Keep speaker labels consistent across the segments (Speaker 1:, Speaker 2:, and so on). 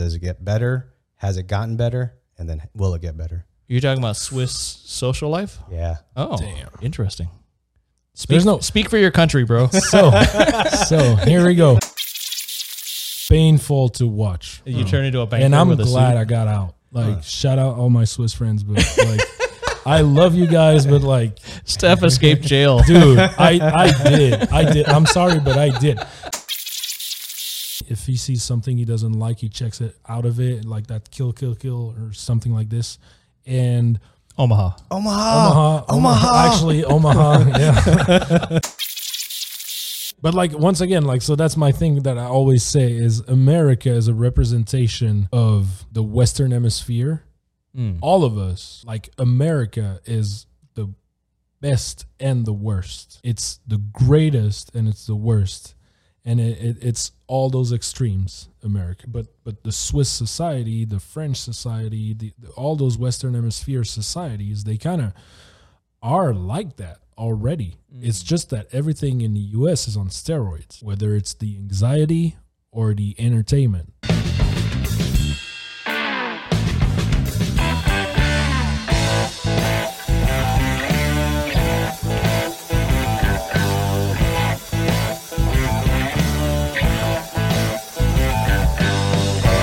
Speaker 1: Does it get better? Has it gotten better? And then will it get better?
Speaker 2: You're talking about Swiss social life?
Speaker 1: Yeah.
Speaker 2: Oh, interesting. Speak,
Speaker 3: There's no-
Speaker 2: speak for your country, bro.
Speaker 3: So, so here we go. Painful to watch.
Speaker 2: you turn into a banker
Speaker 3: and I'm
Speaker 2: with a
Speaker 3: glad
Speaker 2: suit.
Speaker 3: I got out. Like, shout out all my Swiss friends, but like, I love you guys, but like,
Speaker 2: Steph escaped jail.
Speaker 3: dude, I, I did, I did. I'm sorry, but I did. If he sees something he doesn't like, he checks it out of it, like that kill, kill, kill, or something like this. And
Speaker 2: Omaha.
Speaker 3: Omaha, Omaha, actually Omaha, yeah. but like once again, like so that's my thing that I always say is America is a representation of the Western Hemisphere. All of us, like America, is the best and the worst. It's the greatest and it's the worst, and it, it, it's all those extremes. America, but but the Swiss society, the French society, the, the- all those Western Hemisphere societies, they kind of are like that already. It's just that everything in the U.S. is on steroids, whether it's the anxiety or the entertainment.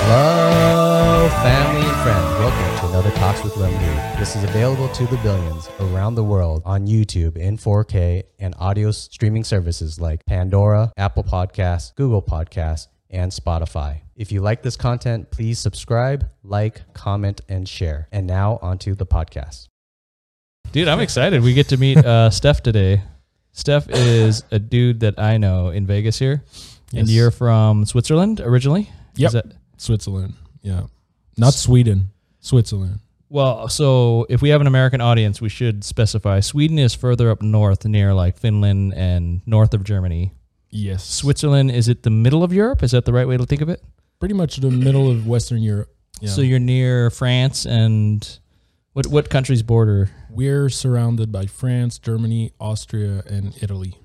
Speaker 1: Hello, family and friends. Welcome to another Talks with Lemonade. This is available to the billions around the world on YouTube in 4K and audio streaming services like Pandora, Apple Podcasts, Google Podcasts, and Spotify. If you like this content, please subscribe, like, comment, and share. And now onto the podcast.
Speaker 2: Dude, I'm excited. We get to meet uh, Steph today. Steph is a dude that I know in Vegas here. And
Speaker 3: Yes.
Speaker 2: you're from Switzerland originally?
Speaker 3: Yep.
Speaker 2: Is that-
Speaker 3: Switzerland, yeah, not Sweden, Switzerland.
Speaker 2: well, so if we have an American audience, we should specify Sweden is further up north near like Finland and north of Germany.
Speaker 3: Yes,
Speaker 2: Switzerland, is it the middle of Europe? Is that the right way to think of it?
Speaker 3: pretty much the middle of Western Europe. Yeah.
Speaker 2: So you're near France and what what country's border?
Speaker 3: We're surrounded by France, Germany, Austria, and Italy.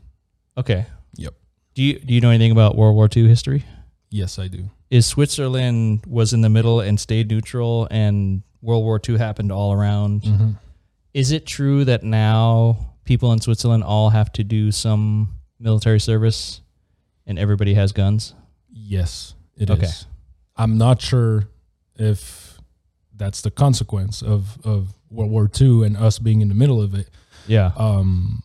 Speaker 2: Okay.
Speaker 3: Yep.
Speaker 2: Do you do you know anything about World War II history?
Speaker 3: Yes, I do.
Speaker 2: Is Switzerland was in the middle and stayed neutral and World War II happened all around?
Speaker 3: Mm-hmm.
Speaker 2: Is it true that now people in Switzerland all have to do some military service and everybody has guns?
Speaker 3: Yes, it is.
Speaker 2: Okay.
Speaker 3: I'm not sure if that's the consequence of, of World War II and us being in the middle of it.
Speaker 2: Yeah.
Speaker 3: Um,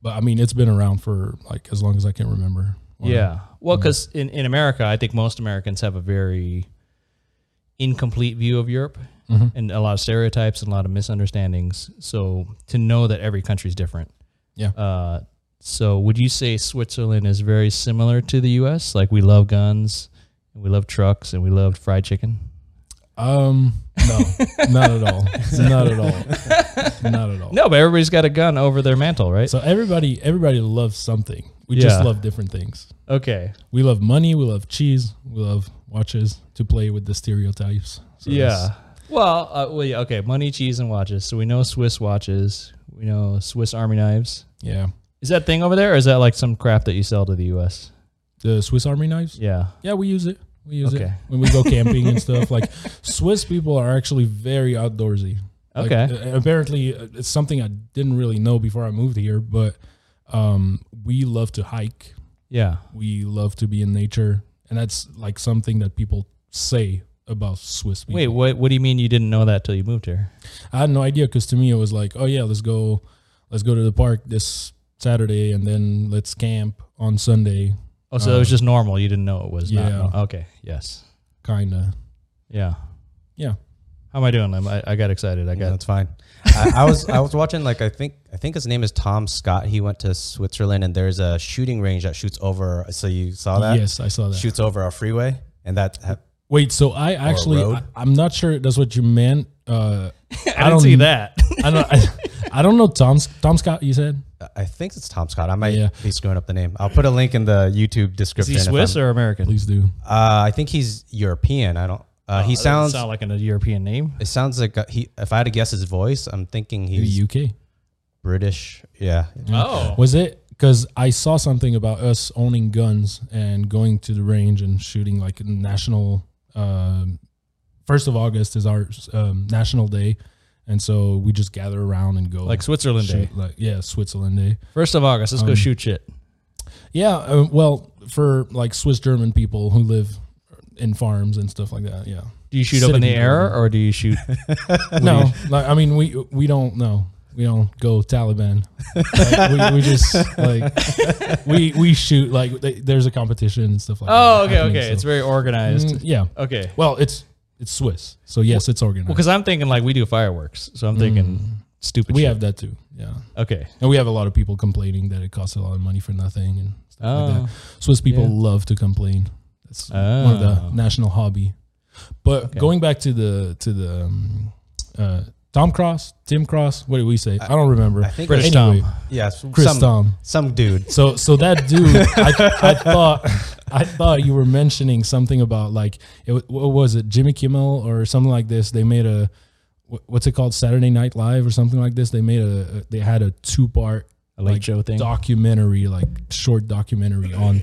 Speaker 3: but I mean, it's been around for like as long as I can remember.
Speaker 2: Yeah. Well, because in, in America, I think most Americans have a very incomplete view of Europe and a lot of stereotypes and a lot of misunderstandings. So to know that every country's different.
Speaker 3: Yeah.
Speaker 2: Uh, so would you say Switzerland is very similar to the U.S.? Like we love guns, and we love trucks, and we love fried chicken.
Speaker 3: Um, no, not at all. Not at all. Not at all.
Speaker 2: No, but everybody's got a gun over their mantle, right?
Speaker 3: So everybody, everybody loves something. We
Speaker 2: Yeah.
Speaker 3: just love different things.
Speaker 2: okay.
Speaker 3: we love money, we love cheese, we love watches to play with the stereotypes. So
Speaker 2: yeah.
Speaker 3: that's-
Speaker 2: Well, uh, well, yeah, okay. Money, cheese, and watches. So we know Swiss watches. We know Swiss Army knives.
Speaker 3: yeah.
Speaker 2: Is that thing over there, or is that like some crap that you sell to the U.S.?
Speaker 3: The Swiss Army knives. Yeah,
Speaker 2: Yeah.
Speaker 3: we use it. We use it
Speaker 2: Okay.
Speaker 3: when we go camping and stuff. Like Swiss people are actually very outdoorsy. Like,
Speaker 2: Okay.
Speaker 3: uh, apparently, uh, it's something I didn't really know before I moved here, but um, we love to hike.
Speaker 2: Yeah.
Speaker 3: We love to be in nature, and that's like something that people say about Swiss people.
Speaker 2: Wait, what? What do you mean you didn't know that till you moved here?
Speaker 3: I had no idea because to me it was like, oh yeah, let's go, let's go to the park this Saturday and then let's camp on Sunday,
Speaker 2: Oh, so it was just normal. You didn't know it was. Not
Speaker 3: Um, yeah.
Speaker 2: normal. Okay. Yes.
Speaker 3: kind of.
Speaker 2: Yeah.
Speaker 3: Yeah,
Speaker 2: How am I doing, Lim? I, I got excited. I
Speaker 1: Yeah,
Speaker 2: got.
Speaker 1: that's fine. I, I was I was watching like I think I think his name is Tom Scott. He went to Switzerland and there's a shooting range that shoots over. So you saw that?
Speaker 3: yes, I saw that.
Speaker 1: Shoots over a freeway, and that ha-
Speaker 3: Wait, so I actually,
Speaker 1: road.
Speaker 3: I, am not sure that's what you meant. Uh, I, don't
Speaker 2: that.
Speaker 3: I don't. I, I don't know Tom Tom Scott. You said
Speaker 1: I think it's Tom Scott. I might
Speaker 3: Yeah.
Speaker 1: be screwing up the name. I'll put a link in the YouTube
Speaker 2: Is
Speaker 1: description.
Speaker 2: he
Speaker 1: if
Speaker 2: Swiss
Speaker 1: I'm-
Speaker 2: or American? Oh,
Speaker 3: please do.
Speaker 1: uh, I think he's European. I don't. Uh, he
Speaker 2: That doesn't
Speaker 1: sounds.
Speaker 2: sound like a European name.
Speaker 1: it sounds like a, he. If I had to guess his voice, I'm thinking
Speaker 3: The
Speaker 1: he's
Speaker 3: UK
Speaker 1: British. Yeah.
Speaker 2: Oh.
Speaker 3: was it? Because I saw something about us owning guns and going to the range and shooting like national um first of August is our um, national day, and so we just gather around and go
Speaker 2: like Switzerland
Speaker 3: shoot,
Speaker 2: Day,
Speaker 3: like yeah, Switzerland Day.
Speaker 2: first of August.
Speaker 3: Um,
Speaker 2: Let's go shoot shit.
Speaker 3: Yeah, uh, well, for like Swiss German people who live in farms and stuff like that. Yeah,
Speaker 2: Do you shoot up in
Speaker 3: Sitting
Speaker 2: the air
Speaker 3: building.
Speaker 2: or do you shoot?
Speaker 3: no, like, I mean we we don't know. We don't go Taliban. Like, we, we just like we we shoot like they, there's a competition and stuff like.
Speaker 2: oh,
Speaker 3: that
Speaker 2: okay,
Speaker 3: happening,
Speaker 2: okay.
Speaker 3: so-
Speaker 2: It's very organized.
Speaker 3: Mm, yeah.
Speaker 2: Okay.
Speaker 3: Well, it's it's Swiss, so yes, it's organized.
Speaker 2: Well, because I'm thinking like we do fireworks, so I'm thinking stupid.
Speaker 3: Mm. we
Speaker 2: shit.
Speaker 3: have that too. Yeah,
Speaker 2: okay.
Speaker 3: and we have a lot of people complaining that it costs a lot of money for nothing and stuff like that.
Speaker 2: Oh,
Speaker 3: Swiss people
Speaker 2: Yeah.
Speaker 3: love to complain. That's one of the
Speaker 2: Oh.
Speaker 3: national hobby. But
Speaker 2: Okay.
Speaker 3: going back to the to the um, uh, Tom Cross, Tim Cross, what did we say? I, don't remember.
Speaker 1: think
Speaker 2: British
Speaker 1: it
Speaker 2: Tom.
Speaker 3: Anyway,
Speaker 1: was- Yeah, some,
Speaker 3: Chris Tom.
Speaker 1: some dude.
Speaker 3: So so that dude, I, I thought I thought you were mentioning something about like it, wa- what was it Jimmy Kimmel or something like this. They made a wh- what's it called Saturday Night Live or something like this. They made a a- they had a two part
Speaker 2: A late
Speaker 3: like,
Speaker 2: show thing.
Speaker 3: documentary, like short documentary on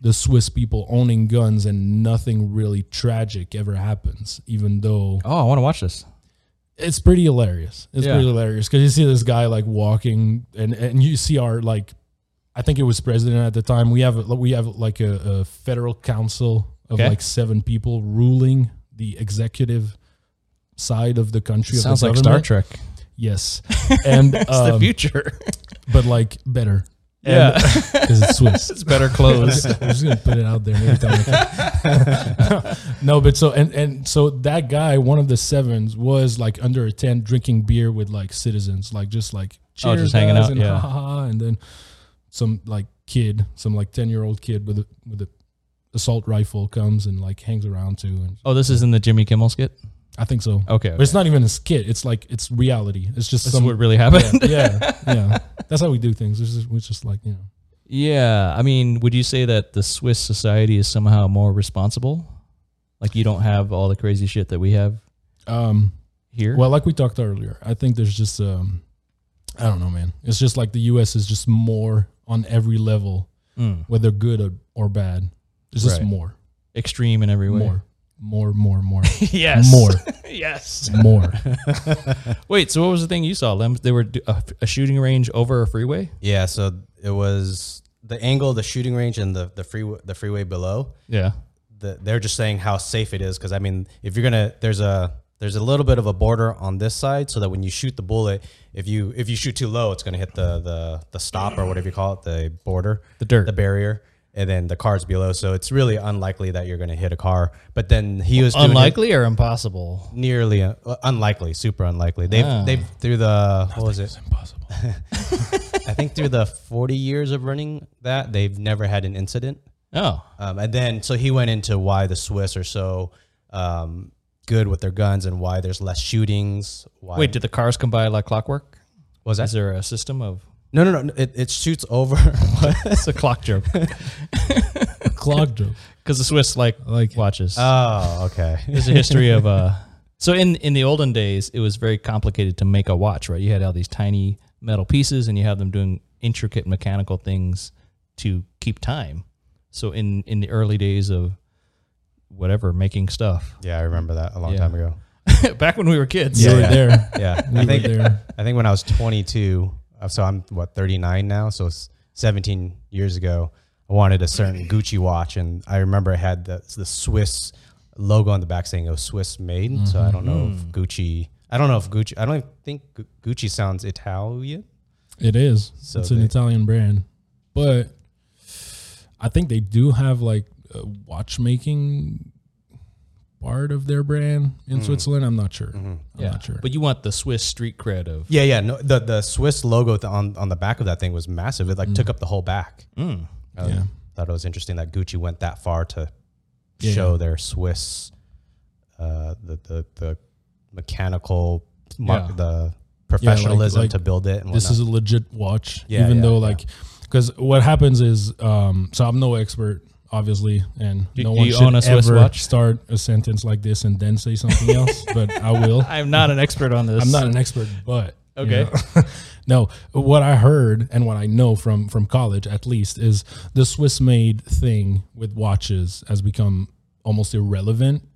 Speaker 3: the Swiss people owning guns and nothing really tragic ever happens, even though
Speaker 2: Oh, I want to watch this.
Speaker 3: it's pretty hilarious. It's
Speaker 2: Yeah.
Speaker 3: pretty hilarious because you see this guy like walking, and and you see our like, I think it was president at the time. We have we have like a, a federal council of
Speaker 2: Okay.
Speaker 3: like seven people ruling the executive side of the country. of
Speaker 2: Sounds
Speaker 3: the
Speaker 2: like Star
Speaker 3: government.
Speaker 2: Trek.
Speaker 3: Yes, and
Speaker 2: It's the
Speaker 3: um,
Speaker 2: future.
Speaker 3: but like better.
Speaker 2: Yeah.
Speaker 3: because it's Swiss.
Speaker 2: it's better clothes.
Speaker 3: I'm just gonna put it out there every time. I can. no, but so and and so that guy, one of the sevens, was like under a tent drinking beer with like citizens, like just like
Speaker 2: Oh,
Speaker 3: cheers,
Speaker 2: just hanging
Speaker 3: guys,
Speaker 2: out,
Speaker 3: and
Speaker 2: yeah.
Speaker 3: ha, ha, ha, and then some like kid, some like ten year old kid with a with a assault rifle comes and like hangs around too, and
Speaker 2: oh, this is in the Jimmy Kimmel skit.
Speaker 3: I think so.
Speaker 2: Okay. okay.
Speaker 3: But it's not even a skit. It's like it's reality. It's just
Speaker 2: This is
Speaker 3: some.
Speaker 2: what really happened.
Speaker 3: yeah, yeah, yeah. That's how we do things. It's just, it's just like you know.
Speaker 2: Yeah, I mean, would you say that the Swiss society is somehow more responsible? Like you don't have all the crazy shit that we have
Speaker 3: Um,
Speaker 2: here.
Speaker 3: Well, like we talked earlier, I think there's just um, I don't know, man. It's just like the U.S. is just more on every level,
Speaker 2: Mm,
Speaker 3: whether good or, or bad. It's just
Speaker 2: Right.
Speaker 3: more,
Speaker 2: extreme in every way.
Speaker 3: more, more, more, more,
Speaker 2: yes.
Speaker 3: more,
Speaker 2: yes.
Speaker 3: more.
Speaker 2: Wait. So what was the thing you saw? Lem? They were do- a, a shooting range over a freeway.
Speaker 1: Yeah, so it was the angle of the shooting range and the the freeway the freeway below.
Speaker 2: Yeah.
Speaker 1: The, they're just saying how safe it is because I mean, if you're gonna there's a there's a little bit of a border on this side so that when you shoot the bullet, if you if you shoot too low, it's gonna hit the the the stop or whatever you call it, the border,
Speaker 2: The dirt.
Speaker 1: the barrier. And then the car's below, so it's really unlikely that you're going to hit a car. But then he was doing it-
Speaker 2: Unlikely or impossible?
Speaker 1: nearly uh, unlikely, super unlikely. They've
Speaker 2: Ah.
Speaker 1: they've through the what was it?
Speaker 3: It's impossible.
Speaker 1: I think through the 40 years of running that, they've never had an incident.
Speaker 2: Oh,
Speaker 1: Um, and then, so he went into why the Swiss are so um, good with their guns and why there's less shootings. Why
Speaker 2: wait. Did the cars come by like clockwork?
Speaker 1: was
Speaker 2: Is
Speaker 1: that?
Speaker 2: there a system of?
Speaker 1: No, no, no. It, it shoots over.
Speaker 2: It's a clock joke
Speaker 3: Clog joke.
Speaker 2: because the Swiss like
Speaker 3: Like Uh,
Speaker 2: watches.
Speaker 1: oh, okay.
Speaker 2: There's a history of uh so in in the olden days it was very complicated to make a watch, right? You had all these tiny metal pieces and you have them doing intricate mechanical things to keep time. So in in the early days of whatever making stuff
Speaker 1: Yeah, I remember that a long
Speaker 2: Yeah.
Speaker 1: time ago.
Speaker 2: back when we were kids.
Speaker 3: you
Speaker 1: Yeah,
Speaker 3: were
Speaker 1: yeah.
Speaker 3: there.
Speaker 1: Yeah,
Speaker 3: You
Speaker 1: I
Speaker 3: were
Speaker 1: think
Speaker 3: there.
Speaker 1: I think when I was 22, uh, so I'm what 39 now, so it's 17 years ago, I wanted a certain Gucci watch, and I remember it had the the Swiss logo on the back saying it was Swiss made. So I don't know if Gucci. I don't know if Gucci. I don't even think Gu- Gucci sounds Italian.
Speaker 3: It is.
Speaker 1: So
Speaker 3: it's an
Speaker 1: they-
Speaker 3: Italian brand, but I think they do have like a watchmaking part of their brand in
Speaker 1: Mm.
Speaker 3: Switzerland. I'm not sure.
Speaker 1: Mm-hmm.
Speaker 3: I'm
Speaker 2: Yeah.
Speaker 3: not sure.
Speaker 2: But you want the Swiss street cred of
Speaker 1: Yeah, yeah. No, the the Swiss logo th- on on the back of that thing was massive. It like took up the whole back.
Speaker 2: Mm.
Speaker 1: Um,
Speaker 3: Yeah.
Speaker 1: Thought it was interesting that Gucci went that far to
Speaker 3: Yeah.
Speaker 1: show their Swiss, uh, the the the mechanical, mar-
Speaker 2: Yeah.
Speaker 1: the professionalism
Speaker 3: like-
Speaker 1: to build it. And
Speaker 3: this
Speaker 1: whatnot.
Speaker 3: is a legit watch
Speaker 1: Yeah,
Speaker 3: even
Speaker 1: yeah,
Speaker 3: though
Speaker 1: yeah.
Speaker 3: like because what happens is um so i'm no expert obviously and
Speaker 2: Do-
Speaker 3: no
Speaker 2: do
Speaker 3: one
Speaker 2: you
Speaker 3: should
Speaker 2: own a Swiss
Speaker 3: ever
Speaker 2: watch?
Speaker 3: start a sentence like this and then say something else but i will
Speaker 2: I'm not an expert on this.
Speaker 3: i'm not an expert but you
Speaker 2: Okay.
Speaker 3: know. no what i heard and what i know from from college at least is the swiss made thing with watches has become almost irrelevant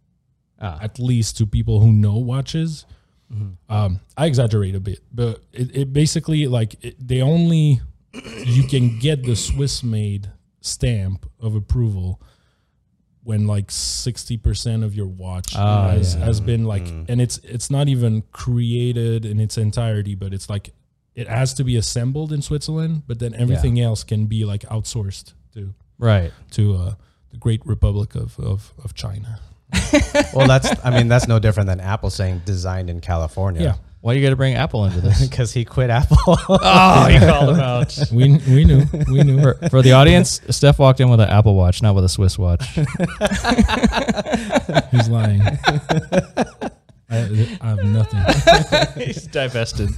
Speaker 2: Ah.
Speaker 3: at least to people who know watches.
Speaker 2: Mhm.
Speaker 3: Um, I exaggerate a bit, but it, it basically like it, they only you can get the Swiss made stamp of approval when like 60% of your watch
Speaker 2: Ah,
Speaker 3: has,
Speaker 2: yeah. Mm.
Speaker 3: has been like and it's it's not even created in its entirety but it's like it has to be assembled in Switzerland but then everything else can be like outsourced to
Speaker 2: Right.
Speaker 3: to uh, the great republic of of, of China
Speaker 1: Well, that's I mean that's no different than Apple saying designed in California.
Speaker 2: Why you got to bring Apple into this?
Speaker 1: Because he quit Apple.
Speaker 3: Ah!
Speaker 2: oh, you called him out.
Speaker 3: yeah we we knew we knew
Speaker 2: For, for the audience, Steph walked in with an Apple Watch, not with a Swiss watch.
Speaker 3: He's lying. I, I have nothing.
Speaker 2: He's divested.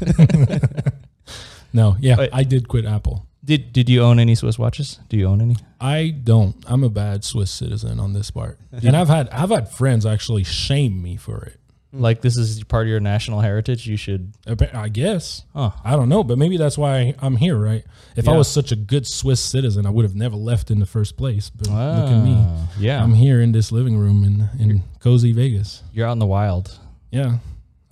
Speaker 3: No, yeah,
Speaker 2: Wait.
Speaker 3: I did quit Apple.
Speaker 2: Did Did you own any Swiss watches? Do you own any?
Speaker 3: I don't. I'm a bad Swiss citizen on this part, and I've had I've had friends actually shame me for it.
Speaker 2: Like this is part of your national heritage. You should.
Speaker 3: Appa- I guess
Speaker 2: Huh.
Speaker 3: I don't know, but maybe that's why I'm here, right? If I
Speaker 2: Yeah.
Speaker 3: was such a good Swiss citizen, I would have never left in the first place. But look at me,
Speaker 2: Ah, Yeah,
Speaker 3: I'm here in this living room in in cozy Vegas.
Speaker 2: you're out in the wild.
Speaker 3: Yeah,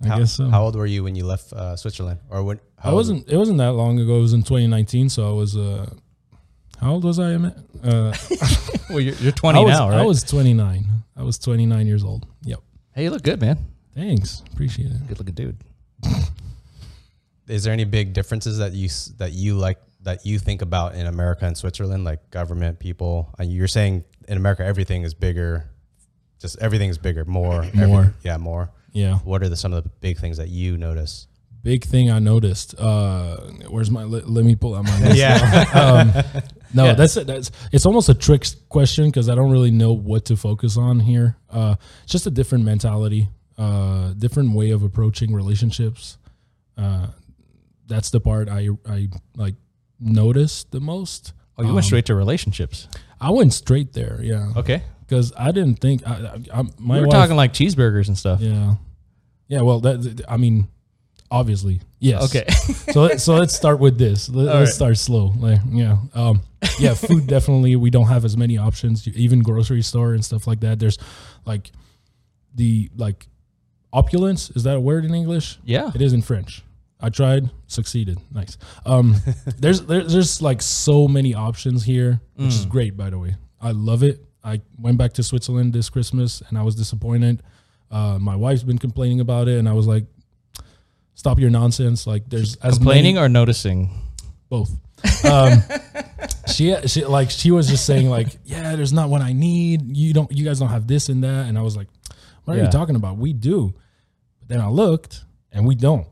Speaker 3: I
Speaker 1: how,
Speaker 3: guess so.
Speaker 1: how old were you when you left uh, Switzerland, or when? How
Speaker 3: I
Speaker 1: old-
Speaker 3: wasn't. It wasn't that long ago. It was in 2019, so I was. Uh, how old was I? Emmett? Uh,
Speaker 2: Well, you're, you're 20
Speaker 3: I was,
Speaker 2: now, right?
Speaker 3: I was 29. I was 29 years old. Yep.
Speaker 2: hey, you look good, man.
Speaker 3: Thanks. Appreciate it.
Speaker 2: Good looking dude.
Speaker 1: Is there any big differences that you s- that you like that you think about in America and Switzerland, like government, people? And you're saying in America everything is bigger, just everything is bigger, more, everything-
Speaker 3: More.
Speaker 1: yeah, more.
Speaker 3: Yeah.
Speaker 1: What are the some of the big things that you notice?
Speaker 3: Big thing I noticed. Uh, where's my? Let, let me pull out my list.
Speaker 1: Yeah,
Speaker 3: um, no,
Speaker 2: Yeah.
Speaker 3: that's that's. It's almost a trick question because I don't really know what to focus on here. Uh, it's just a different mentality, uh, different way of approaching relationships. Uh, that's the part I I like noticed the most.
Speaker 2: Oh, you went
Speaker 3: Um,
Speaker 2: straight to relationships.
Speaker 3: I went straight there, yeah,
Speaker 2: Okay,
Speaker 3: because I didn't think I, I, I my
Speaker 2: Uh, we were
Speaker 3: wife-
Speaker 2: talking like cheeseburgers and stuff.
Speaker 3: Yeah. Yeah. Well, that, th- I mean, obviously, yes.
Speaker 2: Okay,
Speaker 3: So let- so let's start with this. Let,
Speaker 2: All
Speaker 3: us
Speaker 2: right.
Speaker 3: start slow. Like, yeah. Um, yeah. Food definitely. We don't have as many options. You- Even grocery store and stuff like that. There's like the like opulence. Is that a word in English?
Speaker 2: yeah.
Speaker 3: It is in French. I tried, succeeded. Nice. Um, there's there's just like so many options here, which
Speaker 2: Mm.
Speaker 3: is great, by the way. I love it. I went back to Switzerland this Christmas and I was disappointed. Uh, my wife's been complaining about it, and I was like, "Stop your nonsense!" Like, there's as many-
Speaker 2: Complaining or noticing?
Speaker 3: both. Um, she she like she was just saying like, yeah, there's not what I need. You don't you guys don't have this and that. And I was like, what are
Speaker 2: Yeah.
Speaker 3: you talking about? We do. But then I looked and we don't.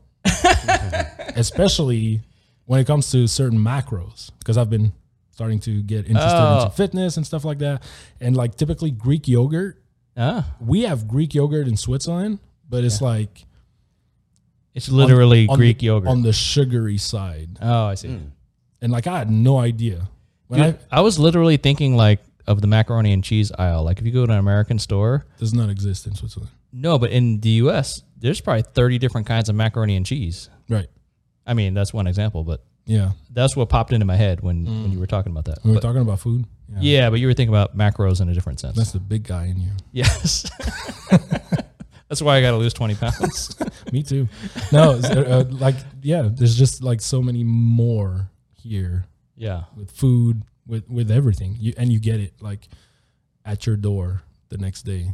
Speaker 3: Especially when it comes to certain macros because I've been starting to get interested
Speaker 2: Oh.
Speaker 3: into fitness and stuff like that. And like typically Greek yogurt,
Speaker 2: Ah,
Speaker 3: we have Greek yogurt in Switzerland, but it's like
Speaker 2: it's literally
Speaker 3: on
Speaker 2: Greek
Speaker 3: the-
Speaker 2: yogurt.
Speaker 3: on the sugary side.
Speaker 2: oh, I see.
Speaker 3: And like I had no idea. When
Speaker 2: Dude,
Speaker 3: I
Speaker 2: I, was literally thinking like of the macaroni and cheese aisle. Like if you go to an American store,
Speaker 3: does not exist in Switzerland.
Speaker 2: no, but in the U.S., there's probably 30 different kinds of macaroni and cheese.
Speaker 3: Right.
Speaker 2: I mean, that's one example, but
Speaker 3: Yeah.
Speaker 2: that's what popped into my head when, when you were talking about that.
Speaker 3: We were
Speaker 2: But-
Speaker 3: talking about food.
Speaker 2: yeah, but you were thinking about macros in a different sense.
Speaker 3: That's the big guy in you.
Speaker 2: yes. that's why I got to lose 20 pounds.
Speaker 3: Me too. No, it's, uh, uh, like, yeah, there's just like so many more here
Speaker 2: yeah.
Speaker 3: with food, with, with everything. You, and you get it like at your door the next day.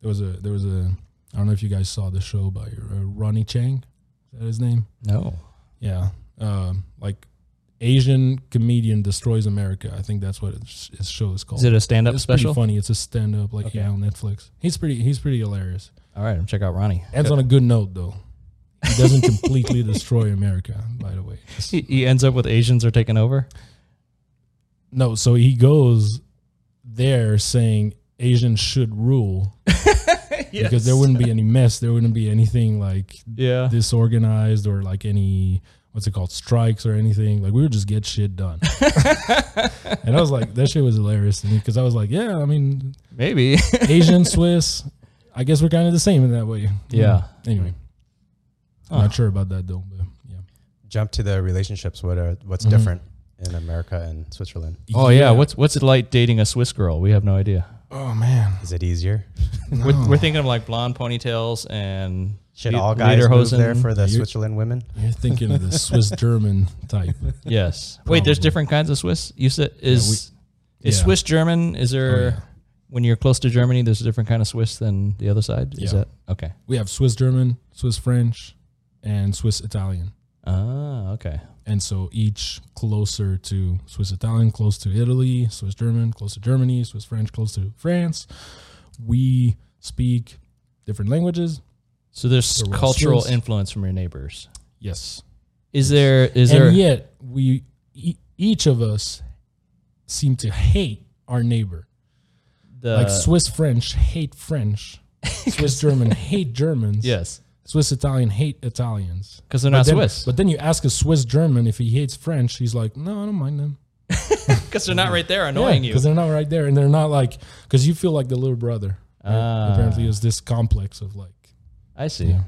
Speaker 3: There was a, there was a, I don't know if you guys saw the show by uh, Ronnie Chang. Is that his name?
Speaker 2: No.
Speaker 3: Yeah. Um, like Asian comedian destroys America. I think that's what its his show is called.
Speaker 2: Is it a stand up
Speaker 3: it's
Speaker 2: special?
Speaker 3: pretty funny. It's a stand up, like
Speaker 2: Okay.
Speaker 3: yeah, on Netflix. He's pretty. He's pretty hilarious.
Speaker 2: All right, I'm check out Ronnie.
Speaker 3: Ends on a good note, though. He doesn't completely destroy America, by the way.
Speaker 2: He, he ends up with Asians are taking over.
Speaker 3: No, so he goes there saying Asians should rule because there wouldn't be any mess. There wouldn't be anything like
Speaker 2: Yeah.
Speaker 3: disorganized or like any what's it called strikes or anything. Like we would just get shit done. and I was like, that shit was hilarious to me because I was like, yeah, I mean,
Speaker 2: Maybe.
Speaker 3: Asian Swiss. I guess we're kind of the same in that way. Mm.
Speaker 2: Yeah. Ah.
Speaker 3: Anyway, I'm not sure about that though. But yeah.
Speaker 1: Jump to the relationships. What are what's different in America and Switzerland?
Speaker 2: Oh yeah. What's what's it like dating a Swiss girl? We have no idea.
Speaker 3: Oh man,
Speaker 1: Is it easier?
Speaker 2: We're, we're thinking of like blonde ponytails and
Speaker 1: Should
Speaker 2: Le-
Speaker 1: all guys move there
Speaker 2: Lederhosen.
Speaker 1: for the
Speaker 3: You-
Speaker 1: Switzerland women?
Speaker 3: you're thinking of the Swiss German type.
Speaker 2: Yes. Wait, there's
Speaker 3: Probably.
Speaker 2: different kinds of Swiss. You said is is
Speaker 3: yeah. Oh,
Speaker 2: Swiss German? Is there
Speaker 3: yeah.
Speaker 2: when you're close to Germany, there's a different kind of Swiss than the other side? Is
Speaker 3: Yeah.
Speaker 2: that okay?
Speaker 3: We have Swiss German, Swiss French, and Swiss Italian.
Speaker 2: Ah, okay.
Speaker 3: And so each closer to Swiss Italian, close to Italy, Swiss German, close to Germany, Swiss French, close to France. We speak different languages.
Speaker 2: So there's
Speaker 3: They're all
Speaker 2: cultural
Speaker 3: Swiss.
Speaker 2: influence from your neighbors.
Speaker 3: Yes.
Speaker 2: Is there is
Speaker 3: and
Speaker 2: there
Speaker 3: yet we e- each of us seem to hate our neighbor.
Speaker 2: the
Speaker 3: like Swiss French hate French. Swiss German hate Germans.
Speaker 2: yes
Speaker 3: Swiss Italian hate Italians.
Speaker 2: because they're
Speaker 3: But
Speaker 2: not
Speaker 3: then,
Speaker 2: Swiss
Speaker 3: But then you ask a Swiss German if he hates French, he's like, no, I don't mind them.
Speaker 2: because they're not right there annoying you.
Speaker 3: Because they're not right there. And they're not like, because you feel like the little brother. right?
Speaker 2: Ah.
Speaker 3: Apparently, it's this complex of like,
Speaker 2: I see.
Speaker 3: yeah.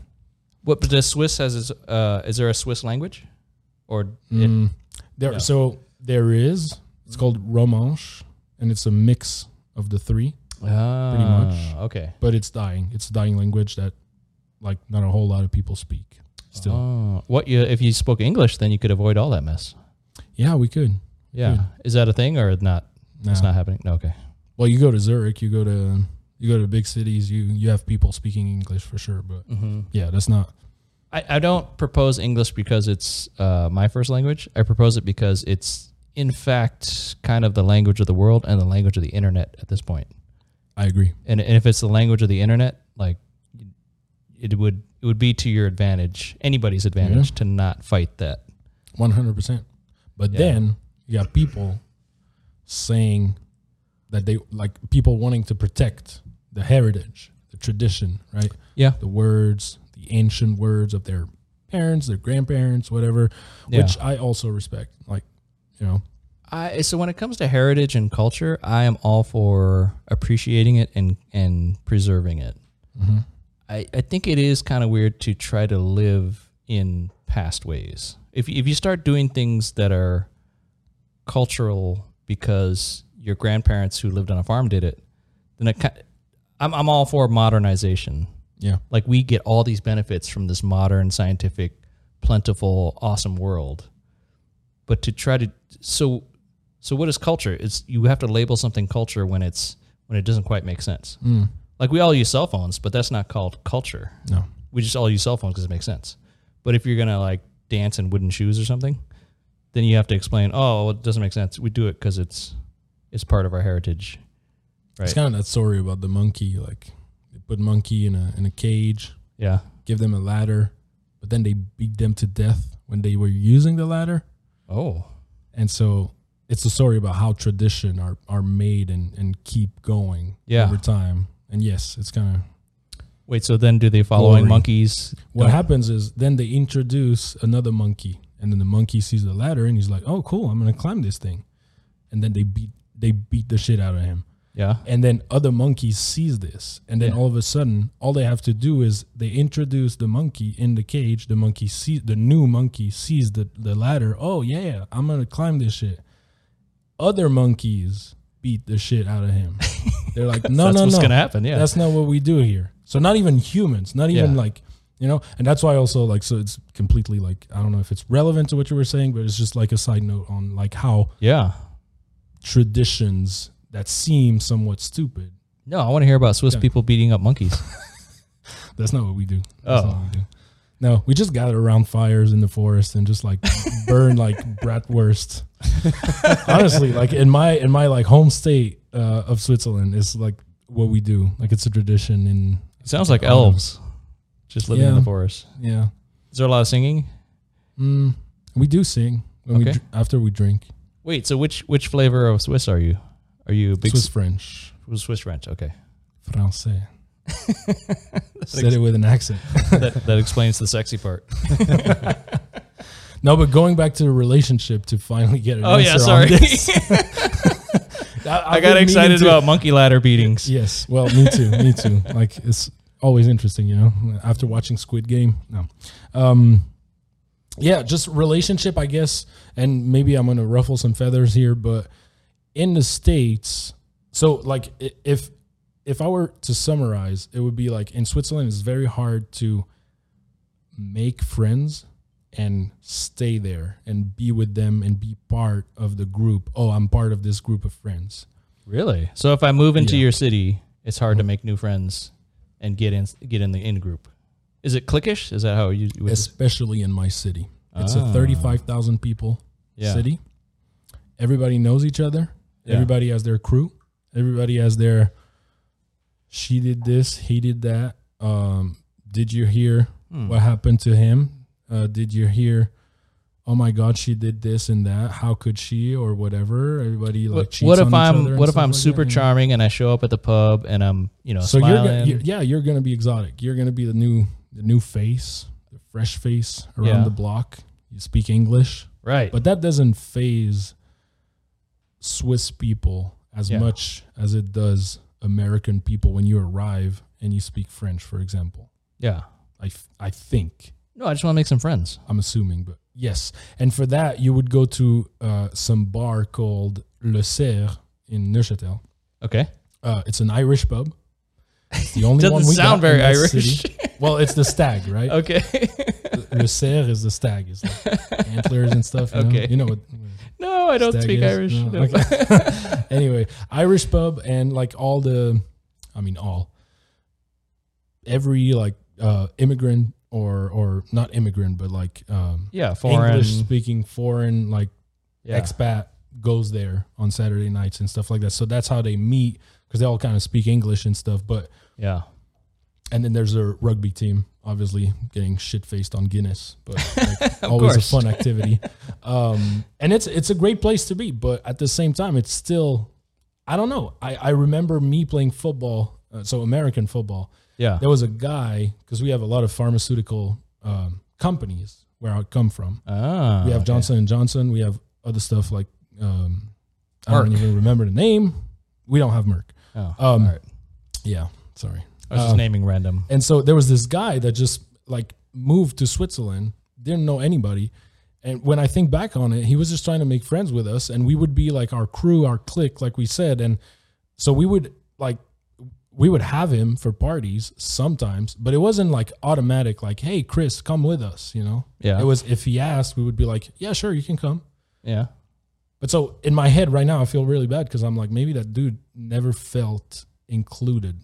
Speaker 2: What but the Swiss has is uh is there a Swiss language or
Speaker 3: Mm, there,
Speaker 2: Yeah.
Speaker 3: So there is, it's called Romanche, and it's a mix of the three,
Speaker 2: Ah, okay
Speaker 3: but it's dying. It's a dying language that like not a whole lot of people speak still.
Speaker 2: Oh, what you if you spoke English then you could avoid all that mess.
Speaker 3: Yeah, we could.
Speaker 2: Yeah,
Speaker 3: Good.
Speaker 2: is that a thing or not? It's
Speaker 3: Nah.
Speaker 2: not happening. No, okay.
Speaker 3: Well, you go to Zurich, you go to you go to big cities, you you have people speaking English for sure, but
Speaker 2: Mm-hmm.
Speaker 3: yeah, that's not
Speaker 2: I, I don't propose English because it's uh, my first language. I propose it because it's, in fact, kind of the language of the world and the language of the internet at this point.
Speaker 3: I agree.
Speaker 2: And, and if it's the language of the internet, like it would it would be to your advantage, anybody's advantage, to not fight that.
Speaker 3: 100%. But
Speaker 2: Yeah.
Speaker 3: then you got people saying that they like people wanting to protect the heritage, the tradition, right?
Speaker 2: Yeah,
Speaker 3: The words, the ancient words of their parents, their grandparents, whatever,
Speaker 2: Yeah.
Speaker 3: which I also respect. Like, you know,
Speaker 2: I so when it comes to heritage and culture, I am all for appreciating it and and preserving it.
Speaker 3: Mm-hmm.
Speaker 2: I, I think it is kind of weird to try to live in past ways. If you- if you start doing things that are cultural because your grandparents who lived on a farm did it, then it, ki- I'm I'm all for modernization.
Speaker 3: yeah.
Speaker 2: Like we get all these benefits from this modern, scientific, plentiful, awesome world. But to try to so so what is culture? It's you have to label something culture when it's when it doesn't quite make sense. Like we all use cell phones, but that's not called culture.
Speaker 3: Mm. No.
Speaker 2: We just all use cell phones because it makes sense. But if you're gonna like dance in wooden shoes or something, then you have to explain. Oh, well, it doesn't make sense. We do it because it's it's part of our heritage.
Speaker 3: It's
Speaker 2: Right.
Speaker 3: kind of that story about the monkey like they put monkey in a in a cage,
Speaker 2: Yeah.
Speaker 3: give them a ladder, but then they beat them to death when they were using the ladder.
Speaker 2: Oh.
Speaker 3: And so it's a story about how tradition are, are made and, and keep going
Speaker 2: Yeah.
Speaker 3: over time. And yes, it's kind of
Speaker 2: Wait. So then, do the following
Speaker 3: Glory.
Speaker 2: monkeys?
Speaker 3: what
Speaker 2: don't-
Speaker 3: happens is then they introduce another monkey, and then the monkey sees the ladder and he's like, "Oh, cool! I'm gonna climb this thing," and then they beat they beat the shit out of him.
Speaker 2: Yeah.
Speaker 3: And then other monkeys sees this, and then
Speaker 2: Yeah.
Speaker 3: all of a sudden, all they have to do is they introduce the monkey in the cage. The monkey sees the new monkey sees the the ladder. Oh yeah, I'm gonna climb this shit. Other monkeys beat the shit out of him. They're like, no,
Speaker 2: that's
Speaker 3: no,
Speaker 2: what's
Speaker 3: no,
Speaker 2: gonna happen. Yeah.
Speaker 3: that's not what we do here. So not even humans, not even
Speaker 2: Yeah.
Speaker 3: like you know. And that's why also like so it's completely like I don't know if it's relevant to what you were saying, but it's just like a side note on like how
Speaker 2: yeah.
Speaker 3: traditions that seem somewhat stupid
Speaker 2: No, I want to hear about Swiss
Speaker 3: Yeah.
Speaker 2: people beating up monkeys.
Speaker 3: That's not what we do. That's
Speaker 2: Oh.
Speaker 3: not what we do. No, we just gather around fires in the forest and just like burn like bratwurst. Honestly, like in my in my like home state uh, of Switzerland, it's like what we do. Like it's a tradition. In
Speaker 2: It sounds like
Speaker 3: Oh.
Speaker 2: elves, just living in
Speaker 3: Yeah.
Speaker 2: the forest.
Speaker 3: yeah,
Speaker 2: Is there a lot of singing?
Speaker 3: mm, we do sing when we
Speaker 2: Okay.
Speaker 3: dr- after we drink.
Speaker 2: Wait. So which which flavor of Swiss are you? Are you a big
Speaker 3: Swiss
Speaker 2: Swiss,
Speaker 3: French,
Speaker 2: Swiss French? Okay.
Speaker 3: français. Said it with an accent.
Speaker 2: that, that explains the sexy part.
Speaker 3: No, but going back to the relationship to finally get an
Speaker 2: Oh yeah,
Speaker 3: answer
Speaker 2: sorry.
Speaker 3: on this.
Speaker 2: I
Speaker 3: I've
Speaker 2: got
Speaker 3: been meaning
Speaker 2: excited
Speaker 3: to-
Speaker 2: about monkey ladder beatings.
Speaker 3: Yes. Well, me too. Me too. Like it's always interesting, you know. After watching Squid Game, no. Um, yeah, just relationship, I guess. And maybe I'm gonna ruffle some feathers here, but in the states, So like i- if if I were to summarize, it would be like in Switzerland it's very hard to make friends and stay there and be with them and be part of the group. Oh, I'm part of this group of friends.
Speaker 2: Really? So if I move into
Speaker 3: Yeah.
Speaker 2: your city, it's hard to make new friends and get in get in the in group. Is it cliquish? Is that how you? you would-
Speaker 3: especially in my city. It's
Speaker 2: Ah.
Speaker 3: a 35,000 people
Speaker 2: Yeah.
Speaker 3: city. Everybody knows each other.
Speaker 2: Yeah.
Speaker 3: Everybody has their crew. Everybody has their she did this, he did that. Um, did you hear
Speaker 2: Hmm.
Speaker 3: what happened to him? Uh, did you hear oh my god, she did this and that. How could she or whatever? Everybody like
Speaker 2: What,
Speaker 3: cheats
Speaker 2: what
Speaker 3: on
Speaker 2: if
Speaker 3: each other
Speaker 2: I'm
Speaker 3: and
Speaker 2: what if
Speaker 3: stuff
Speaker 2: I'm
Speaker 3: like that,
Speaker 2: super
Speaker 3: you know?
Speaker 2: charming and I show up at the pub and I'm you know
Speaker 3: So you're,
Speaker 2: smiling?
Speaker 3: gonna, you're yeah, you're gonna be exotic. You're gonna be the new the new face, the fresh face around
Speaker 2: Yeah.
Speaker 3: the block. You speak English,
Speaker 2: right.
Speaker 3: but that doesn't phase Swiss people as
Speaker 2: Yeah.
Speaker 3: much as it does American people when you arrive and you speak French, for example.
Speaker 2: yeah.
Speaker 3: I f- I think
Speaker 2: No, I just want to make some friends.
Speaker 3: I'm assuming, but yes. And for that, you would go to uh, some bar called Le Cerf in Neuchâtel.
Speaker 2: Okay.
Speaker 3: Uh, it's an Irish pub. It's the only
Speaker 2: Doesn't
Speaker 3: one we
Speaker 2: sound
Speaker 3: got
Speaker 2: very
Speaker 3: in that
Speaker 2: Irish.
Speaker 3: city. Well, it's the stag, right?
Speaker 2: Okay.
Speaker 3: Le cerf is the stag. It's like antlers and stuff. You know?
Speaker 2: Okay.
Speaker 3: You know what?
Speaker 2: no, I don't
Speaker 3: stag
Speaker 2: speak
Speaker 3: is?
Speaker 2: Irish.
Speaker 3: No,
Speaker 2: No.
Speaker 3: okay. anyway, Irish pub and like all the, I mean all. Every like uh immigrant or or not immigrant but like um
Speaker 2: Yeah, foreign.
Speaker 3: English speaking foreign like
Speaker 2: yeah.
Speaker 3: expat goes there on Saturday nights and stuff like that. So that's how they meet because they all kind of speak English and stuff. But
Speaker 2: yeah.
Speaker 3: and then there's a rugby team, obviously getting shit faced on Guinness, but like, always
Speaker 2: course.
Speaker 3: a fun activity. um, and it's it's a great place to be, but at the same time, it's still I don't know. I I remember me playing football, uh, so American football.
Speaker 2: Yeah.
Speaker 3: There was a guy because we have a lot of pharmaceutical um, companies where I come from.
Speaker 2: Ah.
Speaker 3: We have
Speaker 2: okay.
Speaker 3: Johnson and Johnson. We have other stuff like um, I don't
Speaker 2: Merck.
Speaker 3: even remember the name. We don't have Merck.
Speaker 2: Oh,
Speaker 3: Um,
Speaker 2: all right.
Speaker 3: Yeah, sorry.
Speaker 2: I was just
Speaker 3: um,
Speaker 2: naming random.
Speaker 3: And so there was this guy that just like moved to Switzerland, didn't know anybody. And when I think back on it, he was just trying to make friends with us, and we would be like our crew, our clique, like we said. And so we would like we would have him for parties sometimes, but it wasn't like automatic, like, hey, Chris, come with us, you know?
Speaker 2: Yeah.
Speaker 3: It was if he asked, we would be like, Yeah, sure, you can come.
Speaker 2: Yeah.
Speaker 3: But so in my head right now, I feel really bad because I'm like, maybe that dude never felt included.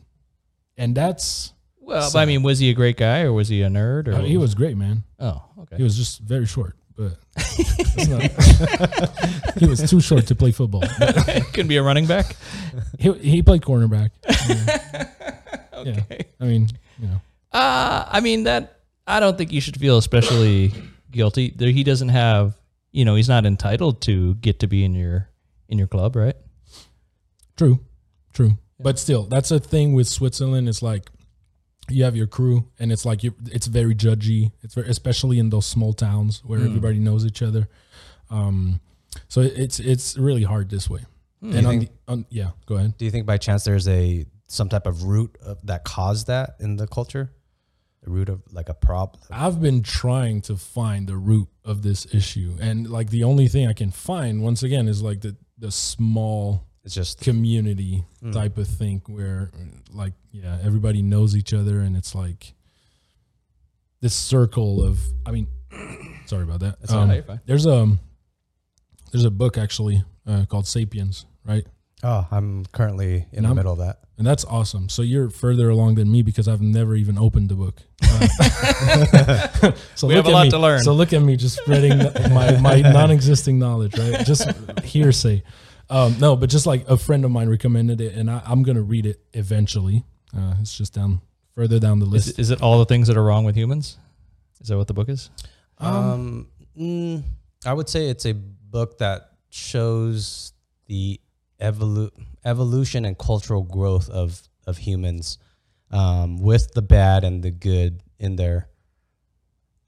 Speaker 3: And that's
Speaker 2: Well,
Speaker 3: So-
Speaker 2: I mean, was he a great guy or was he a nerd? Or
Speaker 3: Uh, he was great, man.
Speaker 2: Oh, okay.
Speaker 3: He was just very short, but that's not- he was too short to play football. But
Speaker 2: Couldn't be a running back.
Speaker 3: he, he played cornerback. okay. I mean, you know,
Speaker 2: Uh, I mean that. I don't think you should feel especially guilty. There, he doesn't have. You know, he's not entitled to get to be in your in your club, right?
Speaker 3: true, true. But still, that's a thing with Switzerland. It's like you have your crew, and it's like you, it's very judgy. It's very, especially in those small towns where everybody knows each other. Um, so it's it's really hard this way. And on, the, on yeah, go ahead.
Speaker 1: Do you think by chance there's a some type of root of, that caused that in the culture? The root of like a problem.
Speaker 3: I've been trying to find the root of this issue, and like the only thing I can find, once again, is like the the small
Speaker 1: It's just
Speaker 3: community
Speaker 2: Hmm.
Speaker 3: type of thing where, like, yeah, everybody knows each other, and it's like this circle of. I mean, sorry about that.
Speaker 1: all
Speaker 3: Um,
Speaker 2: right, you're fine.
Speaker 3: There's a there's a book actually uh, called Sapiens, right?
Speaker 1: oh, I'm currently in the
Speaker 3: Num-
Speaker 1: middle of that.
Speaker 3: And that's awesome. So you're further along than me because I've never even opened the book. Uh, so
Speaker 2: We have
Speaker 3: look
Speaker 2: a
Speaker 3: at
Speaker 2: lot
Speaker 3: me.
Speaker 2: to learn.
Speaker 3: So look at me just spreading my, my non-existing knowledge, right? Just hearsay. Um, no, but just like a friend of mine recommended it, and I, I'm gonna read it eventually. Uh, it's just down further down the list.
Speaker 2: Is, is it all the things that are wrong with humans? Is that what the book is?
Speaker 1: Um, mm, I would say it's a book that shows the evolu- evolution and cultural growth of of humans, um, with the bad and the good in there.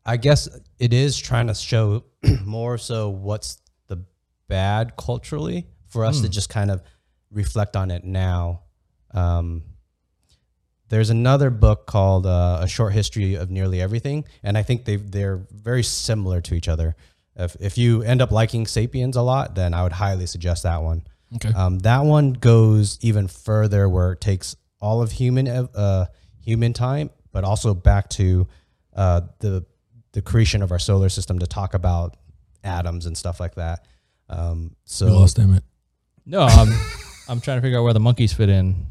Speaker 1: I guess it is trying to show more so what's the bad culturally for us to just kind of reflect on it now. Um, there's another book called uh, A Short History of Nearly Everything, and I think they they're very similar to each other. If if you end up liking Sapiens a lot, then I would highly suggest that one.
Speaker 3: Okay.
Speaker 1: Um, that one goes even further, where it takes all of human ev- uh, human time, but also back to uh, the the creation of our solar system to talk about atoms and stuff like that. Um, so
Speaker 3: We lost Emmett.
Speaker 2: No, I'm I'm trying to figure out where the monkeys fit in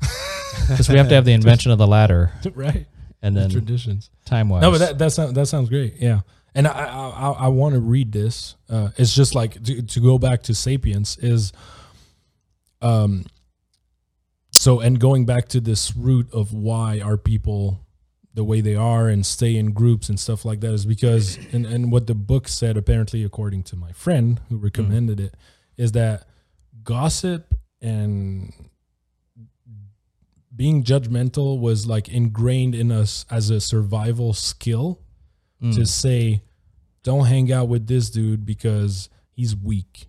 Speaker 2: because we have to have the invention of the ladder
Speaker 3: right.
Speaker 2: and then
Speaker 3: Traditions.
Speaker 2: time wise.
Speaker 3: No, but that that sounds that sounds great. Yeah, and I I, I, I want to read this. Uh, it's just like to, to go back to Sapiens is, um, so and going back to this root of why are people the way they are and stay in groups and stuff like that is because and and what the book said apparently according to my friend who recommended it is that gossip and being judgmental was like ingrained in us as a survival skill
Speaker 2: Mm.
Speaker 1: Hmm.
Speaker 3: to say don't hang out with this dude because he's weak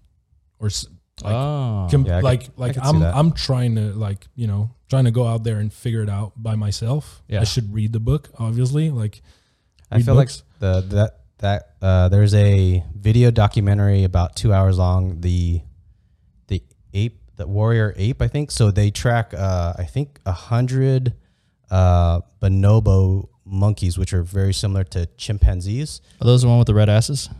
Speaker 3: or s- like
Speaker 2: oh,
Speaker 3: com-
Speaker 1: Yeah, I could-
Speaker 3: like
Speaker 1: I
Speaker 3: like
Speaker 1: could see
Speaker 3: I'm
Speaker 1: that.
Speaker 3: I'm trying to like you know trying to go out there and figure it out by myself.
Speaker 2: Yeah.
Speaker 3: I should read the book, obviously. Like
Speaker 1: I
Speaker 3: read
Speaker 1: feel
Speaker 3: books?
Speaker 1: like the that that uh, there's a video documentary about two hours long. The the ape, the warrior ape, I think. So they track, uh, I think, a hundred uh, bonobo monkeys, which are very similar to chimpanzees.
Speaker 2: are those the one with the red asses?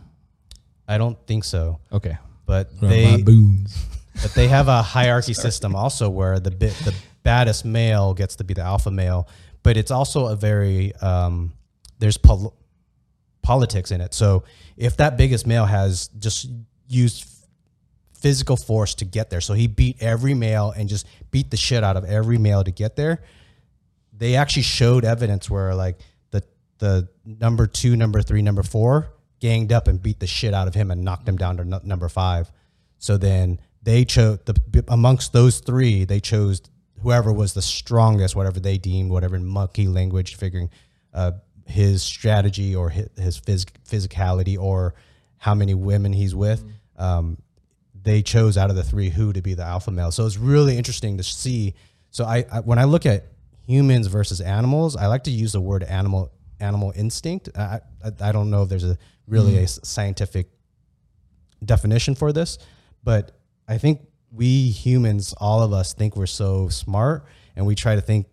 Speaker 1: I don't think so,
Speaker 2: Okay,
Speaker 1: but they
Speaker 3: baboons.
Speaker 1: but they have a hierarchy system also where the bit the baddest male gets to be the alpha male but it's also a very um, there's pol- politics in it so if that biggest male has just used physical force to get there so he beat every male and just beat the shit out of every male to get there they actually showed evidence where like the the number two, number three, number four ganged up and beat the shit out of him and knocked him down to nu- number five. So then they chose the amongst those three, they chose whoever was the strongest, whatever they deemed, whatever in monkey language, figuring uh, his strategy or his, his phys- physicality or how many women he's with. Um, they chose out of the three who to be the alpha male. So it's really interesting to see. So I, I when I look at humans versus animals, I like to use the word animal animal instinct. I I, I don't know if there's a really a s- scientific definition for this, but I think we humans, all of us, think we're so smart, and we try to think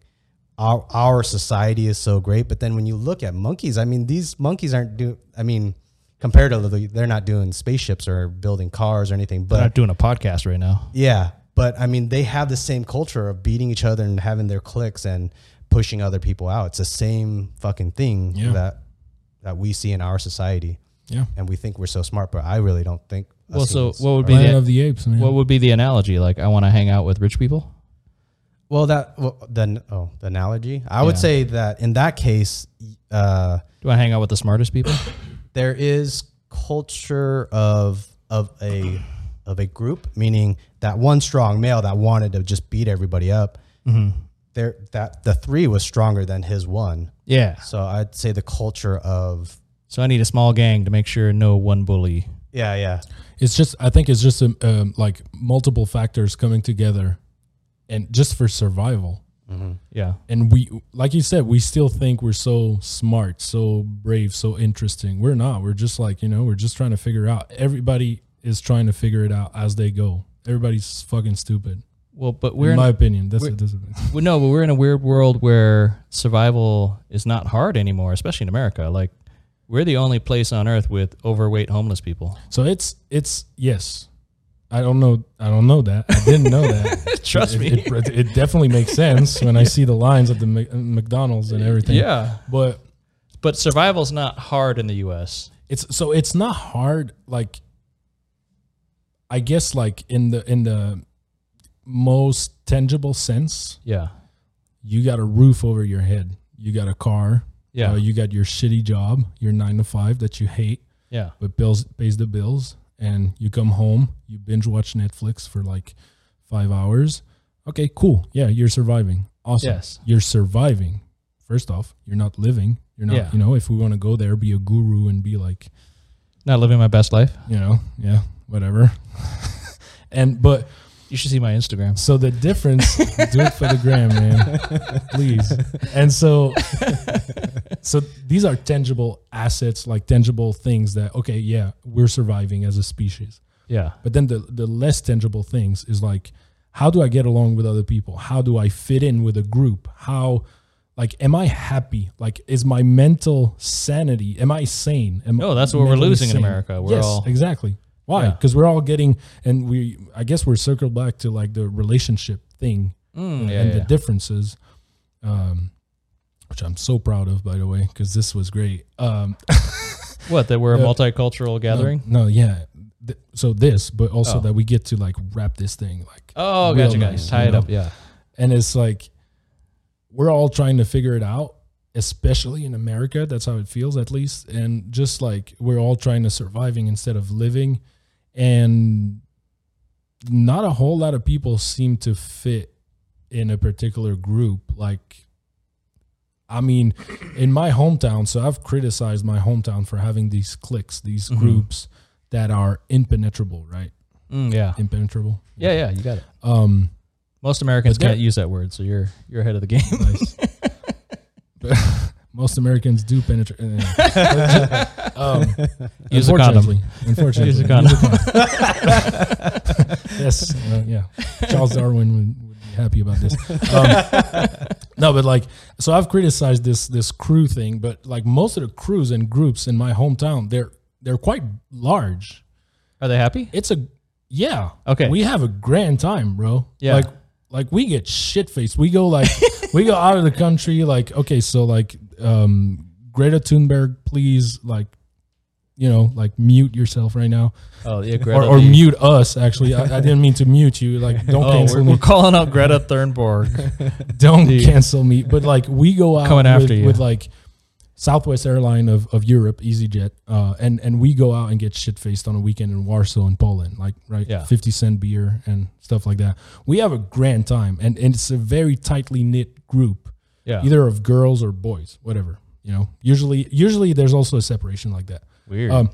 Speaker 1: our our society is so great. But then when you look at monkeys, I mean, these monkeys aren't do. I mean, comparatively, they're not doing spaceships or building cars or anything.
Speaker 2: we're
Speaker 1: But
Speaker 2: not doing a podcast right now.
Speaker 1: yeah, but I mean, they have the same culture of beating each other and having their cliques and pushing other people out. It's the same fucking thing
Speaker 3: Yeah.
Speaker 1: that that we see in our society,
Speaker 3: Yeah.
Speaker 1: and we think we're so smart, but I really don't think. us
Speaker 2: Well, so
Speaker 1: humans
Speaker 2: what would
Speaker 1: are.
Speaker 2: be
Speaker 3: Planet
Speaker 2: the,
Speaker 3: of the Apes, man.
Speaker 2: what would be the analogy? Like, I want to hang out with rich people.
Speaker 1: Well, that well, the oh the analogy. I would
Speaker 2: Yeah.
Speaker 1: say that in that case, uh,
Speaker 2: Do I hang out with the smartest people?
Speaker 1: there is culture of of a of a group, meaning that one strong male that wanted to just beat everybody up. There, that the three was stronger than his one.
Speaker 2: yeah.
Speaker 1: So I'd say the culture of
Speaker 2: So I need a small gang to make sure no one bully.
Speaker 1: yeah, yeah,
Speaker 3: it's just I think it's just um, um, like multiple factors coming together, and just for survival.
Speaker 2: Yeah.
Speaker 3: And we, like you said, we still think we're so smart, so brave, so interesting. We're not. We're just like you know. We're just trying to figure out. Everybody is trying to figure it out as they go. Everybody's fucking stupid.
Speaker 2: Well, but we're
Speaker 3: in
Speaker 2: in
Speaker 3: my opinion. That's,
Speaker 2: we're-
Speaker 3: that's
Speaker 2: Well, no, but we're in a weird world where survival is not hard anymore, especially in America. Like, we're the only place on earth with overweight homeless people.
Speaker 3: so it's it's yes. I don't know. I don't know that. I didn't know that.
Speaker 2: Trust
Speaker 3: It-
Speaker 2: me.
Speaker 3: It, it, it definitely makes sense when I see the lines at the Mc- uh, McDonald's and everything.
Speaker 2: Yeah.
Speaker 3: but
Speaker 2: But survival's not hard in the U.S.
Speaker 3: it's so it's not hard. Like, I guess like in the in the most tangible sense,
Speaker 2: Yeah.
Speaker 3: you got a roof over your head. You got a car.
Speaker 2: Yeah.
Speaker 3: uh, you got your shitty job, your nine to five that you hate.
Speaker 2: Yeah.
Speaker 3: but bills pays the bills and you come home you binge watch netflix for like five hours okay cool yeah you're surviving awesome
Speaker 2: Yes.
Speaker 3: you're surviving first off you're not living you're not
Speaker 2: Yeah.
Speaker 3: you know if we want to go there be a guru and be like
Speaker 2: Not living my best life.
Speaker 3: you know yeah whatever and but
Speaker 2: You should see my Instagram.
Speaker 3: so the difference, do it for the gram, man, please. And so, so these are tangible assets, like tangible things that okay, yeah, we're surviving as a species.
Speaker 2: Yeah.
Speaker 3: But then the the less tangible things is like how do I get along with other people? How do I fit in with a group? How like am I happy? Like is my mental sanity? Am I sane? Am
Speaker 2: No, Oh, that's what we're
Speaker 3: mentally
Speaker 2: losing in America. We're
Speaker 3: yes,
Speaker 2: all-
Speaker 3: exactly. Why?
Speaker 2: Yeah.
Speaker 3: Because we're all getting and we I guess we're circled back to like the relationship thing
Speaker 2: Mm, yeah,
Speaker 3: and
Speaker 2: yeah.
Speaker 3: the differences. Um which I'm so proud of, by the way, because this was great. Um,
Speaker 2: what that we're a
Speaker 3: Yeah.
Speaker 2: multicultural gathering.
Speaker 3: No, no, yeah. Th- so this, but also
Speaker 2: Oh.
Speaker 3: that we get to like wrap this thing, like,
Speaker 2: Oh,
Speaker 3: Real
Speaker 2: gotcha,
Speaker 3: nice,
Speaker 2: guys. Tie
Speaker 3: you
Speaker 2: it
Speaker 3: know?
Speaker 2: up. Yeah.
Speaker 3: and it's like we're all trying to figure it out, especially in America. That's how it feels, at least. And just like we're all trying to surviving instead of living, and not a whole lot of people seem to fit in a particular group, like. I mean, in my hometown, so I've criticized my hometown for having these cliques, these
Speaker 2: Mhm.
Speaker 3: groups that are impenetrable, right?
Speaker 2: Mm, yeah.
Speaker 3: impenetrable.
Speaker 2: Yeah, yeah. You got it.
Speaker 3: Um,
Speaker 2: Most Americans
Speaker 3: But there-
Speaker 2: can't use that word, so you're you're ahead of the game.
Speaker 3: nice. But most Americans do penetrate. um,
Speaker 2: Use a condom.
Speaker 3: unfortunately- Unfortunately,
Speaker 2: Use a condom.
Speaker 3: yes, uh, yeah. Charles Darwin would, would be happy about this. Um, no, but like, so I've criticized this this crew thing, but like most of the crews and groups in my hometown, they're they're quite large.
Speaker 2: Are they happy?
Speaker 3: It's a yeah.
Speaker 2: Okay.
Speaker 3: We have a grand time, bro.
Speaker 2: Yeah.
Speaker 3: Like like we get shit faced. We go like we go out of the country like okay, so like um Greta Thunberg, please like you know, like mute yourself right now.
Speaker 2: Oh, yeah. Greta
Speaker 3: Or, or
Speaker 2: Lee.
Speaker 3: mute us actually. I, I didn't mean to mute you. Like don't
Speaker 2: Oh,
Speaker 3: cancel
Speaker 2: we're, we're
Speaker 3: me.
Speaker 2: calling out Greta Thunberg.
Speaker 3: Don't
Speaker 2: dude.
Speaker 3: cancel me. But like we go out
Speaker 2: Coming
Speaker 3: with,
Speaker 2: after you.
Speaker 3: with like Southwest airline of, of Europe, EasyJet, uh, and and we go out and get shit faced on a weekend in Warsaw in Poland, like right,
Speaker 2: Yeah.
Speaker 3: fifty cent beer and stuff like that. We have a grand time, and, and it's a very tightly knit group,
Speaker 2: Yeah.
Speaker 3: either of girls or boys, whatever. You know, usually usually there's also a separation like that.
Speaker 2: Weird.
Speaker 3: Um,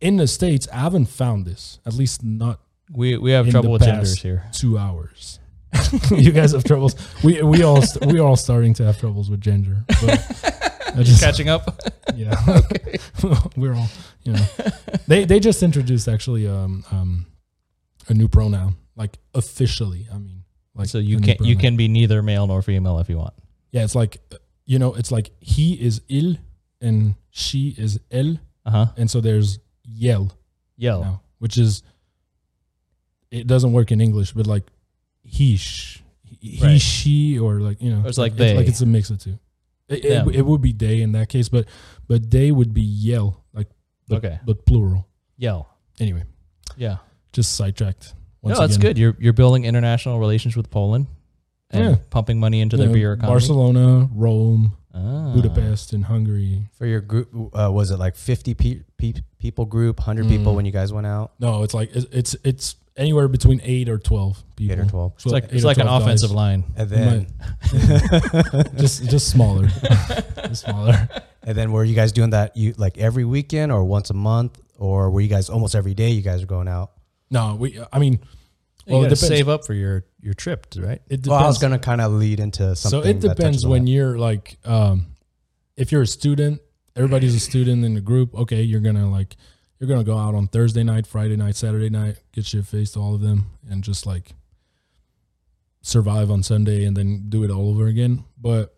Speaker 3: in the states, I haven't found this, at least not
Speaker 2: we we have
Speaker 3: in
Speaker 2: trouble with
Speaker 3: the
Speaker 2: genders
Speaker 3: past
Speaker 2: here.
Speaker 3: two hours. you guys have troubles. We we all st- we are all starting to have troubles with gender. But I just-
Speaker 2: Catching up.
Speaker 3: yeah. We're all, you know. They they just introduced actually um um a new pronoun, like officially. I mean, like
Speaker 2: So you
Speaker 3: a new
Speaker 2: can you
Speaker 3: pronoun.
Speaker 2: can be neither male nor female if you want.
Speaker 3: Yeah, it's like uh, you know, it's like he is il and she is el,
Speaker 2: Uh huh.
Speaker 3: and so there's yell
Speaker 2: Yell.
Speaker 3: now, which is it doesn't work in English, but like he sh, he
Speaker 2: Right.
Speaker 3: she or like you know,
Speaker 2: Or it's like
Speaker 3: it's,
Speaker 2: they.
Speaker 3: like it's a mix of two. It, it,
Speaker 2: Them.
Speaker 3: w- it would be they in that case, but but they would be yell like but,
Speaker 2: Okay.
Speaker 3: but plural.
Speaker 2: Yell.
Speaker 3: Anyway,
Speaker 2: Yeah.
Speaker 3: just sidetracked.
Speaker 2: no, that's good. You're you're building international relations with Poland and
Speaker 3: Yeah.
Speaker 2: pumping money into their
Speaker 3: Yeah,
Speaker 2: beer economy.
Speaker 3: Barcelona, Rome,
Speaker 2: Ah.
Speaker 3: Budapest, and Hungary.
Speaker 1: For your group, uh, was it like 50 pe- pe- people group, 100 people
Speaker 3: Mm.
Speaker 1: when you guys went out?
Speaker 3: No, it's like it's it's, it's anywhere between eight or twelve people.
Speaker 1: 8 or 12?
Speaker 2: It's like
Speaker 3: eight
Speaker 2: it's
Speaker 3: or
Speaker 2: like an
Speaker 3: 12 guys.
Speaker 2: offensive line.
Speaker 1: And then,
Speaker 3: just just smaller, just smaller.
Speaker 1: and then were you guys doing that you like every weekend or once a month? Or were you guys almost every day you guys were going out?
Speaker 3: No, we. I mean,
Speaker 2: Well,
Speaker 3: well,
Speaker 2: you
Speaker 3: it
Speaker 2: gotta
Speaker 3: depends.
Speaker 2: save up for your your trip, right?
Speaker 3: it depends.
Speaker 1: Well, I was going to kind of lead into
Speaker 3: so
Speaker 1: something.
Speaker 3: it
Speaker 1: that touches
Speaker 3: depends
Speaker 1: on
Speaker 3: when
Speaker 1: that.
Speaker 3: you're like, um, if you're a student, everybody's a student in the group. Okay, you're gonna like, you're gonna go out on Thursday night, Friday night, Saturday night, get shit faced to all of them, and just like survive on Sunday and then do it all over again. But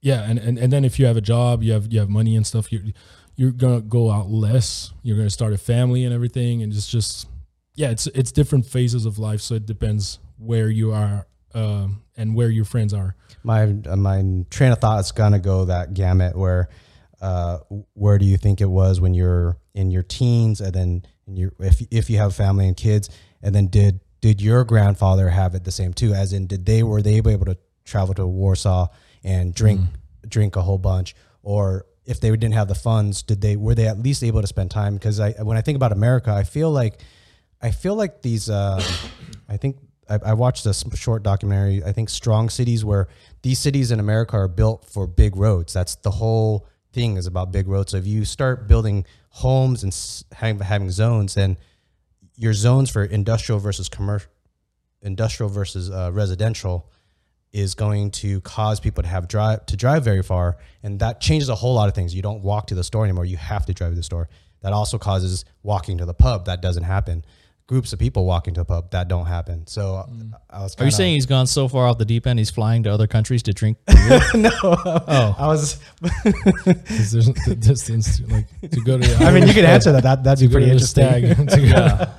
Speaker 3: yeah, and and, and then if you have a job, you have you have money and stuff, you you're gonna go out less. You're gonna start a family and everything, and it's just yeah, it's it's different phases of life, so it depends where you are um, and where your friends are.
Speaker 1: my uh, my train of thought is gonna go that gamut where uh where do you think it was when you're in your teens and then in your if if you have family and kids and then did did your grandfather have it the same too as in did they were they able to travel to Warsaw and drink
Speaker 3: Mm.
Speaker 1: drink a whole bunch or if they didn't have the funds did they were they at least able to spend time because I when I think about America I feel like I feel like these. Uh, I think I, I watched a s- short documentary. I think strong cities where these cities in America are built for big roads. That's the whole thing is about big roads. So if you start building homes and s- having, having zones, then your zones for industrial versus commercial, industrial versus uh, residential, is going to cause people to have drive to drive very far, and that changes a whole lot of things. You don't walk to the store anymore; you have to drive to the store. That also causes walking to the pub. That doesn't happen. groups of people walk into a pub. That don't happen. So I, I was.
Speaker 2: Are you
Speaker 1: kinda-
Speaker 2: saying he's gone so far off the deep end he's flying to other countries to drink?
Speaker 1: no? I was.
Speaker 3: 'Cause there's the distance to, like to go to.
Speaker 1: I mean, you can answer that. That that'd be
Speaker 3: to go
Speaker 1: pretty
Speaker 3: to the
Speaker 1: interesting.
Speaker 3: stag. to go-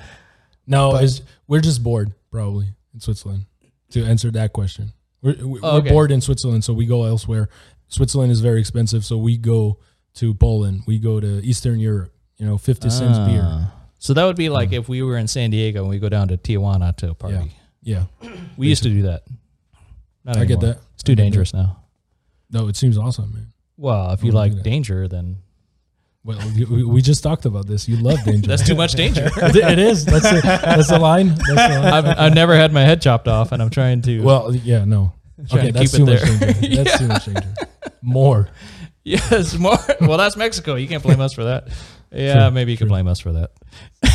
Speaker 3: No, it's, we're just bored probably in Switzerland. To answer that question, we're, we're
Speaker 2: Oh, okay.
Speaker 3: bored in Switzerland, so we go elsewhere. Switzerland is very expensive, so we go to Poland. We go to Eastern Europe. You know, fifty cents beer.
Speaker 2: Ah. So that would be like if we were in San Diego and we go down to Tijuana to a party.
Speaker 3: Hmm. Yeah,
Speaker 2: We used to do that. Not
Speaker 3: I get
Speaker 2: anymore.
Speaker 3: that.
Speaker 2: It's too
Speaker 3: I get that.
Speaker 2: dangerous now.
Speaker 3: No, it seems awesome, man.
Speaker 2: Well, if you
Speaker 3: wouldn't do
Speaker 2: like
Speaker 3: that.
Speaker 2: danger, then
Speaker 3: Well, you- we, we just talked about this. You love danger.
Speaker 2: that's too much danger.
Speaker 3: it is. That's a, that's the line. That's the line.
Speaker 2: I've, I've never had my head chopped off, and I'm trying to.
Speaker 3: Well, yeah, no.
Speaker 2: Trying
Speaker 3: Okay,
Speaker 2: to
Speaker 3: that's
Speaker 2: keep it
Speaker 3: too much
Speaker 2: there.
Speaker 3: danger. That's too much danger. More.
Speaker 2: yes, more. Well, that's Mexico. You can't blame us for that. Yeah, maybe you can blame us for that.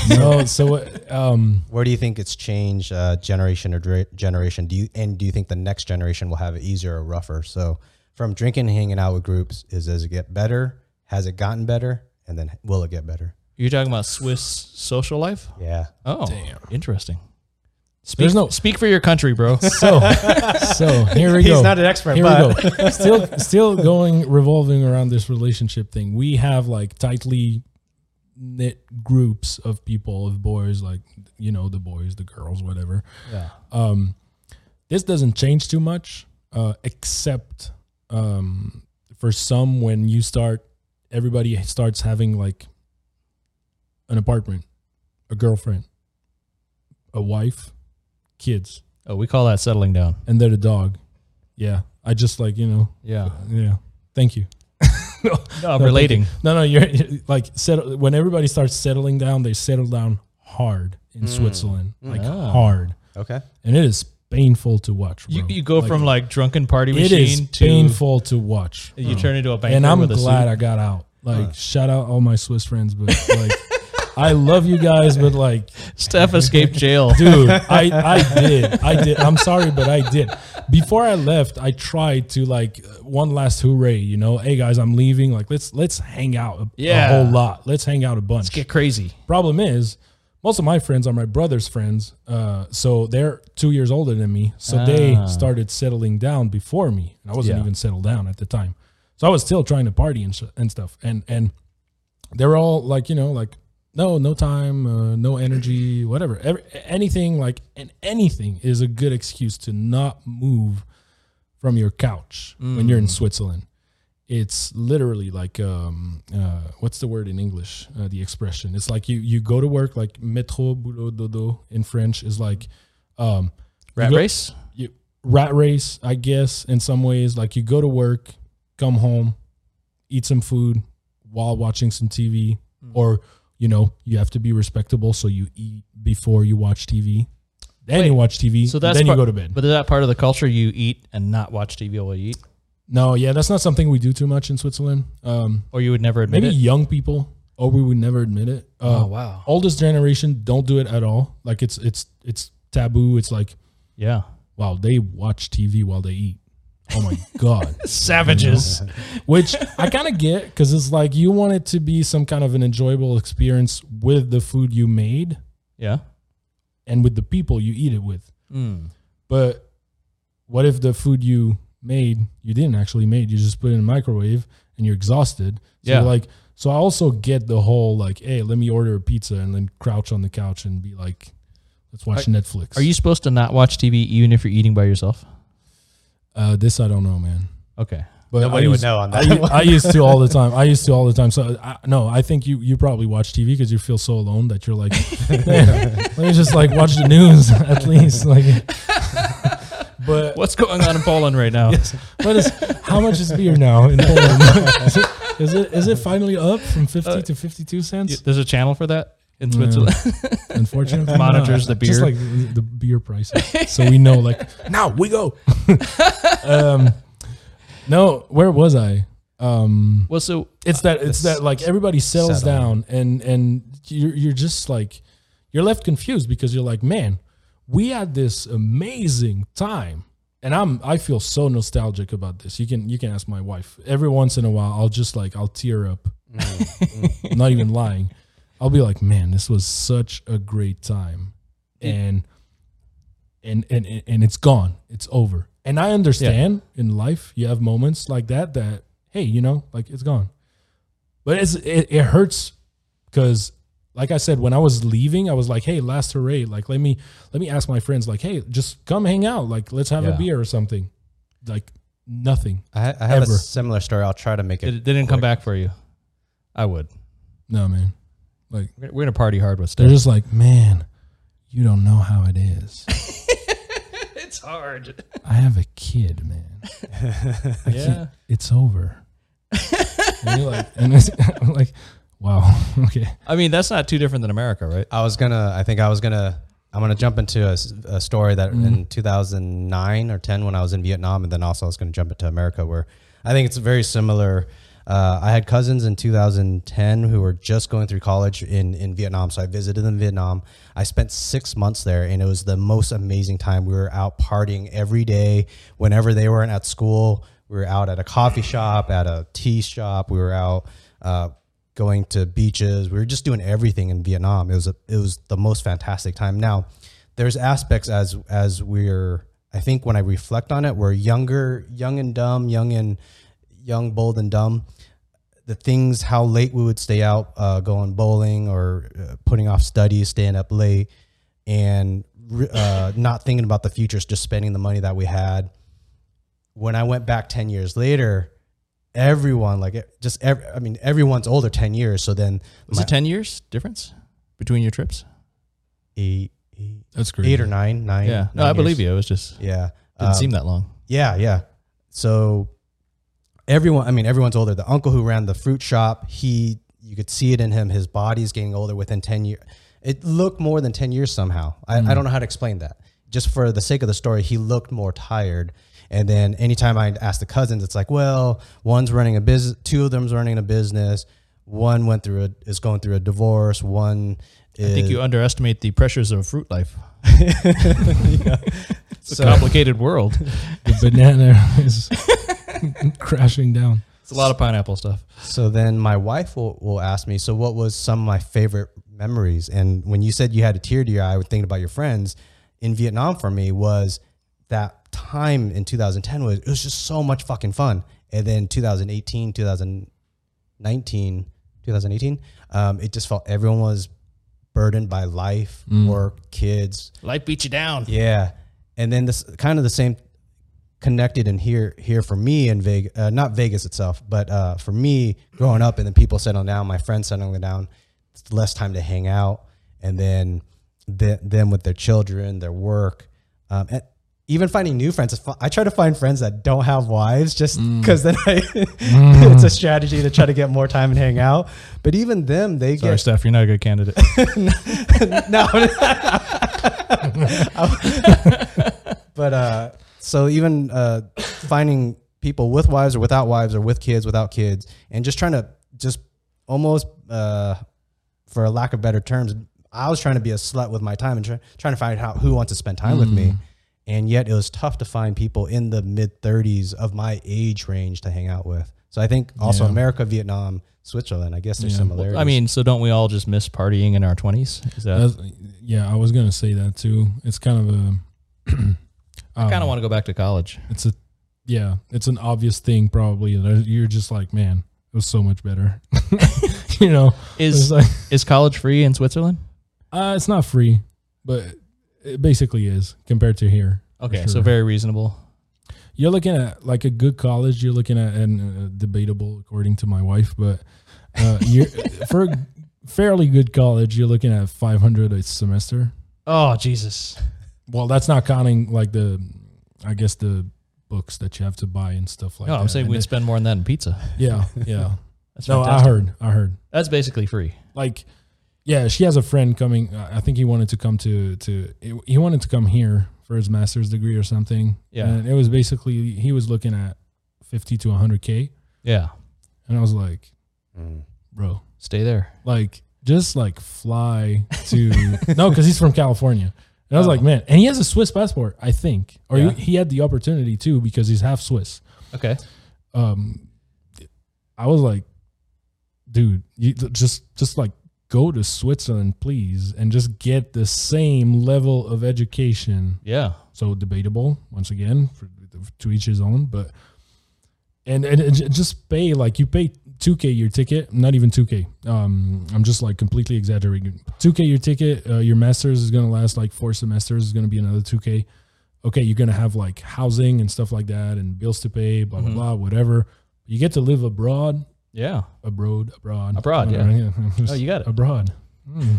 Speaker 3: No. So, uh, um,
Speaker 1: Where do you think it's changed uh, generation or dra- generation? Do you and do you think the next generation will have it easier or rougher? So, from drinking, and hanging out with groups, is does it get better? Has it gotten better? And then will it get better?
Speaker 2: You're talking about Swiss social life.
Speaker 1: Yeah.
Speaker 2: Oh,
Speaker 3: Damn.
Speaker 2: interesting. Speak,
Speaker 3: There's no-
Speaker 2: speak for your country, bro.
Speaker 3: so, so here we go.
Speaker 1: an expert,
Speaker 3: Here we go. Still, still going revolving around this relationship thing. We have like tightly knit groups of people of boys, like you know the boys, the girls, whatever.
Speaker 2: Yeah.
Speaker 3: Um, this doesn't change too much, uh, except um, for some when you start, everybody starts having like an apartment, a girlfriend, a wife, kids,
Speaker 2: Oh, we call that settling down.
Speaker 3: and then a dog. Yeah, I just like you know
Speaker 2: Yeah,
Speaker 3: yeah. Thank you.
Speaker 2: no, I'm relating.
Speaker 3: No, no, you're you're- like settle, when everybody starts settling down, they settle down hard in Switzerland, like
Speaker 2: Mm. Ah.
Speaker 3: hard,
Speaker 1: Okay.
Speaker 3: and it is painful to watch.
Speaker 2: You,
Speaker 3: bro.
Speaker 2: you go
Speaker 3: Like,
Speaker 2: from like drunken party
Speaker 3: it
Speaker 2: machine
Speaker 3: is
Speaker 2: to
Speaker 3: painful to watch,
Speaker 2: you turn into a banker.
Speaker 3: and I'm
Speaker 2: with a
Speaker 3: glad
Speaker 2: suit.
Speaker 3: I got out. Like, shout out all my Swiss friends, but like, I love you guys, but like,
Speaker 2: Steph escaped jail.
Speaker 3: dude i i did i did i'm sorry but i did before i left i tried to like one last hooray you know hey guys i'm leaving like let's let's hang out a, a
Speaker 2: Yeah.
Speaker 3: whole lot let's hang out a bunch
Speaker 2: Get crazy.
Speaker 3: problem is most of my friends are my brother's friends uh, so they're two years older than me so they
Speaker 2: Ah.
Speaker 3: started settling down before me and i wasn't
Speaker 2: Yeah.
Speaker 3: even settled down at the time so i was still trying to party and, sh- and stuff and and they were all like you know like no no time uh, no energy whatever Every, anything like and anything is a good excuse to not move from your couch when you're in switzerland it's literally like um uh what's the word in english uh, the expression it's like you you go to work like metro boulot dodo in french is like um
Speaker 2: Rat
Speaker 3: go-
Speaker 2: race.
Speaker 3: you, rat race i guess in some ways like you go to work come home eat some food while watching some tv
Speaker 2: Mm.
Speaker 3: or you know you have to be respectable so you eat before you watch tv then you
Speaker 2: Wait,
Speaker 3: watch tv
Speaker 2: So that's
Speaker 3: then
Speaker 2: part-
Speaker 3: you go to bed
Speaker 2: But is that part of the culture? You eat and not watch TV while you eat,
Speaker 3: no yeah that's not something we do too much in switzerland um
Speaker 2: or you would never admit
Speaker 3: maybe
Speaker 2: it.
Speaker 3: young people or we would never admit it uh,
Speaker 2: Oh wow.
Speaker 3: oldest generation don't do it at all like it's it's it's taboo it's like
Speaker 2: Yeah.
Speaker 3: wow they watch tv while they eat oh my god
Speaker 2: Savages.
Speaker 3: which i kind of get because it's like you want it to be some kind of an enjoyable experience with the food you made
Speaker 2: yeah.
Speaker 3: and with the people you eat it with
Speaker 2: Mm.
Speaker 3: but what if the food you made you didn't actually made you just put it in the microwave and you're exhausted so
Speaker 2: Yeah.
Speaker 3: you're like so i also get the whole like hey let me order a pizza and then crouch on the couch and be like let's watch netflix
Speaker 2: Are you supposed to not watch TV even if you're eating by yourself?
Speaker 3: uh, this i don't know man
Speaker 2: Okay.
Speaker 3: but
Speaker 1: Nobody
Speaker 3: I
Speaker 1: would
Speaker 3: used-
Speaker 1: know on
Speaker 3: I,
Speaker 1: that.
Speaker 3: u- I used to all the time. I used to all the time. So I, no, I think you you probably watch TV because you feel so alone that you're like, "Man, let me just like watch the news at least. Like, but
Speaker 2: What's going on in Poland right now?
Speaker 3: what is how much is beer now in Poland? is, it, is it is it finally up from fifty to fifty two
Speaker 2: Y-
Speaker 3: cents?
Speaker 2: There's a channel for that in
Speaker 3: Yeah.
Speaker 2: Switzerland.
Speaker 3: Unfortunately,
Speaker 2: Monitors the
Speaker 3: just
Speaker 2: beer.
Speaker 3: like the, the beer prices, so we know like now we go. um, no, where was I? Um,
Speaker 2: well, so
Speaker 3: it's that it's
Speaker 1: That's
Speaker 3: that like everybody settles
Speaker 1: settling.
Speaker 3: down and and you're you're just like you're left confused because you're like man we had this amazing time and i'm i feel so nostalgic about this you can you can ask my wife every once in a while i'll just like i'll tear up not even lying I'll be like, man, this was such a great time, and and and and, and it's gone. It's over. And I understand in life you have moments like that that hey, you know, like it's gone. But it's it, it hurts because like I said, when I was leaving, I was like, hey, last hooray, like let me let me ask my friends, like, hey, just come hang out, like let's have
Speaker 1: Yeah.
Speaker 3: a beer or something. Like nothing.
Speaker 1: I, ha- I have
Speaker 3: Ever.
Speaker 1: a similar story. I'll try to make
Speaker 2: It,
Speaker 1: it.
Speaker 2: it didn't come back for you. I would.
Speaker 3: No, man. Like
Speaker 2: We're gonna- we're gonna party hard with
Speaker 3: they're
Speaker 2: Steph.
Speaker 3: just like, man, you don't know how it is.
Speaker 2: It's hard.
Speaker 3: I have a kid, man. I
Speaker 2: Yeah.
Speaker 3: can't- it's over. and you're like, and it's, I'm like, wow, okay.
Speaker 2: I mean, that's not too different than America, right?
Speaker 1: I was gonna. I think I was gonna. I'm gonna jump into a, s- a story that in 2009 or 10 when I was in Vietnam, and then also I was gonna jump into America, where I think it's very similar. Uh, I had cousins in 2010 who were just going through college in in Vietnam, so I visited them in Vietnam. I spent six months there, and it was the most amazing time. We were out partying every day. Whenever they weren't at school, we were out at a coffee shop, at a tea shop. We were out. Uh, going to beaches. We were just doing everything in Vietnam. It was a, it was the most fantastic time. Now, there's aspects as as we're I think when I reflect on it, we're younger, young and dumb, young and young, bold and dumb. The things how late we would stay out, uh, going bowling or uh, putting off studies, staying up late, and re- uh, not thinking about the future, just spending the money that we had when I went back 10 years later, everyone, like it- just, ev- I mean, everyone's older 10 years. So then
Speaker 2: Was
Speaker 1: my
Speaker 2: it ten years difference between your trips?
Speaker 1: eight, eight,
Speaker 3: That's great.
Speaker 1: eight or nine, nine.
Speaker 2: yeah. No,
Speaker 1: nine
Speaker 2: I believe
Speaker 1: years.
Speaker 2: you. It was just
Speaker 1: Yeah.
Speaker 2: didn't
Speaker 1: Um,
Speaker 2: seem that long.
Speaker 1: Yeah, yeah. So everyone, I mean, everyone's older. The uncle who ran the fruit shop, he, you could see it in him. His body's getting older within 10 years. It looked more than 10 years somehow. I,
Speaker 2: Mm.
Speaker 1: I don't know how to explain that. Just for the sake of the story, he looked more tired. And then anytime I ask the cousins, it's like, well, one's running a business, two of them's running a business. One went through a, is going through a divorce. One is,
Speaker 2: I think you underestimate the pressures of fruit life. It's
Speaker 1: So-
Speaker 2: a complicated world.
Speaker 3: the banana is crashing down.
Speaker 2: It's a lot of pineapple stuff.
Speaker 1: So then my wife will, will ask me, so what was some of my favorite memories? And when you said you had a tear to your eye, I would think about your friends in Vietnam for me was that time in 2010 was, it was just so much fucking fun. And then 2018, 2019, 2018, um, it just felt everyone was burdened by life, work, kids,
Speaker 2: Life beat you down.
Speaker 1: yeah, and then this kind of the same connected in here here for me in Vegas, uh, not Vegas itself, but uh, for me growing up, and then people settling down, my friends settling down, it's less time to hang out, and then the, them with their children, their work, um, and even finding new friends. It's fu- I try to find friends that don't have wives, just
Speaker 2: Mm.
Speaker 1: because then I, it's a strategy to try to get more time and hang out. But even them, they
Speaker 2: Sorry,
Speaker 1: get
Speaker 2: Steph, you're not a good candidate.
Speaker 1: no. but uh, so even uh, finding people with wives or without wives or with kids without kids, and just trying to just almost, uh, for a lack of better terms, I was trying to be a slut with my time and try, trying to find out who wants to spend time with
Speaker 2: Mm.
Speaker 1: me. And yet it was tough to find people in the mid 30s of my age range to hang out with. So I think also America, Vietnam, Switzerland, I guess there's similarities.
Speaker 2: I mean, so don't we all just miss partying in our 20s? Is that,
Speaker 3: That's, yeah, I was gonna say that too. It's kind of a. um,
Speaker 2: I kind of want to go back to college.
Speaker 3: It's a, yeah, it's an obvious thing probably. that You're just like, man, it was so much better. you know, it's
Speaker 2: Is
Speaker 3: like,
Speaker 2: is college free in Switzerland?
Speaker 3: uh, it's not free, but it basically is compared to here. for
Speaker 2: Okay, so
Speaker 3: sure.
Speaker 2: very reasonable.
Speaker 3: you're looking at like a good college you're looking at and uh, debatable according to my wife but uh, you're for a fairly good college you're looking at 500 a semester
Speaker 2: Oh Jesus!
Speaker 3: well that's not counting like the i guess the books that you have to buy and stuff like
Speaker 2: No,
Speaker 3: that
Speaker 2: Oh, I'm saying
Speaker 3: And
Speaker 2: we'd
Speaker 3: it-
Speaker 2: spend more than that in pizza.
Speaker 3: yeah yeah
Speaker 2: That's
Speaker 3: no i
Speaker 2: fantastic.
Speaker 3: heard i heard
Speaker 2: That's basically free.
Speaker 3: like yeah she has a friend coming uh, i think he wanted to come to to he wanted to come here for his master's degree or something
Speaker 2: Yeah.
Speaker 3: and it was basically he was looking at 50 to 100k
Speaker 2: Yeah,
Speaker 3: and i was like
Speaker 1: Mm.
Speaker 3: bro.
Speaker 2: stay there.
Speaker 3: Like, just like fly to no, because he's from California. And I was like, man, and he has a Swiss passport, I think, or
Speaker 2: Oh. Yeah.
Speaker 3: he, he had the opportunity too because he's half Swiss.
Speaker 2: Okay,
Speaker 3: Um, I was like, dude, you just just like go to Switzerland, please, and just get the same level of education.
Speaker 2: Yeah.
Speaker 3: So debatable once again, for, to each his own. But and and it j- just pay like you pay two k your ticket, not even two k. Um, I'm just like completely exaggerating. Two k your ticket, uh, your master's is gonna last like four semesters. Is gonna be another two k. Okay, you're gonna have like housing and stuff like that, and bills to pay, blah
Speaker 2: Mhm.
Speaker 3: blah blah, whatever. You get to live abroad,
Speaker 2: Yeah.
Speaker 3: abroad, abroad,
Speaker 2: Abroad,
Speaker 3: I don't know,
Speaker 2: Oh, you got it.
Speaker 3: abroad. Mm,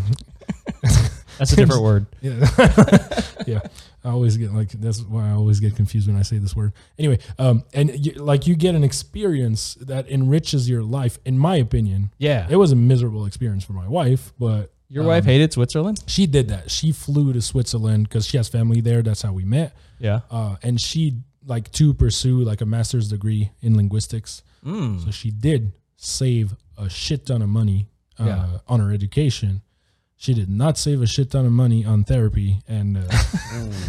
Speaker 2: That's a different word.
Speaker 3: yeah. yeah. I always get like that's why I always get confused when I say this word. Anyway, um, and you, like you get an experience that enriches your life. In my opinion,
Speaker 2: Yeah.
Speaker 3: it was um, a miserable experience for my wife, but
Speaker 2: Your wife hated Switzerland?
Speaker 3: she did that. She flew to Switzerland because she has family there. That's how we met,
Speaker 2: Yeah.
Speaker 3: uh, and she like to pursue like a master's degree in linguistics.
Speaker 2: Hmm.
Speaker 3: So she did save a shit ton of money uh,
Speaker 2: Yeah.
Speaker 3: on her education. She did not save a shit ton of money on therapy and uh,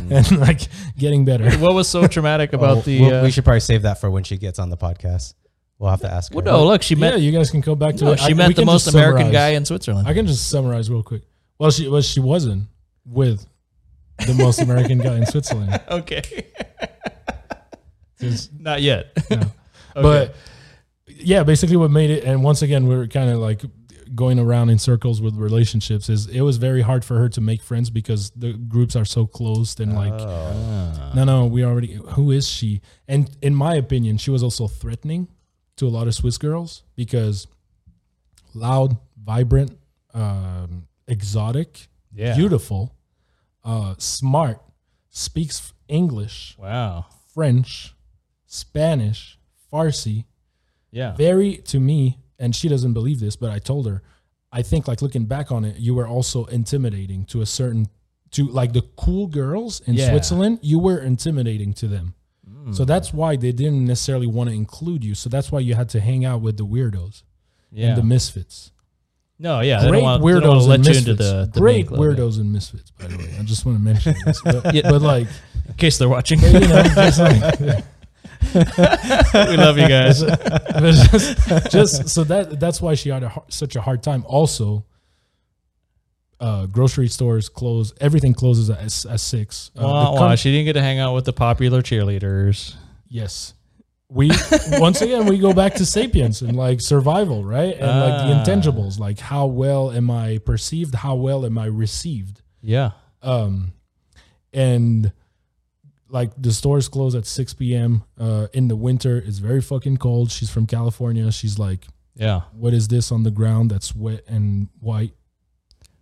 Speaker 3: and like getting better.
Speaker 2: What was so traumatic about
Speaker 1: Oh,
Speaker 2: the.
Speaker 1: we'll-
Speaker 2: uh,
Speaker 1: we should probably save that for when she gets on the podcast. We'll have to ask her.
Speaker 2: well, no, Oh, look, she
Speaker 3: yeah,
Speaker 2: met.
Speaker 3: you guys can go back to
Speaker 2: no,
Speaker 3: it. I-
Speaker 2: she
Speaker 3: we
Speaker 2: met the
Speaker 3: can
Speaker 2: most
Speaker 3: just
Speaker 2: American
Speaker 3: summarize.
Speaker 2: guy in Switzerland.
Speaker 3: I can just summarize real quick. Well, she well she wasn't with the most American guy in Switzerland,
Speaker 2: okay. Not yet.
Speaker 3: but yeah, basically what made it. And once again, we're kind of like going around in circles with relationships. Is it was very hard for her to make friends because the groups are so closed and like
Speaker 2: Oh.
Speaker 3: no, no, we already. Who is she? And in my opinion, she was also threatening to a lot of Swiss girls because loud, vibrant, um, exotic,
Speaker 2: Yeah.
Speaker 3: beautiful, uh, smart, speaks English,
Speaker 2: Wow.
Speaker 3: French, Spanish, Farsi.
Speaker 2: Yeah.
Speaker 3: Very to me, and she doesn't believe this, but I told her. I think, like looking back on it, you were also intimidating to a certain, to like the cool girls in
Speaker 2: Yeah. Mm.
Speaker 3: Switzerland. You were intimidating to them. So that's why they didn't necessarily want to include you. So that's why you had to hang out with the weirdos
Speaker 2: Yeah.
Speaker 3: and the misfits.
Speaker 2: no, yeah. they
Speaker 3: Great
Speaker 2: don't want, they don't want
Speaker 3: weirdos
Speaker 2: to
Speaker 3: and
Speaker 2: let you
Speaker 3: misfits.
Speaker 2: into the, the main
Speaker 3: Great
Speaker 2: club,
Speaker 3: weirdos and misfits. By the way, I just want to mention this. But,
Speaker 2: Yeah.
Speaker 3: but like,
Speaker 2: In case they're watching.
Speaker 3: you know, just like-
Speaker 2: we love you guys.
Speaker 3: but just, just so that that's why she had a, har- such a hard time. Also, uh, grocery stores close. Everything closes at, s- at six. Uh, the
Speaker 2: Wah, wah.
Speaker 3: com-
Speaker 2: she didn't get to hang out with the popular cheerleaders.
Speaker 3: Yes. We once again we go back to sapiens and like survival, right? And like the intangibles, like how well am I perceived? How well am I received?
Speaker 2: Yeah.
Speaker 3: Um, and like the stores close at six p.m. Uh, in the winter. It's very fucking cold. She's from California. She's like,
Speaker 2: Yeah.
Speaker 3: what is this on the ground that's wet and white?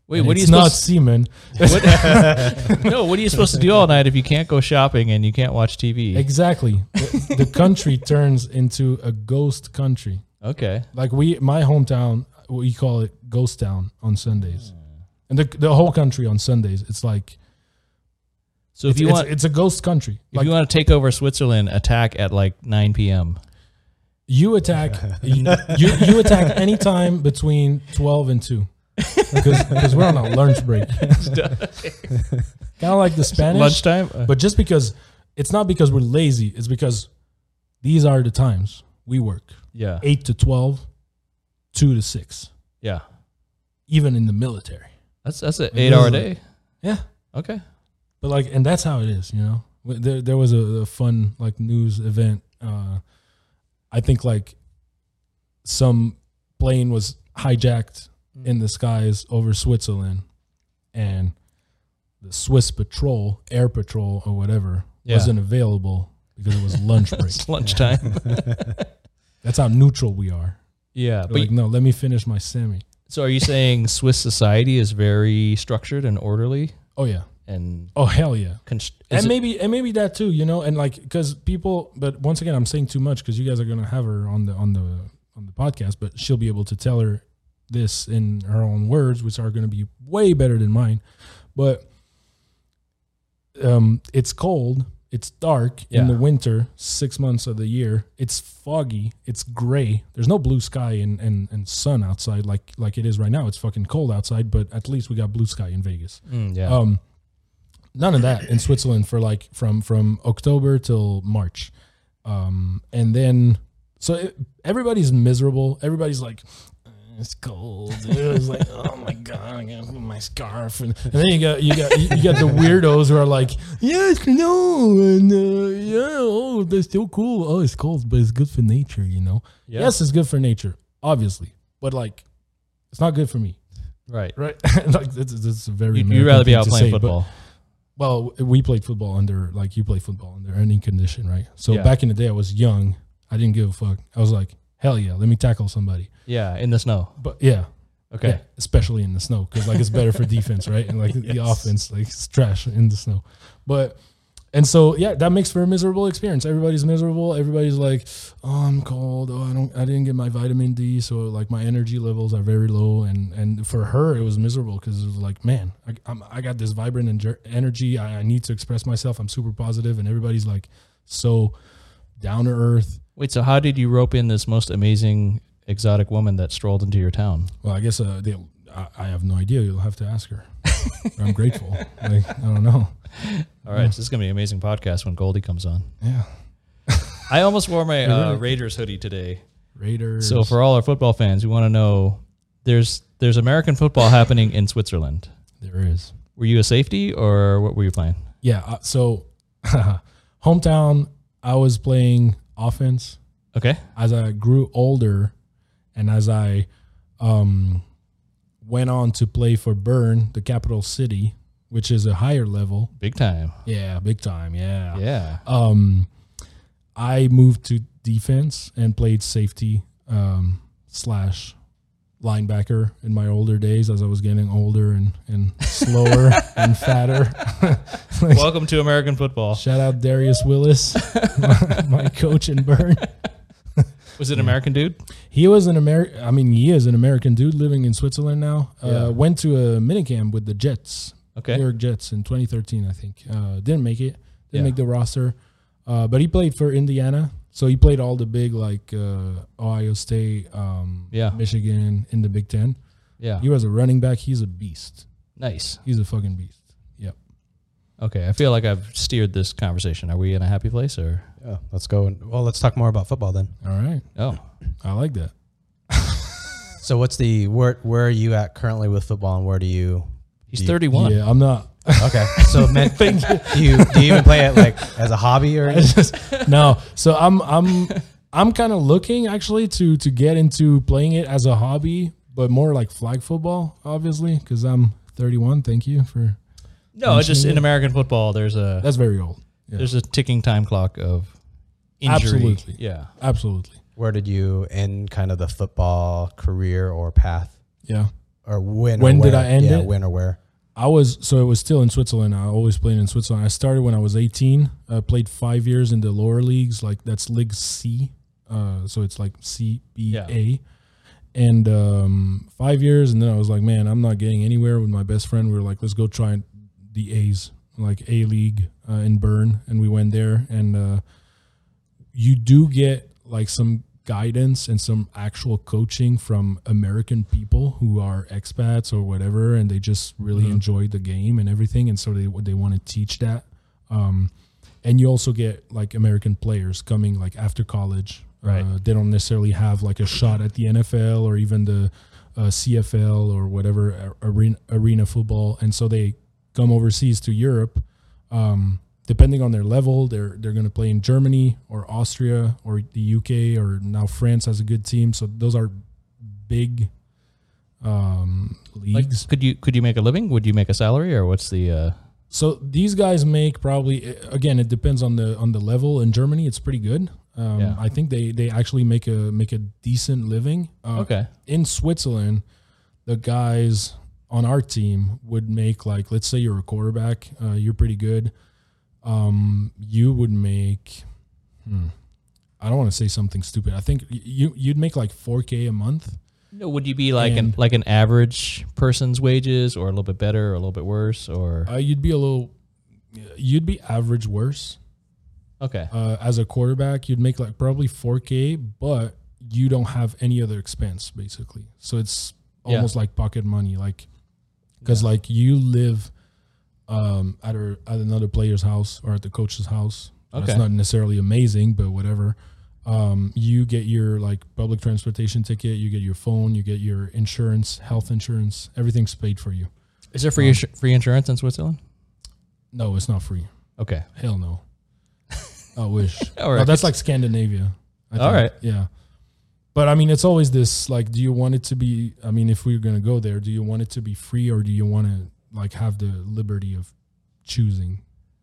Speaker 2: Wait,
Speaker 3: And
Speaker 2: what are you
Speaker 3: it's not
Speaker 2: supposed
Speaker 3: semen?
Speaker 2: to, No, what are you supposed to do all night if you can't go shopping and you can't watch TV?
Speaker 3: Exactly. the the country turns into a ghost country.
Speaker 2: Okay.
Speaker 3: like we my hometown we call it ghost town on
Speaker 2: Hmm.
Speaker 3: sundays and the, the whole country on sundays it's like
Speaker 2: So if
Speaker 3: it's,
Speaker 2: you
Speaker 3: it's-
Speaker 2: want
Speaker 3: it's a ghost country
Speaker 2: if
Speaker 3: like
Speaker 2: you
Speaker 3: you,
Speaker 2: want to take over Switzerland, attack at like 9 p.m.
Speaker 3: attack you, you you attack any time between 12 and 2 because we're on a lunch break kind of like the spanish
Speaker 2: Lunchtime? Uh,
Speaker 3: but just because it's not because we're lazy it's because these are the times we work
Speaker 2: yeah.
Speaker 3: 8 to 12 2 to 6
Speaker 2: Yeah.
Speaker 3: even in the military
Speaker 2: That's that's an
Speaker 3: It
Speaker 2: 8-hour
Speaker 3: is
Speaker 2: day.
Speaker 3: yeah
Speaker 2: Okay.
Speaker 3: But like, and that's how it is, you know. Wh- There, there was a, a fun like news event. Uh, I think like some plane was hijacked in the skies over Switzerland, and the Swiss patrol, air patrol, or whatever,
Speaker 2: Yeah.
Speaker 3: wasn't available because it was lunch break.
Speaker 2: It's lunchtime.
Speaker 3: That's how neutral we are.
Speaker 2: yeah.
Speaker 3: They're
Speaker 2: But
Speaker 3: like, no, let me finish my semi.
Speaker 2: so are you saying Swiss society is very structured and orderly
Speaker 3: Oh yeah.
Speaker 2: and
Speaker 3: Oh hell yeah.
Speaker 2: const- is
Speaker 3: and
Speaker 2: it-
Speaker 3: maybe and maybe that too, you know, and like because people. But once again, I'm saying too much because you guys are gonna have her on the on the on the podcast, but she'll be able to tell her this in her own words, which are gonna be way better than mine. But um, it's cold. It's dark in the
Speaker 2: Yeah.
Speaker 3: winter, six months of the year. It's foggy. It's gray. There's no blue sky and, and, and sun outside like like it is right now. It's fucking cold outside, but at least we got blue sky in Vegas
Speaker 2: Mm, yeah.
Speaker 3: um none of that in switzerland for like from from october till march um and then so it, everybody's miserable everybody's like "Uh, It's cold. It was like, oh my god, I gotta put my scarf. And, and then you got you got you got the weirdos who are like, yes, no, and uh, yeah, oh, that's still cool. Oh, it's cold, but it's good for nature, you know.
Speaker 2: Yeah.
Speaker 3: Yes, it's good for nature, obviously, but like, it's not good for me,
Speaker 2: Right.
Speaker 3: right? like, this is, this is a very.
Speaker 2: You'd, you'd
Speaker 3: American
Speaker 2: rather be
Speaker 3: thing
Speaker 2: out
Speaker 3: to
Speaker 2: playing
Speaker 3: say, but-
Speaker 2: football.
Speaker 3: well, we played football under like you play football under any condition, right? So
Speaker 2: Yeah.
Speaker 3: back in the day, I was young. I didn't give a fuck. I was like, hell yeah, let me tackle somebody.
Speaker 2: Yeah, in the snow.
Speaker 3: But yeah,
Speaker 2: Okay.
Speaker 3: yeah, especially in the snow because like it's better for defense, right? And like the
Speaker 2: Yes.
Speaker 3: offense, like it's trash in the snow. But and so yeah, that makes for a miserable experience. Everybody's miserable. Everybody's like, oh, I'm cold. Oh, I don't, I didn't get my vitamin D, so like my energy levels are very low. And and for her, it was miserable because it was like, man, I, I'm, I got this vibrant enger- energy. I, I need to express myself. I'm super positive, and everybody's like, so down to earth.
Speaker 2: Wait, so how did you rope in this most amazing exotic woman that strolled into your town?
Speaker 3: Well, I guess uh, they, I, I have no idea. You'll have to ask her. I'm grateful. Like, I don't know.
Speaker 2: All
Speaker 3: Mm.
Speaker 2: right, so this is gonna be an amazing podcast when Goldie comes on.
Speaker 3: Yeah.
Speaker 2: I almost wore my uh,
Speaker 3: really-
Speaker 2: Raiders hoodie today.
Speaker 3: Raiders.
Speaker 2: So for all our football fans, we want to know there's there's American football happening in Switzerland.
Speaker 3: there is.
Speaker 2: Were you a safety or what were you playing?
Speaker 3: Yeah. Uh, so hometown, I was playing offense
Speaker 2: Okay.
Speaker 3: as I grew older and as I um, went on to play for Bern, the capital city, which is a higher level.
Speaker 2: Big time.
Speaker 3: Yeah. Big time. Yeah.
Speaker 2: Yeah.
Speaker 3: um, I moved to defense and played safety um, slash linebacker in my older days as I was getting older and, and slower and fatter.
Speaker 2: Welcome to American football.
Speaker 3: Shout out Darius Willis, my, my coach in Bern.
Speaker 2: Was it an American dude?
Speaker 3: He was an American, I mean, he is an American dude living in Switzerland now.
Speaker 2: Yeah.
Speaker 3: Uh, went to a minicamp with the Jets
Speaker 2: Okay.
Speaker 3: New York Jets in 2013, I think. Uh, didn't make it. Didn't
Speaker 2: Yeah.
Speaker 3: make the roster. Uh, but he played for Indiana, so he played all the big like uh, Ohio State, um,
Speaker 2: Yeah.
Speaker 3: Michigan in the Big Ten.
Speaker 2: Yeah.
Speaker 3: He was a running back. He's a beast.
Speaker 2: Nice.
Speaker 3: He's a fucking beast. Yep.
Speaker 2: Okay. I feel like I've steered this conversation. Are we in a happy place or?
Speaker 1: Yeah, let's go and well, let's talk more about football then.
Speaker 3: All right.
Speaker 2: Oh,
Speaker 3: I like that.
Speaker 1: So, what's the where where are you at currently with football, and where do you?
Speaker 2: he's
Speaker 1: do you-
Speaker 2: 31.
Speaker 3: Yeah, I'm not.
Speaker 1: Okay, so men, do you do you even play it like as a hobby or? anything?
Speaker 3: It's just- no. So I'm I'm I'm kind of looking actually to to get into playing it as a hobby, but more like flag football, obviously, because I'm 31. Thank you for
Speaker 2: No, it's just in American football, there's a
Speaker 3: that's very old. Yeah.
Speaker 2: there's a ticking time clock of injury.
Speaker 3: Absolutely.
Speaker 2: Yeah.
Speaker 3: Absolutely.
Speaker 1: Where did you end kind of the football career or path,
Speaker 3: Yeah.
Speaker 1: or when? or
Speaker 3: When did
Speaker 1: where?
Speaker 3: I end
Speaker 1: Yeah,
Speaker 3: it?
Speaker 1: when or where?
Speaker 3: I was so it was still in Switzerland. I always played in Switzerland. I started when I was 18. I played 5 years in the lower leagues, like that's League C. Uh, so it's like CBA. And um, 5 years and then I was like, man, I'm not getting anywhere with my best friend. We were like, let's go try the A's, like A League uh, in Bern and we went there and uh, you do get like some guidance and some actual coaching from American people who are expats or whatever, and they just really enjoy the game and everything, and so they they want to teach that. Um, and you also get like American players coming like after college.
Speaker 2: Right.
Speaker 3: Uh, they don't necessarily have like a shot at the NFL or even the uh, CFL or whatever a- arena, arena football, and so they come overseas to Europe um, depending on their level, they're they're going to play in Germany or Austria or the UK or now France has a good team. So those are big um,
Speaker 2: Like,
Speaker 3: leagues.
Speaker 2: could you could you make a living? Would you make a salary or what's the uh
Speaker 3: so these guys make probably again it depends on the on the level. In Germany, it's pretty good. Um,
Speaker 2: Yeah.
Speaker 3: I think they they actually make a make a decent living. Uh,
Speaker 2: Okay.
Speaker 3: in Switzerland, the guys on our team would make like let's say you're a quarterback, uh, you're pretty good. Um, you would make, hmm, I don't want to say something stupid. I think y- you you'd make like 4k a month.
Speaker 2: No, would you be like an
Speaker 3: And-
Speaker 2: like an average person's wages, or a little bit better, or a little bit worse, or
Speaker 3: Uh, you'd be a little, you'd be average worse.
Speaker 2: okay?
Speaker 3: uh, as a quarterback, you'd make like probably 4K, but you don't have any other expense basically. So it's
Speaker 2: Yeah.
Speaker 3: almost like pocket money, like because like you live um, at a, at another player's house or at the coach's house. It's
Speaker 2: Okay.
Speaker 3: not necessarily amazing, but whatever. um, you get your like public transportation ticket, you get your phone, you get your insurance, health insurance, everything's paid for you.
Speaker 2: Is there free
Speaker 3: Uh,
Speaker 2: insu- free insurance in Switzerland?
Speaker 3: No, it's not free.
Speaker 2: Okay.
Speaker 3: Hell no. I wish.
Speaker 2: All
Speaker 3: No,
Speaker 2: right.
Speaker 3: Oh, that's like Scandinavia. I
Speaker 2: All right.
Speaker 3: Yeah. But I mean, it's always this like, do you want it to be? I mean, if we we're going to go there, do you want it to be free or do you want to like have the liberty of choosing?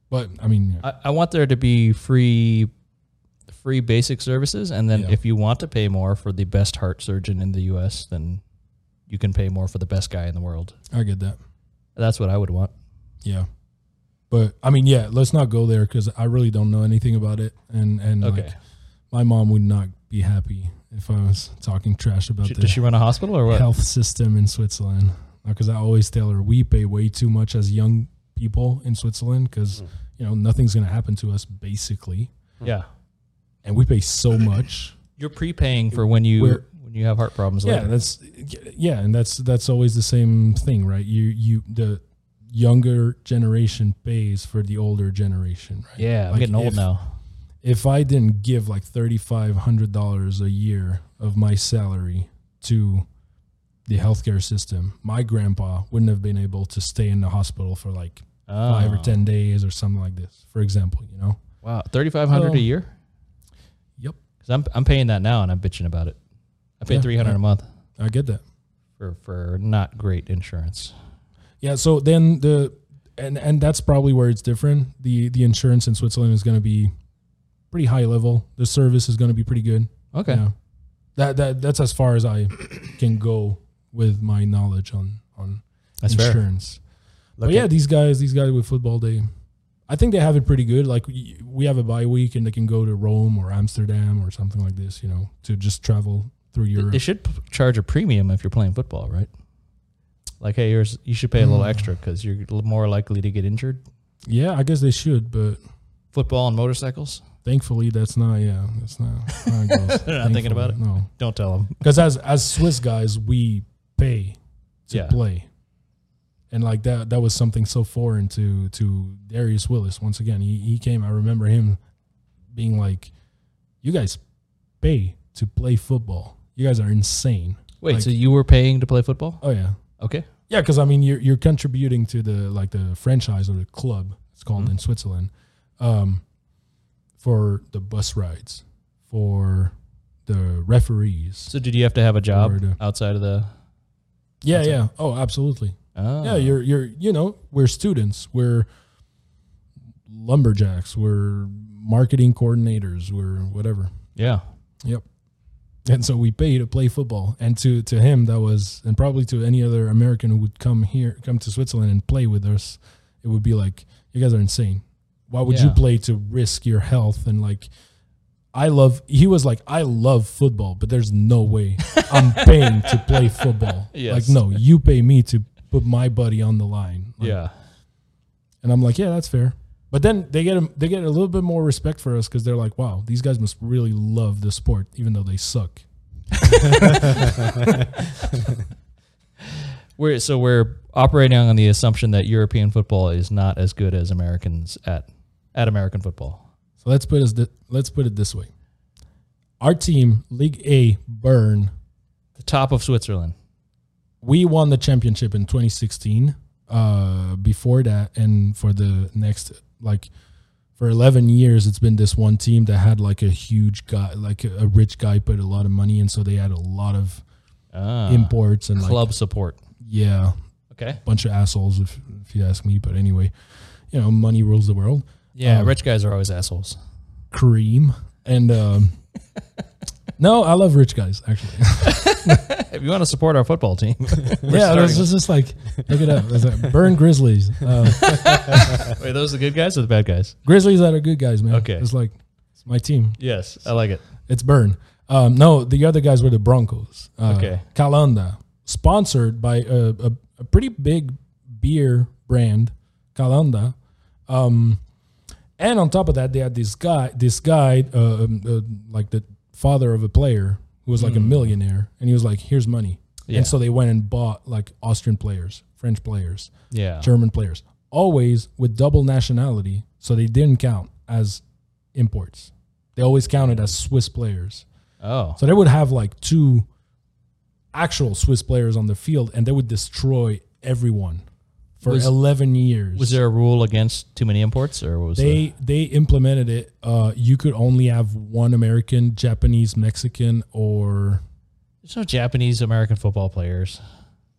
Speaker 3: But I mean, yeah.
Speaker 2: I, I want there to be free free basic services and then
Speaker 3: Yeah.
Speaker 2: if you want to pay more for the best heart surgeon in the US then you can pay more for the best guy in the world.
Speaker 3: I get that.
Speaker 2: That's what I would want.
Speaker 3: Yeah. But I mean, yeah, let's not go there because I really don't know anything about it. And, and
Speaker 2: Okay.
Speaker 3: like, my mom would not be happy if I was talking trash about
Speaker 2: She-
Speaker 3: the
Speaker 2: does she run a hospital or what?
Speaker 3: health system in Switzerland. Because I always tell her we pay way too much as young people in Switzerland because you know nothing's gonna happen to us basically,
Speaker 2: Yeah.
Speaker 3: and we pay so much.
Speaker 2: You're prepaying for when you
Speaker 3: We're-
Speaker 2: when you have heart problems
Speaker 3: yeah,
Speaker 2: later.
Speaker 3: that's yeah, and that's that's always the same thing, right? You you the younger generation pays for the older generation, right?
Speaker 2: Yeah, I'm
Speaker 3: Like,
Speaker 2: getting old
Speaker 3: if-
Speaker 2: now.
Speaker 3: If I didn't give like thirty five hundred dollars a year of my salary to the healthcare system, my grandpa wouldn't have been able to stay in the hospital for like five or
Speaker 2: Oh,
Speaker 3: ten days or something like this, for example, you know?
Speaker 2: Wow, 3500 a
Speaker 3: Well-
Speaker 2: year?
Speaker 3: Oh. Yep.
Speaker 2: Cuz I'm I'm paying that now and I'm bitching about it. I pay
Speaker 3: Yeah,
Speaker 2: 300
Speaker 3: yeah.
Speaker 2: a month
Speaker 3: I get that.
Speaker 2: for for not great insurance.
Speaker 3: Yeah, so then the and and that's probably where it's different. The the insurance in Switzerland is gonna be pretty high level. The service is gonna be pretty good.
Speaker 2: Okay.
Speaker 3: Yeah. That that that's as far as I can go with my knowledge on on
Speaker 2: That's fair.
Speaker 3: insurance.
Speaker 1: Look
Speaker 3: but yeah,
Speaker 1: at-
Speaker 3: these guys, these guys with football, they, I think they have it pretty good. Like we we have a bye week, and they can go to Rome or Amsterdam or something like this, you know, to just travel through Europe.
Speaker 2: They should p- charge a premium if you're playing football, right? Like, hey, here's you should pay a little extra because you're l- more likely to get injured.
Speaker 3: yeah, I guess they should, but
Speaker 2: Football and motorcycles.
Speaker 3: thankfully that's not. Yeah, that's not. how it goes.
Speaker 2: They're not thinking about
Speaker 3: Thankfully,
Speaker 2: it.
Speaker 3: No,
Speaker 2: Don't tell them.
Speaker 3: because as as Swiss guys, we pay to
Speaker 2: Yeah.
Speaker 3: play, and like that that was something so foreign to to Darius Willis. Once again, he he came. I remember him being like, "You guys pay to play football. You guys are insane."
Speaker 2: Wait,
Speaker 3: Like-
Speaker 2: so you were paying to play football?
Speaker 3: Oh yeah,
Speaker 2: Okay.
Speaker 3: yeah. Because I mean, you're you're contributing to the like the franchise or the club. It's called
Speaker 2: Mm-hmm.
Speaker 3: in Switzerland, um, for the bus rides, for the referees.
Speaker 2: So did you have to have a
Speaker 3: Or
Speaker 2: job
Speaker 3: to-
Speaker 2: outside of the?
Speaker 3: Yeah,
Speaker 2: That's it.
Speaker 3: yeah. Oh, absolutely.
Speaker 2: Oh.
Speaker 3: yeah you're you're you know we're students we're lumberjacks we're marketing coordinators we're whatever
Speaker 2: yeah.
Speaker 3: and so we pay to play football and to to him that was and probably to any other american who would come here come to switzerland and play with us it would be like you guys are insane why would you
Speaker 2: Yeah.
Speaker 3: play to risk your health and like I love. He was like, "I love football, but there's no way I'm paying to play football.
Speaker 2: Yes.
Speaker 3: Like, no, you pay me to put my buddy on the line. Like,
Speaker 2: Yeah.
Speaker 3: and I'm like, yeah, that's fair. But then they get a, they get a little bit more respect for us because they're like, wow, these guys must really love the sport, even though they suck.
Speaker 2: We're so we're operating on the assumption that European football is not as good as Americans at at American football.
Speaker 3: So let's put us th- let's put it this way: our team, League A, Bern,
Speaker 2: The top of Switzerland.
Speaker 3: we won the championship in 2016. Uh, before that, and for the next like for 11 years, it's been this one team that had like a huge guy, like a, a rich guy, put a lot of money in, so they had a lot of
Speaker 2: Ah.
Speaker 3: imports and
Speaker 2: club
Speaker 3: like
Speaker 2: support.
Speaker 3: yeah,
Speaker 2: Okay.
Speaker 3: bunch of assholes if, if you ask me but anyway you know money rules the world
Speaker 2: Yeah,
Speaker 3: Um,
Speaker 2: rich guys are always assholes.
Speaker 3: cream and um no i love rich guys actually
Speaker 2: If you want to support our football team,
Speaker 3: yeah it was just, just like look it up it's like, burn grizzlies uh,
Speaker 2: Wait, those the good guys or the bad guys?
Speaker 3: grizzlies that are good guys man
Speaker 2: Okay.
Speaker 3: it's like it's my team
Speaker 2: Yes, I like it.
Speaker 3: it's burn um no the other guys were the broncos uh,
Speaker 2: Okay.
Speaker 3: calanda sponsored by a, a, a pretty big beer brand calanda um And on top of that, they had this guy, this guy, uh, um, uh, like the father of a player who was like a millionaire, and he was like, "Here's money."
Speaker 2: Hmm. Yeah.
Speaker 3: And so they went and bought like Austrian players, French players,
Speaker 2: Yeah.
Speaker 3: German players, always with double nationality, so they didn't count as imports. They always counted as Swiss players.
Speaker 2: Oh,
Speaker 3: So they would have like two actual Swiss players on the field and they would destroy everyone for
Speaker 2: Was-
Speaker 3: 11 years.
Speaker 2: was there a rule against too many imports, or what was the-
Speaker 3: they they implemented it. Uh, you could only have one American, Japanese, Mexican, or
Speaker 2: there's no Japanese American football players?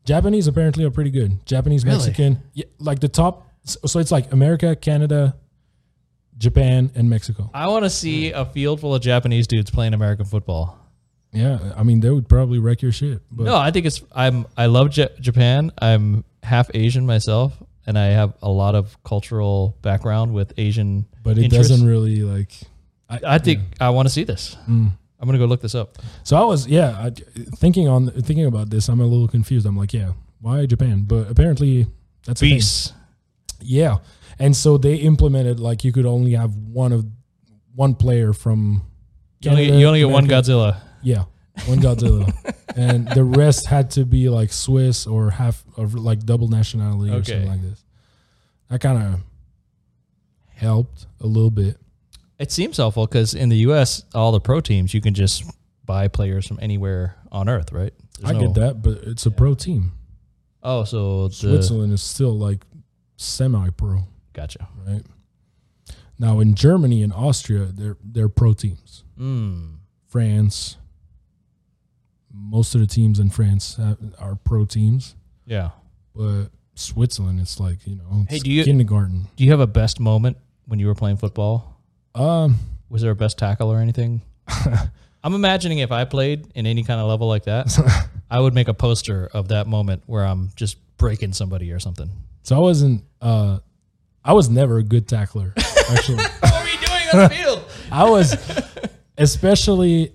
Speaker 3: Japanese. Apparently, are pretty good. Japanese,
Speaker 2: Really?
Speaker 3: Mexican, yeah, like the top. So so it's like America, Canada, Japan, and Mexico.
Speaker 2: I want to see a field full of Japanese dudes playing American football.
Speaker 3: Yeah, I mean they would probably wreck your shit. But
Speaker 2: No, I think it's I'm I love Ja- Japan. I'm half Asian myself, and I have a lot of cultural background with Asian.
Speaker 3: but it
Speaker 2: interests.
Speaker 3: doesn't really like.
Speaker 2: I think I want to see this. I'm gonna go look this up.
Speaker 3: So I was yeah I, thinking on thinking about this. I'm a little confused. I'm like yeah, why Japan? But apparently that's a thing.
Speaker 2: Beasts.
Speaker 3: Yeah. And so they implemented like you could only have one of one player from
Speaker 2: You only,
Speaker 3: Canada,
Speaker 2: you only get one
Speaker 3: America.
Speaker 2: Godzilla.
Speaker 3: Yeah. One Godzilla. and the rest had to be like Swiss or half of like double nationality or
Speaker 2: Okay.
Speaker 3: something like this. That kind of helped a little bit.
Speaker 2: It seems helpful because in the U.S., all the pro teams you can just buy players from anywhere on Earth, right? There's
Speaker 3: I
Speaker 2: no-
Speaker 3: get that, but it's a pro team.
Speaker 2: Oh, so the,
Speaker 3: Switzerland is still like semi pro,
Speaker 2: Gotcha.
Speaker 3: right? Now in Germany and Austria, they're they're pro teams.
Speaker 2: Mm.
Speaker 3: France. Most of the teams in France have, are pro teams,
Speaker 2: Yeah.
Speaker 3: but Switzerland, it's like you know,
Speaker 2: Hey,
Speaker 3: it's
Speaker 2: do you-
Speaker 3: kindergarten.
Speaker 2: Do you have a best moment when you were playing football?
Speaker 3: Um,
Speaker 2: Was there a best tackle or anything? I'm imagining if I played in any kind of level like that, I would make a poster of that moment where I'm just breaking somebody or something.
Speaker 3: so I wasn't. Uh, I was never a good tackler. Actually,
Speaker 2: What were you doing on the field?
Speaker 3: I was, especially.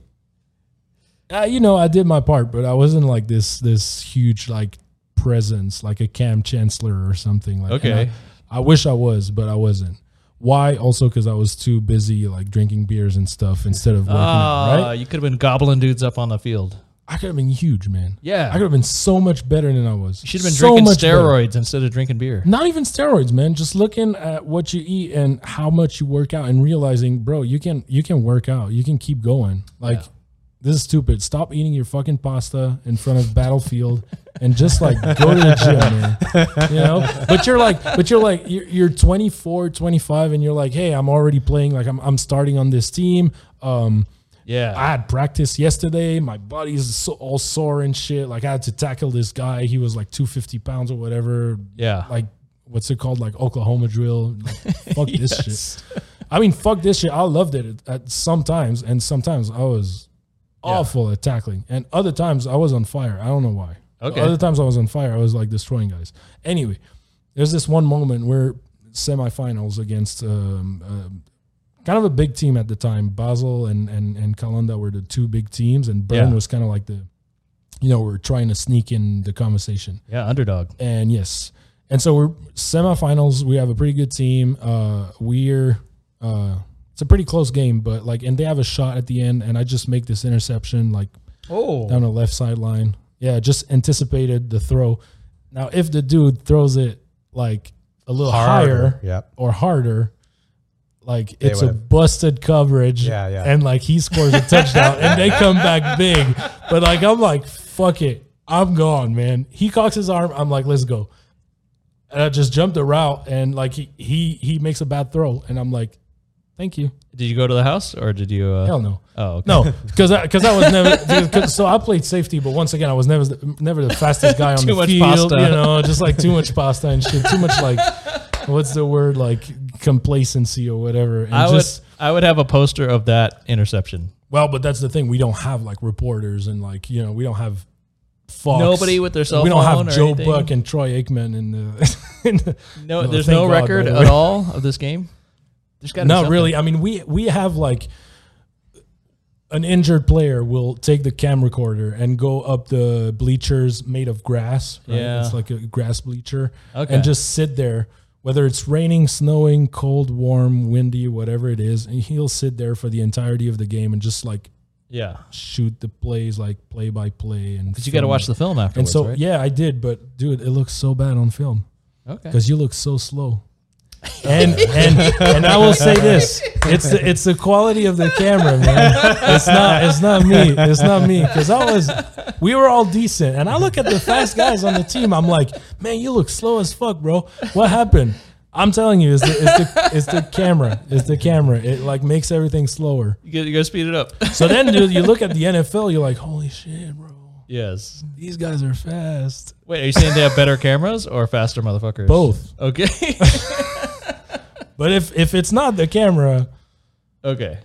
Speaker 3: Uh, you know, I did my part, but I wasn't like this this huge like presence, like a Cam Chancellor or something. Like, and
Speaker 2: Okay.
Speaker 3: I, I wish I was, but I wasn't. Why? Also, because I was too busy like drinking beers and stuff instead of working out. Right?
Speaker 2: Uh, You could have been gobbling dudes up on the field.
Speaker 3: I could have been huge, man.
Speaker 2: Yeah.
Speaker 3: I could have been so much better than I was.
Speaker 2: You should have been
Speaker 3: So
Speaker 2: drinking
Speaker 3: much better.
Speaker 2: steroids instead of drinking beer.
Speaker 3: Not even steroids, man. Just looking at what you eat and how much you work out and realizing, bro, you can you can work out. You can keep going. Like
Speaker 2: Yeah.
Speaker 3: this is stupid. Stop eating your fucking pasta in front of battlefield and just like go to the gym, man. You know? But you're like but you're like you're, you're 24, 25 and you're like, "Hey, I'm already playing like I'm I'm starting on this team." Um
Speaker 2: Yeah.
Speaker 3: I had practice yesterday. My body's so, all sore and shit. Like I had to tackle this guy. He was like 250 pounds or whatever.
Speaker 2: yeah.
Speaker 3: Like what's it called? Like Oklahoma drill. Like, fuck this shit. I mean, fuck this shit. I loved it at, at sometimes, and sometimes I was awful at tackling, and other times I was on fire. I don't know why.
Speaker 2: Okay.
Speaker 3: Other times I was on fire. I was like destroying guys. Anyway, there's this one moment where semifinals against um, um, kind of a big team at the time. Basel and and and Kalanda were the two big teams, and Bern
Speaker 2: Yeah.
Speaker 3: was kind of like the, you know, we're trying to sneak in the conversation.
Speaker 2: yeah. Underdog.
Speaker 3: And yes, and so we're semifinals. We have a pretty good team. Uh, we're uh, it's a pretty close game, but like, and they have a shot at the end, and I just make this interception like
Speaker 2: Oh.
Speaker 3: down the left sideline. Yeah, just anticipated the throw. Now, if the dude throws it like a little higher,
Speaker 1: Yep.
Speaker 3: or harder. Like it's a
Speaker 1: would've-
Speaker 3: busted coverage,
Speaker 1: Yeah, yeah.
Speaker 3: and like he scores a touchdown, and they come back big. But like I'm like, fuck it, I'm gone, man. He cocks his arm. I'm like, let's go. And I just jumped the route, and like he he he makes a bad throw, and I'm like, thank you,
Speaker 2: Did you go to the house or did you? Uh,
Speaker 3: hell no.
Speaker 2: Oh, okay.
Speaker 3: No, because I, cause I was never. 'cause- so I played safety, but once again, I was never never the fastest guy on
Speaker 2: Too
Speaker 3: the
Speaker 2: much
Speaker 3: field.
Speaker 2: pasta.
Speaker 3: You know, just like too much pasta and shit. Too much like, what's the word like complacency or whatever. And
Speaker 2: I
Speaker 3: just
Speaker 2: would. I would have a poster of that interception.
Speaker 3: well, but that's the thing. We don't have like reporters and like you know we don't have. Fox.
Speaker 2: Nobody with their cell
Speaker 3: We don't
Speaker 2: phone or
Speaker 3: have Joe
Speaker 2: anything?
Speaker 3: Buck and Troy Aikman in the. In the
Speaker 2: No,
Speaker 3: No,
Speaker 2: there's
Speaker 3: thank
Speaker 2: no
Speaker 3: God,
Speaker 2: record
Speaker 3: by the
Speaker 2: at
Speaker 3: way.
Speaker 2: all of this game. There's got
Speaker 3: no, really. I mean, we we have like an injured player will take the cam recorder and go up the bleachers made of grass. Right?
Speaker 2: Yeah.
Speaker 3: it's like a grass bleacher,
Speaker 2: Okay.
Speaker 3: and just sit there. Whether it's raining, snowing, cold, warm, windy, whatever it is, and he'll sit there for the entirety of the game and just like
Speaker 2: Yeah,
Speaker 3: shoot the plays like play by play. And
Speaker 2: because you got to
Speaker 3: film
Speaker 2: watch
Speaker 3: it.
Speaker 2: the film
Speaker 3: And
Speaker 2: afterwards,
Speaker 3: so
Speaker 2: right?
Speaker 3: yeah, I did, but dude, it looks so bad on film
Speaker 2: Okay.
Speaker 3: because you look so slow. And and and I will say this: it's the, it's the quality of the camera, man. It's not it's not me. It's not me because I was we were all decent, and I look at the fast guys on the team. I'm like, man, you look slow as fuck, bro. What happened? I'm telling you, it's the, it's the, it's the camera. It's the camera. It like makes everything slower.
Speaker 2: You gotta, you gotta speed it up.
Speaker 3: So then, dude, you look at the NFL, you're like, holy shit, bro.
Speaker 2: yes.
Speaker 3: These guys are fast.
Speaker 2: Wait, are you saying they have better cameras or faster motherfuckers?
Speaker 3: Both.
Speaker 2: Okay.
Speaker 3: But if if it's not the camera,
Speaker 2: okay.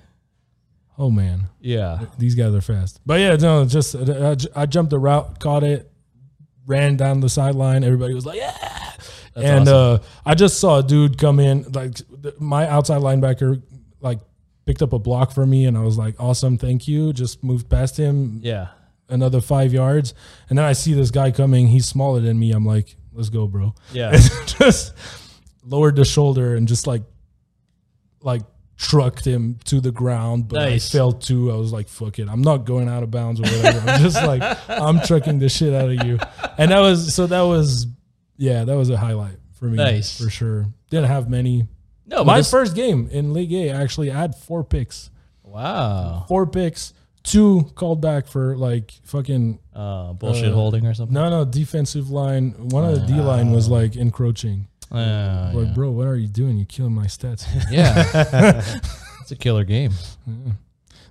Speaker 3: oh man,
Speaker 2: Yeah.
Speaker 3: these guys are fast. But yeah, no, just uh, I ju- I jumped the route, caught it, ran down the sideline. Everybody was like, yeah. and uh, I just saw a dude come in, like th- my outside linebacker, like picked up a block for me, and I was like, awesome, thank you. Just moved past him
Speaker 2: Yeah.
Speaker 3: another five yards, and then I see this guy coming. He's smaller than me. I'm like, let's go, bro.
Speaker 2: Yeah.
Speaker 3: just lowered the shoulder and just like like trucked him to the ground but
Speaker 2: Nice.
Speaker 3: i fell too i was like fuck it i'm not going out of bounds or whatever i'm just like i'm trucking the shit out of you and that was so that was yeah that was a highlight for me
Speaker 2: Nice.
Speaker 3: for sure didn't have many
Speaker 2: No, but
Speaker 3: Oh, my
Speaker 2: this-
Speaker 3: first game in league a actually i had four picks
Speaker 2: wow.
Speaker 3: four picks two called back for like fucking
Speaker 2: Uh, bullshit
Speaker 3: Uh,
Speaker 2: holding or something.
Speaker 3: no no defensive line one of the d line was like encroaching
Speaker 2: Uh,
Speaker 3: like,
Speaker 2: yeah.
Speaker 3: bro, what are you doing? You're killing my stats.
Speaker 2: yeah. it's a killer game.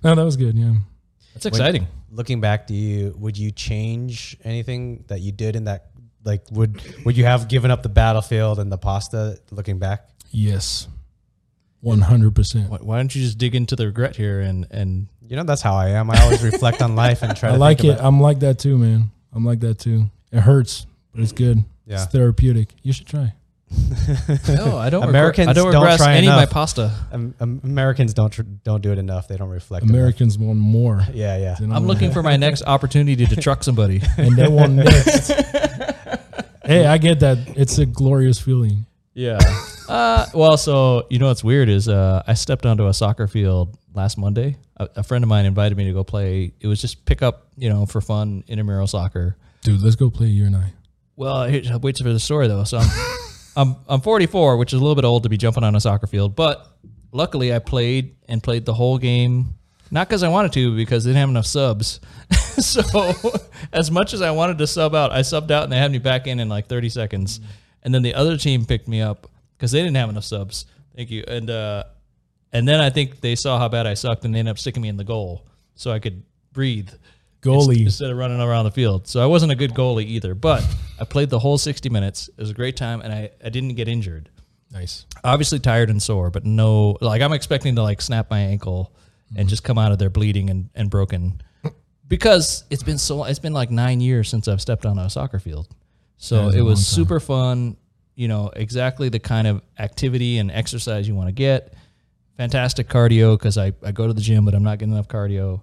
Speaker 3: no, that was good. Yeah.
Speaker 2: That's exciting.
Speaker 1: Looking back, do you would you change anything that you did in that? Like, would would you have given up the battlefield and the pasta? Looking back,
Speaker 3: Yes. 100%.
Speaker 2: Why, why don't you just dig into the regret here and and
Speaker 1: you know that's how I am. I always reflect on life and try.
Speaker 3: I
Speaker 1: to
Speaker 3: like
Speaker 1: think
Speaker 3: it.
Speaker 1: about-
Speaker 3: I'm like that too, man. I'm like that too. It hurts, but it's good.
Speaker 1: Yeah.
Speaker 3: It's therapeutic. You should try.
Speaker 2: no, I don't. regret-
Speaker 1: Americans
Speaker 2: I don't
Speaker 1: don't
Speaker 2: regress
Speaker 1: try
Speaker 2: any of my
Speaker 1: enough.
Speaker 2: pasta.
Speaker 1: Am- Am- Americans don't tr- don't do it enough. They don't reflect. enough.
Speaker 3: Americans want more.
Speaker 1: Yeah, yeah.
Speaker 3: than
Speaker 2: I'm
Speaker 3: we
Speaker 2: looking
Speaker 3: have,
Speaker 2: for my next opportunity to truck somebody.
Speaker 3: and they want next. hey, I get that. It's a glorious feeling.
Speaker 2: Yeah. uh, well, so you know what's weird is uh, I stepped onto a soccer field last Monday. A, a friend of mine invited me to go play. It was just pick up, you know, for fun intramural soccer.
Speaker 3: Dude, let's go play you and I.
Speaker 2: Well, here, wait for the story though. So I'm, I'm I'm 44, which is a little bit old to be jumping on a soccer field, but luckily I played and played the whole game. Not because I wanted to, because they didn't have enough subs. so as much as I wanted to sub out, I subbed out and they had me back in in like 30 seconds. And then the other team picked me up because they didn't have enough subs. Thank you. And uh, and then I think they saw how bad I sucked and they ended up sticking me in the goal so I could breathe
Speaker 3: Goalie.
Speaker 2: instead of running around the field. So I wasn't a good goalie either, but I played the whole 60 minutes. It was a great time, and I, I didn't get injured.
Speaker 3: Nice.
Speaker 2: Obviously tired and sore, but no, like I'm expecting to like snap my ankle and just come out of there bleeding and, and broken because it's been so it's been like nine years since I've stepped on a soccer field. So
Speaker 3: was a
Speaker 2: it
Speaker 3: long time.
Speaker 2: was super fun, you know, exactly the kind of activity and exercise you want to get. Fantastic cardio because I, I go to the gym, but I'm not getting enough cardio.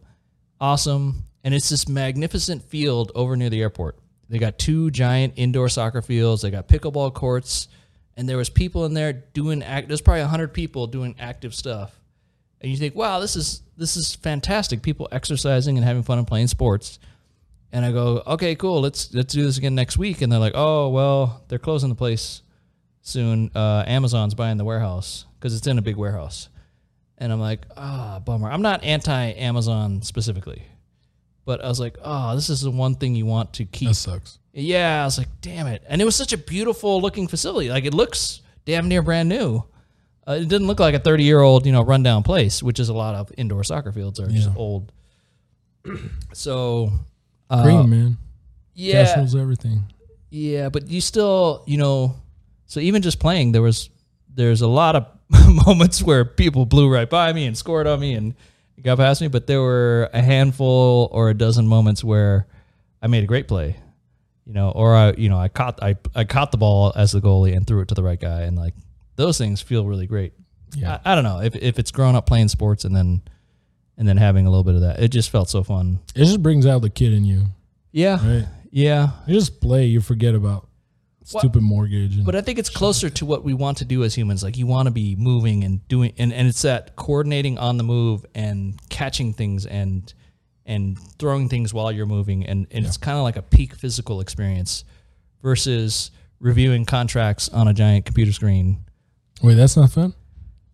Speaker 2: Awesome. And it's this magnificent field over near the airport. They got two giant indoor soccer fields, they got pickleball courts, and there was people in there doing act there's probably 100 people doing active stuff and you think, wow, this is this is fantastic. People exercising and having fun and playing sports. And I go, okay, cool. Let's let's do this again next week. And they're like, oh well, they're closing the place soon. Uh, Amazon's buying the warehouse because it's in a big warehouse. And I'm like, ah, bummer. I'm not anti Amazon specifically, but I was like, oh, this is the one thing you want to keep.
Speaker 3: That sucks.
Speaker 2: Yeah, I was like, damn it. And it was such a beautiful looking facility. Like it looks damn near brand new. Uh, it didn't look like a 30 year old, you know, rundown place, which is a lot of indoor soccer fields are just
Speaker 3: Yeah.
Speaker 2: old. so, uh,
Speaker 3: Green, man.
Speaker 2: yeah,
Speaker 3: Cash rules everything.
Speaker 2: yeah, but you still, you know, so even just playing, there was there's a lot of moments where people blew right by me and scored on me and got past me, but there were a handful or a dozen moments where I made a great play, you know, or I, you know, I caught I I caught the ball as the goalie and threw it to the right guy, and like those things feel really great.
Speaker 3: Yeah.
Speaker 2: I, I don't know if if it's growing up playing sports and then and then having a little bit of that, it just felt so fun.
Speaker 3: It just brings out the kid in you,
Speaker 2: Yeah,
Speaker 3: right?
Speaker 2: yeah.
Speaker 3: You just play, you forget about
Speaker 2: Well,
Speaker 3: stupid mortgage. And,
Speaker 2: But I think it's closer to what we want to do as humans. Like you want to be moving and doing, and, and it's that coordinating on the move and catching things and and throwing things while you're moving, and, and it's kind of like a peak physical experience versus reviewing contracts on a giant computer screen
Speaker 3: Wait, that's not fun.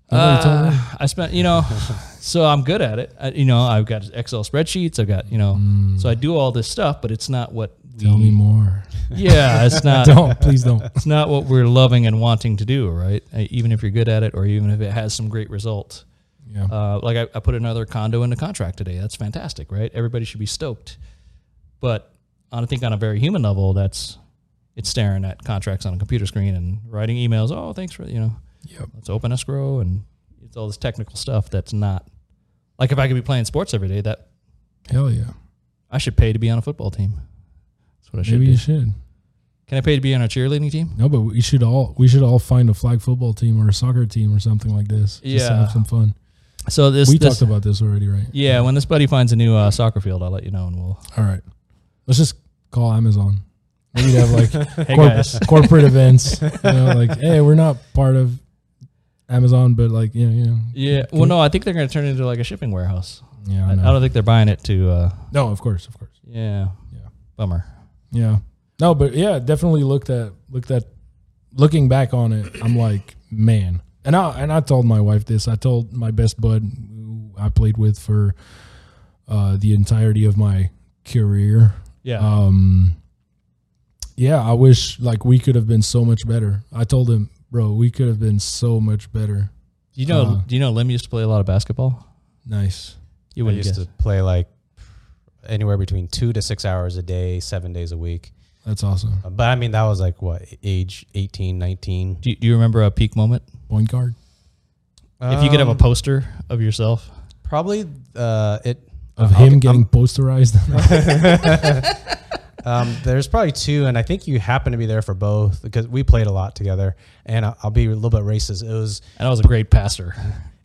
Speaker 3: Is that what you told me?
Speaker 2: Uh, I spent, you know, so I'm good at it. I, you know, I've got Excel spreadsheets. I've got, you know, so I do all this stuff, but it's not what. We,
Speaker 3: Mm. Tell me more.
Speaker 2: Yeah, it's not.
Speaker 3: don't please don't.
Speaker 2: It's not what we're loving and wanting to do, right? Uh, Even if you're good at it, or even if it has some great result.
Speaker 3: Yeah.
Speaker 2: Uh, like I, I put another condo into contract today. That's fantastic, right? Everybody should be stoked. But on, I think on a very human level, that's it's staring at contracts on a computer screen and writing emails. Oh, thanks for you know,
Speaker 3: Yep.
Speaker 2: let's open escrow and it's all this technical stuff that's not like if I could be playing sports every day, that
Speaker 3: Hell yeah.
Speaker 2: I should pay to be on a football team. That's what I should
Speaker 3: Maybe
Speaker 2: do.
Speaker 3: you should.
Speaker 2: Can I pay to be on a cheerleading team?
Speaker 3: No, but we should all we should all find a flag football team or a soccer team or something like this. Just to
Speaker 2: Yeah.
Speaker 3: have some fun.
Speaker 2: So this,
Speaker 3: we
Speaker 2: this
Speaker 3: talked about this already, right?
Speaker 2: yeah, when this buddy finds a new uh, soccer field, I'll let you know and we'll
Speaker 3: All right. Let's just call Amazon. Maybe they have like
Speaker 2: hey
Speaker 3: corp-
Speaker 2: guys.
Speaker 3: corporate events. You know, like, hey, we're not part of Amazon, but like, you know, you know.
Speaker 2: Yeah.
Speaker 3: Can
Speaker 2: Well,
Speaker 3: we-
Speaker 2: no, I think they're going to turn it into like a shipping warehouse.
Speaker 3: Yeah,
Speaker 2: I,
Speaker 3: I
Speaker 2: I
Speaker 3: know.
Speaker 2: don't think they're buying it to. Uh,
Speaker 3: no, of course, of course.
Speaker 2: yeah.
Speaker 3: Yeah.
Speaker 2: Bummer.
Speaker 3: Yeah. No, but yeah, definitely looked at looked at looking back on it, I'm like, man. And I and I told my wife this. I told my best bud who I played with for uh the entirety of my career.
Speaker 2: Yeah.
Speaker 3: Um yeah, I wish like we could have been so much better. I told him, bro, we could have been so much better.
Speaker 2: do you know?
Speaker 3: uh,
Speaker 2: do you know Lim used to play a lot of basketball?
Speaker 3: Nice.
Speaker 2: You
Speaker 1: I
Speaker 2: wouldn't
Speaker 1: used
Speaker 2: guess.
Speaker 1: to play like anywhere between two to six hours a day, seven days a week.
Speaker 3: That's awesome.
Speaker 1: Uh, But I mean, that was like what age 18, 19.
Speaker 2: Do you, do you remember a peak moment?
Speaker 3: Point guard.
Speaker 2: if you could have a
Speaker 1: Um,
Speaker 2: poster of yourself,
Speaker 1: probably uh, it
Speaker 3: Of
Speaker 1: I'll
Speaker 3: him
Speaker 1: get- I'm-
Speaker 3: getting posterized.
Speaker 1: Um, there's probably two, and I think you happen to be there for both because we played a lot together. And I- I'll be a little bit racist. It was
Speaker 2: and I was a great passer.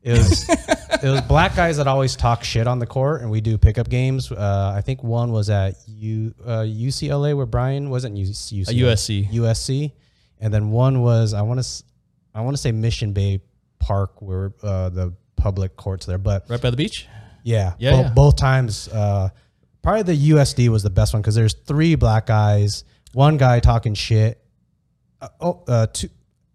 Speaker 1: it was it was black guys that always talk shit on the court, and we do pickup games. Uh, I think one was at U uh, UCLA where Brian wasn't UC,
Speaker 2: A USC.
Speaker 1: USC, and then one was I want to I want to say Mission Bay Park where uh, the public courts there, but
Speaker 2: Right by the beach.
Speaker 1: yeah.
Speaker 2: Yeah,
Speaker 1: bo-
Speaker 2: yeah.
Speaker 1: Both times. Uh, probably the USD was the best one because there's three black guys, one guy talking shit. Uh, oh, uh, two,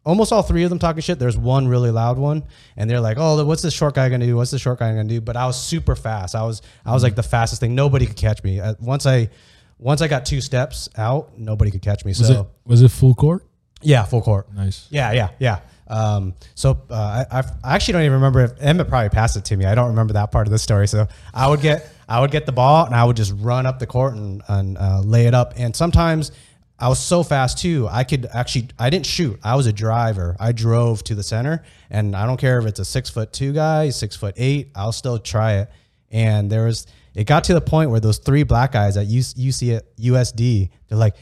Speaker 1: almost all three of them talking shit. There's one really loud one, and they're like, "Oh, what's this short guy gonna do? What's this short guy gonna do?" But I was super fast. I was I was like the fastest thing. Nobody could catch me. Uh, once I once I got two steps out, nobody could catch me.
Speaker 3: was
Speaker 1: so
Speaker 3: it was it full court?
Speaker 1: yeah, full court.
Speaker 3: Nice.
Speaker 1: Yeah, yeah, yeah. Um, so uh, I, I've- I actually don't even remember if Emmett probably passed it to me. I don't remember that part of the story. So I would get I would get the ball and I would just run up the court and, and uh, lay it up. And sometimes I was so fast too. I could actually I didn't shoot. I was a driver. I drove to the center, and I don't care if it's a six foot two guy, six foot eight. I'll still try it. And there was it got to the point where those three black guys at UC, at USD they're like.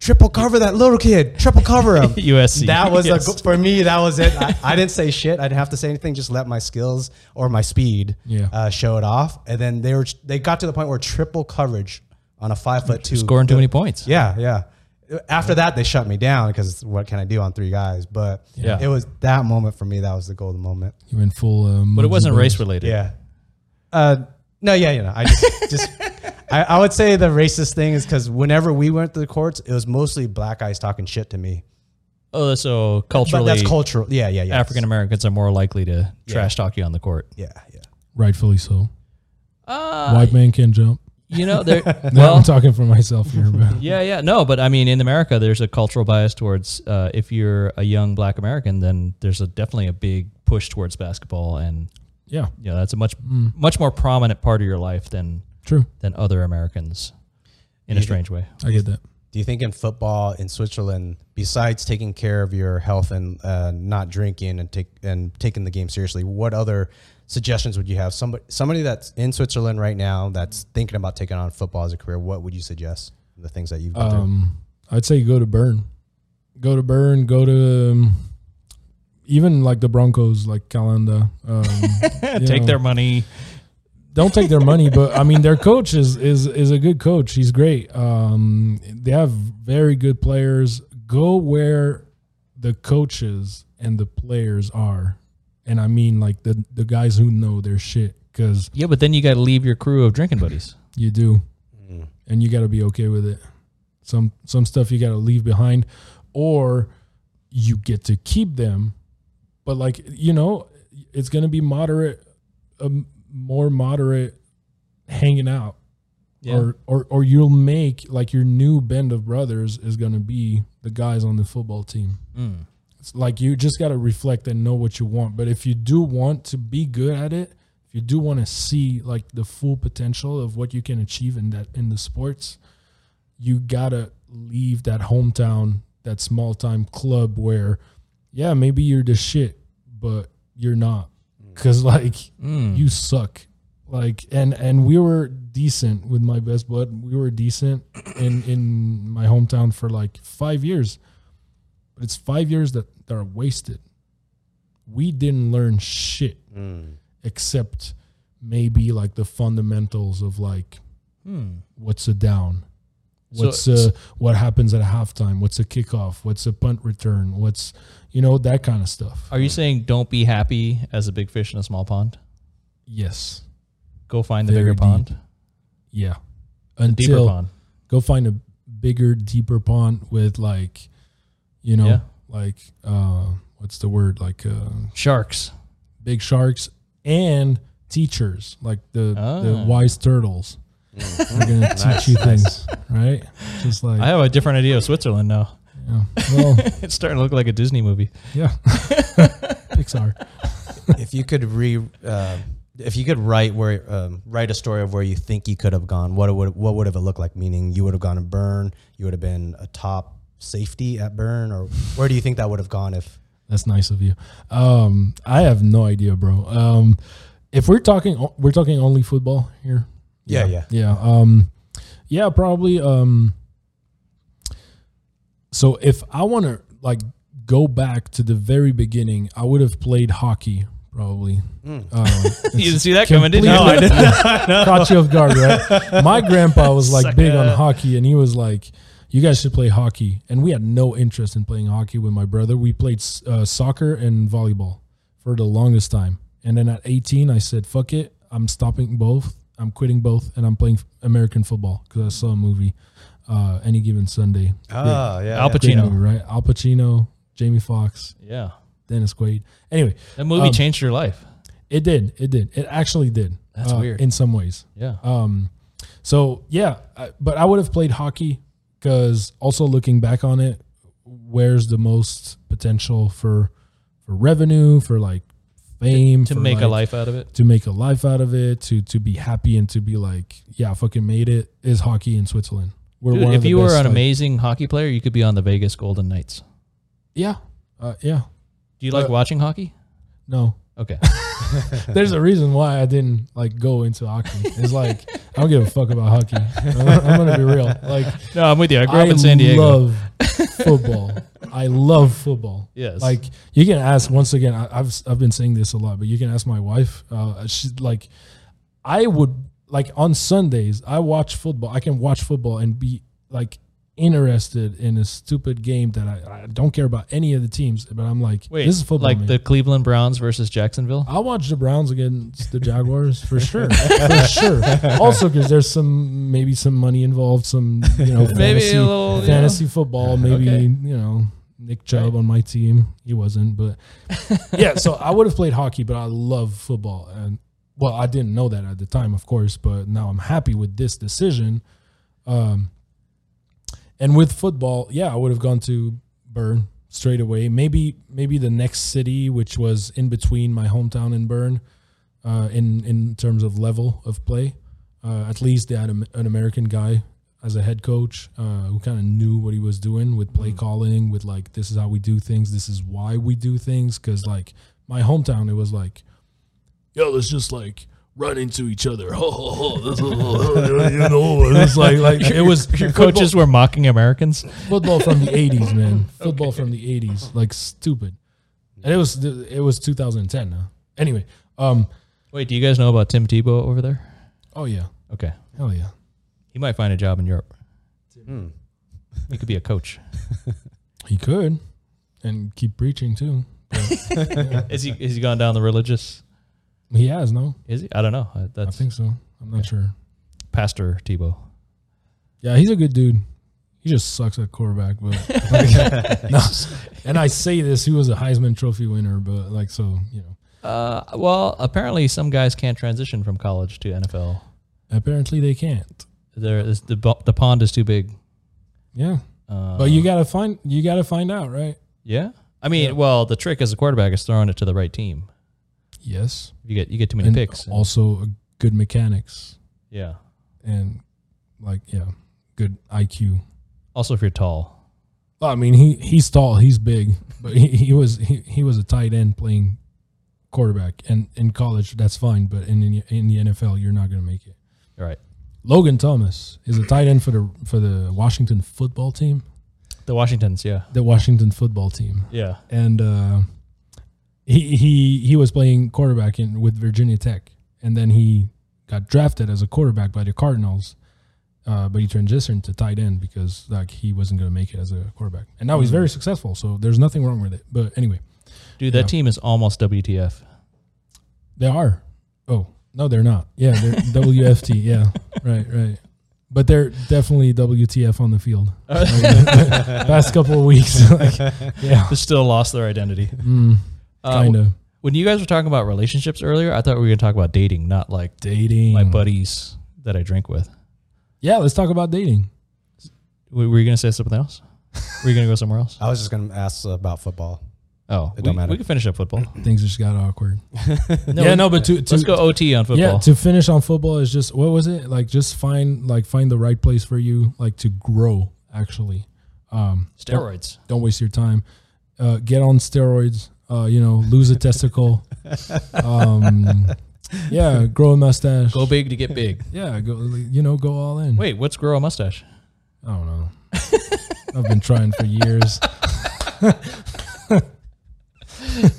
Speaker 1: Triple cover that little kid. Triple cover him.
Speaker 2: USC.
Speaker 1: That was
Speaker 2: Yes.
Speaker 1: a, go- for me. That was it. I, I didn't say shit. I didn't have to say anything. Just let my skills or my speed
Speaker 3: Yeah.
Speaker 1: uh, show it off. And then they were they got to the point where triple coverage on a five foot two
Speaker 2: Scoring too many points.
Speaker 1: Yeah, yeah. After that, they shut me down because what can I do on three guys? But
Speaker 2: Yeah.
Speaker 1: it was that moment for me. That was the golden moment.
Speaker 3: You went full um,
Speaker 2: But it wasn't race related.
Speaker 1: Yeah. Uh, no, yeah, you know, I just, just I, I would say the racist thing is because whenever we went to the courts, it was mostly black guys talking shit to me.
Speaker 2: Oh, so culturally,
Speaker 1: But that's cultural. Yeah, yeah, yeah.
Speaker 2: African Americans are more likely to
Speaker 1: Yeah.
Speaker 2: trash talk you on the court.
Speaker 1: Yeah, yeah.
Speaker 3: Rightfully so.
Speaker 2: Uh,
Speaker 3: White man can jump.
Speaker 2: You know, there.
Speaker 3: No, I'm
Speaker 2: well,
Speaker 3: talking for myself here, but
Speaker 2: Yeah, yeah, no, but I mean, in America, there's a cultural bias towards uh, if you're a young Black American, then there's a definitely a big push towards basketball, and
Speaker 3: yeah,
Speaker 2: you know that's a much much more prominent part of your life than
Speaker 3: true.
Speaker 2: than other Americans, in a strange way.
Speaker 3: I get that.
Speaker 1: Do you think in football in Switzerland, besides taking care of your health and uh, not drinking and take and taking the game seriously, what other suggestions would you have? Somebody somebody that's in Switzerland right now that's thinking about taking on football as a career, what would you suggest? The things that you've been through?
Speaker 3: Um, I'd say go to Bern, go to Bern, go to um, even like the Broncos, like Calenda. Um, you
Speaker 2: Take
Speaker 3: know,
Speaker 2: their money.
Speaker 3: don't take their money, but I mean their coach is is is a good coach. He's great. Um, they have very good players. Go where the coaches and the players are, and I mean like the the guys who know their shit because
Speaker 2: Yeah, but then you got to leave your crew of drinking buddies.
Speaker 3: You do. And you got to be okay with it. Some some stuff you got to leave behind or you get to keep them but like you know, it's gonna be moderate, um, more moderate hanging out,
Speaker 2: Yeah.
Speaker 3: or or or you'll make like your new band of brothers is gonna be the guys on the football team.
Speaker 2: Mm.
Speaker 3: It's like you just got to reflect and know what you want but if you do want to be good at it if you do want to see like the full potential of what you can achieve in that in the sports you gotta leave that hometown that small time club where yeah maybe you're the shit but you're not because like
Speaker 2: Mm.
Speaker 3: you suck like and and we were decent with my best bud we were decent in in my hometown for like five years but it's five years that that are wasted we didn't learn shit
Speaker 1: Mm.
Speaker 3: except maybe like the fundamentals of like
Speaker 2: Mm.
Speaker 3: what's a down
Speaker 2: So-
Speaker 3: what's a, what happens at halftime what's a kickoff what's a punt return what's you know that kind of stuff
Speaker 2: Are you saying don't be happy as a big fish in a small pond?
Speaker 3: yes
Speaker 2: Go find the
Speaker 3: Very
Speaker 2: bigger
Speaker 3: deep.
Speaker 2: pond,
Speaker 3: yeah
Speaker 2: deeper
Speaker 3: until
Speaker 2: pond.
Speaker 3: go find a bigger, deeper pond with like, you know,
Speaker 2: Yeah.
Speaker 3: like uh, what's the word? Like uh,
Speaker 2: Sharks.
Speaker 3: big sharks and teachers, like the
Speaker 2: Ah.
Speaker 3: the wise turtles. We're gonna teach you things, right? Just like,
Speaker 2: I have a different idea of Switzerland now.
Speaker 3: yeah. well,
Speaker 2: It's starting to look like a Disney movie.
Speaker 3: yeah, Pixar.
Speaker 1: if you could re, uh, if you could write where um, write a story of where you think you could have gone, what it would what would have it looked like? Meaning, you would have gone to Burn, you would have been a top safety at Burn, or where do you think that would have gone if?
Speaker 3: That's nice of you. Um, I have no idea, bro. Um, if we're talking, we're talking only football here.
Speaker 1: Yeah, yeah.
Speaker 3: yeah. Um, yeah, probably. Um, so if I want to like go back to the very beginning, I would have played hockey probably.
Speaker 1: Mm.
Speaker 3: Uh,
Speaker 2: You didn't see that coming, did you?
Speaker 3: Completely- caught you off guard, right? My grandpa was like big on hockey, and he was like, "You guys should play hockey." And we had no interest in playing hockey with my brother. We played uh, soccer and volleyball for the longest time, and then at 18, I said, "Fuck it, I'm stopping both. I'm quitting both, and I'm playing American football because I saw a movie, uh, Any Given Sunday,
Speaker 1: Ah, yeah. yeah.
Speaker 2: Al
Speaker 3: Great
Speaker 2: Pacino.
Speaker 3: movie, right? Al Pacino, Jamie Foxx,
Speaker 2: Yeah.
Speaker 3: Dennis Quaid. Anyway,
Speaker 2: That movie
Speaker 3: Um,
Speaker 2: changed your life.
Speaker 3: it did, it did, it actually did. uh,
Speaker 2: That's weird.
Speaker 3: in some ways.
Speaker 2: Yeah.
Speaker 3: Um, so yeah, I, but I would have played hockey because also looking back on it, where's the most potential for for revenue, for like fame,
Speaker 2: to
Speaker 3: for,
Speaker 2: make a
Speaker 3: like,
Speaker 2: life out of it.
Speaker 3: to make a life out of it, to to be happy and to be like, yeah, I fucking made it. Is hockey in Switzerland? We're
Speaker 2: Dude,
Speaker 3: one of
Speaker 2: if
Speaker 3: the
Speaker 2: you were
Speaker 3: best,
Speaker 2: an
Speaker 3: like-
Speaker 2: amazing hockey player, you could be on the Vegas Golden Knights.
Speaker 3: yeah, uh, yeah,
Speaker 2: Do you like
Speaker 3: Uh,
Speaker 2: watching hockey?
Speaker 3: no.
Speaker 2: Okay.
Speaker 3: There's a reason why I didn't like go into hockey. It's like I don't give a fuck about hockey. I'm gonna be real. Like
Speaker 2: no, I'm with you. I grew
Speaker 3: I
Speaker 2: up in San Diego.
Speaker 3: love football. I love football.
Speaker 2: yes.
Speaker 3: Like you can ask once again. I, I've I've been saying this a lot, but you can ask my wife. Uh, she like I would like on Sundays I watch football. I can watch football and be like interested in a stupid game that I, I don't care about any of the teams, but I'm like
Speaker 2: wait,
Speaker 3: this is football. Uh,
Speaker 2: like
Speaker 3: man.
Speaker 2: the Cleveland Browns versus Jacksonville.
Speaker 3: I watch the Browns against the Jaguars for sure, for sure. Also, because there's some maybe some money involved, some you know
Speaker 2: Maybe
Speaker 3: fantasy,
Speaker 2: a little, you
Speaker 3: fantasy football. Maybe
Speaker 2: Okay.
Speaker 3: you know Nick Chubb on my team. He wasn't, but yeah. So I would have played hockey, but I love football, and well, I didn't know that at the time, of course, but now I'm happy with this decision. Um, and with football, yeah, I would have gone to Bern straight away. Maybe maybe the next city, which was in between my hometown and Bern, uh, in in terms of level of play. Uh, at least they had a, an American guy as a head coach uh, who kind of knew what he was doing with play
Speaker 2: Mm.
Speaker 3: calling, with like this is how we do things, this is why we do things. Because like my hometown, it was like, yo, let's just like. Run into each other. you know, it's like like it was
Speaker 2: Your
Speaker 3: football-
Speaker 2: coaches were mocking Americans.
Speaker 3: football from the 80s man football from the 80s like stupid and it was it was 2010 now anyway um
Speaker 2: Wait, do you guys know about Tim Tebow over there?
Speaker 3: oh yeah
Speaker 2: Okay.
Speaker 3: hell yeah
Speaker 2: He might find a job in Europe.
Speaker 1: Hmm.
Speaker 2: He could be a coach.
Speaker 3: he could and keep preaching too
Speaker 2: is he? Is he gone down the religious?
Speaker 3: he has no
Speaker 2: Is he? I don't know. Uh,
Speaker 3: i
Speaker 2: That's
Speaker 3: think so i'm not sure
Speaker 2: Pastor Tebow.
Speaker 3: yeah he's a good dude He just sucks at quarterback, but no. And I say this, he was a Heisman Trophy winner, but like so, you know.
Speaker 2: Uh, well, apparently some guys can't transition from college to NFL.
Speaker 3: Apparently they can't.
Speaker 2: There is the bo- the pond is too big.
Speaker 3: Yeah,
Speaker 2: Uh,
Speaker 3: but you gotta find you gotta find out, right?
Speaker 2: yeah, I mean, well, the trick as a quarterback is throwing it to the right team.
Speaker 3: Yes,
Speaker 2: You get you get too many
Speaker 3: and
Speaker 2: picks. and-
Speaker 3: also a good mechanics
Speaker 2: yeah.
Speaker 3: and like yeah, good IQ.
Speaker 2: Also, if you're tall,
Speaker 3: Well, I mean, he he's tall, he's big, but he, he was he, he was a tight end playing quarterback, and in college that's fine, but in in, in the NFL you're not gonna make it.
Speaker 2: all right.
Speaker 3: Logan Thomas is a tight end for the for the Washington football team,
Speaker 2: The Washingtons, yeah,
Speaker 3: the Washington football team,
Speaker 2: yeah.
Speaker 3: and uh, he he he was playing quarterback in with Virginia Tech, and then he got drafted as a quarterback by the Cardinals. Uh, but he transitioned to tight end because like he wasn't going to make it as a quarterback, and now he's very successful. So there's nothing wrong with it. But anyway,
Speaker 2: Dude, that
Speaker 3: Yeah.
Speaker 2: team is almost WTF.
Speaker 3: They are. Oh no, they're not. Yeah, they're WFT. Yeah, right, right. But they're definitely WTF on the field. Past couple of weeks, like, yeah,
Speaker 2: They still lost their identity.
Speaker 3: mm,
Speaker 2: Uh,
Speaker 3: kind of
Speaker 2: When you guys were talking about relationships earlier, I thought we were going to talk about dating, not like
Speaker 3: dating.
Speaker 2: my buddies that I drink with.
Speaker 3: yeah, let's talk about dating.
Speaker 2: W- Were you going to say something else? Were you going to go somewhere else?
Speaker 1: I was just gonna ask about football.
Speaker 2: Oh,
Speaker 1: It
Speaker 2: we,
Speaker 1: don't matter.
Speaker 2: we can finish up football.
Speaker 3: Things just got awkward.
Speaker 2: No,
Speaker 3: yeah,
Speaker 2: we-
Speaker 3: no, but to, to
Speaker 2: Let's go OT on football.
Speaker 3: yeah to finish on football is just what was it like? Just find like find the right place for you like to grow. Actually, um, don't-
Speaker 2: Steroids.
Speaker 3: don't waste your time. Uh, get on steroids. Uh, you know, lose a testicle. Um, yeah, grow a mustache.
Speaker 2: Go big to get big.
Speaker 3: yeah, go. You know, go all in.
Speaker 2: Wait, what's grow a mustache?
Speaker 3: I don't know. I've been trying for years.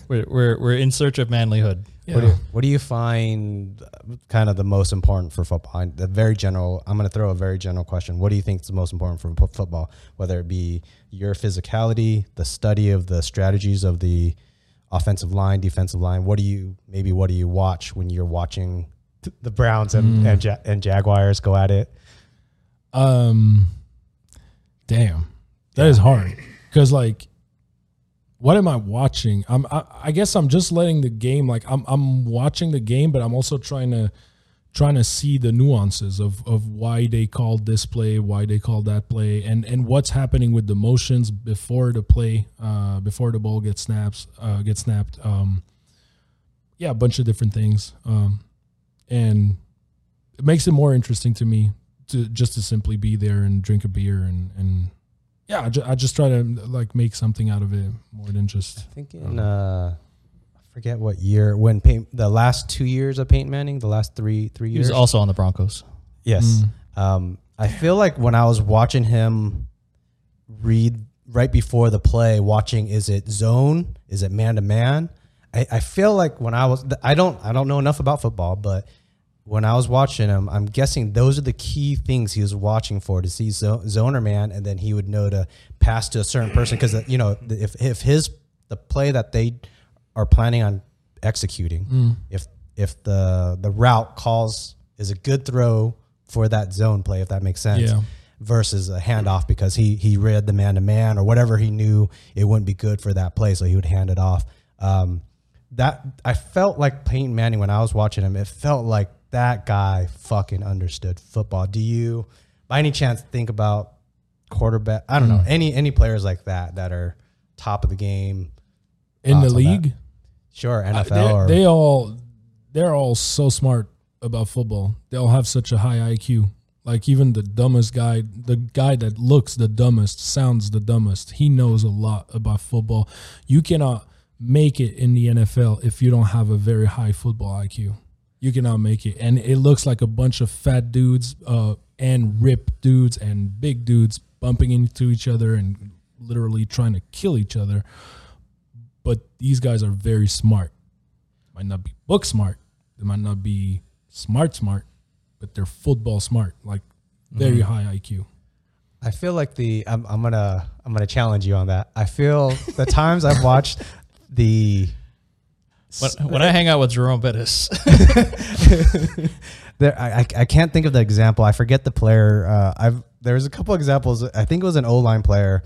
Speaker 2: We're, we're, we're in search of manlyhood.
Speaker 1: What, do
Speaker 3: Yeah.
Speaker 1: you, what do you find uh, kind of the most important for football? And The very general. I'm going to throw a very general question. What do you think is the most important for fo- football? Whether it be your physicality, the study of the strategies of the offensive line, defensive line. What do you maybe? What do you watch when you're watching Mm. t- the Browns and and, ja- and Jaguars go at it?
Speaker 3: Um, damn, that is hard. Cause like, what am I watching? I'm. I, I guess I'm just letting the game. Like I'm. I'm watching the game, but I'm also trying to trying to see the nuances of of why they called this play, why they called that play, and and what's happening with the motions before the play, uh, before the ball gets snaps, uh, gets snapped. Um, yeah, a bunch of different things, um, and it makes it more interesting to me to just to simply be there and drink a beer and and yeah, I, ju- I just try to like make something out of it more than just
Speaker 1: Thinking. Uh, I forget what year when Peyton, the last two years of Peyton Manning, the last three three
Speaker 2: He
Speaker 1: years.
Speaker 2: was also on the Broncos.
Speaker 1: Yes. Um, I feel like when I was watching him read right before the play, watching is it zone, is it man to man? I I feel like when I was I don't I don't know enough about football, but when I was watching him, I'm guessing those are the key things he was watching for to see zone, zone or man, and then he would know to pass to a certain person because you know if if his the play that they are planning on executing, if if the the route calls is a good throw for that zone play, if that makes sense,
Speaker 3: Yeah.
Speaker 1: versus a handoff because he he read the man to man or whatever he knew it wouldn't be good for that play, so he would hand it off. Um, that I felt like Peyton Manning when I was watching him. It felt like that guy fucking understood football. Do you, by any chance, think about quarterback? I don't know
Speaker 3: Mm.
Speaker 1: any any players like that that are top of the game.
Speaker 3: in the
Speaker 1: Thoughts Ah, on that?
Speaker 3: league.
Speaker 1: Sure,
Speaker 3: I-
Speaker 1: NFL
Speaker 3: they,
Speaker 1: or
Speaker 3: they all they're all so smart about football. They all have such a high IQ. Like even the dumbest guy, the guy that looks the dumbest, sounds the dumbest. He knows a lot about football. You cannot make it in the NFL if you don't have a very high football IQ. You cannot make it, and it looks like a bunch of fat dudes uh, and ripped dudes and big dudes bumping into each other and literally trying to kill each other. But these guys are very smart might not be book smart. They might not be smart smart, but they're football smart. Like very
Speaker 2: Mm-hmm.
Speaker 3: high IQ.
Speaker 1: I feel like the I'm, I'm gonna I'm gonna challenge you on that. I feel the times I've watched the
Speaker 2: When, when I hang out with Jerome Bettis,
Speaker 1: There, I, I I can't think of the example. I forget the player. Uh, I've there's a couple examples. I think it was an O line player,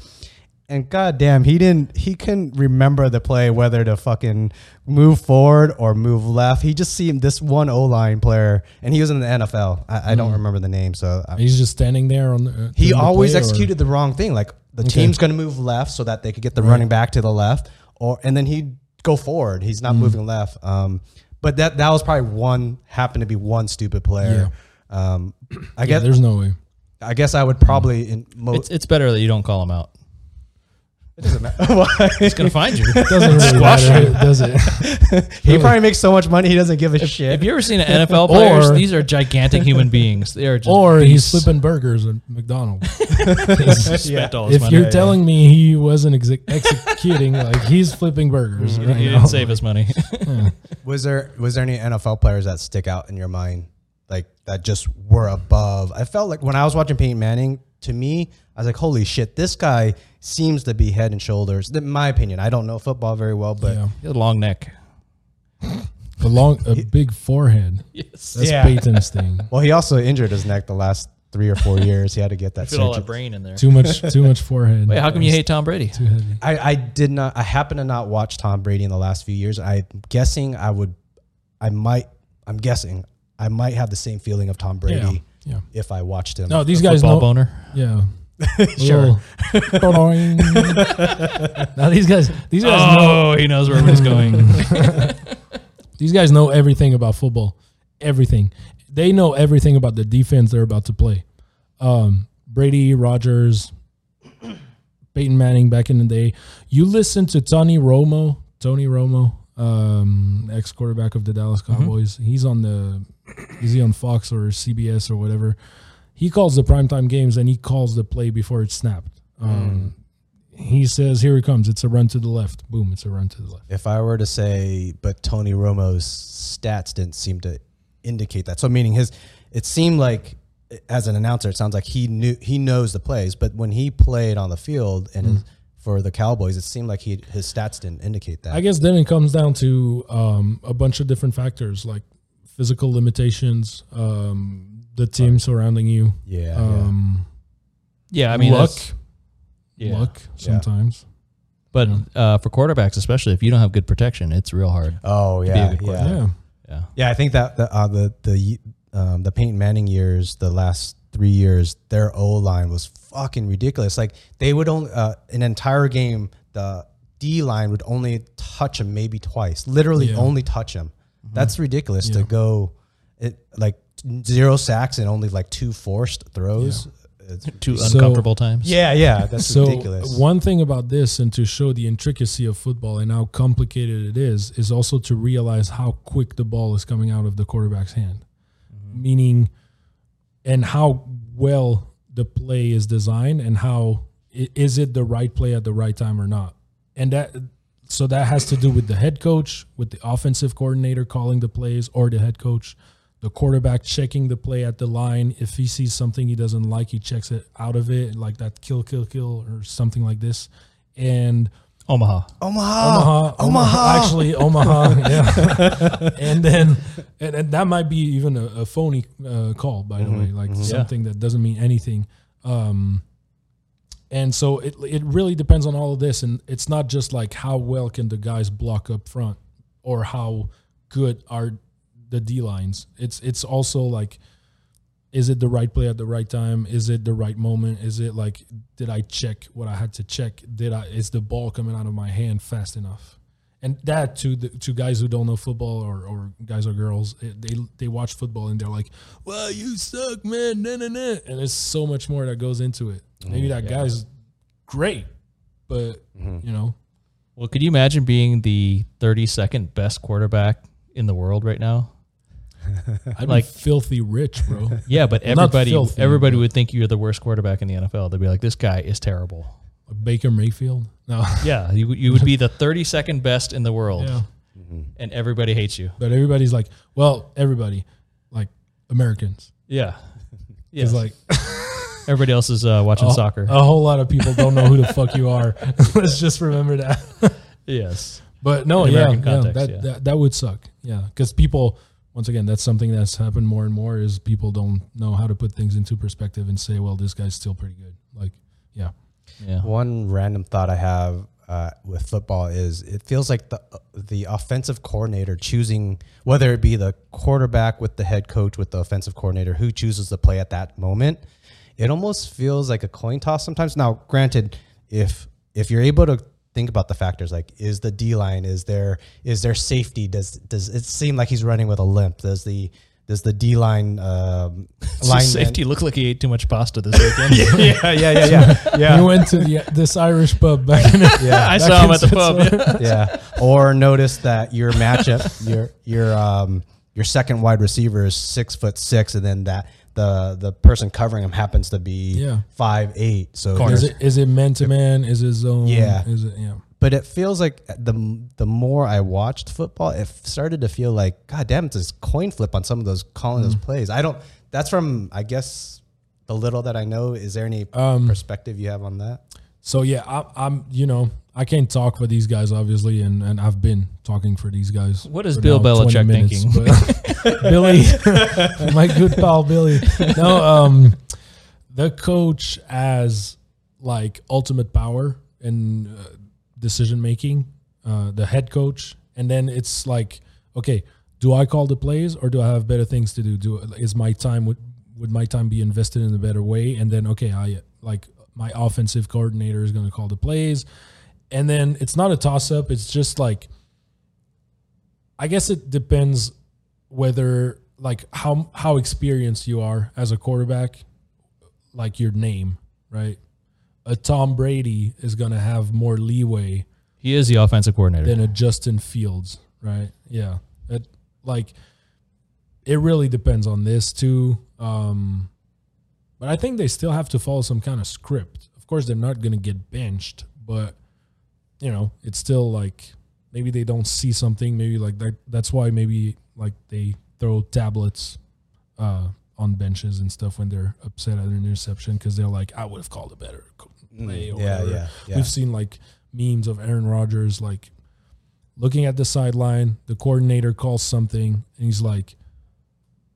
Speaker 1: and goddamn, he didn't he couldn't remember the play whether to fucking move forward or move left. He just seemed this one O line player, and he was in the NFL. I, I don't remember the name, so I,
Speaker 3: He's just standing there on. The, uh,
Speaker 1: he
Speaker 3: doing the
Speaker 1: always
Speaker 3: play, or-
Speaker 1: executed the wrong thing. Like the team's going to move left so that they could get the running back to the left, or and then he'd go forward. He's
Speaker 3: Mm.
Speaker 1: not moving left. Um, but that that was probably one happened to be one stupid player. Um, I
Speaker 3: Yeah,
Speaker 1: guess
Speaker 3: there's no way.
Speaker 1: I guess I would probably in most
Speaker 2: it's, it's better that you don't call him out.
Speaker 1: it doesn't matter. Why?
Speaker 2: He's gonna find you.
Speaker 3: Doesn't really matter, does it?
Speaker 1: he probably makes so much money he doesn't give a shit.
Speaker 2: Have you ever seen an NFL players?
Speaker 3: Or-
Speaker 2: These are gigantic human beings. They are just
Speaker 3: Or he's
Speaker 2: beasts.
Speaker 3: flipping burgers at McDonald's.
Speaker 2: Spent all his
Speaker 3: if
Speaker 2: money.
Speaker 3: you're telling me he wasn't exec executing, like he's flipping burgers. right
Speaker 2: he
Speaker 3: now.
Speaker 2: didn't save us money.
Speaker 1: Was there was there any NFL players that stick out in your mind, like that just were above? I felt like when I was watching Peyton Manning, to me, I was like, holy shit, this guy seems to be head and shoulders. In my opinion, I don't know football very well, but
Speaker 3: Yeah.
Speaker 2: He had a long neck.
Speaker 3: A long, a big forehead.
Speaker 2: Yes.
Speaker 3: That's
Speaker 1: Yeah.
Speaker 3: Peyton's thing.
Speaker 1: well, he also injured his neck the last three or four years. He had to get that
Speaker 2: Fit all
Speaker 1: surgery.
Speaker 2: that brain in there.
Speaker 3: Too much, too much forehead.
Speaker 2: Wait, how come you hate Tom Brady?
Speaker 3: Too heavy.
Speaker 1: I, I did not. I happen to not watch Tom Brady in the last few years. I'm guessing I would. I might. I'm guessing I might have the same feeling of Tom Brady
Speaker 3: Yeah. Yeah.
Speaker 1: if I watched him.
Speaker 3: No, these
Speaker 2: Football
Speaker 3: guys know.
Speaker 2: boner.
Speaker 3: Yeah.
Speaker 1: Sure.
Speaker 3: now these guys, these guys know
Speaker 2: Oh, he knows where everybody's going.
Speaker 3: These guys know everything about football. Everything. They know everything about the defense they're about to play. Um, Brady, Rogers, Peyton Manning back in the day. You listen to Tony Romo, Tony Romo, um, ex quarterback of the Dallas Cowboys. He's on the is he on Fox or CBS or whatever. He calls the primetime games and he calls the play before it's snapped. Um, He says, "Here it comes. It's a run to the left. Boom! It's a run to the left."
Speaker 1: If I were to say, but Tony Romo's stats didn't seem to indicate that. So meaning his, it seemed like as an announcer, it sounds like he knew he knows the plays, but when he played on the field and
Speaker 3: Hmm.
Speaker 1: for the Cowboys, it seemed like he his stats didn't indicate that.
Speaker 3: I guess then it comes down to um, a bunch of different factors like physical limitations, um, the team surrounding you,
Speaker 1: yeah,
Speaker 3: um,
Speaker 2: Yeah, I mean
Speaker 3: luck,
Speaker 2: that's- yeah.
Speaker 3: luck sometimes.
Speaker 2: But uh, for quarterbacks, especially if you don't have good protection, it's real hard.
Speaker 1: yeah. Oh
Speaker 2: a
Speaker 1: yeah,
Speaker 2: good
Speaker 1: yeah,
Speaker 3: Yeah.
Speaker 1: yeah.
Speaker 2: Yeah.
Speaker 1: I think that the uh, the the um, the Peyton Manning years, the last three years, their O line was fucking ridiculous. Like they would only uh, an entire game, the D line would only touch him maybe twice. Literally,
Speaker 3: Yeah. Mm-hmm.
Speaker 1: only touch him. That's ridiculous to go, it like zero sacks and only like two forced throws. It's,
Speaker 2: Two
Speaker 3: So-
Speaker 2: uncomfortable times.
Speaker 1: yeah, yeah, that's
Speaker 3: uh, So
Speaker 1: ridiculous.
Speaker 3: one thing about this and to show the intricacy of football and how complicated it is is also to realize how quick the ball is coming out of the quarterback's hand.
Speaker 1: Mm-hmm.
Speaker 3: Meaning and how well the play is designed and how i- is it the right play at the right time or not and that so that has to do with the head coach with the offensive coordinator calling the plays or the head coach the quarterback checking the play at the line if he sees something he doesn't like he checks it out of it like that kill kill kill or something like this and
Speaker 2: Omaha.
Speaker 3: Omaha, Omaha, actually Omaha. Yeah, and then and, and that might be even a, a phony uh, call, by the way, like something that doesn't mean anything. Um, and so it it really depends on all of this, and it's not just like how well can the guys block up front, or how good are the D lines. It's it's also like. Is it the right play at the right time? Is it the right moment? Is it like did I check what I had to check? Did I is the ball coming out of my hand fast enough? And that to the to guys who don't know football or, or guys or girls, it- they they watch football and they're like, "Well, you suck, man." Nah, nah, nah. And there's so much more that goes into it. Maybe that guy's great, but you know,
Speaker 2: Well, could you imagine being the 32nd best quarterback in the world right now?
Speaker 3: I'd
Speaker 2: Like-
Speaker 3: be filthy rich, bro.
Speaker 2: Yeah, but
Speaker 3: Not
Speaker 2: everybody
Speaker 3: filthy,
Speaker 2: everybody would think you're the worst quarterback in the NFL. They'd be like, this guy is terrible.
Speaker 3: Baker Mayfield? No.
Speaker 2: Yeah, you, you would be the 32nd best in the world,
Speaker 3: Yeah.
Speaker 2: and everybody hates you.
Speaker 3: But everybody's like, well, everybody, like Americans.
Speaker 2: Yeah. Yeah.
Speaker 3: It's like Oh,
Speaker 2: everybody else is uh, watching
Speaker 3: a-
Speaker 2: soccer.
Speaker 3: A whole lot of people don't know who the fuck you are. Let's just remember that.
Speaker 2: yes.
Speaker 3: But no,
Speaker 2: In
Speaker 3: yeah,
Speaker 2: American
Speaker 3: yeah,
Speaker 2: context,
Speaker 3: that,
Speaker 2: yeah.
Speaker 3: that that would suck. Yeah, because people, once again, that's something that's happened more and more is people don't know how to put things into perspective and say, well, this guy's still pretty good. Like, yeah,
Speaker 2: Yeah.
Speaker 1: One random thought I have uh, with football is it feels like the the offensive coordinator choosing whether it be the quarterback with the head coach with the offensive coordinator who chooses the play at that moment. It almost feels like a coin toss sometimes. Now, granted, if if you're able to think about the factors like is the D line is there is there safety does does it seem like he's running with a limp does the does the D line um,
Speaker 2: Line
Speaker 1: lineman-
Speaker 2: safety looked like he ate too much pasta this weekend.
Speaker 1: yeah yeah yeah yeah yeah
Speaker 3: he went to the uh, this Irish pub back in the,
Speaker 1: yeah
Speaker 2: I saw him at the pub.
Speaker 1: yeah. Or notice that your matchup, your your um your second wide receiver is six foot six, and then that the the person covering him happens to be
Speaker 3: Yeah.
Speaker 1: five eight. So
Speaker 3: Is
Speaker 1: there's-
Speaker 3: it is it man to man? Is it zone?
Speaker 1: Yeah.
Speaker 3: Is it yeah?
Speaker 1: but it feels like the the more I watched football, it started to feel like God damn, it's this coin flip on some of those calling
Speaker 3: Mm.
Speaker 1: those plays. I don't. That's from I guess the little that I know. Is there any
Speaker 3: Um,
Speaker 1: perspective you have on that?
Speaker 3: So yeah, I, I'm you know I can't talk for these guys obviously, and and I've been talking for these guys.
Speaker 2: What is
Speaker 3: for
Speaker 2: Bill
Speaker 3: now 20
Speaker 2: Belichick
Speaker 3: minutes,
Speaker 2: thinking?
Speaker 3: but- Billy, my good pal Billy. No, um, the coach has like ultimate power in uh, decision making. Uh, the head coach, and then it's like, okay, do I call the plays or do I have better things to do? Do is my time would would my time be invested in a better way? And then okay, I like my offensive coordinator is going to call the plays, and then it's not a toss up. It's just like I guess it depends whether like how how experienced you are as a quarterback, like your name, right? A Tom Brady is gonna have more leeway
Speaker 2: He is the offensive coordinator.
Speaker 3: than a Justin Fields, right? Yeah, it, like it really depends on this too. Um, but I think they still have to follow some kind of script. Of course, they're not gonna get benched, but you know, it's still like maybe they don't see something. Maybe like that. That's why maybe like they throw tablets uh, on benches and stuff when they're upset at an interception because they're like, I would have called it better. play," or
Speaker 1: Mm, yeah,
Speaker 3: whatever.
Speaker 1: yeah, yeah.
Speaker 3: We've seen like memes of Aaron Rodgers like looking at the sideline. The coordinator calls something, and he's like.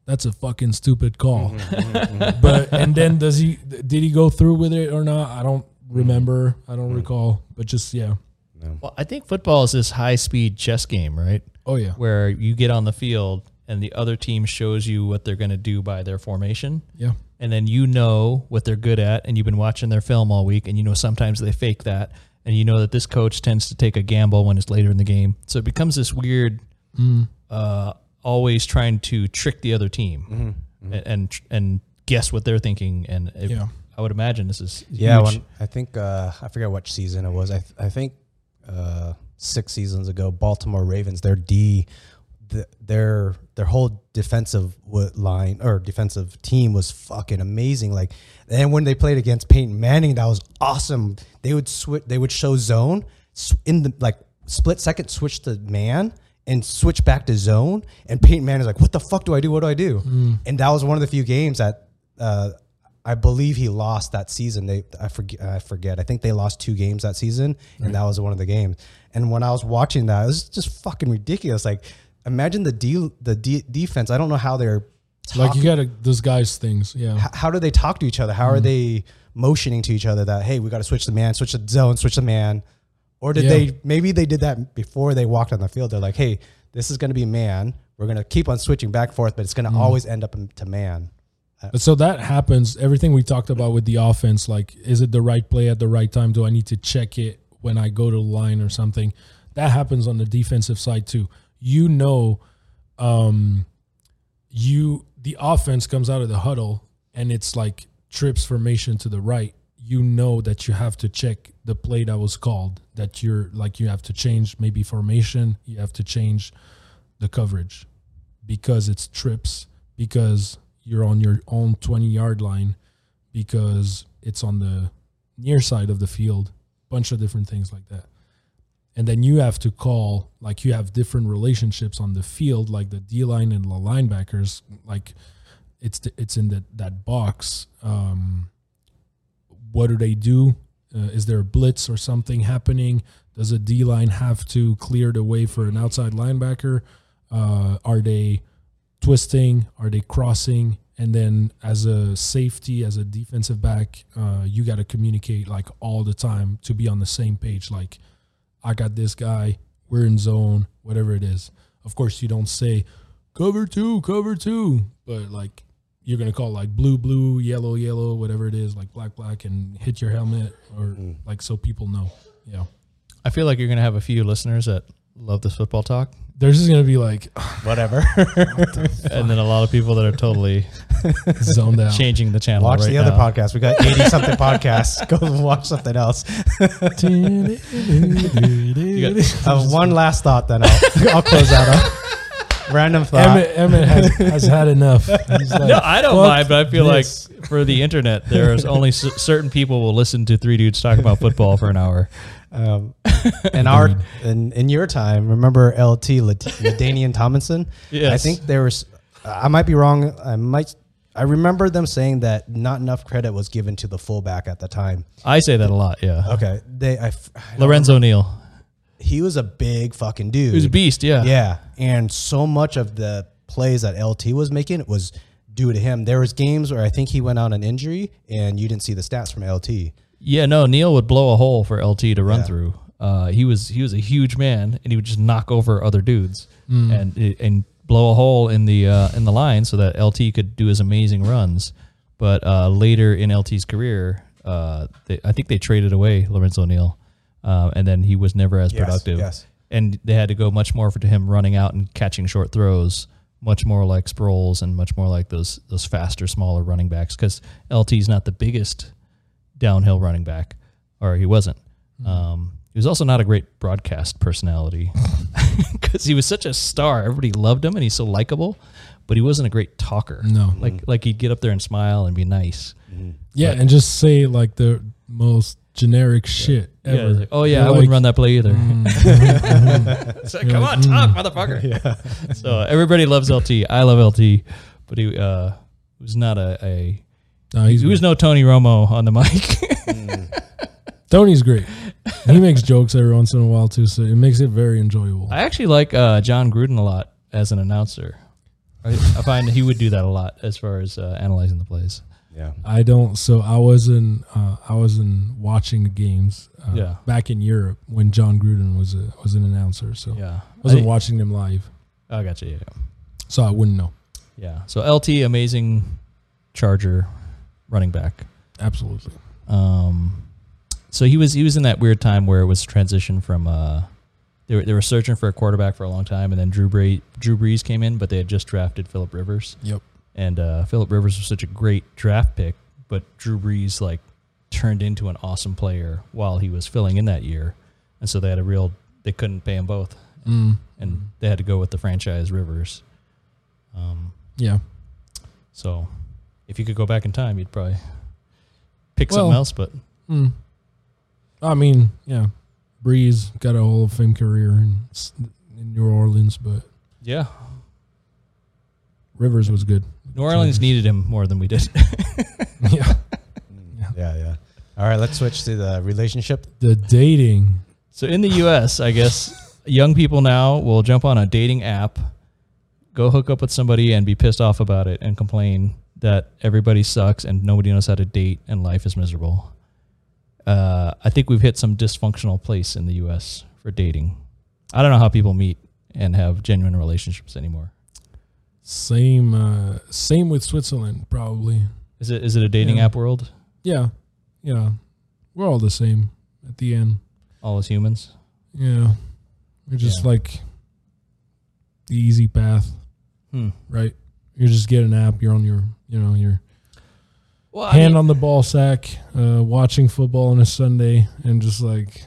Speaker 3: That's a fucking stupid call. but and then does he did he go through with it or not? I don't remember. I don't recall. But just yeah.
Speaker 2: Well, I think football is this high speed chess game, right?
Speaker 3: Oh yeah.
Speaker 2: Where you get on the field and the other team shows you what they're going to do by their formation.
Speaker 3: Yeah.
Speaker 2: And then you know what they're good at and you've been watching their film all week and you know sometimes they fake that and you know that this coach tends to take a gamble when it's later in the game. So it becomes this weird uh always trying to trick the other team and, and and guess what they're thinking and it-
Speaker 3: Yeah.
Speaker 2: I would imagine this is
Speaker 1: Yeah,
Speaker 2: huge.
Speaker 1: when, I think uh, I forget which season it was. I th- I think uh, six seasons ago, Baltimore Ravens, their D, th their their whole defensive wa- line or defensive team was fucking amazing. Like, and when they played against Peyton Manning, that was awesome. They would switch. They would show zone s- in the like split second switch to man. And switch back to zone, and Peyton Manning's like, "What the fuck do I do? What do I do?" And that was one of the few games that uh, I believe he lost that season. They I forget I forget. I think they lost two games that season, and that was one of the games. And when I was watching that, it was just fucking ridiculous. Like, imagine the deal, the de- defense. I don't know how they're
Speaker 3: Like you Mm-hmm. gotta those guys things. Yeah.
Speaker 1: h- how do they talk to each other? How are they motioning to each other that hey, we got to switch the man, switch the zone, switch the man? Or did
Speaker 3: Yeah.
Speaker 1: they maybe they did that before they walked on the field? They're like, hey, this is going to be man. We're going to keep on switching back and forth, but it's going to
Speaker 3: Mm-hmm.
Speaker 1: always end up in- to man.
Speaker 3: But so that happens. Everything we talked about with the offense, like is it the right play at the right time? Do I need to check it when I go to the line or something? That happens on the defensive side too. You know, um you the offense comes out of the huddle and it's like trips formation to the right. You know that you have to check the play that was called, that you're like you have to change maybe formation, you have to change the coverage. because it's trips, because you're on your own 20 yard line, because it's on the near side of the field, bunch of different things like that. And then you have to call, like, you have different relationships on the field, like the D line and the linebackers, like, it's, the, it's in that that box. Um, what do they do? Uh, is there a blitz or something happening? Does a D line have to clear the way for an outside linebacker? Uh, are they twisting? Are they crossing? And then as a safety, as a defensive back, uh, you got to communicate like all the time to be on the same page. Like, I got this guy. We're in zone. Whatever it is. Of course, you don't say cover two, cover two, but like you're gonna call like blue, blue, yellow, yellow, whatever it is, like black, black, and hit your helmet or like so people know. Yeah,
Speaker 2: I feel like you're gonna have a few listeners that love this football talk,
Speaker 3: they're just gonna be like
Speaker 1: Whatever.
Speaker 2: and then a lot of people that are totally
Speaker 3: zoned out.
Speaker 2: changing the channel.
Speaker 1: watch
Speaker 2: right
Speaker 1: the other
Speaker 2: now.
Speaker 1: podcast. We got 80 something podcasts. Go watch something else.
Speaker 2: You got-
Speaker 1: Uh, one last thought, then I'll, I'll close out on. Random thought.
Speaker 3: Emmett, Emmett has, has had enough. He's like,
Speaker 2: No, I don't
Speaker 3: "Fuck
Speaker 2: mind, but I feel
Speaker 3: this."
Speaker 2: like for the internet, there's only c- certain people will listen to three dudes talk about football for an hour.
Speaker 1: Um, in our
Speaker 2: Mm-hmm.
Speaker 1: in, in your time, remember LT Lad- Ladanian Tomlinson? I
Speaker 2: Yes.
Speaker 1: think there was. I might be wrong. I might. I remember them saying that not enough credit was given to the fullback at the time.
Speaker 2: I say that a lot. Yeah,
Speaker 1: Okay, they. I, f- I don't-
Speaker 2: Lorenzo Neal,
Speaker 1: he was a big fucking dude.
Speaker 2: he was a beast. Yeah,
Speaker 1: Yeah, and so much of the plays that LT was making was due to him. There was games where I think he went on an injury, and you didn't see the stats from LT.
Speaker 2: Yeah, no, Neil would blow a hole for LT to run through. Uh, he was he was a huge man, and he would just knock over other dudes
Speaker 1: Mm.
Speaker 2: and and blow a hole in the uh, in the line so that LT could do his amazing runs. But uh, later in LT's career, uh, they, I think they traded away Lorenzo Neal, uh, and then he was never as
Speaker 1: Yes,
Speaker 2: productive.
Speaker 1: yes.
Speaker 2: And they had to go much more for to him running out and catching short throws, much more like Sproles and much more like those those faster, smaller running backs because LT's not the biggest downhill running back, or he wasn't. Um, he was also not a great broadcast personality because he was such a star. Everybody loved him, and he's so likable, but he wasn't a great talker.
Speaker 3: No.
Speaker 2: like like he'd get up there and smile and be nice.
Speaker 3: yeah, and just say like the most generic shit
Speaker 2: Yeah,
Speaker 3: ever.
Speaker 2: it's like, Mm. oh yeah,
Speaker 3: You're
Speaker 2: I wouldn't
Speaker 3: like,
Speaker 2: run that play either. it's like, come on, talk, motherfucker. So everybody loves LT. I love LT, but he uh, was not a. a
Speaker 3: No, he's
Speaker 2: he was
Speaker 3: great.
Speaker 2: no Tony Romo on the mic.
Speaker 3: Tony's great. He makes jokes every once in a while too, so it makes it very enjoyable.
Speaker 2: I actually like uh, John Gruden a lot as an announcer. I, I find he would do that a lot as far as uh, analyzing the plays.
Speaker 1: Yeah,
Speaker 3: I don't. So I wasn't. Uh, I wasn't watching the games. Uh,
Speaker 2: Yeah.
Speaker 3: Back in Europe when John Gruden was a, was an announcer, so
Speaker 2: Yeah,
Speaker 3: I wasn't
Speaker 2: I,
Speaker 3: watching them live,
Speaker 2: I got you. Yeah,
Speaker 3: so I wouldn't know.
Speaker 2: yeah. So LT, amazing Charger running back.
Speaker 3: Absolutely.
Speaker 2: Um, so he was he was in that weird time where it was transition from uh, they were they were searching for a quarterback for a long time, and then Drew Brees, Drew Brees came in, but they had just drafted Philip Rivers,
Speaker 3: Yep.
Speaker 2: and uh, Philip Rivers was such a great draft pick, but Drew Brees like turned into an awesome player while he was filling in that year, and so they had a real they couldn't pay them both,
Speaker 3: Mm.
Speaker 2: and they had to go with the franchise Rivers. Um,
Speaker 3: Yeah.
Speaker 2: so if you could go back in time, you'd probably pick
Speaker 3: Well,
Speaker 2: something else, but
Speaker 3: Mm. I mean, yeah. Breeze got a Hall of Fame career in s- in New Orleans, but
Speaker 2: yeah.
Speaker 3: Rivers was good.
Speaker 2: New Orleans
Speaker 3: Chargers.
Speaker 2: needed him more than we did.
Speaker 3: yeah.
Speaker 1: yeah, yeah. All right, let's switch to the relationship.
Speaker 3: The dating.
Speaker 2: So in the U.S., I guess young people now will jump on a dating app, go hook up with somebody, and be pissed off about it and complain that everybody sucks and nobody knows how to date and life is miserable. Uh, I think we've hit some dysfunctional place in the U.S. for dating. I don't know how people meet and have genuine relationships anymore.
Speaker 3: Same. Uh, same with Switzerland, probably.
Speaker 2: Is it is it a dating
Speaker 3: Yeah.
Speaker 2: app world?
Speaker 3: Yeah. Yeah. We're all the same at the end.
Speaker 2: All as humans.
Speaker 3: Yeah. You're just
Speaker 2: Yeah.
Speaker 3: like the easy path,
Speaker 2: Hmm.
Speaker 3: right? You just get an app, you're on your, you know, your
Speaker 2: Well, I
Speaker 3: hand
Speaker 2: mean-
Speaker 3: on the ball sack, uh, watching football on a Sunday, and just like,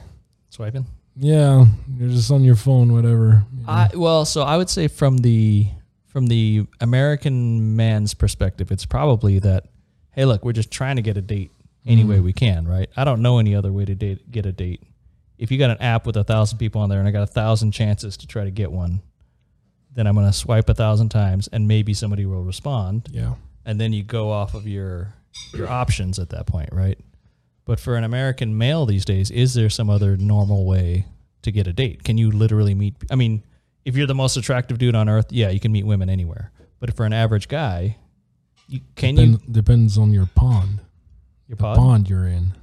Speaker 2: swiping.
Speaker 3: yeah, you're just on your phone, whatever. you know.
Speaker 2: I well, so I would say from the from the American man's perspective, it's probably that hey, look, we're just trying to get a date any way we can, right? I don't know any other way to date get a date. If you got an app with a thousand people on there and I got a thousand chances to try to get one, then I'm gonna swipe a thousand times and maybe somebody will respond
Speaker 3: yeah.
Speaker 2: and then you go off of your your options at that point, right? But for an American male these days, is there some other normal way to get a date? Can you literally meet? I mean, if you're the most attractive dude on earth, yeah, you can meet women anywhere. But for an average guy, you can you
Speaker 3: Depend- depends on your pond,
Speaker 2: your
Speaker 3: the
Speaker 2: pond?
Speaker 3: pond you're in,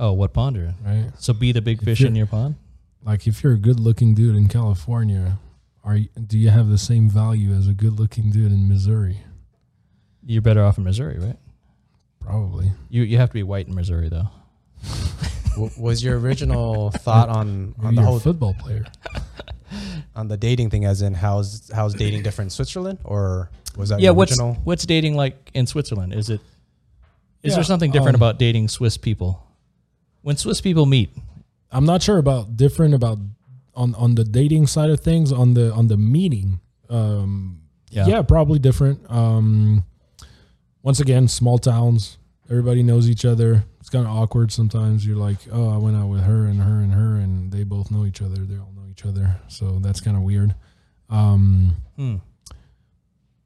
Speaker 2: Oh, what pond are you in?
Speaker 3: right?
Speaker 2: So be the big fish
Speaker 3: you're-
Speaker 2: in your pond.
Speaker 3: Like if you're a good-looking dude in California, are you, do you have the same value as a good-looking dude in Missouri?
Speaker 2: You're better off in Missouri, right?
Speaker 3: Probably.
Speaker 2: You you have to be white in Missouri though.
Speaker 1: W- was your original thought on
Speaker 3: Maybe
Speaker 1: on the
Speaker 3: you're
Speaker 1: whole
Speaker 3: a football player.
Speaker 1: on the dating thing as in how's how's dating different in Switzerland or was that
Speaker 2: Yeah,
Speaker 1: your
Speaker 2: what's
Speaker 1: original?
Speaker 2: what's dating like in Switzerland? Is it is
Speaker 3: Yeah,
Speaker 2: there something different
Speaker 3: um,
Speaker 2: about dating Swiss people? When Swiss people meet,
Speaker 3: I'm not sure about different about on on the dating side of things on the on the meeting. Um,
Speaker 2: Yeah.
Speaker 3: yeah. probably different. Um, once again, small towns. Everybody knows each other. It's kind of awkward sometimes. You're like, oh, I went out with her and her and her, and they both know each other. They all know each other, so that's kind of weird. Um,
Speaker 2: hmm,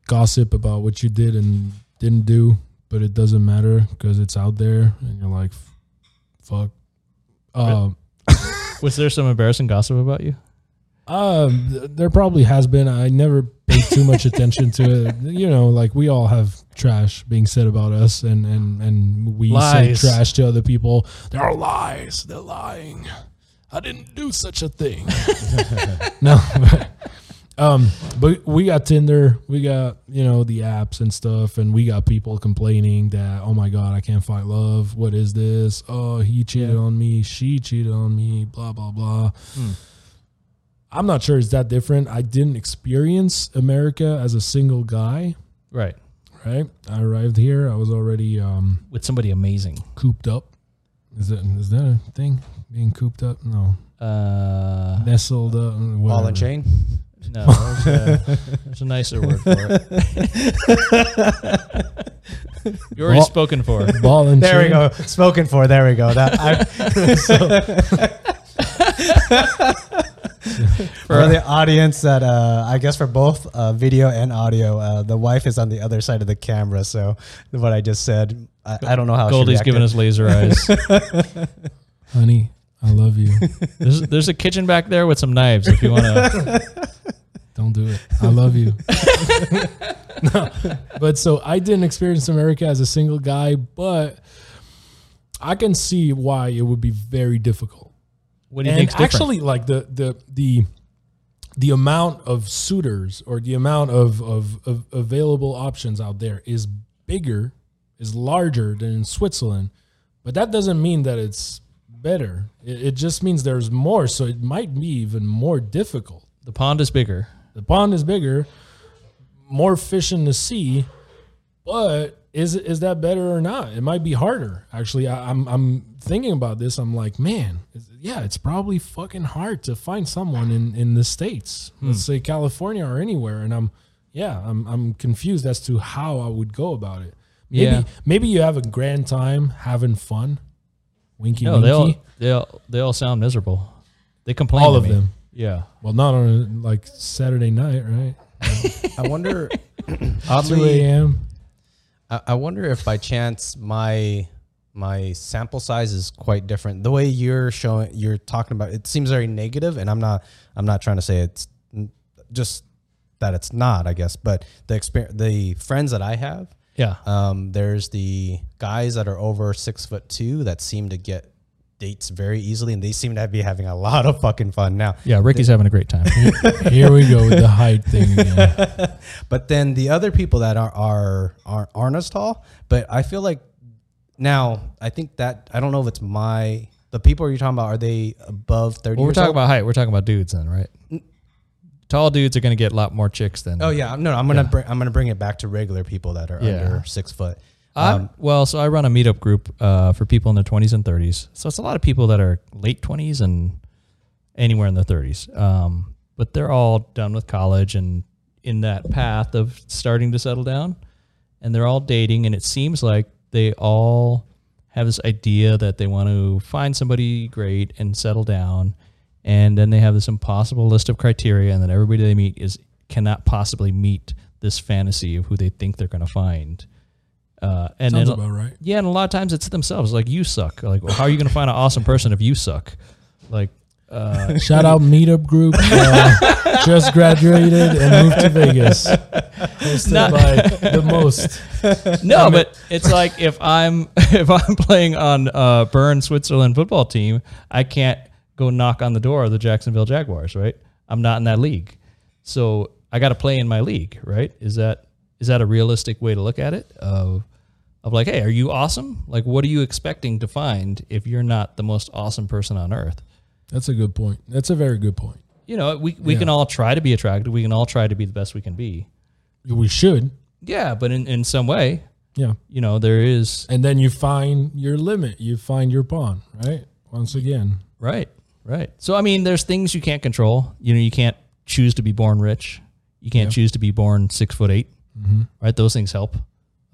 Speaker 3: gossip about what you did and didn't do, but it doesn't matter because it's out there, and you're like, "F- fuck. Um,
Speaker 2: was there some embarrassing gossip about you?
Speaker 3: Um, th- there probably has been. I never paid too much attention to it. You know, like we all have trash being said about us, and and and we
Speaker 2: Lies.
Speaker 3: say trash to other people. There are lies. They're lying. I didn't do such a thing. no, but, um, but we got Tinder. We got you know the apps and stuff, and we got people complaining that oh my god, I can't find love. What is this? Oh, he cheated on me. She cheated on me. Blah blah blah. I'm not sure it's that different. I didn't experience America as a single guy,
Speaker 2: Right.
Speaker 3: right? I arrived here. I was already um,
Speaker 2: With somebody amazing.
Speaker 3: cooped up. Is that is that a thing? Being cooped up? No,
Speaker 2: Uh
Speaker 3: nestled up.
Speaker 1: Ball and
Speaker 3: whatever.
Speaker 1: chain.
Speaker 2: no, there's a, there's a nicer word for it. You're already
Speaker 3: Well-
Speaker 2: spoken for.
Speaker 3: Ball and
Speaker 1: There we
Speaker 3: chain.
Speaker 1: go. Spoken for. There we go. That I, for the audience that uh, I guess for both uh, video and audio, uh, the wife is on the other side of the camera. So what I just said, I, I don't know how
Speaker 2: Goldie's
Speaker 1: she
Speaker 2: giving
Speaker 1: reacted.
Speaker 2: us laser eyes.
Speaker 3: Honey, I love you.
Speaker 2: There's, there's a kitchen back there with some knives if you want to.
Speaker 3: Don't do it. I love you. no, but so I didn't experience America as a single guy, but I can see why it would be very difficult.
Speaker 2: What do you
Speaker 3: and
Speaker 2: think's different?
Speaker 3: actually like the the the the amount of suitors or the amount of, of of available options out there is bigger is larger than in Switzerland but that doesn't mean that it's better it, it just means there's more so it might be even more difficult
Speaker 2: the pond is bigger.
Speaker 3: the pond is bigger more fish in the sea but is is that better or not? It might be harder. Actually, I, I'm I'm thinking about this. I'm like, man, is- yeah, it's probably fucking hard to find someone in in the states, let's say California or anywhere. And I'm, yeah, I'm I'm confused as to how I would go about it. Maybe
Speaker 2: Yeah.
Speaker 3: maybe you have a grand time having fun, winky
Speaker 2: No,
Speaker 3: winky.
Speaker 2: they all, they all they all sound miserable. They complain.
Speaker 3: All
Speaker 2: to
Speaker 3: of
Speaker 2: me.
Speaker 3: them.
Speaker 2: Yeah.
Speaker 3: Well, not on a, like Saturday night, right?
Speaker 1: I wonder.
Speaker 3: Two
Speaker 1: oddly,
Speaker 3: a.m.
Speaker 1: I I wonder if by chance my my sample size is quite different. The way you're showing, you're talking about, it seems very negative, and I'm not. I'm not trying to say it's n- just that it's not. I guess, but the experience, the friends that I have,
Speaker 2: Yeah.
Speaker 1: um, there's the guys that are over six foot two that seem to get dates very easily, and they seem to be having a lot of fucking fun now.
Speaker 2: Yeah. Ricky's having a great time.
Speaker 3: Here we go with the height thing again.
Speaker 1: But then the other people that are are, are aren't as tall, but I feel like now I think that I don't know if it's my the people you're talking about are they above thirty?
Speaker 2: well, we're
Speaker 1: years
Speaker 2: talking
Speaker 1: old?
Speaker 2: about height. We're talking about dudes then, right? Tall dudes are going to get a lot more chicks than.
Speaker 1: Oh yeah, no, I'm gonna bring I'm gonna bring it back to regular people that are
Speaker 2: Yeah.
Speaker 1: under six foot.
Speaker 2: I- um, well, so I run a meetup group uh, for people in their 20s and 30s. So it's a lot of people that are late 20s and anywhere in their 30s. Um, but they're all done with college and in that path of starting to settle down. And they're all dating. And it seems like they all have this idea that they want to find somebody great and settle down. And then they have this impossible list of criteria. And then everybody they meet is cannot possibly meet this fantasy of who they think they're going to find Uh, and
Speaker 3: Sounds
Speaker 2: then,
Speaker 3: about right.
Speaker 2: yeah, and a lot of times it's themselves. Like you suck. Like well, how are you going to find an awesome person if you suck? Like uh,
Speaker 3: Shout out meetup group. Uh, just graduated and moved to Vegas. Hosted
Speaker 2: Not-
Speaker 3: by the most.
Speaker 2: no, but it's like if I'm if I'm playing on uh, Bern Switzerland football team, I can't go knock on the door of the Jacksonville Jaguars, right? I'm not in that league, so I got to play in my league, right? Is that is that a realistic way to look at it? Of of like, hey, are you awesome? Like, what are you expecting to find if you're not the most awesome person on earth?
Speaker 3: That's a good point. That's a very good point.
Speaker 2: You know, we we can all try to be attractive. We can all try to be the best we can be.
Speaker 3: We should.
Speaker 2: Yeah, but in, in some way,
Speaker 3: Yeah.
Speaker 2: you know, there is
Speaker 3: And then you find your limit. You find your pawn, right? Once again.
Speaker 2: Right, right. So I mean, there's things you can't control. You know, you can't choose to be born rich. You can't choose to be born six foot 8
Speaker 1: Mm-hmm.
Speaker 2: Right, those things help.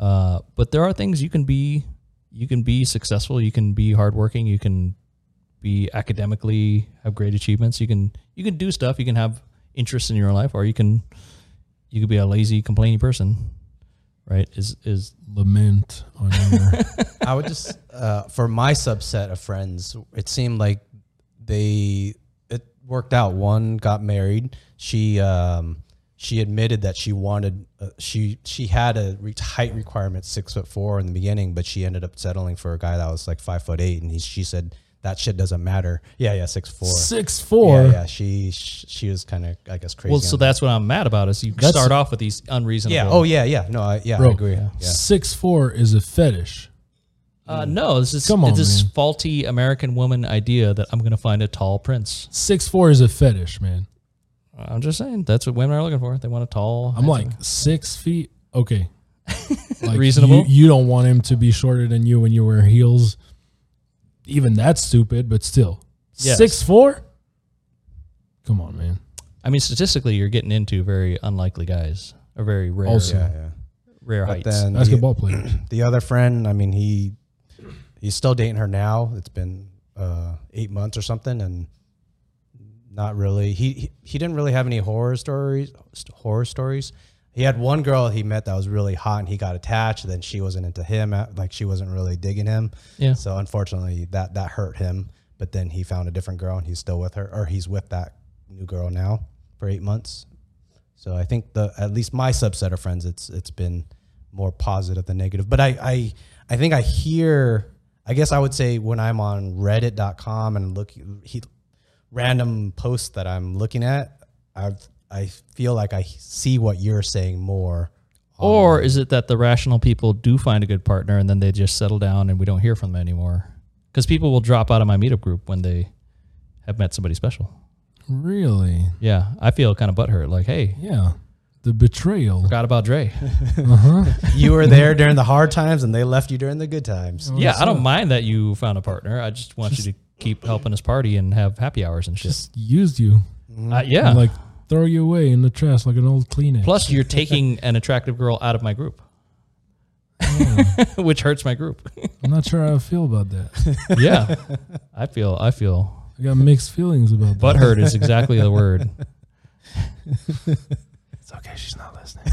Speaker 2: Uh, but there are things you can be. You can be successful. You can be hardworking. You can be academically have great achievements. You can you can do stuff. You can have interests in your life, or you can you could be a lazy, complaining person. Right? Is is
Speaker 3: Lament on your
Speaker 1: I would just uh, for my subset of friends, it seemed like they it worked out. One got married. She um, she admitted that she wanted uh, she she had a re- height requirement six foot four in the beginning, but she ended up settling for a guy that was like five foot eight, and he, she said that shit doesn't matter. Yeah, yeah, six four.
Speaker 3: six four.
Speaker 1: yeah, yeah, she sh- she was kind of I guess crazy.
Speaker 2: well. So
Speaker 1: on
Speaker 2: that's what I'm mad about. Is you
Speaker 3: That's-
Speaker 2: start off with these unreasonable.
Speaker 1: yeah. Oh yeah, yeah. No, I, yeah,
Speaker 3: Bro.
Speaker 1: I agree. Yeah.
Speaker 3: Six four is a fetish.
Speaker 2: Uh, no, this is
Speaker 3: Come on,
Speaker 2: it's this
Speaker 3: man.
Speaker 2: faulty American woman idea that I'm going to find a tall prince.
Speaker 3: Six four is a fetish, man.
Speaker 2: I'm just saying that's what women are looking for. They want a tall.
Speaker 3: I'm
Speaker 2: handsome-
Speaker 3: like six feet. Okay. Like,
Speaker 2: Reasonable?
Speaker 3: You, you don't want him to be shorter than you when you wear heels. Even that's stupid, but still.
Speaker 2: Yes.
Speaker 3: Six four? Come on, man.
Speaker 2: I mean, statistically, you're getting into very unlikely guys, or very rare,
Speaker 3: Also-
Speaker 1: yeah, yeah.
Speaker 2: rare
Speaker 1: But
Speaker 2: heights.
Speaker 1: then the-
Speaker 3: Basketball players.
Speaker 1: the other friend, I mean, he he's still dating her now. It's been uh, eight months or something, and not really. He, he he didn't really have any horror stories. Horror stories. He had one girl he met that was really hot, and he got attached. Then she wasn't into him. uh, Like she wasn't really digging him.
Speaker 2: Yeah.
Speaker 1: So unfortunately, that that hurt him. But then he found a different girl, and he's still with her, or he's with that new girl now for eight months. So I think the at least my subset of friends, it's it's been more positive than negative. But I I, I think I hear. I guess I would say when I'm on Reddit.com and look he, random posts that I'm looking at, I I feel like I see what you're saying more.
Speaker 2: or is it that the rational people do find a good partner and then they just settle down and we don't hear from them anymore? Because people will drop out of my meetup group when they have met somebody special.
Speaker 3: Really?
Speaker 2: Yeah, I feel kind of butthurt. Like, hey,
Speaker 3: Yeah. The betrayal.
Speaker 2: forgot about Dre.
Speaker 1: You were there during the hard times, and they left you during the good times.
Speaker 2: Yeah, I don't mind that you found a partner. I just want you to keep helping us party and have happy hours and shit.
Speaker 3: Just used you.
Speaker 2: Uh, yeah.
Speaker 3: And like throw you away in the trash like an old Kleenex.
Speaker 2: Plus, you're taking an attractive girl out of my group, which hurts my group.
Speaker 3: I'm not sure how I feel about that.
Speaker 2: yeah, I feel I feel
Speaker 3: I got mixed feelings about that.
Speaker 2: butthurt is exactly the word.
Speaker 3: It's okay, she's not listening.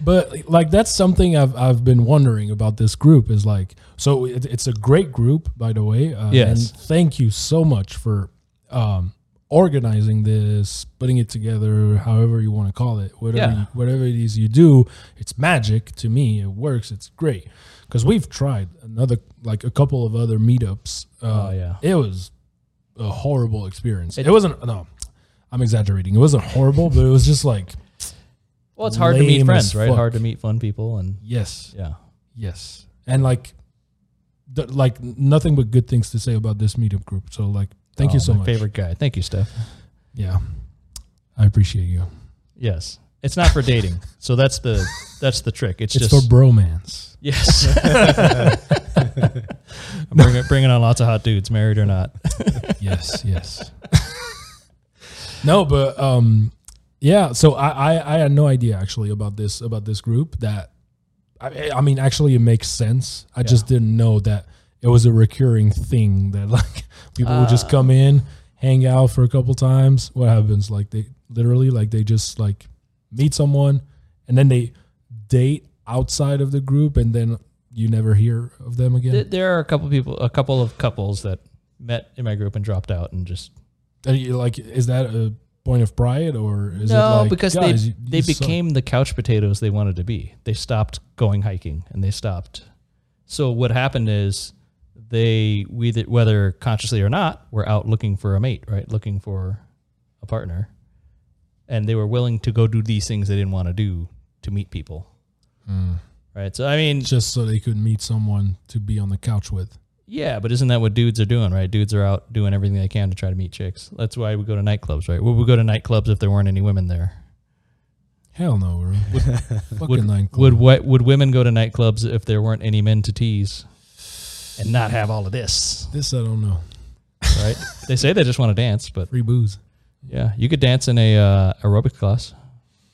Speaker 3: but like that's something I've I've been wondering about this group is like so it, it's a great group by the way. Uh,
Speaker 2: Yes.
Speaker 3: And thank you so much for um, organizing this, putting it together, however you want to call it, whatever
Speaker 2: Yeah.
Speaker 3: you, whatever it is you do, it's magic to me. It works. It's great because we've tried another like a couple of other meetups. Uh,
Speaker 2: Oh, yeah.
Speaker 3: it was a horrible experience. It, wasn't no, I'm exaggerating. It wasn't horrible, but it was just like
Speaker 2: Well, it's hard to
Speaker 3: Lame
Speaker 2: meet
Speaker 3: as
Speaker 2: friends, right?
Speaker 3: fuck.
Speaker 2: Hard to meet fun people, and
Speaker 3: yes,
Speaker 2: yeah,
Speaker 3: yes, and like, the, like nothing but good things to say about this meetup group. So like, thank
Speaker 2: Oh,
Speaker 3: you so
Speaker 2: my
Speaker 3: much.
Speaker 2: Favorite guy. Thank you, Steph.
Speaker 3: Yeah, I appreciate you.
Speaker 2: Yes, it's not for dating, so that's the that's the trick. It's,
Speaker 3: It's
Speaker 2: just
Speaker 3: for bromance.
Speaker 2: yes. I'm bringing, bringing on lots of hot dudes, married or not.
Speaker 3: yes, yes. no, but um, yeah. So I, I I had no idea actually about this about this group. That I, I mean, actually, it makes sense. I just didn't know that it was a recurring thing that like people would just come in, hang out for a couple times. What happens? Like they literally like they just like meet someone, and then they date outside of the group, and then you never hear of them again.
Speaker 2: Th- there are a couple people, a couple of couples that met in my group and dropped out and just
Speaker 3: Are you, like, is that a point of pride, or is it
Speaker 2: no,
Speaker 3: like,
Speaker 2: because
Speaker 3: "Guys,
Speaker 2: they
Speaker 3: you-
Speaker 2: they
Speaker 3: you suck."
Speaker 2: became the couch potatoes they wanted to be. They stopped going hiking and they stopped. So what happened is they we th- whether consciously or not were out looking for a mate, right? Looking for a partner, and they were willing to go do these things they didn't want to do to meet people,
Speaker 3: Hmm.
Speaker 2: right? So I mean,
Speaker 3: just so they could meet someone to be on the couch with.
Speaker 2: Yeah, but isn't that what dudes are doing, right? Dudes are out doing everything they can to try to meet chicks. That's why we go to nightclubs, right? Would we go to nightclubs if there weren't any women there?
Speaker 3: Hell no, bro. What fucking
Speaker 2: Would
Speaker 3: nine
Speaker 2: would what would women go to nightclubs if there weren't any men to tease and not have all of this,
Speaker 3: This I don't know.
Speaker 2: right? they say they just want to dance, but
Speaker 3: Free booze.
Speaker 2: yeah, you could dance in a uh, aerobic class,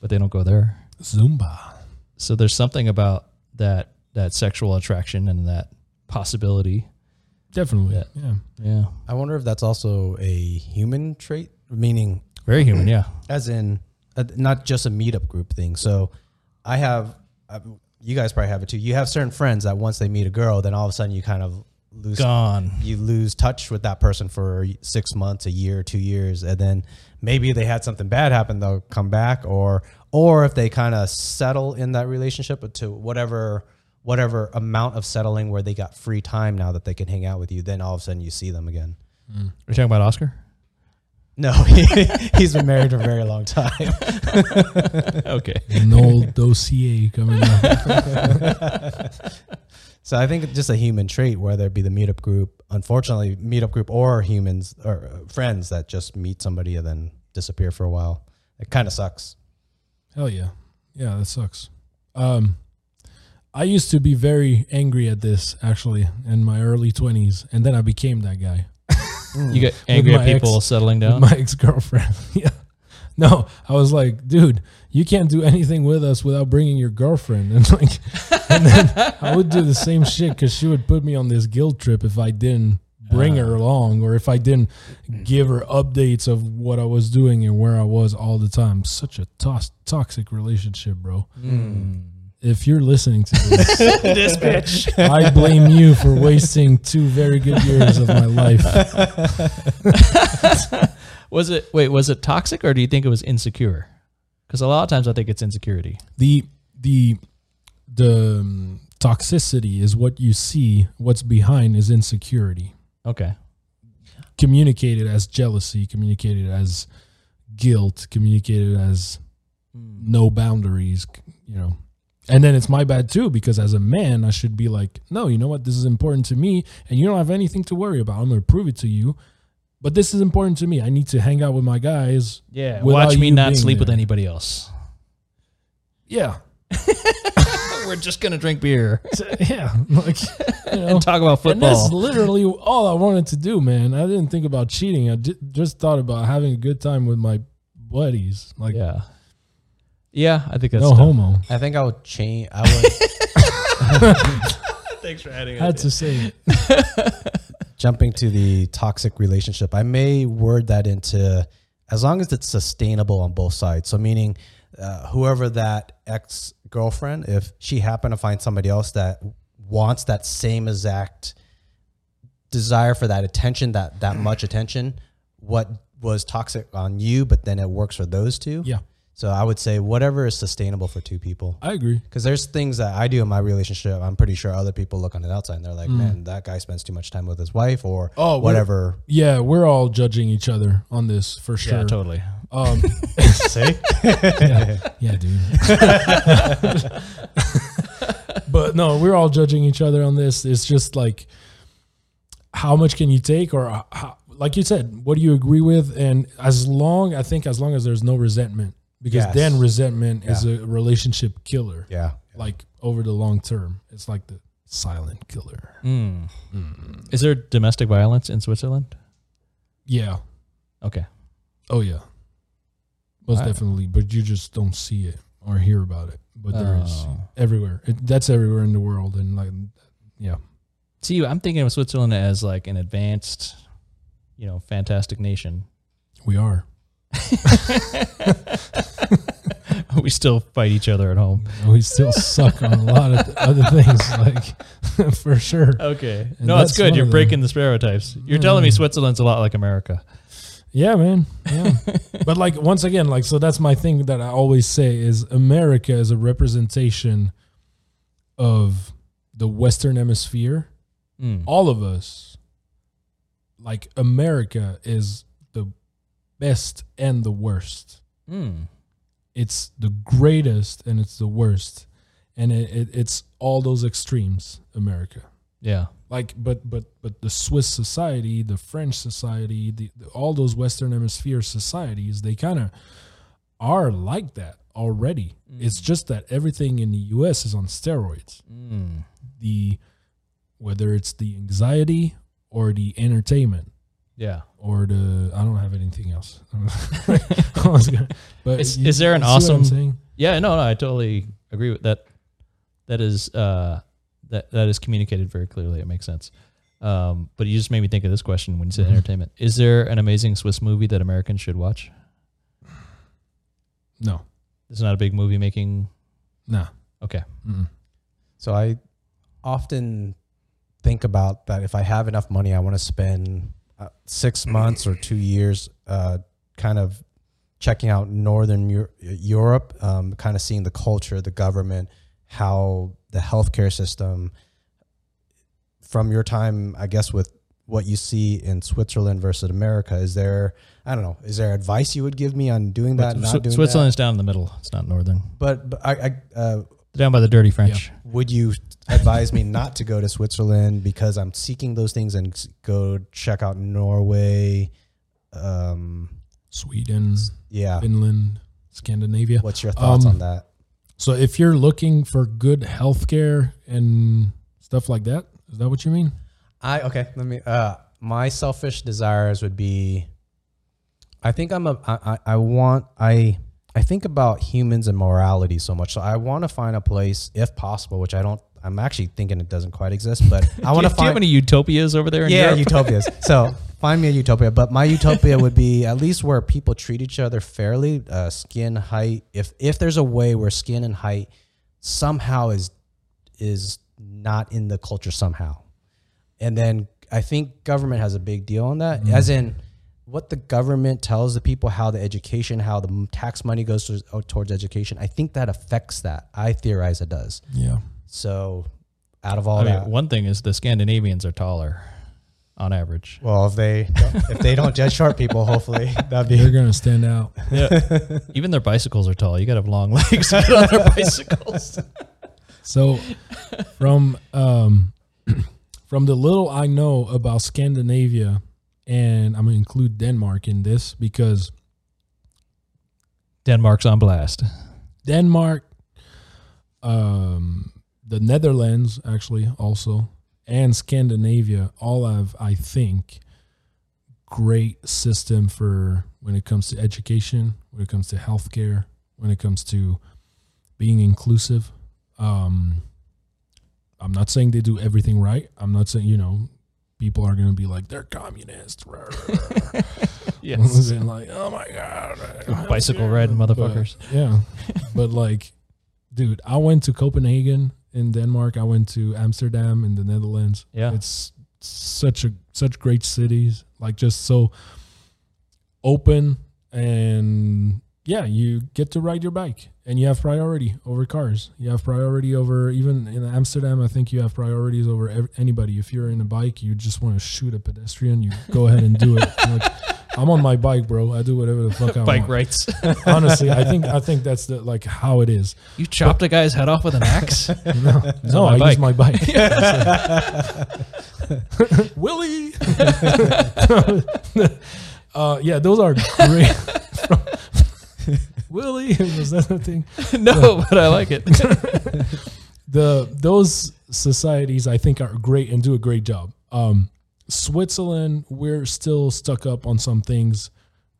Speaker 2: but they don't go there.
Speaker 3: Zumba.
Speaker 2: So there's something about that that sexual attraction and that possibility.
Speaker 3: Definitely.
Speaker 2: Yeah.
Speaker 3: Yeah.
Speaker 2: Yeah,
Speaker 1: I wonder if that's also a human trait, meaning
Speaker 2: very human. Yeah,
Speaker 1: as in uh, not just a meetup group thing. So I have, uh, you guys probably have it too. You have certain friends that once they meet a girl, then all of a sudden you kind of lose
Speaker 2: gone.
Speaker 1: you lose touch with that person for six months, a year, two years, and then maybe they had something bad happen, they'll come back, or or if they kind of settle in that relationship to whatever whatever amount of settling where they got free time now that they can hang out with you, then all of a sudden you see them again.
Speaker 2: We're talking about Oscar.
Speaker 1: No, he, he's been married for a very long time.
Speaker 2: okay.
Speaker 3: An old dossier coming up.
Speaker 1: So I think it's just a human trait, whether it be the meetup group, unfortunately, meetup group or humans or uh, friends that just meet somebody and then disappear for a while. It kind of sucks.
Speaker 3: Hell yeah. Yeah, that sucks. Um I used to be very angry at this actually in my early twenties, and then I became that guy.
Speaker 2: You get angry
Speaker 3: my
Speaker 2: Mm. at
Speaker 3: ex-
Speaker 2: people settling
Speaker 3: with
Speaker 2: down.
Speaker 3: my ex girlfriend. yeah. No, I was like, dude, you can't do anything with us without bringing your girlfriend. And like, and then I would do the same shit because she would put me on this guilt trip if I didn't bring her along or if I didn't give her updates of what I was doing and where I was all the time. Such a tos- toxic relationship, bro.
Speaker 2: Hmm.
Speaker 3: If you're listening to this,
Speaker 2: this bitch.
Speaker 3: I blame you for wasting two very good years of my life.
Speaker 2: Was it wait? Was it toxic or do you think it was insecure? Because a lot of times I think it's insecurity.
Speaker 3: the the the um, toxicity is what you see what's behind is insecurity
Speaker 2: Okay.
Speaker 3: communicated as jealousy communicated as guilt communicated as
Speaker 2: Hmm.
Speaker 3: no boundaries c- you know and then it's my bad too because as a man i should be like no you know what this is important to me and you don't have anything to worry about i'm going to prove it to you but this is important to me i need to hang out with my guys
Speaker 2: Yeah.
Speaker 3: without
Speaker 2: Watch me
Speaker 3: you
Speaker 2: not
Speaker 3: being
Speaker 2: sleep with
Speaker 3: there.
Speaker 2: anybody else.
Speaker 3: yeah
Speaker 2: We're just gonna drink beer
Speaker 3: yeah like you know.
Speaker 2: and talk about
Speaker 3: And that's
Speaker 2: football.
Speaker 3: literally all I wanted to do, man. I didn't think about cheating. I ju- just thought about having a good time with my buddies. Like,
Speaker 2: Yeah. Yeah, I think that's
Speaker 3: no
Speaker 2: tough.
Speaker 3: homo.
Speaker 1: I think I would change. I would
Speaker 2: Thanks for adding
Speaker 3: I had to say it.
Speaker 1: jumping to the toxic relationship. I may word that into as long as it's sustainable on both sides. So meaning, uh, whoever that ex girlfriend, if she happened to find somebody else that wants that same exact desire for that attention, that that much attention, what was toxic on you, but then it works for those two.
Speaker 3: Yeah,
Speaker 1: So I would say whatever is sustainable for two people.
Speaker 3: I agree.
Speaker 1: Because there's things that I do in my relationship. I'm pretty sure other people look on the outside and they're like, man, that guy spends too much time with his wife or
Speaker 3: Mm. Oh, we're-
Speaker 1: whatever.
Speaker 3: Yeah, we're all judging each other on this for sure.
Speaker 2: Yeah, totally.
Speaker 3: Um,
Speaker 1: See?
Speaker 3: yeah, dude. but no, we're all judging each other on this. It's just like, how much can you take, or how, like you said, what do you agree with? And as long, I think, as long as there's no resentment, because
Speaker 1: Yes.
Speaker 3: then resentment is a relationship killer.
Speaker 1: Yeah.
Speaker 3: Like over the long term, it's like the silent killer.
Speaker 2: Mm. Is there domestic violence in Switzerland?
Speaker 3: Yeah.
Speaker 2: Okay.
Speaker 3: Oh yeah. Most
Speaker 2: Alright.
Speaker 3: definitely, but you just don't see it or hear about it. But there is
Speaker 2: Oh.
Speaker 3: everywhere. It, that's everywhere in the world, and like, yeah.
Speaker 2: See, I'm thinking of Switzerland as like an advanced, you know, fantastic nation.
Speaker 3: We are.
Speaker 2: we still fight each other at home.
Speaker 3: And we still suck on a lot of th- other things, like for sure.
Speaker 2: Okay.
Speaker 3: And
Speaker 2: no, that's
Speaker 3: that's
Speaker 2: good.
Speaker 3: one
Speaker 2: You're
Speaker 3: of them.
Speaker 2: breaking the Hmm. stereotypes. You're telling me Switzerland's a lot like America.
Speaker 3: Yeah, man. Yeah. but like once again, like so that's my thing that I always say is America is a representation of the Western Hemisphere.
Speaker 2: Mm.
Speaker 3: All of us, like America, is the best and the worst.
Speaker 2: Mm.
Speaker 3: It's the greatest and it's the worst, and it, it, it's all those extremes. America.
Speaker 2: Yeah.
Speaker 3: like but but but the swiss society the french society the, the- all those western hemisphere societies they kind of are like that already it's just that everything in the us is on steroids
Speaker 2: Mm.
Speaker 3: the whether it's the anxiety or the entertainment
Speaker 2: Yeah.
Speaker 3: or the i don't have anything else I was gonna- but
Speaker 2: Is- is there an
Speaker 3: see what I'm
Speaker 2: awesome-
Speaker 3: saying?
Speaker 2: Yeah. No, no, I totally agree with that. That is uh, that that is communicated very clearly. It makes sense. Um, but you just made me think of this question when you said entertainment. Is there an amazing Swiss movie that Americans should watch?
Speaker 3: no
Speaker 2: It's not a big movie making.
Speaker 3: nah
Speaker 2: Okay.
Speaker 3: Mm-mm.
Speaker 1: So I often think about that if I have enough money, I want to spend uh,
Speaker 2: Mm-hmm.
Speaker 1: six months or two years uh, kind of checking out Northern Eu- Europe, um, kind of seeing the culture, the government, how the healthcare system. From your time, I guess, with what you see in Switzerland versus America, is there, I don't know, is there advice you would give me on doing that,
Speaker 2: Swi-
Speaker 1: not doing
Speaker 2: Switzerland is down in the middle. It's not northern.
Speaker 1: that? But, but I, I uh,
Speaker 2: Down by the dirty French.
Speaker 1: would you advise me not to go to Switzerland because I'm seeking those things and s- go check out Norway? Um,
Speaker 3: sweden
Speaker 1: yeah.
Speaker 3: finland scandinavia
Speaker 1: What's your thoughts
Speaker 3: Um,
Speaker 1: on that?
Speaker 3: So if you're looking for good healthcare and stuff like that, is that what you mean?
Speaker 1: I okay. Let me. Uh, my selfish desires would be. I think I'm a. I, I, I want. I. I think about humans and morality so much. So I want to find a place, if possible, which I don't. I'm actually thinking it doesn't quite exist, but I want to
Speaker 2: do you have
Speaker 1: find.
Speaker 2: any utopias over there? In
Speaker 1: yeah,
Speaker 2: Europe?
Speaker 1: utopias. So find me a utopia, but my utopia would be at least where people treat each other fairly. Uh, skin height. If if there's a way where skin and height somehow is is not in the culture somehow, and then I think government has a big deal on that,
Speaker 2: Mm.
Speaker 1: as in what the government tells the people how the education how the m- tax money goes to, oh, towards education i think that affects that i theorize it does
Speaker 3: Yeah.
Speaker 1: so out of all
Speaker 2: I mean,
Speaker 1: that
Speaker 2: one thing is the Scandinavians are taller, on average.
Speaker 1: Well, if they if they don't judge short people, hopefully that'd
Speaker 3: They're
Speaker 1: be.
Speaker 3: gonna stand out.
Speaker 2: Yeah. Even their bicycles are tall. You got to have long legs to get on their bicycles.
Speaker 3: So from um from the little I know about Scandinavia, and I'm gonna include Denmark in this because
Speaker 2: Denmark's on blast.
Speaker 3: Denmark, um, the Netherlands actually also, and Scandinavia all have, I think, great system for when it comes to education, when it comes to healthcare, when it comes to being inclusive. Um, I'm not saying they do everything right. I'm not saying you know people are going to be like they're communists.
Speaker 2: Yes.
Speaker 3: And like, oh my god,
Speaker 2: Bicycle red motherfuckers.
Speaker 3: but, yeah. but like, dude, I went to Copenhagen in Denmark. I went to Amsterdam in the Netherlands.
Speaker 2: Yeah.
Speaker 3: It's such a such great cities. Like just so open and yeah, you get to ride your bike and you have priority over cars. You have priority over even in Amsterdam, I think you have priorities over ev- anybody. If you're in a bike, you just want to shoot a pedestrian, you go ahead and do it. Like, I'm on my bike, bro. I do whatever the fuck I want
Speaker 2: Bike rights.
Speaker 3: honestly i think i think that's the like how it is
Speaker 2: You chopped a guy's head off with an axe?
Speaker 3: no,
Speaker 2: my
Speaker 3: i
Speaker 2: bike.
Speaker 3: use my bike willie uh, yeah those are great willie was that the thing
Speaker 2: no, but I like it.
Speaker 3: the those societies I think are great and do a great job. Um, Switzerland, we're still stuck up on some things,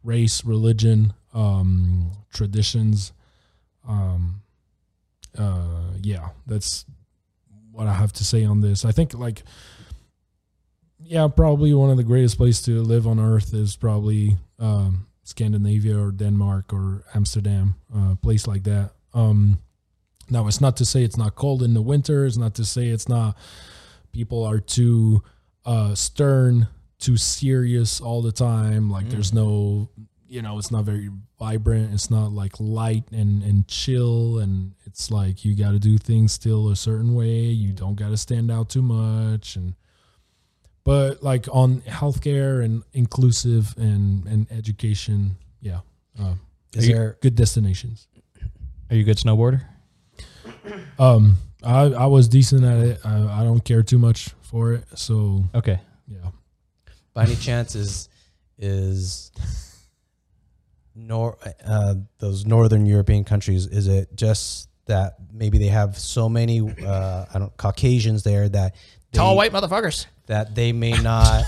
Speaker 3: race, religion, um, traditions. Um, uh, yeah, that's what I have to say on this. I think like, yeah, probably one of the greatest places to live on earth is probably um, Scandinavia or Denmark or Amsterdam, a place like that. Um, now it's not to say it's not cold in the winter. It's not to say it's not people are too uh, stern, too serious all the time. Like there's no, you know, it's not very vibrant. It's not like light and and chill. And it's like you got to do things still a certain way. You don't got to stand out too much. And but like on healthcare and inclusive and and education, yeah, uh,
Speaker 1: Is
Speaker 3: are you-
Speaker 1: there-
Speaker 3: good destinations?
Speaker 2: Are you a good snowboarder?
Speaker 3: Um, I I was decent at it. I, I don't care too much for it. So
Speaker 2: Okay.
Speaker 3: yeah,
Speaker 1: By any chance, is is nor uh, those northern European countries? Is it just that maybe they have so many uh, I don't Caucasians there that they,
Speaker 2: white motherfuckers.
Speaker 1: that they may not?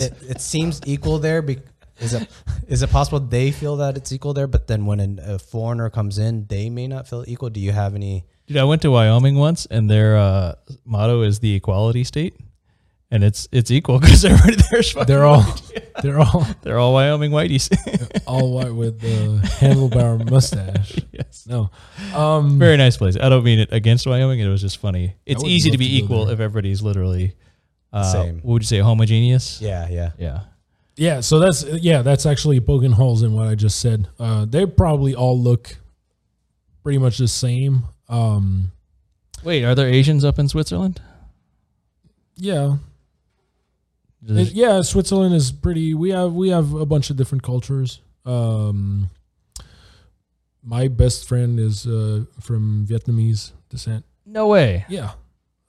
Speaker 1: it, it seems equal there. Be, is it is it possible they feel that it's equal there, but then when an, a foreigner comes in, they may not feel equal? Do you have any?
Speaker 2: Dude, I went to Wyoming once, and their uh, motto is the equality state, and it's it's equal because everybody there's fucking,
Speaker 3: they're all they're all
Speaker 2: they're all Wyoming whiteys.
Speaker 3: all white with the handlebar mustache.
Speaker 2: yes.
Speaker 3: No, um,
Speaker 2: Very nice place. I don't mean it against Wyoming. It was just funny. It's
Speaker 3: would
Speaker 2: easy
Speaker 3: love
Speaker 2: to be
Speaker 3: to go
Speaker 2: equal
Speaker 3: there.
Speaker 2: if everybody's literally uh,
Speaker 1: Same.
Speaker 2: What would you say? Homogeneous.
Speaker 1: Yeah, yeah.
Speaker 2: Yeah.
Speaker 3: yeah. So that's yeah, that's actually poking holes in what I just said. Uh, they probably all look pretty much the same. Um,
Speaker 2: Wait, are there Asians up in Switzerland?
Speaker 3: yeah,
Speaker 2: There's-
Speaker 3: It- yeah, Switzerland is pretty. We have we have a bunch of different cultures. Um, my best friend is uh, from Vietnamese descent.
Speaker 2: no way.
Speaker 3: Yeah,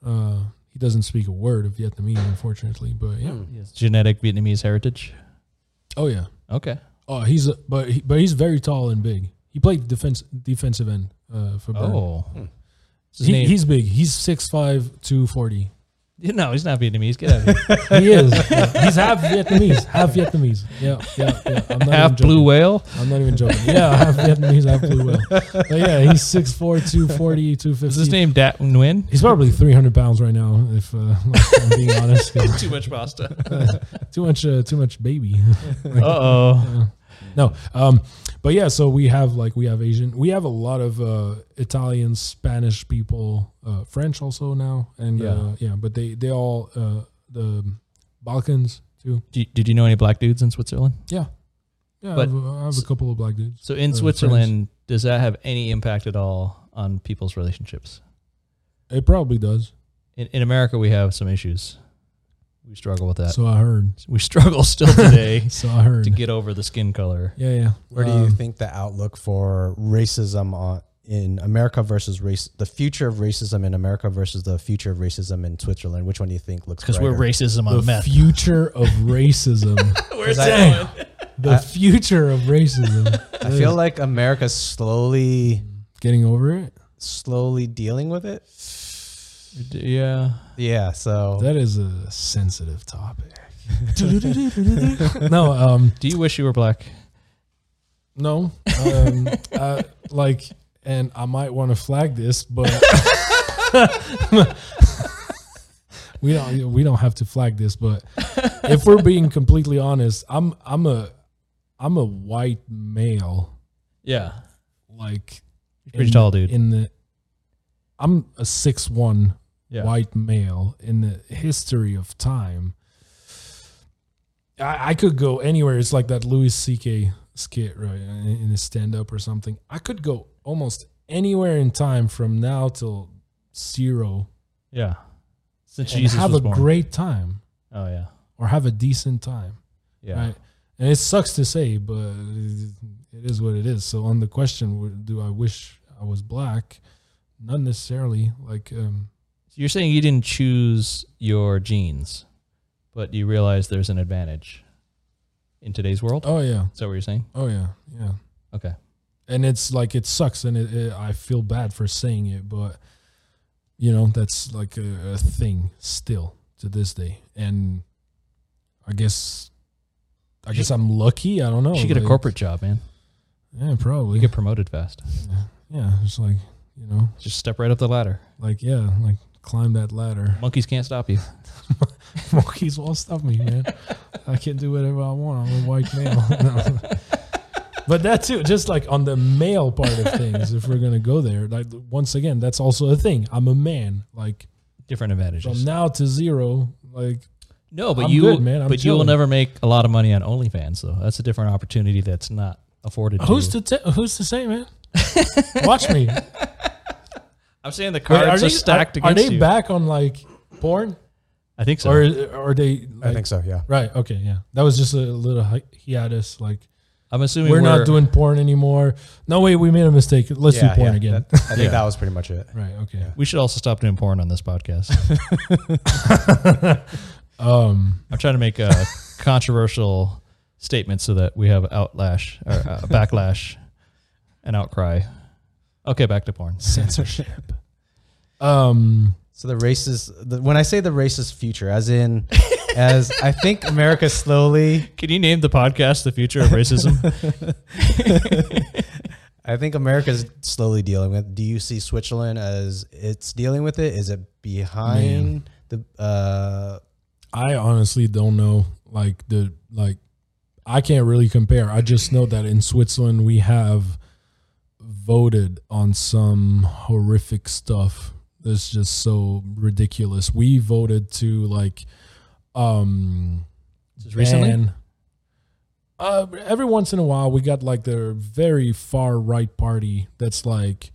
Speaker 3: uh, he doesn't speak a word of Vietnamese, unfortunately. But yeah,
Speaker 1: Hmm.
Speaker 2: Yes, Genetic Vietnamese heritage.
Speaker 3: oh yeah,
Speaker 2: Okay.
Speaker 3: oh he's a, but he, but he's very tall and big. He played defense defensive end uh, for Bern.
Speaker 2: Oh. His
Speaker 3: He-
Speaker 2: name-
Speaker 3: he's big. He's 6'5", 240.
Speaker 2: no, he's not Vietnamese. Get out of here.
Speaker 3: He is. Yeah. He's half Vietnamese. Half Vietnamese. Yeah, yeah, yeah. I'm not
Speaker 2: Half
Speaker 3: even joking.
Speaker 2: blue whale.
Speaker 3: I'm not even joking. Yeah, half Vietnamese, half blue whale. But yeah, he's 6'4", 240, 250.
Speaker 2: Is his name Dat Nguyen?
Speaker 3: He's probably 300 pounds right now, if uh, I'm being honest.
Speaker 2: Too much pasta.
Speaker 3: too much, uh, too much baby.
Speaker 2: Uh oh.
Speaker 3: no, um, but yeah. So we have like we have Asian, we have a lot of uh, Italian, Spanish people, uh, French also now, and yeah, uh, yeah. But they they all uh, the Balkans too.
Speaker 2: Did you know any black dudes in Switzerland?
Speaker 3: Yeah, yeah.
Speaker 2: But-
Speaker 3: I, have, I have a couple of black dudes.
Speaker 2: So in
Speaker 3: Uh,
Speaker 2: Switzerland, does that have any impact at all on people's relationships?
Speaker 3: It probably does.
Speaker 2: In, in America, we have some issues. We struggle with that.
Speaker 3: So I heard.
Speaker 2: we struggle still today
Speaker 3: So I heard.
Speaker 2: to get over the skin color.
Speaker 3: yeah, yeah.
Speaker 1: Where do you
Speaker 3: Um,
Speaker 1: think the outlook for racism on, in America versus race, the future of racism in America versus the future of racism in Switzerland? Which one do you think looks?
Speaker 2: Because we're
Speaker 1: brighter?
Speaker 2: racism on
Speaker 3: the
Speaker 2: meth.
Speaker 3: future of racism?
Speaker 2: Where's
Speaker 1: 'Cause I-
Speaker 3: the future of racism.
Speaker 1: I feel like America's slowly,
Speaker 3: Getting over it.
Speaker 1: slowly dealing with it.
Speaker 2: Yeah.
Speaker 1: Yeah. So
Speaker 3: That is a sensitive topic. no, um,
Speaker 2: Do you wish you were black?
Speaker 3: no, um, uh, like, and I might want to flag this, but we don't we don't have to flag this. But if we're being completely honest, I'm I'm a I'm a white male,
Speaker 2: Yeah.
Speaker 3: like
Speaker 2: Pretty
Speaker 3: in-
Speaker 2: tall dude.
Speaker 3: in the. I'm a six one
Speaker 2: yeah.
Speaker 3: white male in the history of time. I, I could go anywhere. It's like that Louis C.K. skit, right? In in his stand up or something. I could go almost anywhere in time from now till zero
Speaker 2: Yeah. Since
Speaker 3: and
Speaker 2: Jesus
Speaker 3: have
Speaker 2: was
Speaker 3: a
Speaker 2: born.
Speaker 3: great time
Speaker 2: oh yeah.
Speaker 3: or have a decent time.
Speaker 2: Yeah.
Speaker 3: Right. And it sucks to say, but it is what it is. So on the question, w- do I wish I was black? Not necessarily. Like, um,
Speaker 2: So you're saying you didn't choose your genes, but you realize there's an advantage in today's world.
Speaker 3: oh yeah,
Speaker 2: Is that what you're saying?
Speaker 3: oh yeah, yeah.
Speaker 2: Okay.
Speaker 3: and it's like it sucks and it, it, i feel bad for saying it but you know that's like a, a thing still to this day and i guess i guess i'm lucky i don't know
Speaker 2: you should get a
Speaker 3: like-
Speaker 2: corporate job, man.
Speaker 3: yeah probably
Speaker 2: You get promoted fast.
Speaker 3: yeah it's like you know
Speaker 2: Just step right up the ladder.
Speaker 3: like yeah like climb that ladder
Speaker 2: Monkeys can't stop you.
Speaker 3: monkeys won't stop me man i can do whatever i want i'm a white male No. but that too, just like on the male part of things, if we're gonna go there, like once again, that's also a thing. I'm a man. Like
Speaker 2: Different
Speaker 3: from
Speaker 2: advantages.
Speaker 3: now to zero, like
Speaker 2: No, but
Speaker 3: I'm
Speaker 2: you,
Speaker 3: good, man. I'm
Speaker 2: but you will
Speaker 3: chilling.
Speaker 2: never make a lot of money on OnlyFans, though. That's a different opportunity that's not afforded.
Speaker 3: who's
Speaker 2: to?
Speaker 3: to t- who's to say, man? Watch me.
Speaker 2: I'm saying the
Speaker 3: Wait,
Speaker 2: cards are, stacked
Speaker 3: are, are
Speaker 2: against
Speaker 3: they
Speaker 2: you.
Speaker 3: back on like porn
Speaker 2: I think so.
Speaker 3: or are they?
Speaker 1: I
Speaker 3: Like,
Speaker 1: think so. Yeah.
Speaker 3: Right. Okay. Yeah. That was just a little hi- hiatus. Like
Speaker 2: I'm assuming
Speaker 3: we're, not doing porn anymore. No way. We made a mistake. Let's
Speaker 1: yeah,
Speaker 3: do porn
Speaker 1: yeah.
Speaker 3: again.
Speaker 1: That- I think
Speaker 2: Yeah.
Speaker 1: that was pretty much it.
Speaker 3: right. Okay.
Speaker 2: We should also stop doing porn on this podcast.
Speaker 3: Um.
Speaker 2: I'm trying to make a controversial statement so that we have outlash or uh, backlash and outcry. Okay, back to porn.
Speaker 3: Censorship. um.
Speaker 1: So the racist, the, when I say the racist future, as in, as I think America slowly,
Speaker 2: Can you name the podcast "The Future of Racism"?
Speaker 1: I think America's slowly dealing with. Do you see Switzerland as it's dealing with it? Is it behind the? Uh,
Speaker 3: I honestly don't know. Like the like, I can't really compare. I just know that in Switzerland we have voted on some horrific stuff that's just so ridiculous. We voted to like, um,
Speaker 2: Just recently?
Speaker 3: ban- Uh, every once in a while we got like the very far right party that's like,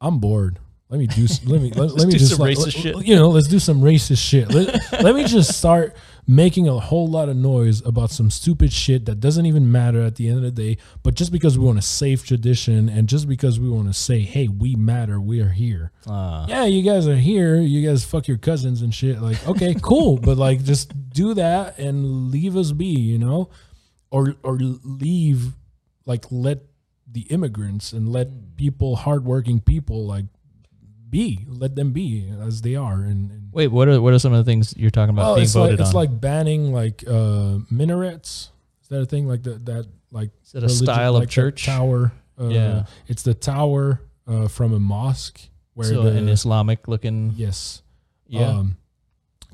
Speaker 3: I'm bored. Let me do. s- Let me. Let, let me
Speaker 2: do
Speaker 3: just
Speaker 2: some
Speaker 3: like,
Speaker 2: racist
Speaker 3: let-
Speaker 2: shit.
Speaker 3: You know, let's do some racist shit. Let, let me just start making a whole lot of noise about some stupid shit that doesn't even matter at the end of the day. But just because we want to save tradition and just because we want to say, hey, we matter, we are here.
Speaker 2: Ah.
Speaker 3: yeah, you guys are here. You guys fuck your cousins and shit. Like, okay, cool, but like, just do that and leave us be. You know, or or leave like let the immigrants and
Speaker 2: Hmm.
Speaker 3: let people hardworking people like be let them be as they are and, and
Speaker 2: Wait, what are what are some of the things you're talking about
Speaker 3: well,
Speaker 2: being
Speaker 3: Oh, it's like
Speaker 2: voted
Speaker 3: it's
Speaker 2: on?
Speaker 3: like banning like uh minarets is that a thing like that that like
Speaker 2: Is that a style of
Speaker 3: like that
Speaker 2: church?
Speaker 3: tower uh,
Speaker 2: Yeah.
Speaker 3: it's the tower uh from a mosque where
Speaker 2: so
Speaker 3: the
Speaker 2: an Islamic looking.
Speaker 3: yes
Speaker 2: Yeah.
Speaker 3: um,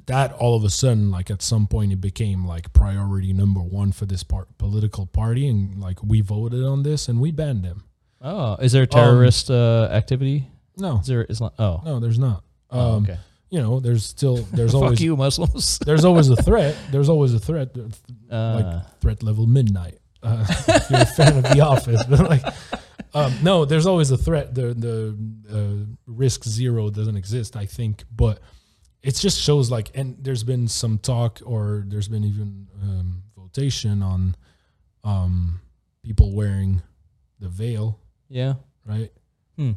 Speaker 3: that all of a sudden, like at some point, it became like priority number one for this part political party, and like we voted on this and we banned them.
Speaker 2: oh, is
Speaker 3: um,
Speaker 2: there terrorist uh, activity?
Speaker 3: No,
Speaker 2: Is there Islam? Oh,
Speaker 3: no, there's not. Um,
Speaker 2: Oh, okay.
Speaker 3: You know, there's still there's
Speaker 2: Fuck
Speaker 3: always
Speaker 2: you, Muslims.
Speaker 3: there's always a threat. There's always a threat.
Speaker 2: Uh,
Speaker 3: threat level midnight. Uh, if you're a fan of The Office, but like, um, no, there's always a threat. The the uh, risk zero doesn't exist, I think, but it just shows like, and there's been some talk, or there's been even um, votation on um, people wearing the veil,
Speaker 2: yeah.
Speaker 3: right?
Speaker 2: Hmm.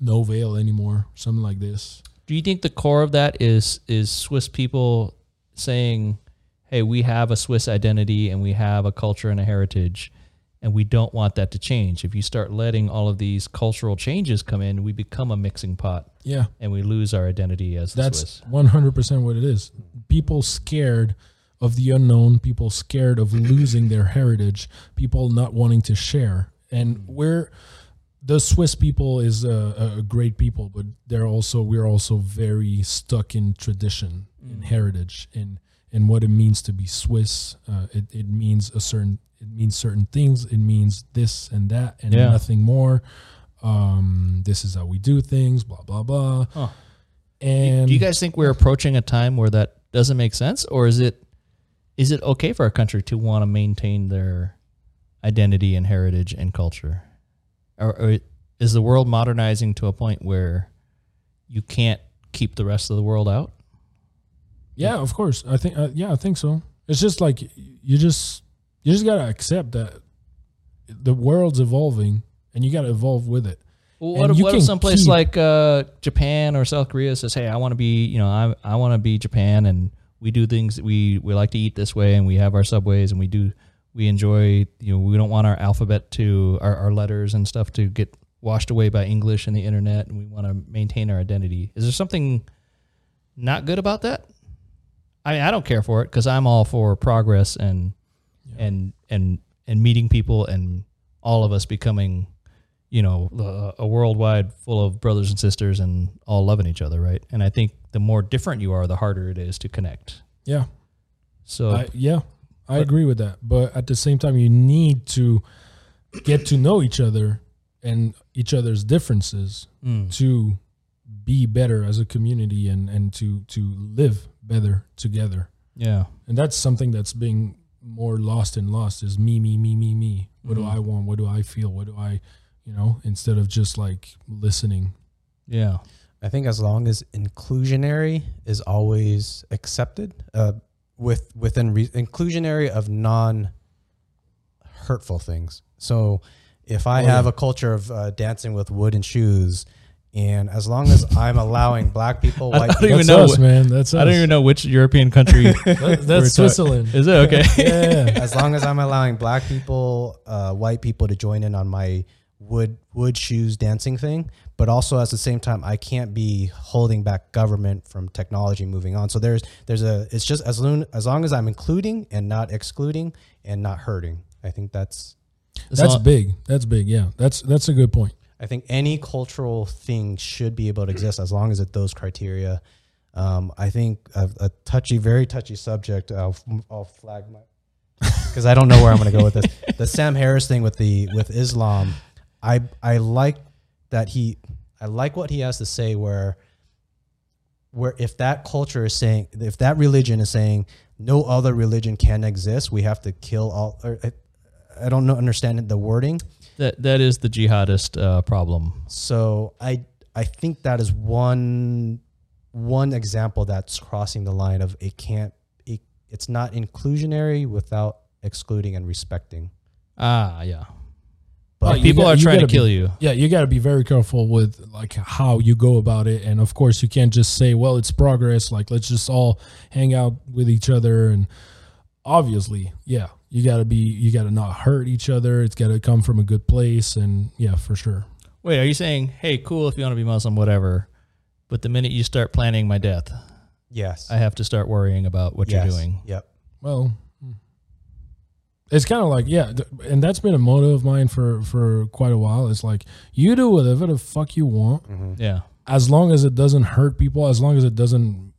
Speaker 3: No veil anymore, something like this.
Speaker 2: Do you think the core of that is is Swiss people saying, "Hey, we have a Swiss identity and we have a culture and a heritage, and we don't want that to change." If you start letting all of these cultural changes come in, we become a mixing pot
Speaker 3: Yeah,
Speaker 2: and we lose our identity as the
Speaker 3: That's
Speaker 2: Swiss.
Speaker 3: one hundred percent what it is. People scared of the unknown. People scared of losing their heritage. People not wanting to share. And we're the Swiss people is a, a- a great people, but they're also we're also very stuck in tradition, in heritage, in in what it means to be Swiss. Uh, it it means a certain it means certain things. It means this and that and
Speaker 2: Yeah.
Speaker 3: nothing more. Um, this is how we do things. Blah blah blah.
Speaker 2: Huh.
Speaker 3: And
Speaker 2: Do you guys think we're approaching a time where that doesn't make sense, or is it is it okay for a country to want to maintain their identity and heritage and culture, or, or is the world modernizing to a point where you can't keep the rest of the world out?
Speaker 3: Yeah, of course. I think. Uh, yeah, I think so. It's just like y- you just you just gotta accept that the world's evolving, and you gotta evolve with it.
Speaker 2: Well,
Speaker 3: And
Speaker 2: what if,
Speaker 3: you
Speaker 2: what if
Speaker 3: can
Speaker 2: someplace
Speaker 3: keep-
Speaker 2: like uh, Japan or South Korea says, "Hey, I want to be, you know, I I want to be Japan, and we do things that we we like to eat this way, and we have our subways, and we do we enjoy, you know, we don't want our alphabet to our, our letters and stuff to get washed away by English and the internet, and we want to maintain our identity." Is there something not good about that? I mean, I don't care for it because I'm all for progress and and and and meeting people and all of us becoming you know a- a worldwide full of brothers and sisters and all loving each other right and i think the more different you are the harder it is to connect
Speaker 3: Yeah,
Speaker 2: so
Speaker 3: I, yeah, I agree with that. But at the same time, you need to get to know each other and each other's differences
Speaker 2: Mm.
Speaker 3: to be better as a community and and to to live better together
Speaker 2: Yeah.
Speaker 3: and that's something that's being more lost and lost is me me me me me what
Speaker 2: Mhm.
Speaker 3: do i want what do i feel what do i you know instead of just like listening
Speaker 2: Yeah.
Speaker 1: I think as long as inclusionary is always accepted, uh, with within re- inclusionary of non hurtful things. So if I
Speaker 3: Oh,
Speaker 1: have
Speaker 3: yeah.
Speaker 1: a culture of uh, dancing with wooden shoes, and as long as I'm allowing black people,
Speaker 2: I
Speaker 1: white
Speaker 2: don't
Speaker 1: people,
Speaker 2: even
Speaker 3: that's
Speaker 2: know
Speaker 3: us
Speaker 2: what-
Speaker 3: man that's us.
Speaker 2: I don't even know which European country
Speaker 3: That-
Speaker 2: we're talking-
Speaker 3: that's switzerland
Speaker 2: is. It okay.
Speaker 3: yeah
Speaker 1: as long as I'm allowing black people, uh, white people to join in on my wood wood shoes dancing thing, but also at the same time, I can't be holding back government from technology moving on. So there's there's a it's just as long as long as I'm including and not excluding and not hurting. I think that's
Speaker 3: that's
Speaker 2: all-
Speaker 3: big that's big yeah that's that's a good point
Speaker 1: I think any cultural thing should be able to exist as long as it those criteria. Um, I think a, a touchy, very touchy subject. I'll, I'll flag my because I don't know where I'm going to go with this. The Sam Harris thing with the with Islam, I I like that he I like what he has to say where where if that culture is saying if that religion is saying no other religion can exist, we have to kill all. Or, I, I don't know understand the wording.
Speaker 2: That that is the jihadist uh, problem.
Speaker 1: So I I think that is one one example that's crossing the line of it can't it, it's not inclusionary without excluding and respecting.
Speaker 2: Ah, yeah.
Speaker 1: But
Speaker 3: Well,
Speaker 2: Like
Speaker 3: Oh, you
Speaker 2: people
Speaker 3: got-
Speaker 2: are
Speaker 3: you
Speaker 2: trying to
Speaker 3: gotta be-
Speaker 2: kill you.
Speaker 3: yeah you got to be very careful with like how you go about it and of course you can't just say well it's progress like let's just all hang out with each other and obviously yeah you got to be you got to not hurt each other it's got to come from a good place and yeah for sure
Speaker 2: Wait, are you saying, hey, cool if you want to be Muslim, whatever, but the minute you start planning my death,
Speaker 1: Yes.
Speaker 2: I have to start worrying about what
Speaker 1: Yes.
Speaker 2: you're doing.
Speaker 1: Yep.
Speaker 3: well hmm. it's kind of like yeah th- and that's been a motto of mine for for quite a while it's like you do whatever the fuck you want
Speaker 2: Yeah.
Speaker 3: as long as it doesn't hurt people, as long as it doesn't,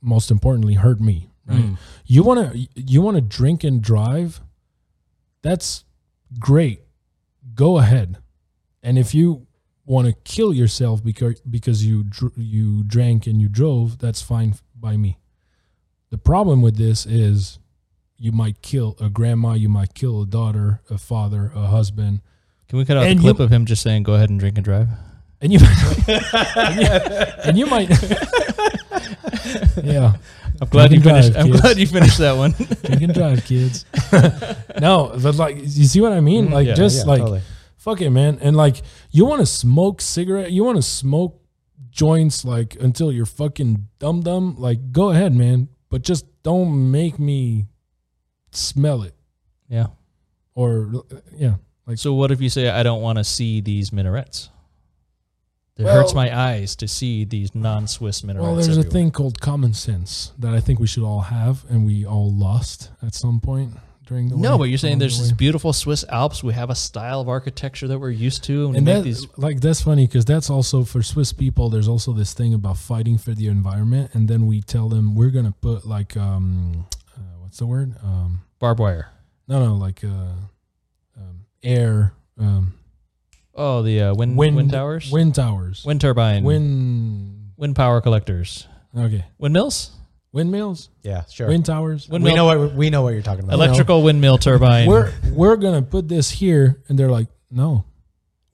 Speaker 3: most importantly, hurt me. Right?
Speaker 2: Mm.
Speaker 3: You want to you want to drink and drive. That's great. Go ahead. And if you want to kill yourself because because you dr- you drank and you drove, that's fine by me. The problem with this is you might kill a grandma, you might kill a daughter, a father, a husband,
Speaker 2: Can we cut out
Speaker 3: And
Speaker 2: the clip
Speaker 3: you-
Speaker 2: of him just saying, go ahead and drink and drive?
Speaker 3: and you might, and you, and you might yeah
Speaker 2: I'm glad you
Speaker 3: Drink and
Speaker 2: finished.
Speaker 3: drive,
Speaker 2: I'm
Speaker 3: kids.
Speaker 2: glad you finished that one.
Speaker 3: drink and drive kids no but like you see what i mean like
Speaker 2: yeah,
Speaker 3: just
Speaker 1: Mm-hmm. Oh, yeah,
Speaker 3: like
Speaker 1: totally.
Speaker 3: fuck it man and like you want to smoke cigarette you want to smoke joints like until you're fucking dum dum like go ahead man but just don't make me smell it
Speaker 2: yeah.
Speaker 3: or yeah like
Speaker 2: So what if you say, I don't want to see these minarets? It
Speaker 3: Well-
Speaker 2: hurts my eyes to see these non-Swiss minarets.
Speaker 3: well there's
Speaker 2: everywhere.
Speaker 3: a thing called common sense that i think we should all have and we all lost at some point during the
Speaker 2: No,
Speaker 3: way-
Speaker 2: but you're saying
Speaker 3: along the
Speaker 2: there's this
Speaker 3: way.
Speaker 2: beautiful Swiss Alps. We have a style of architecture that we're used to, and,
Speaker 3: and
Speaker 2: we
Speaker 3: that,
Speaker 2: make these.
Speaker 3: like that's funny because that's also for Swiss people. There's also this thing about fighting for the environment, and then we tell them we're gonna put like um, uh, what's the word? Um,
Speaker 2: barbed wire.
Speaker 3: no, no, like uh, um, air, um,
Speaker 2: Oh, the uh, wind, wind towers, wind,
Speaker 3: wind towers,
Speaker 2: turbine, wind
Speaker 3: wind.
Speaker 2: wind power collectors,
Speaker 3: Okay,
Speaker 2: windmills,
Speaker 3: windmills,
Speaker 1: Yeah, sure.
Speaker 3: wind towers.
Speaker 2: windmill,
Speaker 1: we know what we know what you're talking about.
Speaker 3: Elec-
Speaker 2: electrical windmill turbine.
Speaker 3: We're we're gonna put this here, and they're like, no,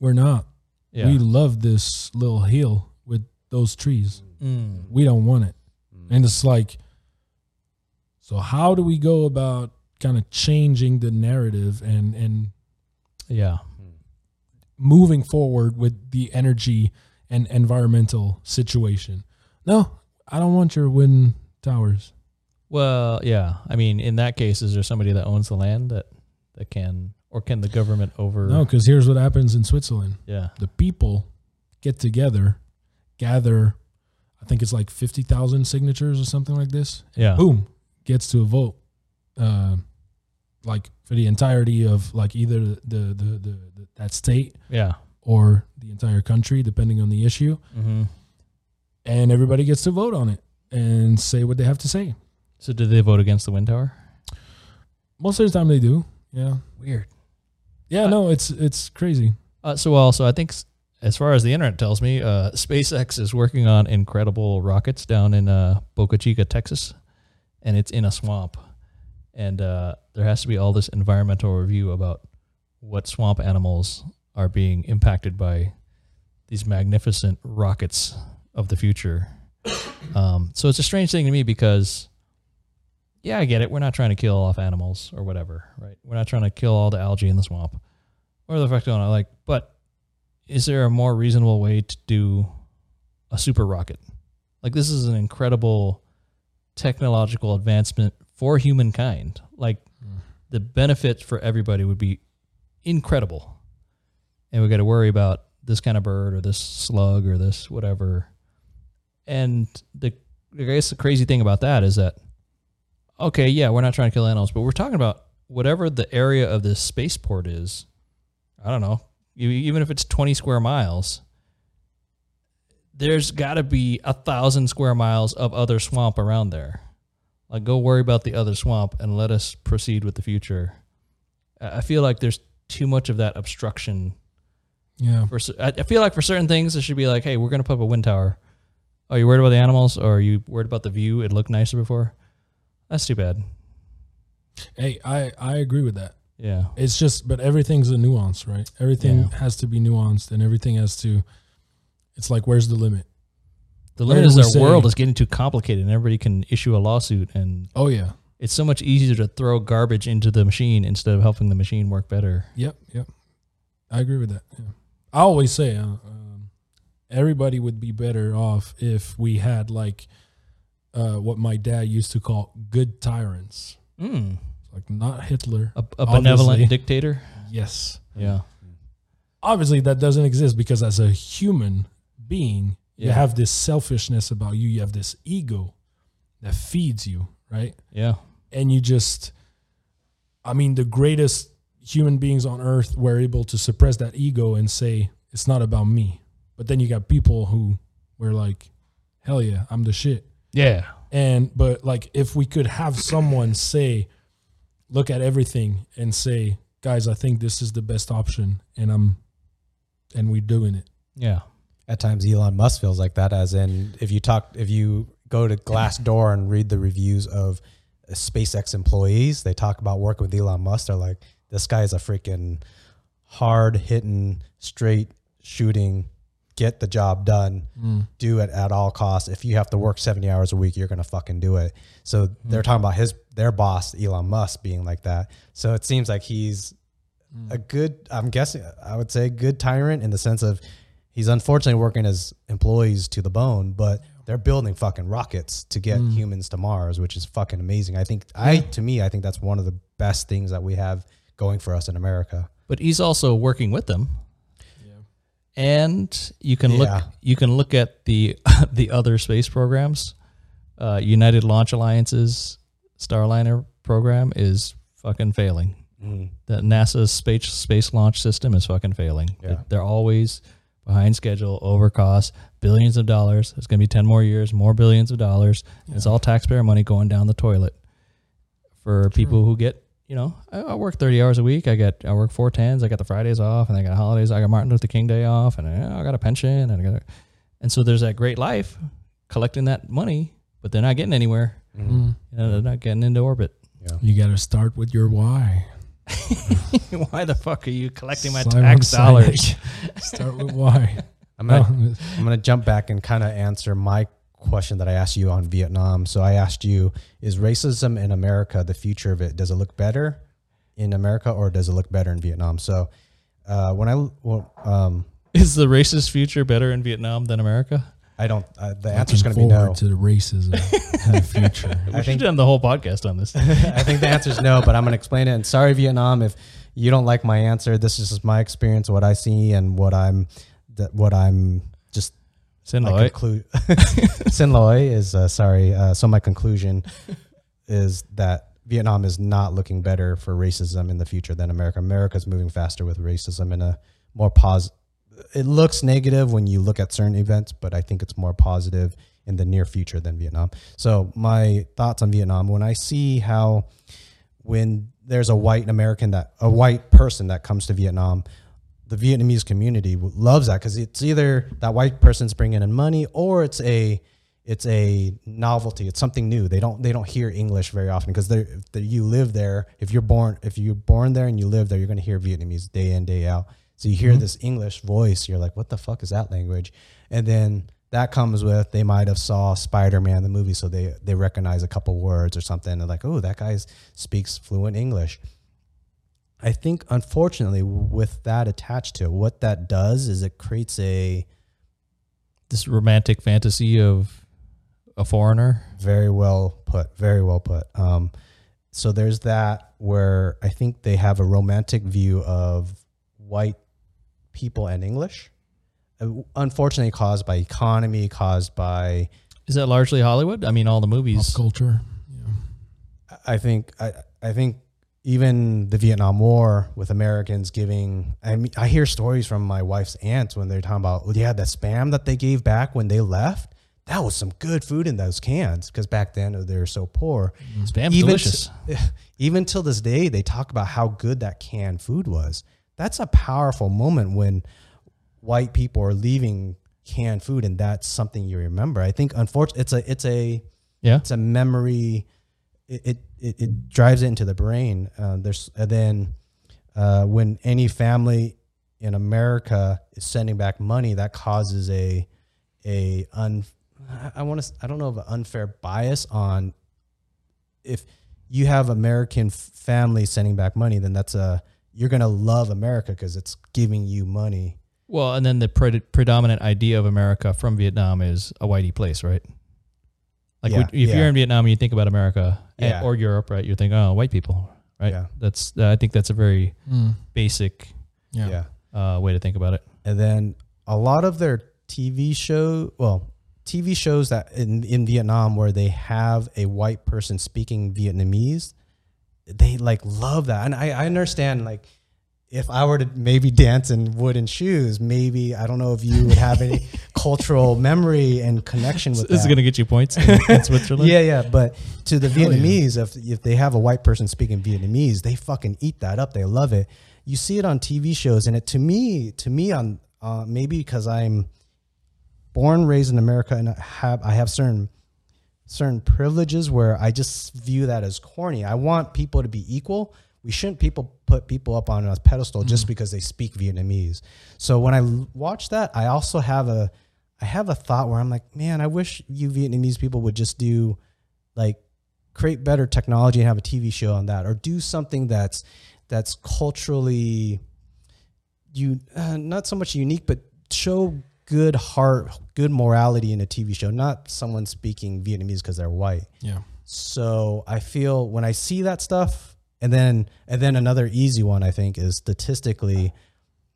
Speaker 3: we're not.
Speaker 2: yeah.
Speaker 3: We love this little hill with those trees.
Speaker 2: Mm.
Speaker 3: we don't want it.
Speaker 1: Mm-hmm.
Speaker 3: And it's like, so how do we go about kind of changing the narrative and and
Speaker 2: yeah,
Speaker 3: Mm-hmm. moving forward with the energy and environmental situation? No, I don't want your wind towers.
Speaker 2: Well, yeah. I mean, in that case, is there somebody that owns the land that that can, or can the government over?
Speaker 3: No, because here's what happens in Switzerland:
Speaker 2: Yeah.
Speaker 3: the people get together, gather. I think it's like fifty thousand signatures or something like this.
Speaker 2: Yeah.
Speaker 3: boom gets to a vote uh, like for the entirety of like either the the, the, the that state
Speaker 2: Yeah.
Speaker 3: or the entire country depending on the issue
Speaker 2: hmm
Speaker 3: and everybody gets to vote on it and say what they have to say
Speaker 2: So, did they vote against the wind tower?
Speaker 3: most of the time they do yeah
Speaker 2: Weird.
Speaker 3: Yeah, no, it's it's crazy.
Speaker 2: Uh, so also, I think s- as far as the internet tells me, uh, SpaceX is working on incredible rockets down in uh, Boca Chica, Texas, and it's in a swamp, and uh, there has to be all this environmental review about what swamp animals are being impacted by these magnificent rockets of the future. Um, so it's a strange thing to me because, yeah, I get it. We're not trying to kill off animals or whatever, right? We're not trying to kill all the algae in the swamp or the fuck don't I like? But is there a more reasonable way to do a super rocket? Like this is an incredible technological advancement for humankind. Like the benefits for everybody would be incredible. And we got to worry about this kind of bird or this slug or this whatever. And the I guess the crazy thing about that is that okay, yeah, we're not trying to kill animals, but we're talking about whatever the area of this spaceport is, I don't know, e- even if it's 20 square miles, there's got to be a thousand square miles of other swamp around there. Like, go worry about the other swamp and let us proceed with the future. I I feel like there's too much of that obstruction.
Speaker 3: Yeah.
Speaker 2: For, cer- I I feel like for certain things, it should be like, hey, we're going to put up a wind tower. Are you worried about the animals or are you worried about the view? It looked nicer before. That's too bad.
Speaker 3: Hey, I I agree with that.
Speaker 2: Yeah.
Speaker 3: It's just, but everything's a nuance, right? Everything
Speaker 2: Yeah.
Speaker 3: has to be nuanced, and everything has to. It's like, where's the limit?
Speaker 2: The
Speaker 3: Where
Speaker 2: limit
Speaker 3: do
Speaker 2: is
Speaker 3: we
Speaker 2: our
Speaker 3: say-
Speaker 2: world is getting too complicated and everybody can issue a lawsuit and
Speaker 3: Oh yeah.
Speaker 2: it's so much easier to throw garbage into the machine instead of helping the machine work better.
Speaker 3: Yep. Yep. I agree with that. Yeah. I always say, uh, um, everybody would be better off if we had like, uh, what my dad used to call good tyrants,
Speaker 2: Mm.
Speaker 3: like not Hitler.
Speaker 2: A, a benevolent
Speaker 3: Obviously.
Speaker 2: dictator.
Speaker 3: Yes.
Speaker 2: Yeah.
Speaker 3: obviously that doesn't exist because as a human being you
Speaker 2: Yeah.
Speaker 3: have this selfishness about you you have this ego that feeds you right
Speaker 2: Yeah.
Speaker 3: and you just i mean the greatest human beings on earth were able to suppress that ego and say it's not about me but then you got people who were like hell yeah i'm the shit
Speaker 2: Yeah.
Speaker 3: and but like if we could have someone say look at everything and say guys i think this is the best option and i'm and we're doing it
Speaker 2: Yeah.
Speaker 1: At times, Elon Musk feels like that. As in, if you talk, if you go to Glassdoor and read the reviews of SpaceX employees, they talk about working with Elon Musk. They're like, this guy is a freaking hard hitting, straight shooting, get the job done, do it at all costs. If you have to work seventy hours a week, you're gonna fucking do it. So they're talking about his their boss Elon Musk being like that. So it seems like he's a good i'm guessing i would say good tyrant in the sense of he's unfortunately working his employees to the bone but they're building fucking rockets to get humans to mars which is fucking amazing i think i to me i think that's one of the best things that we have going for us in america
Speaker 2: But he's also working with them. And you can look
Speaker 1: Yeah.
Speaker 2: you can look at the the other space programs. Uh, United Launch Alliance's Starliner program is fucking failing.
Speaker 1: Mm.
Speaker 2: The NASA's space space launch system is fucking failing. They're- They're always behind schedule, over cost, billions of dollars. It's going to be 10 more years, more billions of dollars. and It's all taxpayer money going down the toilet for people who get, you know, I, I work 30 hours a week. I get, I work four tens. I got the Fridays off and I got holidays. I got Martin Luther King day off and uh, I got a pension and I got, a- and so there's that great life collecting that money, but they're not getting anywhere.
Speaker 1: Mm.
Speaker 3: Mm.
Speaker 2: You know, they're not getting into orbit.
Speaker 3: you gotta start with your why
Speaker 2: Why the fuck are you collecting my
Speaker 3: Simon
Speaker 2: tax
Speaker 3: Sinek.
Speaker 2: dollars?
Speaker 3: start with why
Speaker 1: i'm
Speaker 3: Oh,
Speaker 1: gonna, I'm gonna jump back and kind of answer my question that i asked you on vietnam so i asked you is racism in america the future of it does it look better in america or does it look better in vietnam so uh, when i well, um,
Speaker 2: Is the racist future better in Vietnam than America?
Speaker 1: I don't. Uh, the
Speaker 3: Looking
Speaker 1: answer's going to be
Speaker 3: forward
Speaker 1: no.
Speaker 3: to the racism in the future
Speaker 2: We should have done the whole podcast on this.
Speaker 1: I think the answer's no, but I'm going to explain it. And sorry, Vietnam, if you don't like my answer. This is just my experience, what I see, and what I'm, that what I'm just
Speaker 2: Send
Speaker 1: my conclude. Sin Loi is uh, sorry. Uh, so my conclusion is that Vietnam is not looking better for racism in the future than America. America's moving faster with racism in a more positive. It looks negative when you look at certain events, but I think it's more positive in the near future than Vietnam. So my thoughts on Vietnam when I see how when there's a white American that a white person that comes to Vietnam, the Vietnamese community w- loves that because it's either that white person's bringing in money or it's a it's a novelty. It's something new. They don't they don't hear English very often because they you live there. If you're born if you're born there and you live there, you're gonna hear Vietnamese day in day out. So you hear this English voice, you're like, what the fuck is that language? And then that comes with they might have saw Spider-Man the movie, so they they recognize a couple words or something. They're like, oh, that guy speaks fluent English. I think, unfortunately, with that attached to it, what that does is it creates a
Speaker 2: This romantic fantasy of a foreigner.
Speaker 1: very well put, very well put. Um, so there's that where I think they have a romantic view of white people and English. Uh, Unfortunately, caused by economy, caused by
Speaker 2: Is that largely Hollywood? I mean, all the movies.
Speaker 3: culture. Yeah.
Speaker 1: I think I, I think even the Vietnam War with Americans giving I mean I hear stories from my wife's aunts when they're talking about oh, yeah the spam that they gave back when they left that was some good food in those cans because back then oh, they were so poor
Speaker 2: Spam's
Speaker 1: even
Speaker 2: delicious.
Speaker 1: t- even till this day, they talk about how good that canned food was. That's a powerful moment when white people are leaving canned food, and that's something you remember. I think, unfortunately, it's a it's a
Speaker 2: Yeah.
Speaker 1: it's a memory. It it, it, it drives it into the brain. Uh, there's and then uh, when any family in America is sending back money, that causes a a un I- I want to I don't know of an unfair bias on if you have American f- families sending back money, then that's a you're gonna love America because it's giving you money.
Speaker 2: Well, and then the pre- predominant idea of America from Vietnam is a whitey place, right? Like
Speaker 1: Yeah,
Speaker 2: we- if you're
Speaker 1: yeah.
Speaker 2: in Vietnam, you think about America and-
Speaker 1: Yeah.
Speaker 2: or Europe, right? You think, oh, white people, right?
Speaker 1: Yeah.
Speaker 2: That's uh, I think that's a very
Speaker 3: Mm.
Speaker 2: basic
Speaker 3: yeah.
Speaker 1: yeah.
Speaker 2: uh, way to think about it.
Speaker 1: and then a lot of their TV show, well, TV shows that in in Vietnam where they have a white person speaking Vietnamese, they like love that, and I, I understand like. If I were to maybe dance in wooden shoes, maybe I don't know if you would have any cultural memory and connection with
Speaker 2: This is
Speaker 1: that.
Speaker 2: going to get you points in, in Switzerland.
Speaker 1: Yeah, yeah. But to the Vietnamese, if if they have a white person speaking Vietnamese, they fucking eat that up. They love it. You see it on TV shows, and it to me, to me, on uh, maybe because I'm born, raised in America, and I have I have certain certain privileges where I just view that as corny. I want people to be equal. We shouldn't people put people up on a pedestal just because they speak Vietnamese. So when I l- watch that, I also have a I have a thought where I'm like, man, I wish you Vietnamese people would just do like create better technology and have a TV show on that or do something that's that's culturally you uh, not so much unique, but show good heart, good morality in a TV show, not someone speaking Vietnamese because they're white.
Speaker 3: Yeah.
Speaker 1: So I feel when I see that stuff, and then and then another easy one I think is statistically,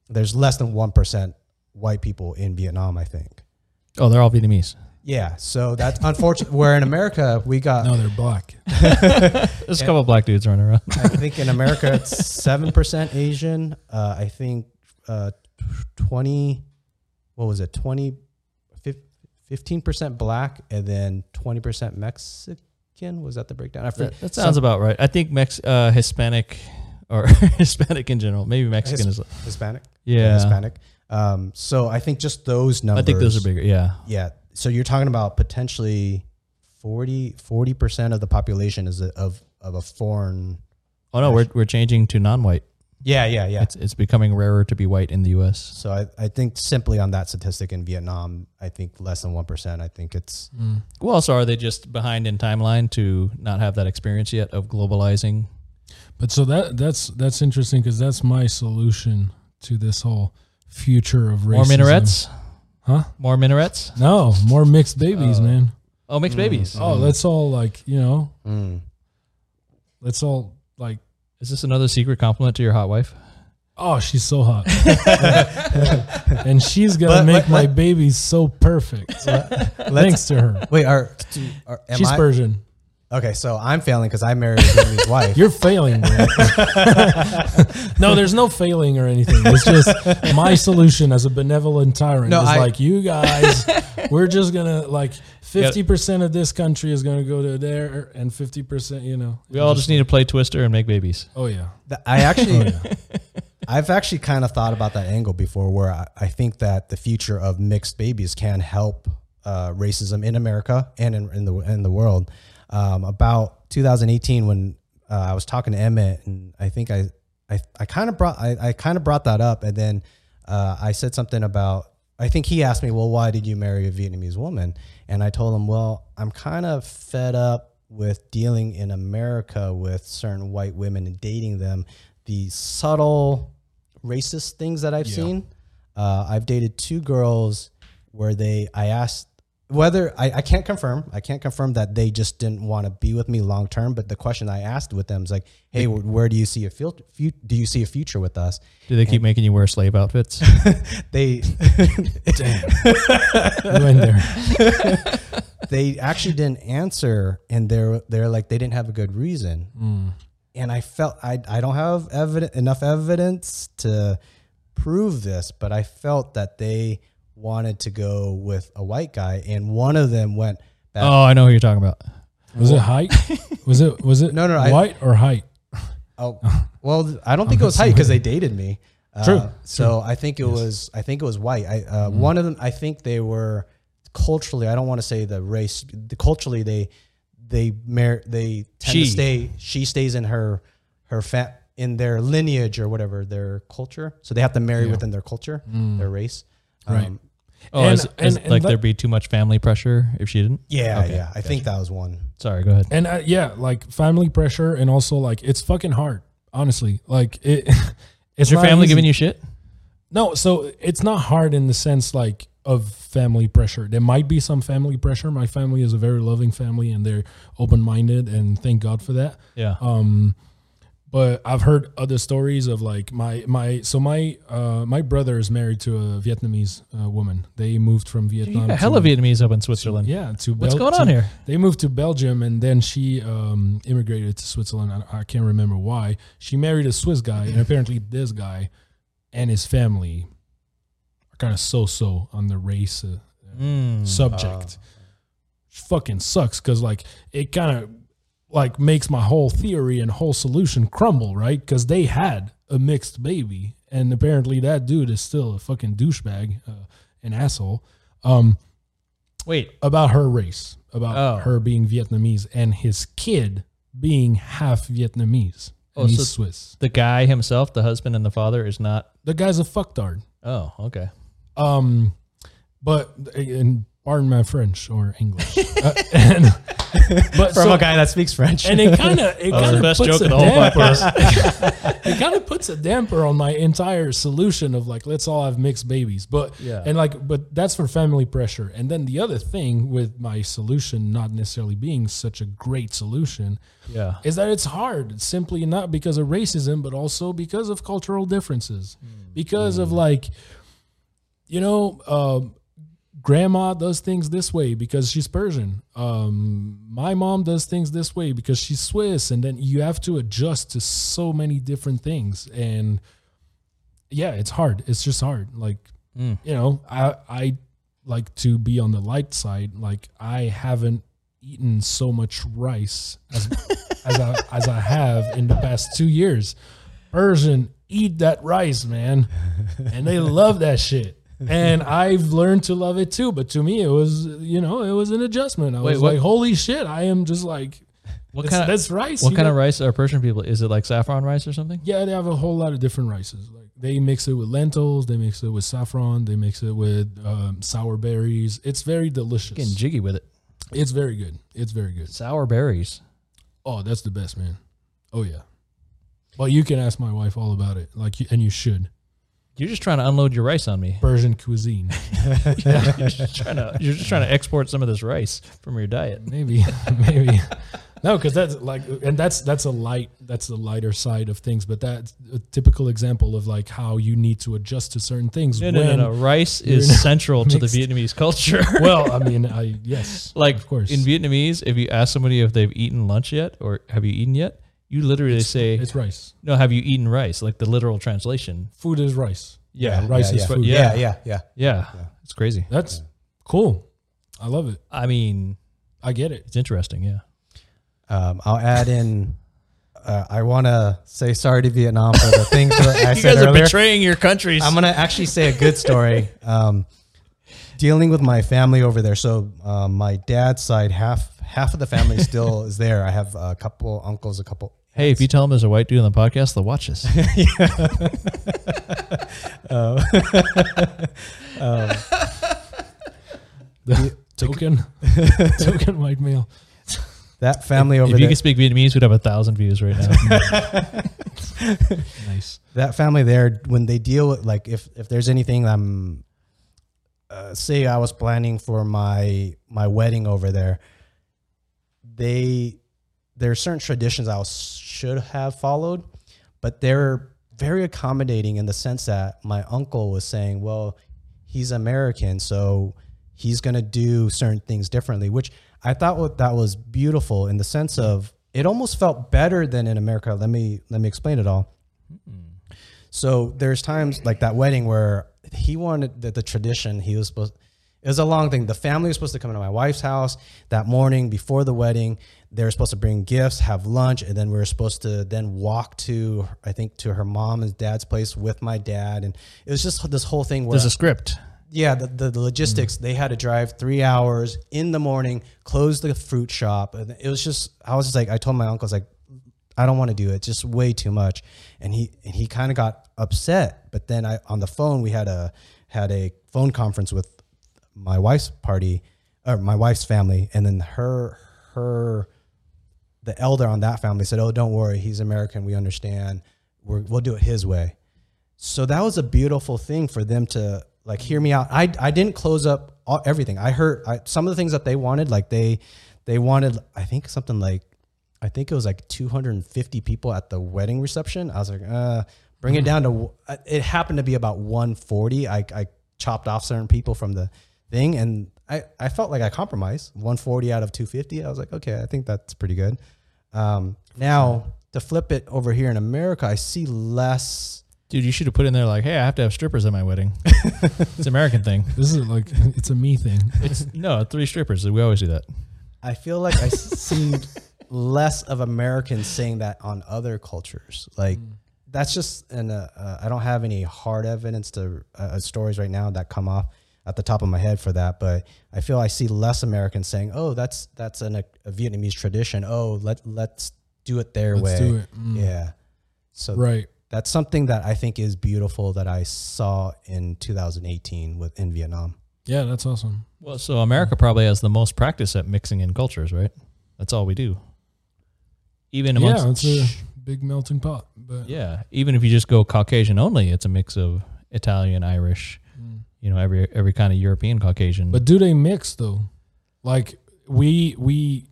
Speaker 1: there's less than one percent white people in Vietnam. I think.
Speaker 2: Oh, they're all Vietnamese.
Speaker 1: Yeah, so that's unfortunate. Where in America we got,
Speaker 3: No, they're black.
Speaker 2: There's a couple of black dudes running around.
Speaker 1: I think in America it's seven percent Asian. Uh, I think uh, twenty, what was it, 20, 15 percent black, and then twenty percent Mexican. Was that the breakdown? I forget.
Speaker 2: That, that sounds about right. I think Mex uh, Hispanic or Hispanic in general, maybe Mexican is.
Speaker 1: Hispanic.
Speaker 2: Yeah.
Speaker 1: Hispanic. Um, so I think just those
Speaker 2: I
Speaker 1: numbers.
Speaker 2: think those are bigger. Yeah.
Speaker 1: Yeah. So you're talking about potentially 40 percent of the population is a, of of a foreign.
Speaker 2: Oh no, we're we're changing to non-white.
Speaker 1: Yeah, yeah, yeah.
Speaker 2: It's, it's becoming rarer to be white in the U.S.
Speaker 1: So I, I think simply on that statistic in Vietnam, I think less than one percent. I think it's
Speaker 2: Mm. Well, so are they just behind in timeline to not have that experience yet of globalizing?
Speaker 3: But so that that's that's interesting because that's my solution to this whole future of racism.
Speaker 2: More minarets?
Speaker 3: Huh?
Speaker 2: More minarets?
Speaker 3: No, more mixed babies, man.
Speaker 2: Oh, mixed babies.
Speaker 3: Oh, let's all like you know,
Speaker 1: Mm.
Speaker 3: let's all like.
Speaker 2: Is this another secret compliment to your hot wife?
Speaker 3: Oh, she's so hot, and she's gonna
Speaker 1: But-
Speaker 3: make
Speaker 1: but-
Speaker 3: my
Speaker 1: but-
Speaker 3: baby so perfect. Thanks to her,
Speaker 1: wait. Are, do- are am
Speaker 3: she's
Speaker 1: I-
Speaker 3: Persian.
Speaker 1: okay? So I'm failing because I married a Vietnamese wife.
Speaker 3: You're failing. bro. no, there's no failing or anything. It's just my solution as a benevolent tyrant
Speaker 1: No,
Speaker 3: is
Speaker 1: I-
Speaker 3: like you guys. We're just gonna like Fifty percent of this country is going to go to there, and fifty percent, you know.
Speaker 2: We all just need to play Twister and make babies.
Speaker 3: Oh yeah,
Speaker 1: Th- I actually, I've actually kind of thought about that angle before, where I, I think that the future of mixed babies can help uh, racism in America and in, in the in the world. Um, about 2018, when uh, I was talking to Emmett, and I think I I, I kind of brought I, I kind of brought that up, and then uh, I said something about. I think he asked me, "Well, why did you marry a Vietnamese woman?" And I told him, "Well, I'm kind of fed up with dealing in America with certain white women and dating them, the subtle racist things that I've seen. Uh, I've dated two girls where they, I asked whether, I, I can't confirm, I can't confirm that they just didn't want to be with me long term. But the question I asked with them is like, hey, wh- where do you see a field, fu- do you see a future with us?
Speaker 2: Do they keep making you wear slave outfits?
Speaker 1: They,
Speaker 3: we went there.
Speaker 1: they actually didn't answer and they're they're like they didn't have a good reason and i felt i i don't have evidence enough evidence to prove this but i felt that they wanted to go with a white guy and one of them went back
Speaker 2: oh, I know who you're talking about.
Speaker 3: Was it height? Was it was it
Speaker 1: No, no, I-
Speaker 3: white or height?
Speaker 1: oh, well i don't think it was height because they dated me
Speaker 3: True, Mm-hmm.
Speaker 1: Uh, so i think it was i think it was white i uh, one of them i think they were culturally i don't want to say the race the culturally they they mar- they tend
Speaker 2: She.
Speaker 1: to stay she stays in her her fa- in their lineage or whatever their culture so they have to marry within their culture their race
Speaker 3: Mm. Right.
Speaker 1: um,
Speaker 2: Oh,
Speaker 3: And-
Speaker 2: is, is-
Speaker 3: and- and
Speaker 2: like
Speaker 3: that-
Speaker 2: there'd be too much family pressure if she didn't.
Speaker 1: yeah yeah i think that was one
Speaker 2: Sorry, go ahead.
Speaker 3: And uh, yeah, like family pressure, and also like it's fucking hard. Honestly, like it.
Speaker 2: Is your family giving you shit?
Speaker 3: No, so it's not hard in the sense like of family pressure. There might be some family pressure. My family is a very loving family and they're open minded and thank God for that.
Speaker 2: Yeah.
Speaker 3: Um but I've heard other stories of like my my so my uh my brother is married to a Vietnamese uh, woman. They moved from Vietnam.
Speaker 2: yeah hella
Speaker 3: to,
Speaker 2: Vietnamese up in Switzerland.
Speaker 3: yeah, to
Speaker 2: What's
Speaker 3: Bel-
Speaker 2: going
Speaker 3: to-
Speaker 2: on here?
Speaker 3: They moved to Belgium and then she um, immigrated to Switzerland. I, I can't remember why. She married a Swiss guy, and apparently this guy and his family are kind of so-so on the race uh,
Speaker 2: Mm.
Speaker 3: subject.
Speaker 1: Uh.
Speaker 3: Fucking sucks because like it kind of like makes my whole theory and whole solution crumble, right? Because they had a mixed baby, and apparently that dude is still a fucking douchebag, uh, an asshole. Um,
Speaker 2: Wait,
Speaker 3: about her race, about
Speaker 2: Oh.
Speaker 3: her being Vietnamese, and his kid being half Vietnamese.
Speaker 2: Oh,
Speaker 3: and he's
Speaker 2: so-
Speaker 3: Swiss.
Speaker 2: the guy himself, the husband and the father, is not.
Speaker 3: The guy's a fucktard.
Speaker 2: Oh, okay.
Speaker 3: Um, but and pardon my French or English. Uh, and,
Speaker 1: Uh, from
Speaker 3: but so-
Speaker 1: a guy that speaks french
Speaker 3: and it kind of
Speaker 2: That
Speaker 3: it
Speaker 2: was
Speaker 3: kind
Speaker 2: the
Speaker 3: of
Speaker 2: Uh, best
Speaker 3: puts
Speaker 2: joke
Speaker 3: a
Speaker 2: of the whole
Speaker 3: damper.
Speaker 2: podcast.
Speaker 3: it kind of puts a damper on my entire solution of like let's all have mixed babies but
Speaker 2: Yeah.
Speaker 3: and like but that's for family pressure and then the other thing with my solution not necessarily being such a great solution
Speaker 2: yeah.
Speaker 3: is that it's hard simply not because of racism but also because of cultural differences
Speaker 2: Mm.
Speaker 3: because of like you know um, grandma does things this way because she's persian um, my mom does things this way because she's swiss and then you have to adjust to so many different things and yeah it's hard it's just hard like
Speaker 2: Mm.
Speaker 3: you know i i like to be on the light side like i haven't eaten so much rice as as I as I have in the past two years. Persian, eat that rice, man. And they love that shit. And I've learned to love it too. But to me, it was you know, it was an adjustment. I
Speaker 2: Wait,
Speaker 3: was
Speaker 2: what-
Speaker 3: like, holy shit, I am just like
Speaker 2: What
Speaker 3: that's,
Speaker 2: kind of
Speaker 3: that's rice.
Speaker 2: what
Speaker 3: you
Speaker 2: kind
Speaker 3: know?
Speaker 2: of rice are Persian people? Is it like saffron rice or something?
Speaker 3: Yeah, they have a whole lot of different rices. Like they mix it with lentils, they mix it with saffron, they mix it with um, sour berries. It's very
Speaker 2: Getting
Speaker 3: delicious.
Speaker 2: jiggy with it.
Speaker 3: It's very good. It's very good.
Speaker 2: Sour berries.
Speaker 3: Oh, that's the best, man. Oh yeah. Well, you can ask my wife all about it. Like, you, and you should.
Speaker 2: You're just trying to unload your rice on me.
Speaker 3: Persian cuisine,
Speaker 2: You're just trying to you're just trying to export some of this rice from your diet.
Speaker 3: maybe, maybe. No, because that's like, and that's that's a light, that's the lighter side of things. But that's a typical example of like how you need to adjust to certain things.
Speaker 2: No, no, no, no. Rice is central to the Vietnamese culture.
Speaker 3: Well, I mean, I yes,
Speaker 2: like
Speaker 3: of course,
Speaker 2: in Vietnamese, if you ask somebody if they've eaten lunch yet or have you eaten yet, you literally say,
Speaker 3: it's rice.
Speaker 2: "No, have you eaten rice?" Like the literal translation.
Speaker 3: Food is rice.
Speaker 2: Yeah,
Speaker 3: rice
Speaker 1: yeah,
Speaker 3: is
Speaker 1: yeah.
Speaker 3: food.
Speaker 1: yeah yeah yeah
Speaker 2: Yeah, it's crazy.
Speaker 3: That's cool. I love it.
Speaker 2: I mean,
Speaker 3: I get it.
Speaker 2: it's interesting. Yeah.
Speaker 1: Um, I'll add in. Uh, I want to say sorry to Vietnam for the things that I
Speaker 2: you
Speaker 1: said
Speaker 2: guys are
Speaker 1: earlier.
Speaker 2: betraying your countries.
Speaker 1: I'm gonna actually say a good story. Um, dealing with my family over there. So um, my dad's side, half half of the family still is there. I have a couple uncles, a couple.
Speaker 2: hey, if you tell them there's a white dude on the podcast, they'll watch this.
Speaker 3: The token, token white male.
Speaker 1: That family over
Speaker 2: if you
Speaker 1: there.
Speaker 2: could speak Vietnamese, we'd have a thousand views right now. nice.
Speaker 1: that family there when they deal with like if if there's anything i'm uh, say i was planning for my my wedding over there they there are certain traditions i was, should have followed but they're very accommodating in the sense that my uncle was saying well he's american so he's going to do certain things differently which i thought what that was beautiful in the sense of it almost felt better than in america let me let me explain it all so there's times like that wedding where he wanted the, the tradition he was supposed. It was a long thing. The family was supposed to come to my wife's house that morning before the wedding. They were supposed to bring gifts, have lunch, and then we were supposed to then walk to I think to her mom and dad's place with my dad. And it was just this whole thing where
Speaker 2: There's a script.
Speaker 1: yeah, the, the, the logistics, they had to drive three hours in the morning, close the fruit shop. And it was just, I was just like, I told my uncle, I was like, I don't want to do it. It's just way too much. And he, and he kind of got upset. But then I, on the phone, we had a, had a phone conference with my wife's party or my wife's family. And then her, her, the elder on that family said, "Oh, don't worry, he's American. We understand. We're, we'll do it his way." So that was a beautiful thing for them to like hear me out. I I didn't close up all, everything. I heard I, some of the things that they wanted. Like they they wanted, I think something like I think it was like 250 people at the wedding reception. I was like, uh, bring it down to. uh, It happened to be about 140. I I chopped off certain people from the thing and. I, I felt like I compromised 140 out of 250. I was like, okay, I think that's pretty good. Um, now to flip it over here in America, I see less.
Speaker 2: Dude, you should have put in there like, "Hey, I have to have strippers at my wedding." it's an American thing.
Speaker 3: This is like it's a me thing.
Speaker 2: It's no three strippers. We always do that.
Speaker 1: I feel like I see less of Americans saying that on other cultures. Like
Speaker 3: Mm.
Speaker 1: that's just an. Uh, uh, I don't have any hard evidence to uh, uh, stories right now that come off at the top of my head for that, but I feel I see less Americans saying, "Oh, that's that's an, a Vietnamese tradition. Oh, let let's do it their
Speaker 3: Let's
Speaker 1: way."
Speaker 3: do it. Mm.
Speaker 1: Yeah. So
Speaker 3: Right.
Speaker 1: that's something that I think is beautiful that I saw in 2018 with in Vietnam.
Speaker 3: Yeah, that's awesome.
Speaker 2: Well, so America probably has the most practice at mixing in cultures, right? That's all we do. Even amongst
Speaker 3: Yeah, it's a big melting pot. But
Speaker 2: yeah, even if you just go Caucasian only, it's a mix of Italian, Irish, you know, every every kind of European Caucasian.
Speaker 3: mm. But do they mix though? Like we we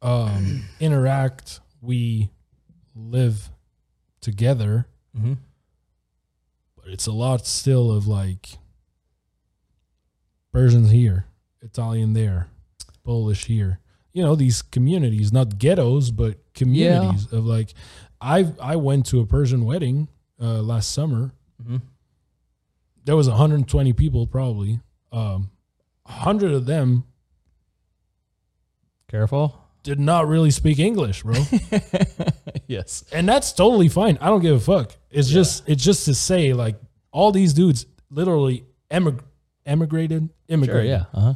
Speaker 3: um interact, we live together,
Speaker 2: Mhm.
Speaker 3: but it's a lot still of like Persians here, Italian there, Polish here. You know, these communities, not ghettos, but communities of like I I went to a Persian wedding uh last summer.
Speaker 2: Mhm.
Speaker 3: There was 120 people probably. Um 100 of them
Speaker 2: careful.
Speaker 3: did not really speak English, bro.
Speaker 2: yes.
Speaker 3: and that's totally fine. I don't give a fuck. It's just it's just to say like all these dudes literally emig- emigrated,
Speaker 2: Sure.
Speaker 3: immigrated
Speaker 2: Yeah. Uh huh.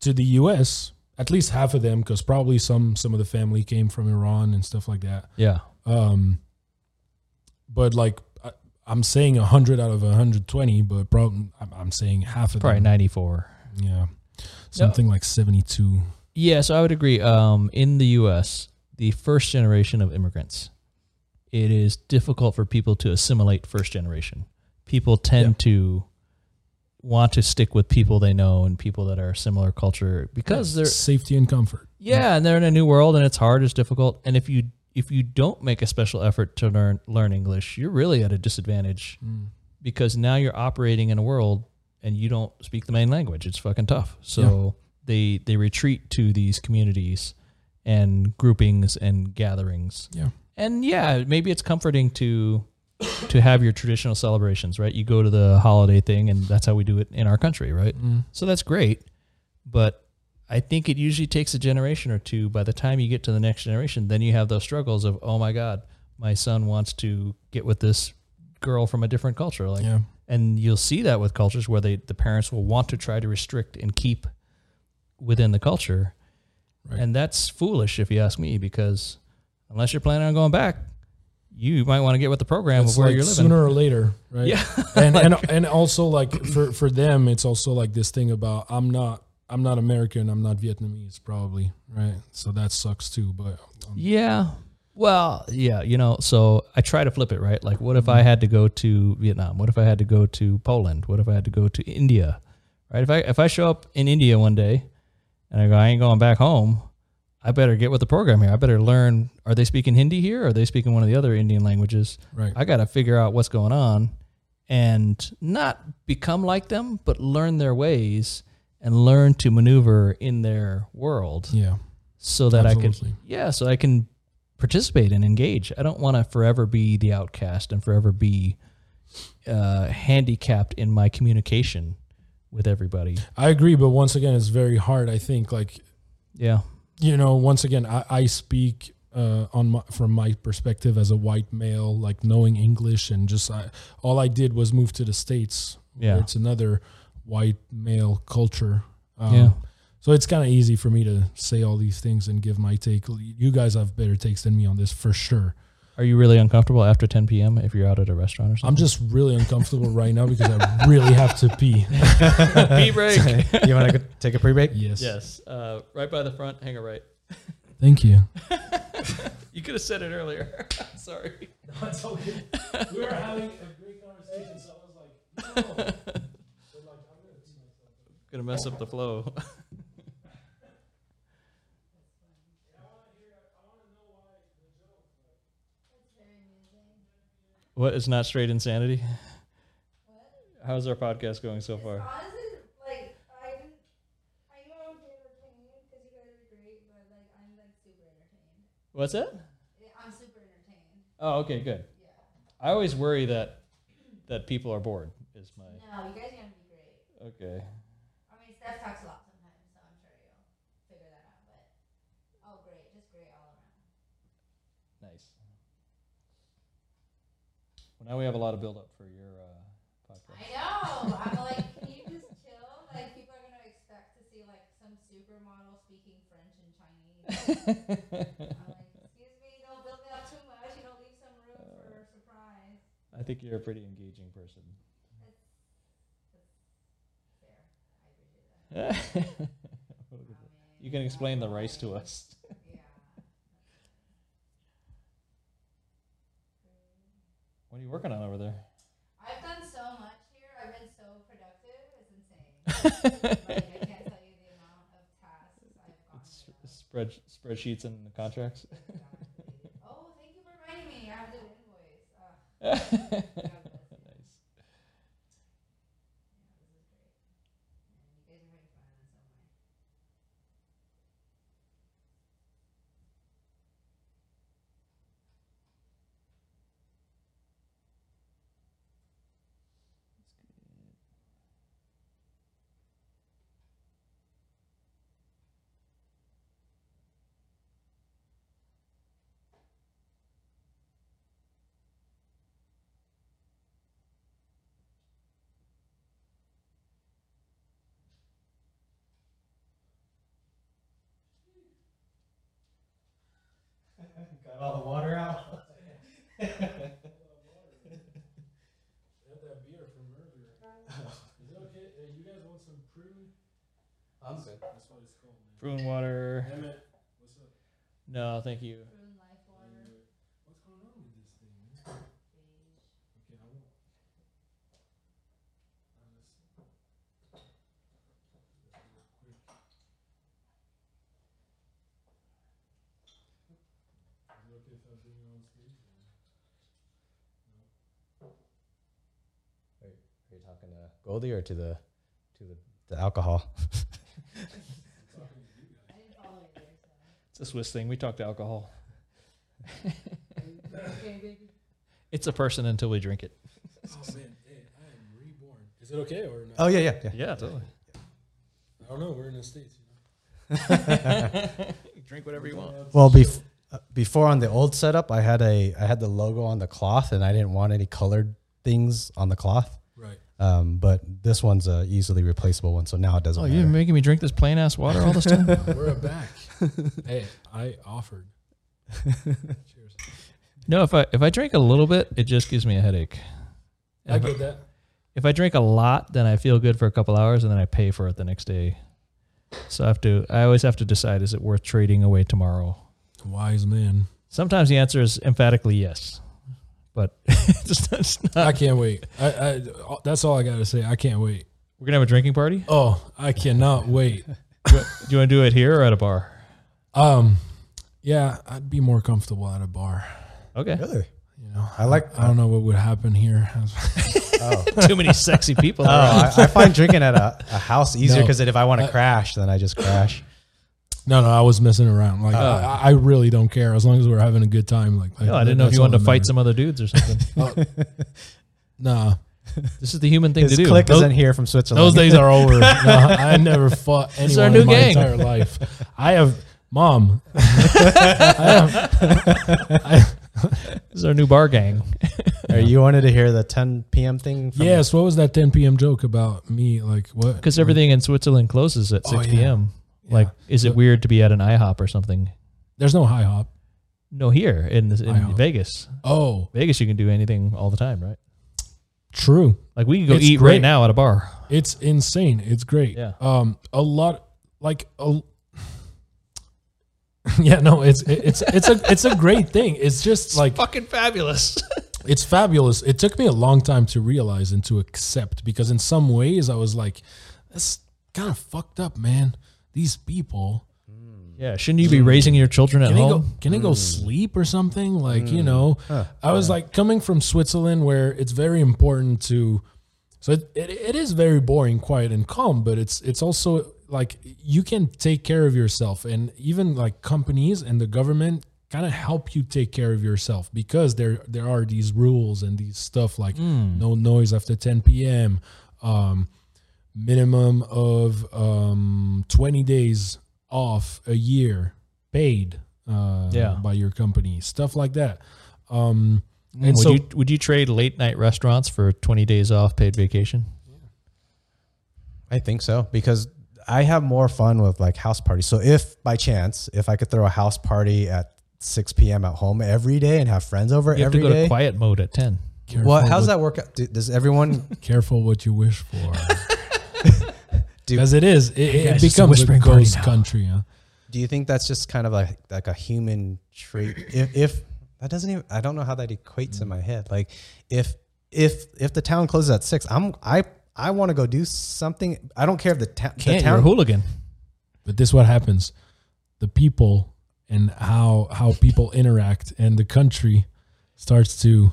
Speaker 3: to the U.S. At least half of them, because probably some some of the family came from Iran and stuff like that.
Speaker 2: Yeah.
Speaker 3: Um, but like I, I'm saying 100 out of 120, but probably I'm, I'm saying half of
Speaker 2: Probably
Speaker 3: them.
Speaker 2: ninety four.
Speaker 3: Yeah, something like 72.
Speaker 2: Yeah, so I would agree. Um, in the U.S., the first generation of immigrants, it is difficult for people to assimilate first generation. People tend to want to stick with people they know and people that are similar culture because they're
Speaker 3: Safety and comfort.
Speaker 2: yeah, and they're in a new world and it's hard, it's difficult. And if you if you don't make a special effort to learn learn English, you're really at a disadvantage because now you're operating in a world and you don't speak the main language. It's fucking tough. So they they retreat to these communities and groupings and gatherings.
Speaker 3: Yeah.
Speaker 2: And yeah, maybe it's comforting to to have your traditional celebrations, right? Mm. You go to the holiday thing and that's how we do it in our country, right? So that's great. But I think it usually takes a generation or two. By the time you get to the next generation, then you have those struggles of, oh my God, my son wants to get with this girl from a different culture. Like,
Speaker 3: Yeah.
Speaker 2: and you'll see that with cultures where they the parents will want to try to restrict and keep within the culture,
Speaker 3: Right.
Speaker 2: and that's foolish if you ask me because unless you're planning on going back, you might want to get with the program
Speaker 3: It's
Speaker 2: of where
Speaker 3: like
Speaker 2: you're living.
Speaker 3: sooner or later, right?
Speaker 2: Yeah.
Speaker 3: and, and and also like for for them, it's also like this thing about I'm not I'm not American, I'm not Vietnamese, probably, right? So that sucks too. But um,
Speaker 2: Yeah. Well, yeah, you know, so I try to flip it, right? Like, what if I had to go to Vietnam? What if I had to go to Poland? What if I had to go to India? Right? If I if I show up in India one day and I go, I ain't going back home, I better get with the program here. I better learn. Are they speaking Hindi here? Or are they speaking one of the other Indian languages?
Speaker 3: right,
Speaker 2: I got to figure out what's going on and not become like them, but learn their ways and learn to maneuver in their world
Speaker 3: yeah,
Speaker 2: so that I
Speaker 3: Absolutely.
Speaker 2: can yeah, so I can participate and engage. I don't want to forever be the outcast and forever be uh, handicapped in my communication with everybody.
Speaker 3: I agree. But once again, it's very hard. I think like
Speaker 2: Yeah,
Speaker 3: you know, once again, I, I speak uh, on my, from my perspective as a white male, like knowing English and just I, all I did was move to the states. where
Speaker 2: Yeah.
Speaker 3: it's another white male culture. Um,
Speaker 2: Yeah.
Speaker 3: so it's kind of easy for me to say all these things and give my take. You guys have better takes than me on this for sure.
Speaker 2: are you really uncomfortable after 10 p.m. if you're out at a restaurant or
Speaker 3: I'm
Speaker 2: something?
Speaker 3: just really uncomfortable right now because I really have to pee.
Speaker 2: pee break.
Speaker 1: you want to take a pre break?
Speaker 3: Yes.
Speaker 2: yes, uh, right by the front, hang a right.
Speaker 3: Thank you.
Speaker 2: You could have said it earlier. Sorry.
Speaker 3: That's okay. We were having a great conversation, so I was like, no.
Speaker 2: Gonna mess up the flow. What is not straight insanity? How's our podcast going so
Speaker 4: It's
Speaker 2: far?
Speaker 4: honestly, like, I didn't, I knew I would be entertained because you guys are great, but, like, I'm, like, super entertained.
Speaker 2: What's that?
Speaker 4: Yeah, I'm super entertained.
Speaker 2: Oh, okay, good.
Speaker 4: Yeah.
Speaker 2: I always worry that that people are bored. Is my
Speaker 4: No, you guys are going to be great.
Speaker 2: okay?
Speaker 4: I mean, Steph talks a lot sometimes, so I'm sure you'll figure that out, but, oh, great. Just great all around.
Speaker 2: Nice. Well, now we have a lot of build up for your uh,
Speaker 4: I
Speaker 2: podcast.
Speaker 4: know. I'm like, can you just chill? Like, people are going to expect to see, like, some supermodel speaking French and Chinese. I'm like, excuse me, don't build me up too much. You don't leave some room
Speaker 2: Uh.
Speaker 4: for surprise.
Speaker 2: I think you're a pretty engaging person.
Speaker 4: Fair. I agree with that.
Speaker 2: You can explain the rice to us.
Speaker 4: Yeah.
Speaker 2: What are you working on over there?
Speaker 4: I've done so much here. I've been so productive. It's insane. like, I can't tell you the amount of tasks I've gone
Speaker 2: It's
Speaker 4: through.
Speaker 2: spread spreadsheets and contracts.
Speaker 4: Exactly. oh, thank you for reminding me. I have to do an
Speaker 2: nice.
Speaker 4: invoice. Ugh, God bless you. Yeah, this is great. And you guys are having fun in some way.
Speaker 1: Got all the water out. I'm good.
Speaker 2: Prune water. No, thank you.
Speaker 4: Prune life water. Beige.
Speaker 1: Are you talking to Goldie or to the to the, the alcohol?
Speaker 4: I didn't follow it there, so.
Speaker 2: It's a Swiss thing. We talk to alcohol.
Speaker 4: Okay, baby.
Speaker 2: It's a person until we drink it.
Speaker 3: Oh man, hey, I am reborn. Is it okay or not?
Speaker 1: Oh yeah, yeah, yeah.
Speaker 2: Yeah, totally.
Speaker 3: I don't know. We're in the states. You know?
Speaker 2: Drink whatever you want.
Speaker 1: Well, bef- uh, before on the old setup, I had a I had the logo on the cloth, and I didn't want any colored things on the cloth.
Speaker 3: Right.
Speaker 1: Um, but this one's a easily replaceable one, so now it doesn't
Speaker 2: Oh,
Speaker 1: matter.
Speaker 2: you're making me drink this plain ass water all this time.
Speaker 3: We're back. hey, I offered. Cheers.
Speaker 2: no, if I if I drink a little bit, it just gives me a headache.
Speaker 3: I
Speaker 2: If I-
Speaker 3: get that.
Speaker 2: if I drink a lot, then I feel good for a couple hours and then I pay for it the next day. So I have to I always have to decide is it worth trading away tomorrow?
Speaker 3: Wise man.
Speaker 2: Sometimes the answer is emphatically yes. But it's not, it's not-
Speaker 3: I can't wait. I, I that's all I gotta say. I can't wait.
Speaker 2: we're gonna have a drinking party.
Speaker 3: Oh, I cannot wait.
Speaker 2: Do you want to do it here or at a bar?
Speaker 3: Um, yeah, I'd be more comfortable at a bar.
Speaker 2: Okay.
Speaker 1: really?
Speaker 3: You know,
Speaker 1: I like.
Speaker 3: I don't know what would happen here.
Speaker 1: Oh,
Speaker 2: Too many sexy people.
Speaker 1: Oh,
Speaker 2: around.
Speaker 1: I, I find drinking at a, a house easier
Speaker 3: No.
Speaker 1: because if I want to
Speaker 3: I-
Speaker 1: crash, then I just crash.
Speaker 3: No, no, I was messing around.
Speaker 1: Oh.
Speaker 3: Like I, I really don't care as long as we're having a good time. Like,
Speaker 2: No, Oh, I didn't know if
Speaker 3: that's
Speaker 2: you
Speaker 3: all
Speaker 2: wanted to
Speaker 3: that
Speaker 2: fight
Speaker 3: matters.
Speaker 2: some other dudes or something.
Speaker 3: Nah,
Speaker 2: this is the human thing
Speaker 1: His
Speaker 2: to do.
Speaker 1: click
Speaker 2: Those-
Speaker 1: isn't here from Switzerland.
Speaker 3: those days are over. Nah, I never fought
Speaker 2: is our
Speaker 3: anyone
Speaker 2: new
Speaker 3: in my
Speaker 2: gang.
Speaker 3: entire life. I have mom. I have, I,
Speaker 2: this is our new bar gang.
Speaker 1: Or you wanted to hear the 10 p.m. thing? From
Speaker 3: yes. What was that 10 p.m. joke about me? Like what?
Speaker 2: Because everything in Switzerland closes at
Speaker 3: Oh,
Speaker 2: 6
Speaker 3: yeah.
Speaker 2: p.m.
Speaker 3: Yeah.
Speaker 2: Like, is it
Speaker 3: But-
Speaker 2: weird to be at an IHOP or something?
Speaker 3: There's no high hop.
Speaker 2: No, here in, in
Speaker 3: IHOP.
Speaker 2: Vegas.
Speaker 3: Oh,
Speaker 2: Vegas, you can do anything all the time, right?
Speaker 3: true.
Speaker 2: Like we can go
Speaker 3: It's
Speaker 2: eat right
Speaker 3: great.
Speaker 2: now at a bar.
Speaker 3: It's insane. It's great.
Speaker 2: Yeah.
Speaker 3: Um, a lot like a. yeah, no, it's it- it's it's a it's a great thing. It's just like
Speaker 2: Fucking fabulous.
Speaker 3: it's fabulous. It took me a long time to realize and to accept because in some ways I was like, that's kind of fucked up, man. These people
Speaker 2: yeah, shouldn't you be raising your children at
Speaker 3: can they go
Speaker 2: home?
Speaker 3: can they go sleep or something like you know i was like coming from switzerland where it's very important to so it, it, it is very boring quiet and calm but it's it's also like you can take care of yourself and even like companies and the government kind of help you take care of yourself because there there are these rules and these stuff like
Speaker 2: Hmm.
Speaker 3: no noise after 10 p.m um minimum of um 20 days off a year paid uh
Speaker 2: Yeah.
Speaker 3: by your company stuff like that um and
Speaker 2: would
Speaker 3: so
Speaker 2: you would you trade late night restaurants for twenty days off paid vacation?
Speaker 1: I think so because I have more fun with like house parties. So if by chance, if I could throw a house party at 6 p.m. at home every day and have friends over
Speaker 2: You have to
Speaker 1: every
Speaker 2: go to
Speaker 1: day,
Speaker 2: quiet mode at ten.
Speaker 3: careful
Speaker 1: what? How's
Speaker 3: what,
Speaker 1: that work out? Do- Does everyone
Speaker 3: careful what you wish for
Speaker 1: Dude.
Speaker 3: because it is it, it
Speaker 2: guys, it's a
Speaker 3: becomes a
Speaker 2: whispering party
Speaker 3: ghost
Speaker 2: now.
Speaker 3: country huh?
Speaker 1: Do you think that's just kind of like like a human trait? If, if that doesn't even, I don't know how that equates in my head. Like if if if the town closes at six, I'm I I want to go do something. I don't care if the, ta- the
Speaker 2: Can't you're a
Speaker 1: town.
Speaker 2: hooligan.
Speaker 3: but this is what happens the people and how how people interact and the country starts to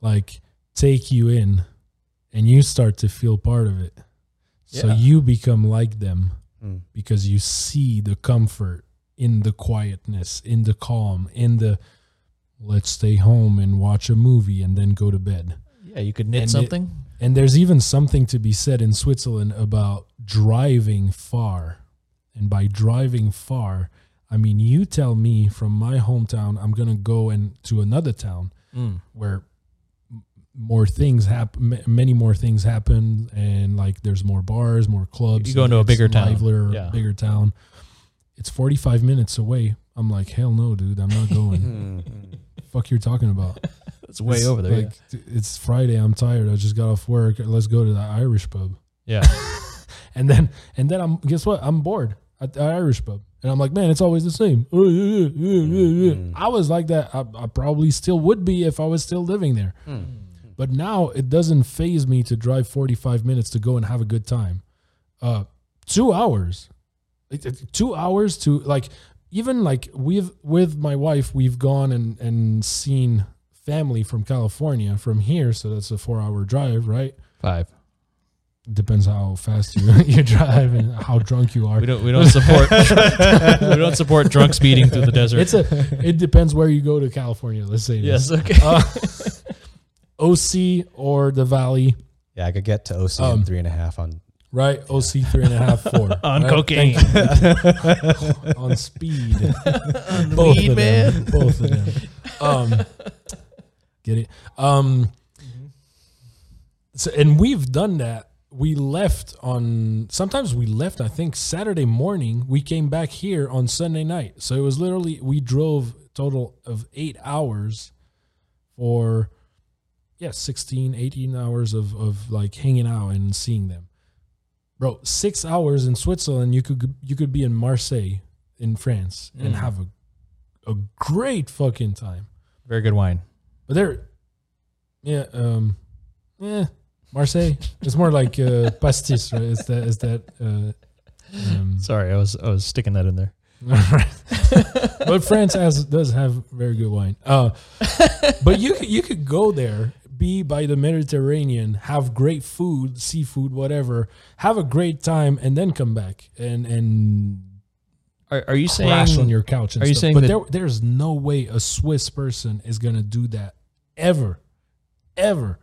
Speaker 3: like take you in and you start to feel part of it so
Speaker 2: Yeah.
Speaker 3: you become like them
Speaker 1: Mm.
Speaker 3: because you see the comfort in the quietness in the calm in the let's stay home and watch a movie and then go to bed
Speaker 2: Yeah, you could knit
Speaker 3: And it-
Speaker 2: something.
Speaker 3: and there's even something to be said in Switzerland about driving far. And by driving far, I mean you tell me from my hometown I'm going to go and to another town
Speaker 2: Mm.
Speaker 3: where m- more things happen many more things happen and like there's more bars, more clubs.
Speaker 2: You go into a
Speaker 3: it's
Speaker 2: bigger town.
Speaker 3: livelier,
Speaker 2: Yeah.
Speaker 3: bigger town. It's 45 minutes away. I'm like, "Hell no, dude. I'm not going."
Speaker 1: Mm, mm.
Speaker 3: Fuck you're talking about.
Speaker 2: It's way
Speaker 3: It's
Speaker 2: over there.
Speaker 3: Like, t- It's Friday. I'm tired. I just got off work. Let's go to the Irish pub.
Speaker 2: yeah.
Speaker 3: And then and then I'm guess what? I'm bored at the Irish pub. And I'm like, man, it's always the same. Uh, uh, uh, uh, uh. I was like that. I, I probably still would be if I was still living there. But now it doesn't phase me to drive 45 minutes to go and have a good time. Uh, two hours, It- it- two hours to like, even like we've with my wife, we've gone and and seen family from California from here. So that's a four hour drive, right?
Speaker 2: Five.
Speaker 3: depends how fast you, you drive and how drunk you are.
Speaker 2: We don't we don't support we don't support drunk speeding through the desert.
Speaker 3: It's a it depends where you go to California. Let's say this.
Speaker 2: yes, okay.
Speaker 3: Uh, OC or the Valley.
Speaker 1: Yeah, I could get to OC in
Speaker 3: Um,
Speaker 1: three and a half on
Speaker 3: right? OC three and a half, four.
Speaker 2: On
Speaker 3: right?
Speaker 2: cocaine.
Speaker 3: Thank you. on speed. Both
Speaker 2: weed,
Speaker 3: of
Speaker 2: man.
Speaker 3: them. Both of them. Um, get it? Um, so, and we've done that. We left on sometimes we left. I think Saturday morning. We came back here on Sunday night. So it was literally we drove total of eight hours, for yeah 16 18 hours of, of like hanging out and seeing them bro six hours in switzerland you could you could be in marseille in france and have a, a great fucking time
Speaker 2: Very good wine.
Speaker 3: but they're yeah um yeah marseille it's more like uh pastis right it's that it's that uh um,
Speaker 2: Sorry, I was I was sticking that in there.
Speaker 3: but France has does have very good wine. Uh, but you could- you could go there, be by the Mediterranean, have great food, seafood, whatever, have a great time, and then come back and and
Speaker 2: Are, are you
Speaker 3: crash
Speaker 2: saying
Speaker 3: on your couch. And
Speaker 2: are you
Speaker 3: stuff.
Speaker 2: saying
Speaker 3: But
Speaker 2: that-
Speaker 3: there, there's no way a Swiss person is gonna do that ever, ever.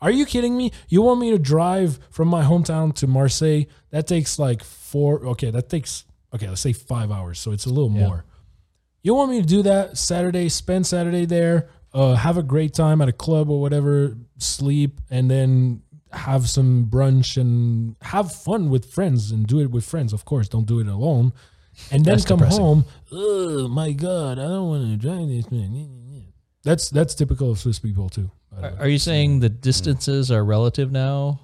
Speaker 3: Are you kidding me? You want me to drive from my hometown to Marseille? That takes like four. Okay, that takes okay. Let's say five hours. So it's a little
Speaker 2: Yeah.
Speaker 3: more. You want me to do that Saturday? Spend Saturday there. Uh, have a great time at a club or whatever. Sleep and then have some brunch and have fun with friends and do it with friends. Of course, don't do it alone. And then
Speaker 2: That's
Speaker 3: come
Speaker 2: depressing.
Speaker 3: home. Oh my god, I don't want to drive this man. That's that's typical of Swiss people too. by the
Speaker 2: are,
Speaker 3: way.
Speaker 2: are you saying the distances are relative now,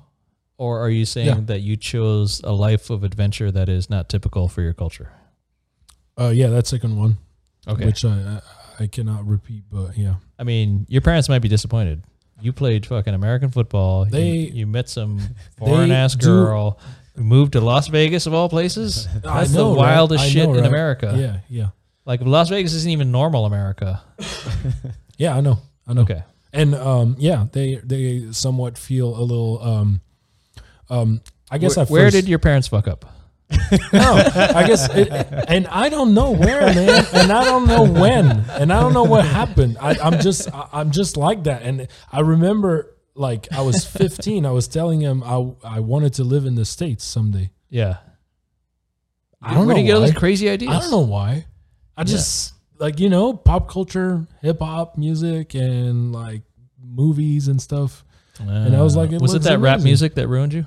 Speaker 2: or are you saying
Speaker 3: Yeah.
Speaker 2: that you chose a life of adventure that is not typical for your culture?
Speaker 3: Uh, yeah, that second one,
Speaker 2: Okay,
Speaker 3: which I, I I cannot repeat, but yeah,
Speaker 2: I mean your parents might be disappointed. You played fucking American football. You-
Speaker 3: They-
Speaker 2: you, met some foreign ass
Speaker 3: do-
Speaker 2: girl. Moved to Las Vegas of all places.
Speaker 3: I
Speaker 2: That's
Speaker 3: know,
Speaker 2: the
Speaker 3: right?
Speaker 2: wildest
Speaker 3: I
Speaker 2: shit
Speaker 3: know,
Speaker 2: in
Speaker 3: right?
Speaker 2: America.
Speaker 3: Yeah, yeah,
Speaker 2: Like Las Vegas isn't even normal America.
Speaker 3: yeah. I know, I know.
Speaker 2: Okay.
Speaker 3: and um, yeah, they they somewhat feel a little um, um. I guess
Speaker 2: where,
Speaker 3: at
Speaker 2: where
Speaker 3: first-
Speaker 2: did your parents fuck up?
Speaker 3: No, I guess, it, and I don't know where, man, and I don't know when, and I don't know what happened. I, I'm just, I, I'm just like that, and I remember, like, I was 15. I was telling him I, I wanted to live in the states someday.
Speaker 2: Yeah.
Speaker 3: I don't
Speaker 2: Where do
Speaker 3: know
Speaker 2: you get all
Speaker 3: why.
Speaker 2: these crazy ideas?
Speaker 3: I don't know why. I just like you know pop culture, hip hop music, and like movies and stuff. I was like, it
Speaker 2: Uh, was it
Speaker 3: looks
Speaker 2: that rap
Speaker 3: amazing.
Speaker 2: music that ruined you?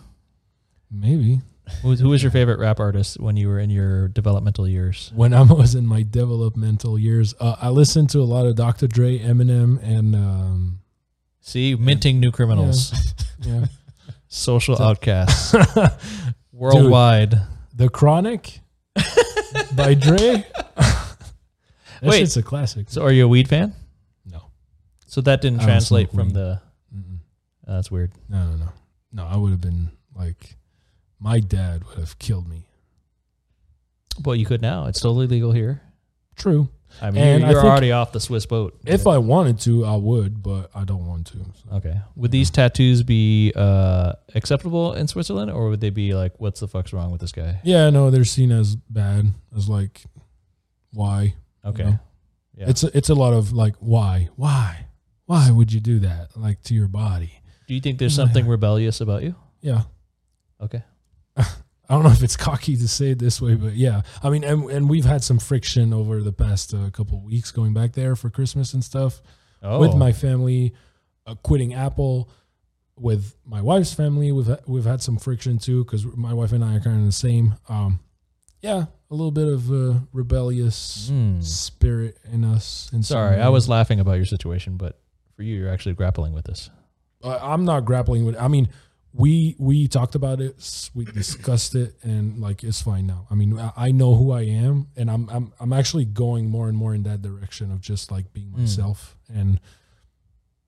Speaker 3: Maybe
Speaker 2: Who was, who was your favorite rap artist when you were in your developmental years?
Speaker 3: when I was in my developmental years, uh, I listened to a lot of Dr. Dre, Eminem, and um,
Speaker 2: See, minting new criminals,
Speaker 3: yeah,
Speaker 2: social outcasts, worldwide.
Speaker 3: The Chronic by Dre. that
Speaker 2: Wait.
Speaker 3: shit's a classic.
Speaker 2: So, are you a weed fan?
Speaker 3: No.
Speaker 2: So that didn't
Speaker 3: I don't
Speaker 2: translate
Speaker 3: smoke
Speaker 2: from
Speaker 3: weed.
Speaker 2: the.
Speaker 3: Mm-mm.
Speaker 2: oh, that's weird.
Speaker 3: No, no, no, no. I would have been like, my dad would have killed me.
Speaker 2: Well, you could now. It's totally legal here.
Speaker 3: True.
Speaker 2: I mean,
Speaker 3: And
Speaker 2: you're,
Speaker 3: I
Speaker 2: you're
Speaker 3: think-
Speaker 2: already off the Swiss boat.
Speaker 3: If I wanted to, I would, but I don't want to. so.
Speaker 2: Okay. Would these tattoos be uh, acceptable in Switzerland, or would they be like, "What's the fuck's wrong with this guy"?
Speaker 3: Yeah, no, they're seen as bad, as like, why?
Speaker 2: Okay.
Speaker 3: know?
Speaker 2: Yeah.
Speaker 3: It's a, it's a lot of like, why, why, why would you do that? Like to your body?
Speaker 2: Do you think there's something rebellious about you?
Speaker 3: Yeah,
Speaker 2: Okay.
Speaker 3: I don't know if it's cocky to say it this way, but yeah, I mean, and, and we've had some friction over the past uh, couple of weeks going back there for Christmas and stuff
Speaker 2: Oh.
Speaker 3: with my family, uh, quitting Apple. With my wife's family, we've ha- we've had some friction too because my wife and I are kind of the same. Um, yeah, a little bit of uh, rebellious
Speaker 2: Hmm.
Speaker 3: spirit in us. In some
Speaker 2: Sorry, I
Speaker 3: way.
Speaker 2: was laughing about your situation, but for you, you're actually grappling with this.
Speaker 3: I- I'm not grappling with. I mean, we we talked about it, s- we discussed it, and like it's fine now. I mean, I, I know who I am, and I'm I'm I'm actually going more and more in that direction of just like being
Speaker 2: Mm.
Speaker 3: myself, and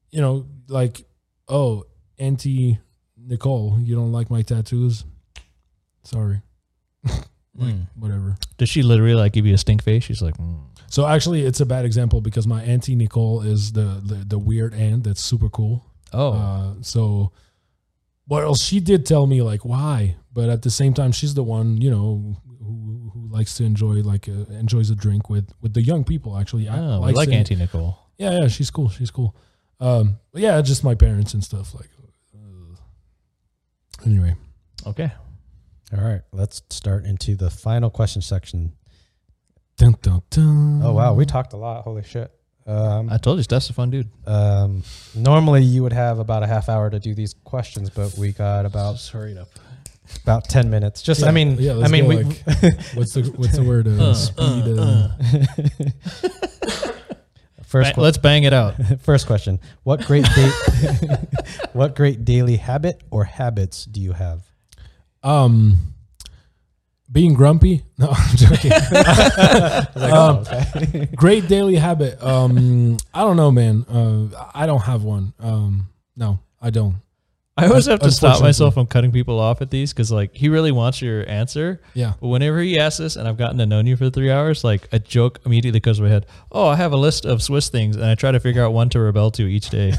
Speaker 3: you know, like oh, Auntie Nicole, you don't like my tattoos? Sorry, whatever.
Speaker 2: Does she literally like give you a stink face? She's like, mm.
Speaker 3: So actually, it's a bad example because my Auntie Nicole is the the, the weird aunt that's super cool.
Speaker 2: oh,
Speaker 3: Uh, so, well, she did tell me like why, but at the same time, she's the one you know who, who likes to enjoy like uh, enjoys a drink with with the young people. Actually, I
Speaker 2: oh, we like
Speaker 3: to-
Speaker 2: Auntie Nicole.
Speaker 3: Yeah, yeah, she's cool. She's cool. Um, but yeah, just my parents and stuff. Like, uh, anyway,
Speaker 5: Okay.
Speaker 1: All right, let's start into the final question section.
Speaker 3: Dun, dun, dun.
Speaker 1: Oh wow, we talked a lot. Holy shit. Um,
Speaker 2: I told you, Steph's a fun dude.
Speaker 1: um, normally you would have about a half hour to do these questions, but we got about
Speaker 5: hurry up.
Speaker 1: about ten minutes. Just I
Speaker 3: Yeah,
Speaker 1: mean,
Speaker 3: yeah,
Speaker 1: I
Speaker 3: let's
Speaker 1: mean,
Speaker 3: go
Speaker 1: we,
Speaker 3: like- what's the what's the word? Uh, speed. Uh,
Speaker 1: first
Speaker 2: Ba- let's bang it out.
Speaker 1: First question: What great da- what great daily habit or habits do you have?
Speaker 2: uh.
Speaker 3: um, being grumpy. No, I'm joking. Um, great daily habit. Um, I don't know, man. Uh, I don't have one. Um, no, I don't.
Speaker 2: I always
Speaker 3: Un-
Speaker 2: have to stop
Speaker 3: unfortunately.
Speaker 2: myself from cutting people off at these because, like, he really wants your answer.
Speaker 3: Yeah.
Speaker 2: But whenever he asks this, and I've gotten to know you for three hours, like a joke immediately goes to my head. Oh, I have a list of Swiss things, and I try to figure out one to rebel to each day.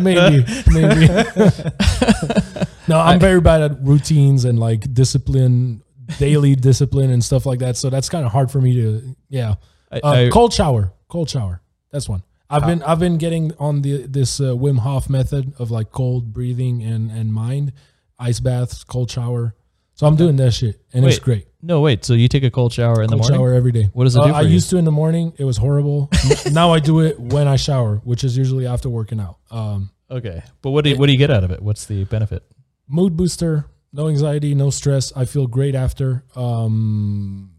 Speaker 3: maybe, maybe. no, I'm very bad at routines and like discipline, daily discipline and stuff like that. So that's kind of hard for me to, yeah.
Speaker 2: I,
Speaker 3: Uh,
Speaker 2: I-
Speaker 3: cold shower, cold shower. That's one. I've been I've been getting on the this uh, Wim Hof method of like cold breathing and and mind, ice baths, cold shower. So I'm doing that shit, and it's
Speaker 2: Wait,
Speaker 3: great.
Speaker 2: no, wait. So you take a cold shower in the
Speaker 3: Cold
Speaker 2: morning?
Speaker 3: shower every day.
Speaker 2: What does it
Speaker 3: Uh,
Speaker 2: do for
Speaker 3: I
Speaker 2: you?
Speaker 3: used to in the morning. It was horrible. N- now I do it when I shower, which is usually after working out. Um,
Speaker 2: Okay, but what do you, what do you get out of it? What's the benefit?
Speaker 3: mood booster no anxiety no stress i feel great after um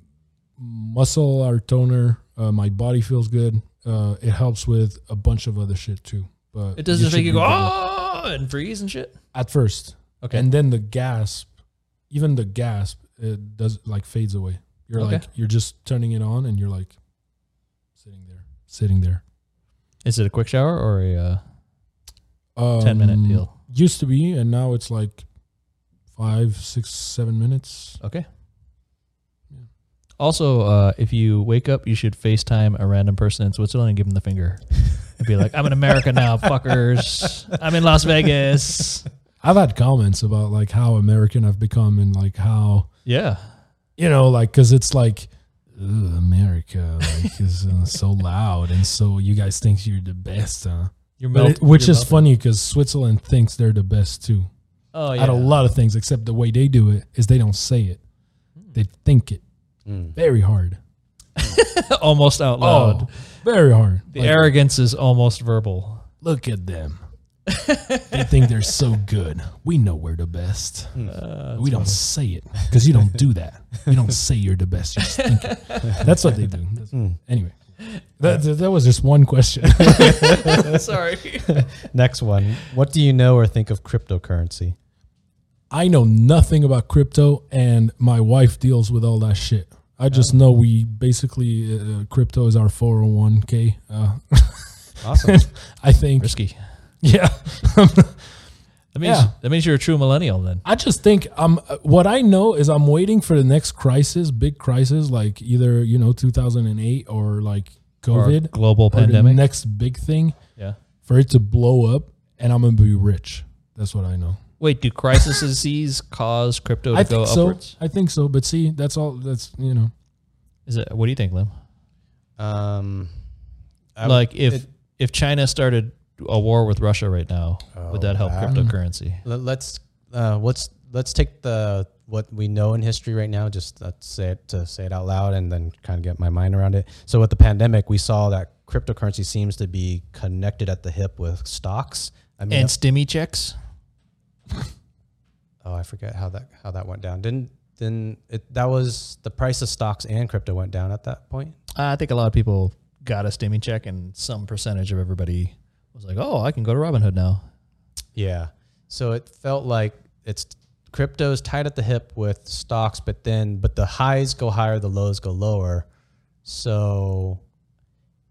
Speaker 3: muscle are toner uh, my body feels good uh it helps with a bunch of other shit too but
Speaker 2: It doesn't
Speaker 3: should
Speaker 2: make you
Speaker 3: be
Speaker 2: go
Speaker 3: good
Speaker 2: oh and freeze and shit.
Speaker 3: at first
Speaker 2: Okay.
Speaker 3: and then the gasp even the gasp it does like fades away you're
Speaker 2: Okay.
Speaker 3: like you're just turning it on and you're like sitting there sitting there
Speaker 2: Is it a quick shower or a uh,
Speaker 3: um,
Speaker 2: ten minute deal?
Speaker 3: used to be and now it's like five six seven minutes
Speaker 2: Okay.
Speaker 3: Yeah.
Speaker 2: Also, uh, if you wake up, you should FaceTime a random person in Switzerland and give them the finger. And be like, I'm in America now, fuckers. I'm in Las Vegas.
Speaker 3: I've had comments about like how American I've become and like how
Speaker 2: Yeah.
Speaker 3: you know like because it's like "Ugh, America like is uh, so loud and so you guys think you're the best, huh?
Speaker 2: You're
Speaker 3: But it- which is funny because Switzerland thinks they're the best too
Speaker 2: Oh,
Speaker 3: at a lot of things, except the way they do it is they don't say it, they think it very hard.
Speaker 2: almost out Hmm. loud.
Speaker 3: Oh, very hard.
Speaker 2: the
Speaker 3: Like,
Speaker 2: arrogance is almost verbal.
Speaker 3: look at them. they think they're so good. We know we're the best.
Speaker 2: Uh,
Speaker 3: we don't say it because you don't do that. You don't say you're the best. You just think it. That's what they do. That's- Anyway, that, that, that was just one question.
Speaker 2: Sorry.
Speaker 1: Next one: What do you know or think of cryptocurrency?
Speaker 3: I know nothing about crypto, and my wife deals with all that shit. I just know we basically uh, crypto is our 401k. Uh,
Speaker 1: Awesome.
Speaker 3: I think.
Speaker 2: Risky.
Speaker 3: Yeah.
Speaker 2: That means
Speaker 3: Yeah.
Speaker 2: that means you're a true millennial then.
Speaker 3: I just think um what I know is I'm waiting for the next crisis, big crisis, like either you know 2008 or like
Speaker 2: Or
Speaker 3: COVID,
Speaker 2: global
Speaker 3: or the
Speaker 2: pandemic.
Speaker 3: next big thing
Speaker 2: yeah.
Speaker 3: for it to blow up, and I'm gonna be rich. That's what I know.
Speaker 2: Wait, do crises cause crypto to
Speaker 3: I
Speaker 2: go
Speaker 3: think so.
Speaker 2: upwards?
Speaker 3: I think so. But see, that's all. That's you know.
Speaker 2: Is it? What do you think, Lim?
Speaker 1: um, I would-
Speaker 2: like if
Speaker 1: it-
Speaker 2: if China started a war with Russia right now,
Speaker 3: Oh,
Speaker 2: would that help cryptocurrency?
Speaker 1: Let- Let's uh, let's let's take the what we know in history right now. Just let's say it to say it out loud, and then kind of get my mind around it. So with the pandemic, we saw that cryptocurrency seems to be connected at the hip with stocks. I
Speaker 3: Hmm.
Speaker 1: mean,
Speaker 2: And stimmy checks?
Speaker 1: oh, I forget how that how that went down. Didn't then it that was the price of stocks and crypto went down at that point.
Speaker 2: I think a lot of people got a stimmy check, and some percentage of everybody was like, "Oh, I can go to Robinhood now."
Speaker 1: Yeah. So it felt like it's crypto's tied at the hip with stocks, but then but the highs go higher, the lows go lower. So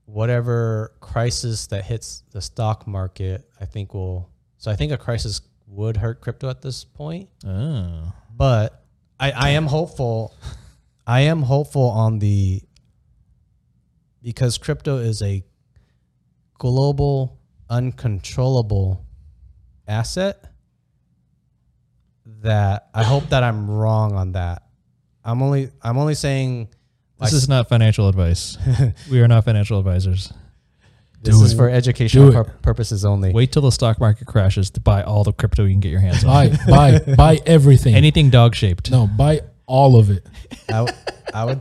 Speaker 1: whatever crisis that hits the stock market, I think will. So I think a crisis would hurt crypto at this point,
Speaker 2: Oh,
Speaker 1: but I, I am hopeful. I am hopeful on the because crypto is a global uncontrollable asset that I hope that I'm wrong on that. I'm only I'm only saying
Speaker 2: this is not financial advice. we are not financial advisors.
Speaker 1: This
Speaker 3: Do
Speaker 1: is
Speaker 3: it.
Speaker 1: for educational
Speaker 3: Do
Speaker 1: pur-
Speaker 3: it.
Speaker 1: purposes only.
Speaker 2: Wait till the stock market crashes to buy all the crypto you can get your hands on.
Speaker 3: buy, buy, buy everything.
Speaker 2: Anything dog shaped.
Speaker 3: no, buy all of it.
Speaker 1: I, w- I would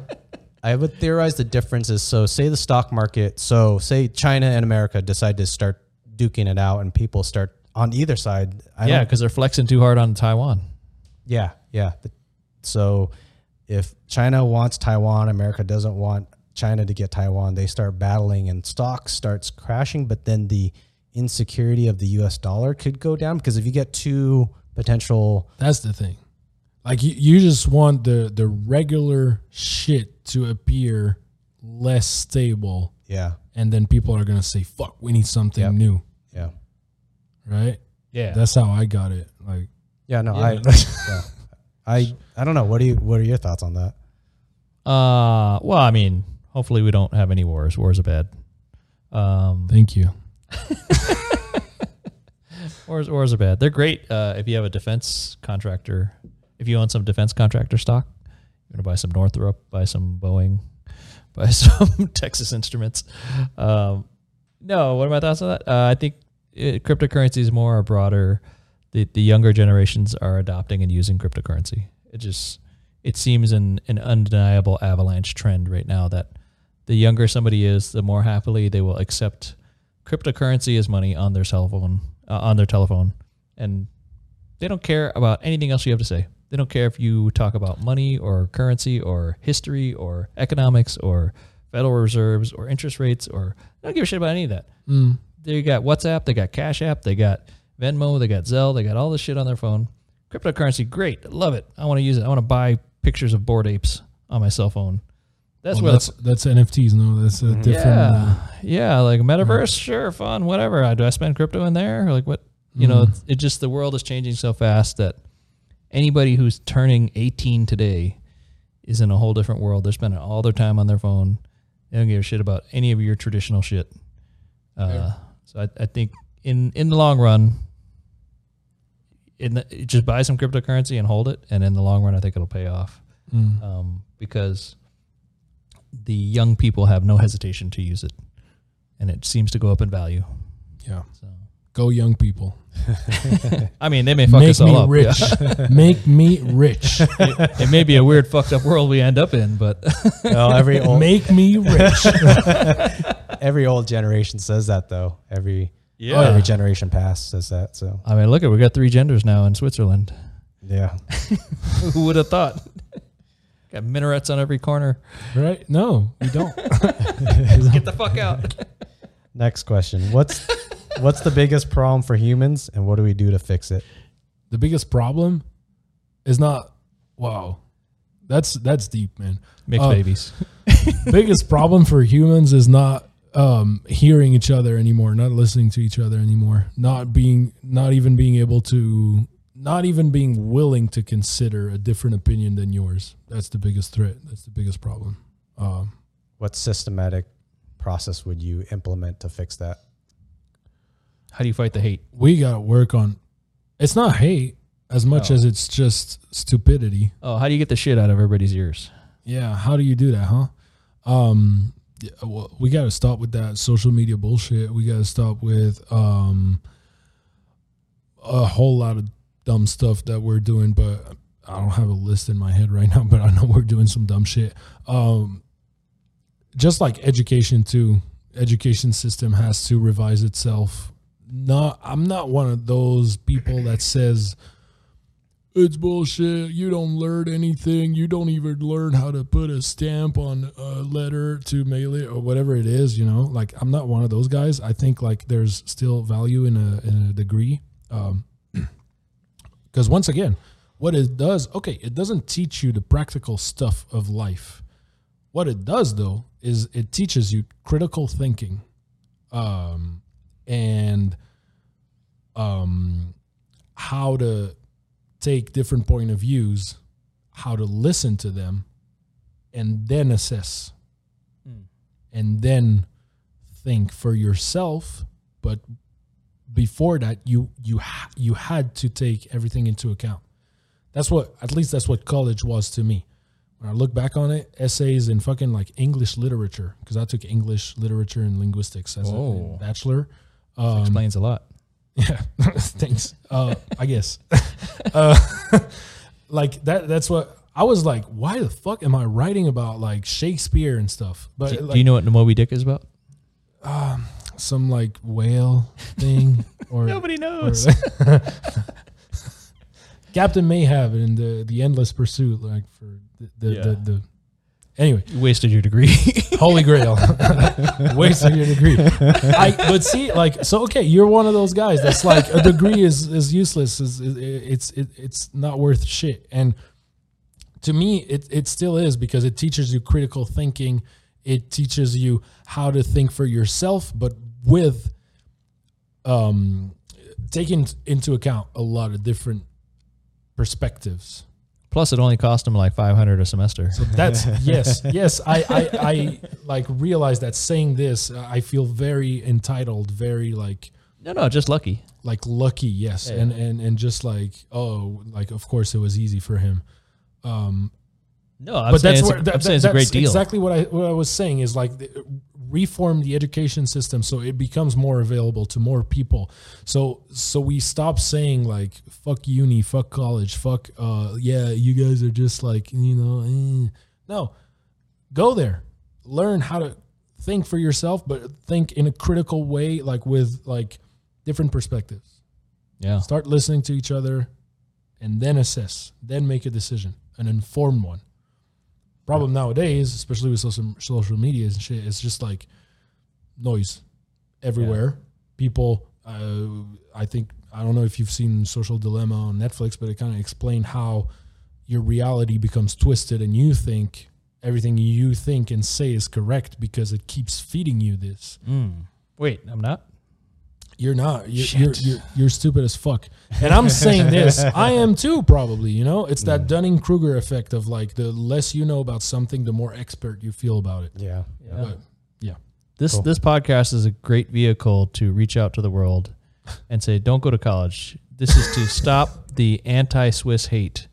Speaker 1: I would theorize the difference is so say the stock market so say China and America decide to start duking it out and people start on either side I
Speaker 2: Yeah,
Speaker 1: don't,
Speaker 2: because they're flexing too hard on Taiwan.
Speaker 1: yeah yeah so if China wants Taiwan America doesn't want China to get Taiwan they start battling and stocks starts crashing but then the insecurity of the US dollar could go down because if you get two potential
Speaker 3: That's the thing. Like you, you just want the the regular shit to appear less stable,
Speaker 1: yeah
Speaker 3: and then people are gonna say, "Fuck, we need something
Speaker 1: Yep.
Speaker 3: new,"
Speaker 1: yeah
Speaker 3: right?
Speaker 2: Yeah.
Speaker 3: That's how I got it. Like
Speaker 1: yeah no I yeah. I I don't know what do you what are your thoughts on that
Speaker 2: uh, well, I mean, hopefully we don't have any wars. Wars are bad. Um,
Speaker 3: Thank you.
Speaker 2: wars, wars are bad. They're great uh, if you have a defense contractor. If you own some defense contractor stock, you're going to buy some Northrop, buy some Boeing, buy some Texas Instruments. Um, no, what are my thoughts on that? Uh, I think uh cryptocurrency is more a broader. The, the younger generations are adopting and using cryptocurrency. It just it seems an an undeniable avalanche trend right now that the younger somebody is, the more happily they will accept cryptocurrency as money on their cell phone uh, on their telephone, and they don't care about anything else you have to say. They don't care if you talk about money or currency or history or economics or Federal Reserves or interest rates or they don't give a shit about any of that. They got WhatsApp, they got Cash App, they got Venmo, they got Zelle, they got all this shit on their phone. Cryptocurrency, great, I love it. I want to use it. I want to buy pictures of bored apes on my cell phone. That's
Speaker 3: Well,
Speaker 2: where
Speaker 3: that's
Speaker 2: the, Mm-hmm.
Speaker 3: that's NFTs. No, that's a different.
Speaker 2: yeah,
Speaker 3: Uh,
Speaker 2: yeah, like metaverse, sure, fun, whatever. I do I spend crypto in there? Or, Like what? You know, it's, it just the world is changing so fast that anybody who's turning 18 today is in a whole different world. They're spending all their time on their phone. They don't give a shit about any of your traditional shit. Uh, So I, I think in in the long run, in the, just buy some cryptocurrency and hold it, and in the long run, I think it'll pay off
Speaker 3: mm.
Speaker 2: um, because the young people have no hesitation to use it, and it seems to go up in value.
Speaker 3: Yeah.
Speaker 2: So,
Speaker 3: Go young people.
Speaker 2: I mean, they may fuck
Speaker 3: Make
Speaker 2: us
Speaker 3: me
Speaker 2: all up. yeah.
Speaker 3: rich. Make me rich.
Speaker 2: it, it may be a weird, fucked up world we end up in, but
Speaker 1: no every old
Speaker 3: Make me rich.
Speaker 1: every old generation says that though. Every
Speaker 3: Oh,
Speaker 2: yeah.
Speaker 1: every generation past says that. So
Speaker 2: I mean, look at we got three genders now in Switzerland.
Speaker 1: yeah,
Speaker 2: Who would have thought? Got minarets on every corner.
Speaker 3: Right? No, we don't.
Speaker 2: Get the fuck out.
Speaker 1: Next question. What's what's the biggest problem for humans, and what do we do to fix it?
Speaker 3: the biggest problem is not wow. That's that's deep, man.
Speaker 2: Mixed
Speaker 3: Uh,
Speaker 2: babies.
Speaker 3: biggest problem for humans is not um hearing each other anymore, not listening to each other anymore, not being not even being able to not even being willing to consider a different opinion than yours. That's the biggest threat. That's the biggest problem. Um
Speaker 1: What systematic process would you implement to fix that?
Speaker 2: How do you fight the hate?
Speaker 3: we got to work on it's not hate as much
Speaker 2: No.
Speaker 3: as it's just stupidity.
Speaker 2: Oh, how do you get the shit out of everybody's ears?
Speaker 3: Yeah, how do you do that, huh? Um, yeah, well, we got to stop with that social media bullshit. We got to stop with um a whole lot of dumb stuff that we're doing, but I don't have a list in my head right now, but I know we're doing some dumb shit. Um just like education too. Education system has to revise itself. Not I'm not one of those people that says it's bullshit. You don't learn anything. You don't even learn how to put a stamp on a letter to mail it or whatever it is. You know, like I'm not one of those guys. I think like there's still value in a in a degree. Um, because once again, what it does, okay, it doesn't teach you the practical stuff of life. What it does though is it teaches you critical thinking, um, and um, how to take different point of views, how to listen to them, and then assess, and then think for yourself. But before that, you you ha- you had to take everything into account. That's what at least that's what college was to me. when I look back on it, essays in fucking like English literature because I took English literature and linguistics as
Speaker 2: Oh.
Speaker 3: a bachelor.
Speaker 2: That
Speaker 3: Um,
Speaker 2: explains a lot.
Speaker 3: yeah, thanks. Uh, I guess. uh, like that. That's what I was like. Why the fuck am I writing about like Shakespeare and stuff? But
Speaker 2: Do, do
Speaker 3: like,
Speaker 2: you know what Moby Dick is about?
Speaker 3: some like whale thing or
Speaker 2: Nobody
Speaker 3: or-
Speaker 2: knows.
Speaker 3: Captain Mayhab and the the endless pursuit, like for the the,
Speaker 2: Yeah.
Speaker 3: the, the anyway.
Speaker 2: You wasted your degree.
Speaker 3: Holy Grail. Waste of your degree. I but see, like, so okay, you're one of those guys that's like a degree is is useless. Is, is it's it, it's not worth shit. And to me, it it still is because it teaches you critical thinking. It teaches you how to think for yourself, but with um taking into account a lot of different perspectives.
Speaker 2: Plus, it only cost him like five hundred a semester.
Speaker 3: So that's yes, yes. I, I I like realize that saying this, uh, I feel very entitled, very like
Speaker 2: No, no, just lucky.
Speaker 3: like lucky. Yes,
Speaker 2: Yeah.
Speaker 3: and and and just like oh, like of course it was easy for him. Um,
Speaker 2: No, I'm
Speaker 3: but
Speaker 2: saying,
Speaker 3: that's
Speaker 2: it's, a-
Speaker 3: where that,
Speaker 2: I'm saying it's
Speaker 3: that's
Speaker 2: a great deal.
Speaker 3: Exactly what I what I was saying is like the, reform the education system so it becomes more available to more people. So so we stop saying like fuck uni, fuck college, fuck uh yeah, you guys are just like you know eh. no, go there, learn how to think for yourself, but think in a critical way, like with like different perspectives
Speaker 2: Yeah,
Speaker 3: start listening to each other and then assess then make a decision an informed one problem nowadays especially with social social media and shit it's just like noise everywhere people uh, i think i don't know if you've seen social dilemma on netflix but it kind of explained how your reality becomes twisted and you think everything you think and say is correct because it keeps feeding you this
Speaker 2: Mm. Wait, I'm not.
Speaker 3: you're not. You're,
Speaker 2: Shit.
Speaker 3: you're, you're, you're stupid as fuck. And I'm saying this. I am too, probably. You know, it's
Speaker 1: Mm.
Speaker 3: that Dunning Kruger effect of like the less you know about something, the more expert you feel about it.
Speaker 1: Yeah.
Speaker 2: Yeah.
Speaker 3: But yeah.
Speaker 2: This
Speaker 1: Cool.
Speaker 2: this podcast is a great vehicle to reach out to the world and say, don't go to college. This is to stop the anti-Swiss hate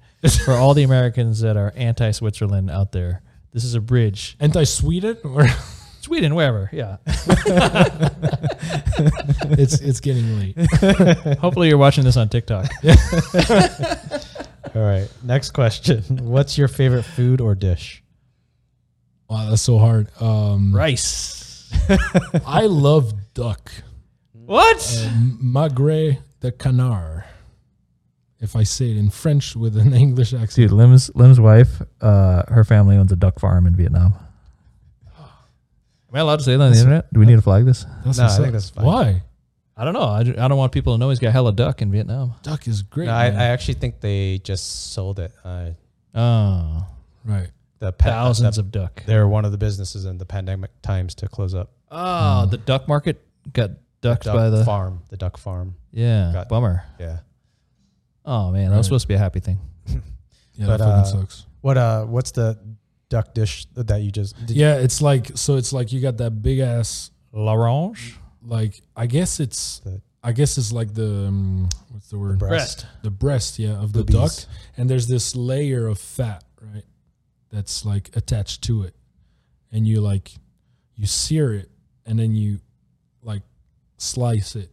Speaker 2: for all the Americans that are anti-Switzerland out there. This is a bridge.
Speaker 3: Anti Sweden? Or
Speaker 2: Sweden, wherever. Yeah.
Speaker 3: it's it's getting late.
Speaker 2: Hopefully, you're watching this on TikTok.
Speaker 1: All right. Next question. What's your favorite food or dish?
Speaker 3: Wow, that's so hard. Um,
Speaker 2: Rice.
Speaker 3: I love duck.
Speaker 2: What?
Speaker 3: Um, Magret de canard. If I say it in French with an English accent.
Speaker 2: Dude, Lim's Lim's wife, uh, her family owns a duck farm in Vietnam. Am I allowed to say that on the internet? Do we need to flag this?
Speaker 3: That's
Speaker 1: No, I
Speaker 3: what's
Speaker 1: think
Speaker 3: up.
Speaker 1: that's fine.
Speaker 3: Why?
Speaker 2: I don't know. I, ju- I don't want people to know he's got hella duck in Vietnam.
Speaker 3: Duck is great.
Speaker 1: No, I, I
Speaker 3: man.
Speaker 1: actually think they just sold it. Uh,
Speaker 2: Oh,
Speaker 3: right.
Speaker 1: the pet,
Speaker 2: thousands of duck.
Speaker 1: They're one of the businesses in the pandemic times to close up.
Speaker 2: Oh, the duck market got ducked
Speaker 1: Duck
Speaker 2: by the
Speaker 1: farm, the duck farm.
Speaker 2: yeah.
Speaker 1: got-
Speaker 2: bummer.
Speaker 1: Yeah.
Speaker 2: Oh man, that
Speaker 3: Right.
Speaker 2: was supposed to be a happy thing.
Speaker 3: Yeah,
Speaker 1: But,
Speaker 3: that fucking
Speaker 1: uh,
Speaker 3: sucks.
Speaker 1: What uh? What's the duck dish that you just? Did
Speaker 3: yeah, it's like so. It's like you got that big ass.
Speaker 2: L'orange
Speaker 3: Like I guess it's.
Speaker 1: The-
Speaker 3: I guess it's like the um, what's the word?
Speaker 1: breast.
Speaker 3: The breast, yeah, of the
Speaker 1: Boobies.
Speaker 3: duck, and there's this layer of fat, right? That's like attached to it, and you like you sear it, and then you like slice it,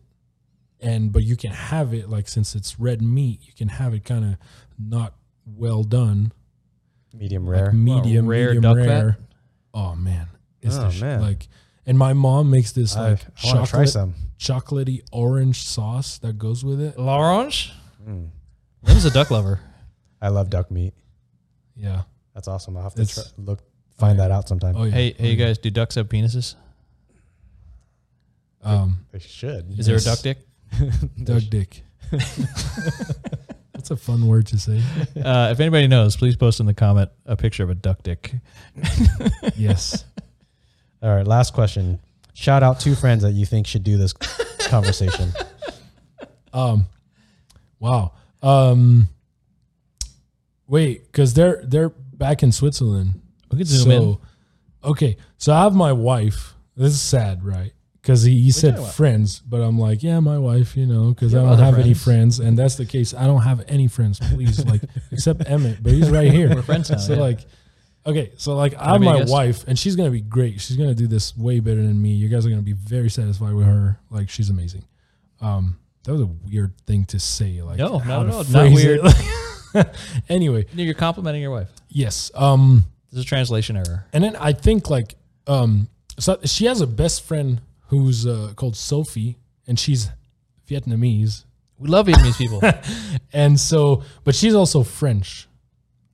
Speaker 3: and but you can have it like since it's red meat, you can have it kind of not well done,
Speaker 1: medium
Speaker 3: like
Speaker 1: rare.
Speaker 3: medium,
Speaker 2: rare
Speaker 3: medium
Speaker 2: duck fat?
Speaker 3: rare. Oh man, it's
Speaker 1: Oh,
Speaker 3: the sh-
Speaker 1: man.
Speaker 3: like. And my mom makes this
Speaker 1: I,
Speaker 3: like
Speaker 1: I want to try
Speaker 3: chocolate,
Speaker 1: some.
Speaker 3: chocolatey orange sauce that goes with it.
Speaker 2: L'orange. Lim's a duck lover.
Speaker 1: Hmm. I love duck meat.
Speaker 3: Yeah.
Speaker 1: That's awesome. I'll have to try,
Speaker 3: It's-
Speaker 1: look find that out sometime.
Speaker 3: Oh yeah.
Speaker 2: Hey, hey, you guys, do ducks have penises?
Speaker 3: Um,
Speaker 1: They should.
Speaker 2: Is there a
Speaker 3: Yes.
Speaker 2: duck dick?
Speaker 3: duck dick. That's a fun word to say.
Speaker 2: Uh, if anybody knows, please post in the comment a picture of a duck dick.
Speaker 3: Yes.
Speaker 1: All right, last question. Shout out two friends that you think should do this conversation.
Speaker 3: Um, wow. Um, wait, because they're they're back in Switzerland.
Speaker 2: We could zoom in.
Speaker 3: Okay, so I have my wife. This is sad, right? Because he, he said
Speaker 2: talking about?
Speaker 3: friends, but I'm like, yeah, my wife, you know, because I
Speaker 2: You have
Speaker 3: don't
Speaker 2: other
Speaker 3: have any friends, and that's the case. I don't have any friends, please, like except Emmett, but he's right here.
Speaker 2: We're friends now.
Speaker 3: so
Speaker 2: yeah.
Speaker 3: like, Okay, so like I
Speaker 2: I
Speaker 3: have
Speaker 2: be a
Speaker 3: my
Speaker 2: guest?
Speaker 3: wife, and she's gonna be great. She's gonna do this way better than me. You guys are gonna be very satisfied with her. Like she's amazing. Um, that was a weird thing to say. Like
Speaker 2: No, not
Speaker 3: how to
Speaker 2: at all. Not
Speaker 3: phrase it. anyway,
Speaker 2: No, You're complimenting your wife.
Speaker 3: yes. Um,
Speaker 2: This is a translation error.
Speaker 3: and then I think like um, so she has a best friend who's uh, called Sophie, and she's Vietnamese,
Speaker 2: We love Vietnamese people.
Speaker 3: and so but she's also French.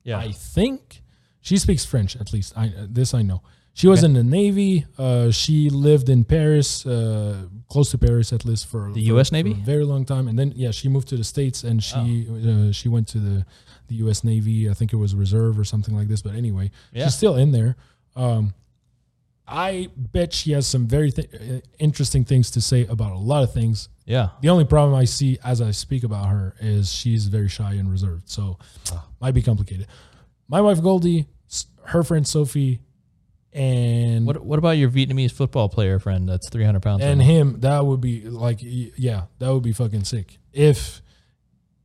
Speaker 2: Yeah.
Speaker 3: I think she speaks French at least. I uh, this I know. She was in the navy. Uh, she lived in Paris, uh, close to Paris at least for
Speaker 2: The
Speaker 3: for-
Speaker 2: US
Speaker 3: for
Speaker 2: Navy? Oh.
Speaker 3: a very long time. And then yeah, she moved to the states and she uh, she went to the the U.S. Navy. I think it was reserve or something like this. But anyway,
Speaker 2: Yeah.
Speaker 3: she's still in there. Um, I bet she has some very th- uh, interesting things to say about a lot of things.
Speaker 2: yeah.
Speaker 3: The only problem I see as I speak about her is she's very shy and reserved, so
Speaker 2: Ah.
Speaker 3: might be complicated. My wife Goldie, s- her friend Sophie, and
Speaker 2: What What about your Vietnamese football player friend that's 300 pounds?
Speaker 3: and
Speaker 2: or more?
Speaker 3: him. That would be like, y- yeah, that would be fucking sick if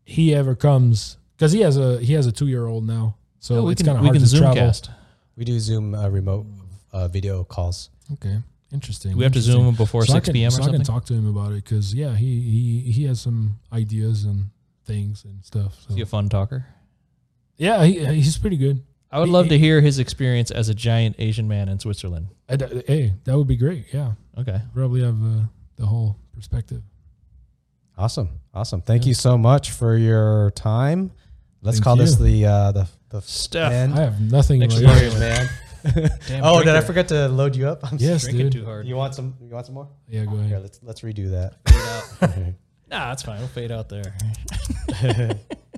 Speaker 3: he ever comes because he has a he has a two year old now, so
Speaker 2: No, we
Speaker 3: Oh, it's
Speaker 2: can
Speaker 3: kind of
Speaker 2: we
Speaker 3: hard
Speaker 2: can
Speaker 3: to
Speaker 2: zoom
Speaker 3: travel.
Speaker 2: cast.
Speaker 1: We do Zoom uh, remote uh, video calls.
Speaker 3: Okay, interesting.
Speaker 2: Do we have to
Speaker 3: interesting.
Speaker 2: zoom before
Speaker 3: So I
Speaker 2: 6
Speaker 3: can-
Speaker 2: p.m.
Speaker 3: so
Speaker 2: or
Speaker 3: I can
Speaker 2: something?
Speaker 3: talk to him about it because yeah, he he he has some ideas and things and stuff. So.
Speaker 2: Is he a fun talker?
Speaker 3: Yeah, he, he's pretty good.
Speaker 2: I would
Speaker 3: He-
Speaker 2: love
Speaker 3: he-
Speaker 2: to hear his experience as a giant Asian man in Switzerland.
Speaker 3: I d uh, hey, that would be great. Yeah,
Speaker 2: Okay.
Speaker 3: probably have uh, the whole perspective.
Speaker 1: Awesome, awesome. Thank you so much for your time. Let's
Speaker 3: Thank
Speaker 1: call this
Speaker 3: you.
Speaker 1: the uh, the the
Speaker 2: Steph.
Speaker 1: end.
Speaker 3: I have nothing.
Speaker 2: Next
Speaker 3: right
Speaker 2: story.
Speaker 3: now.
Speaker 1: man. oh, did
Speaker 2: Damn
Speaker 1: I
Speaker 2: drinker.
Speaker 1: forget to load you up? I'm
Speaker 3: Yes,
Speaker 2: Drinking
Speaker 3: dude.
Speaker 2: too hard.
Speaker 1: You want some? You want some more?
Speaker 3: Yeah, go
Speaker 1: Here,
Speaker 3: ahead.
Speaker 1: let's let's redo that.
Speaker 2: Fade out. nah, that's fine. We'll fade out there.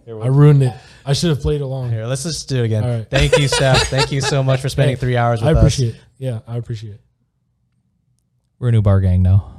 Speaker 3: I ruined it. I should have played along.
Speaker 1: Here, let's just do it again.
Speaker 3: All right.
Speaker 1: Thank you, Steph. Thank you so much for spending
Speaker 3: Hey,
Speaker 1: three hours with
Speaker 3: I
Speaker 1: us.
Speaker 3: appreciate it. Yeah, I appreciate it.
Speaker 2: We're a new bar gang now.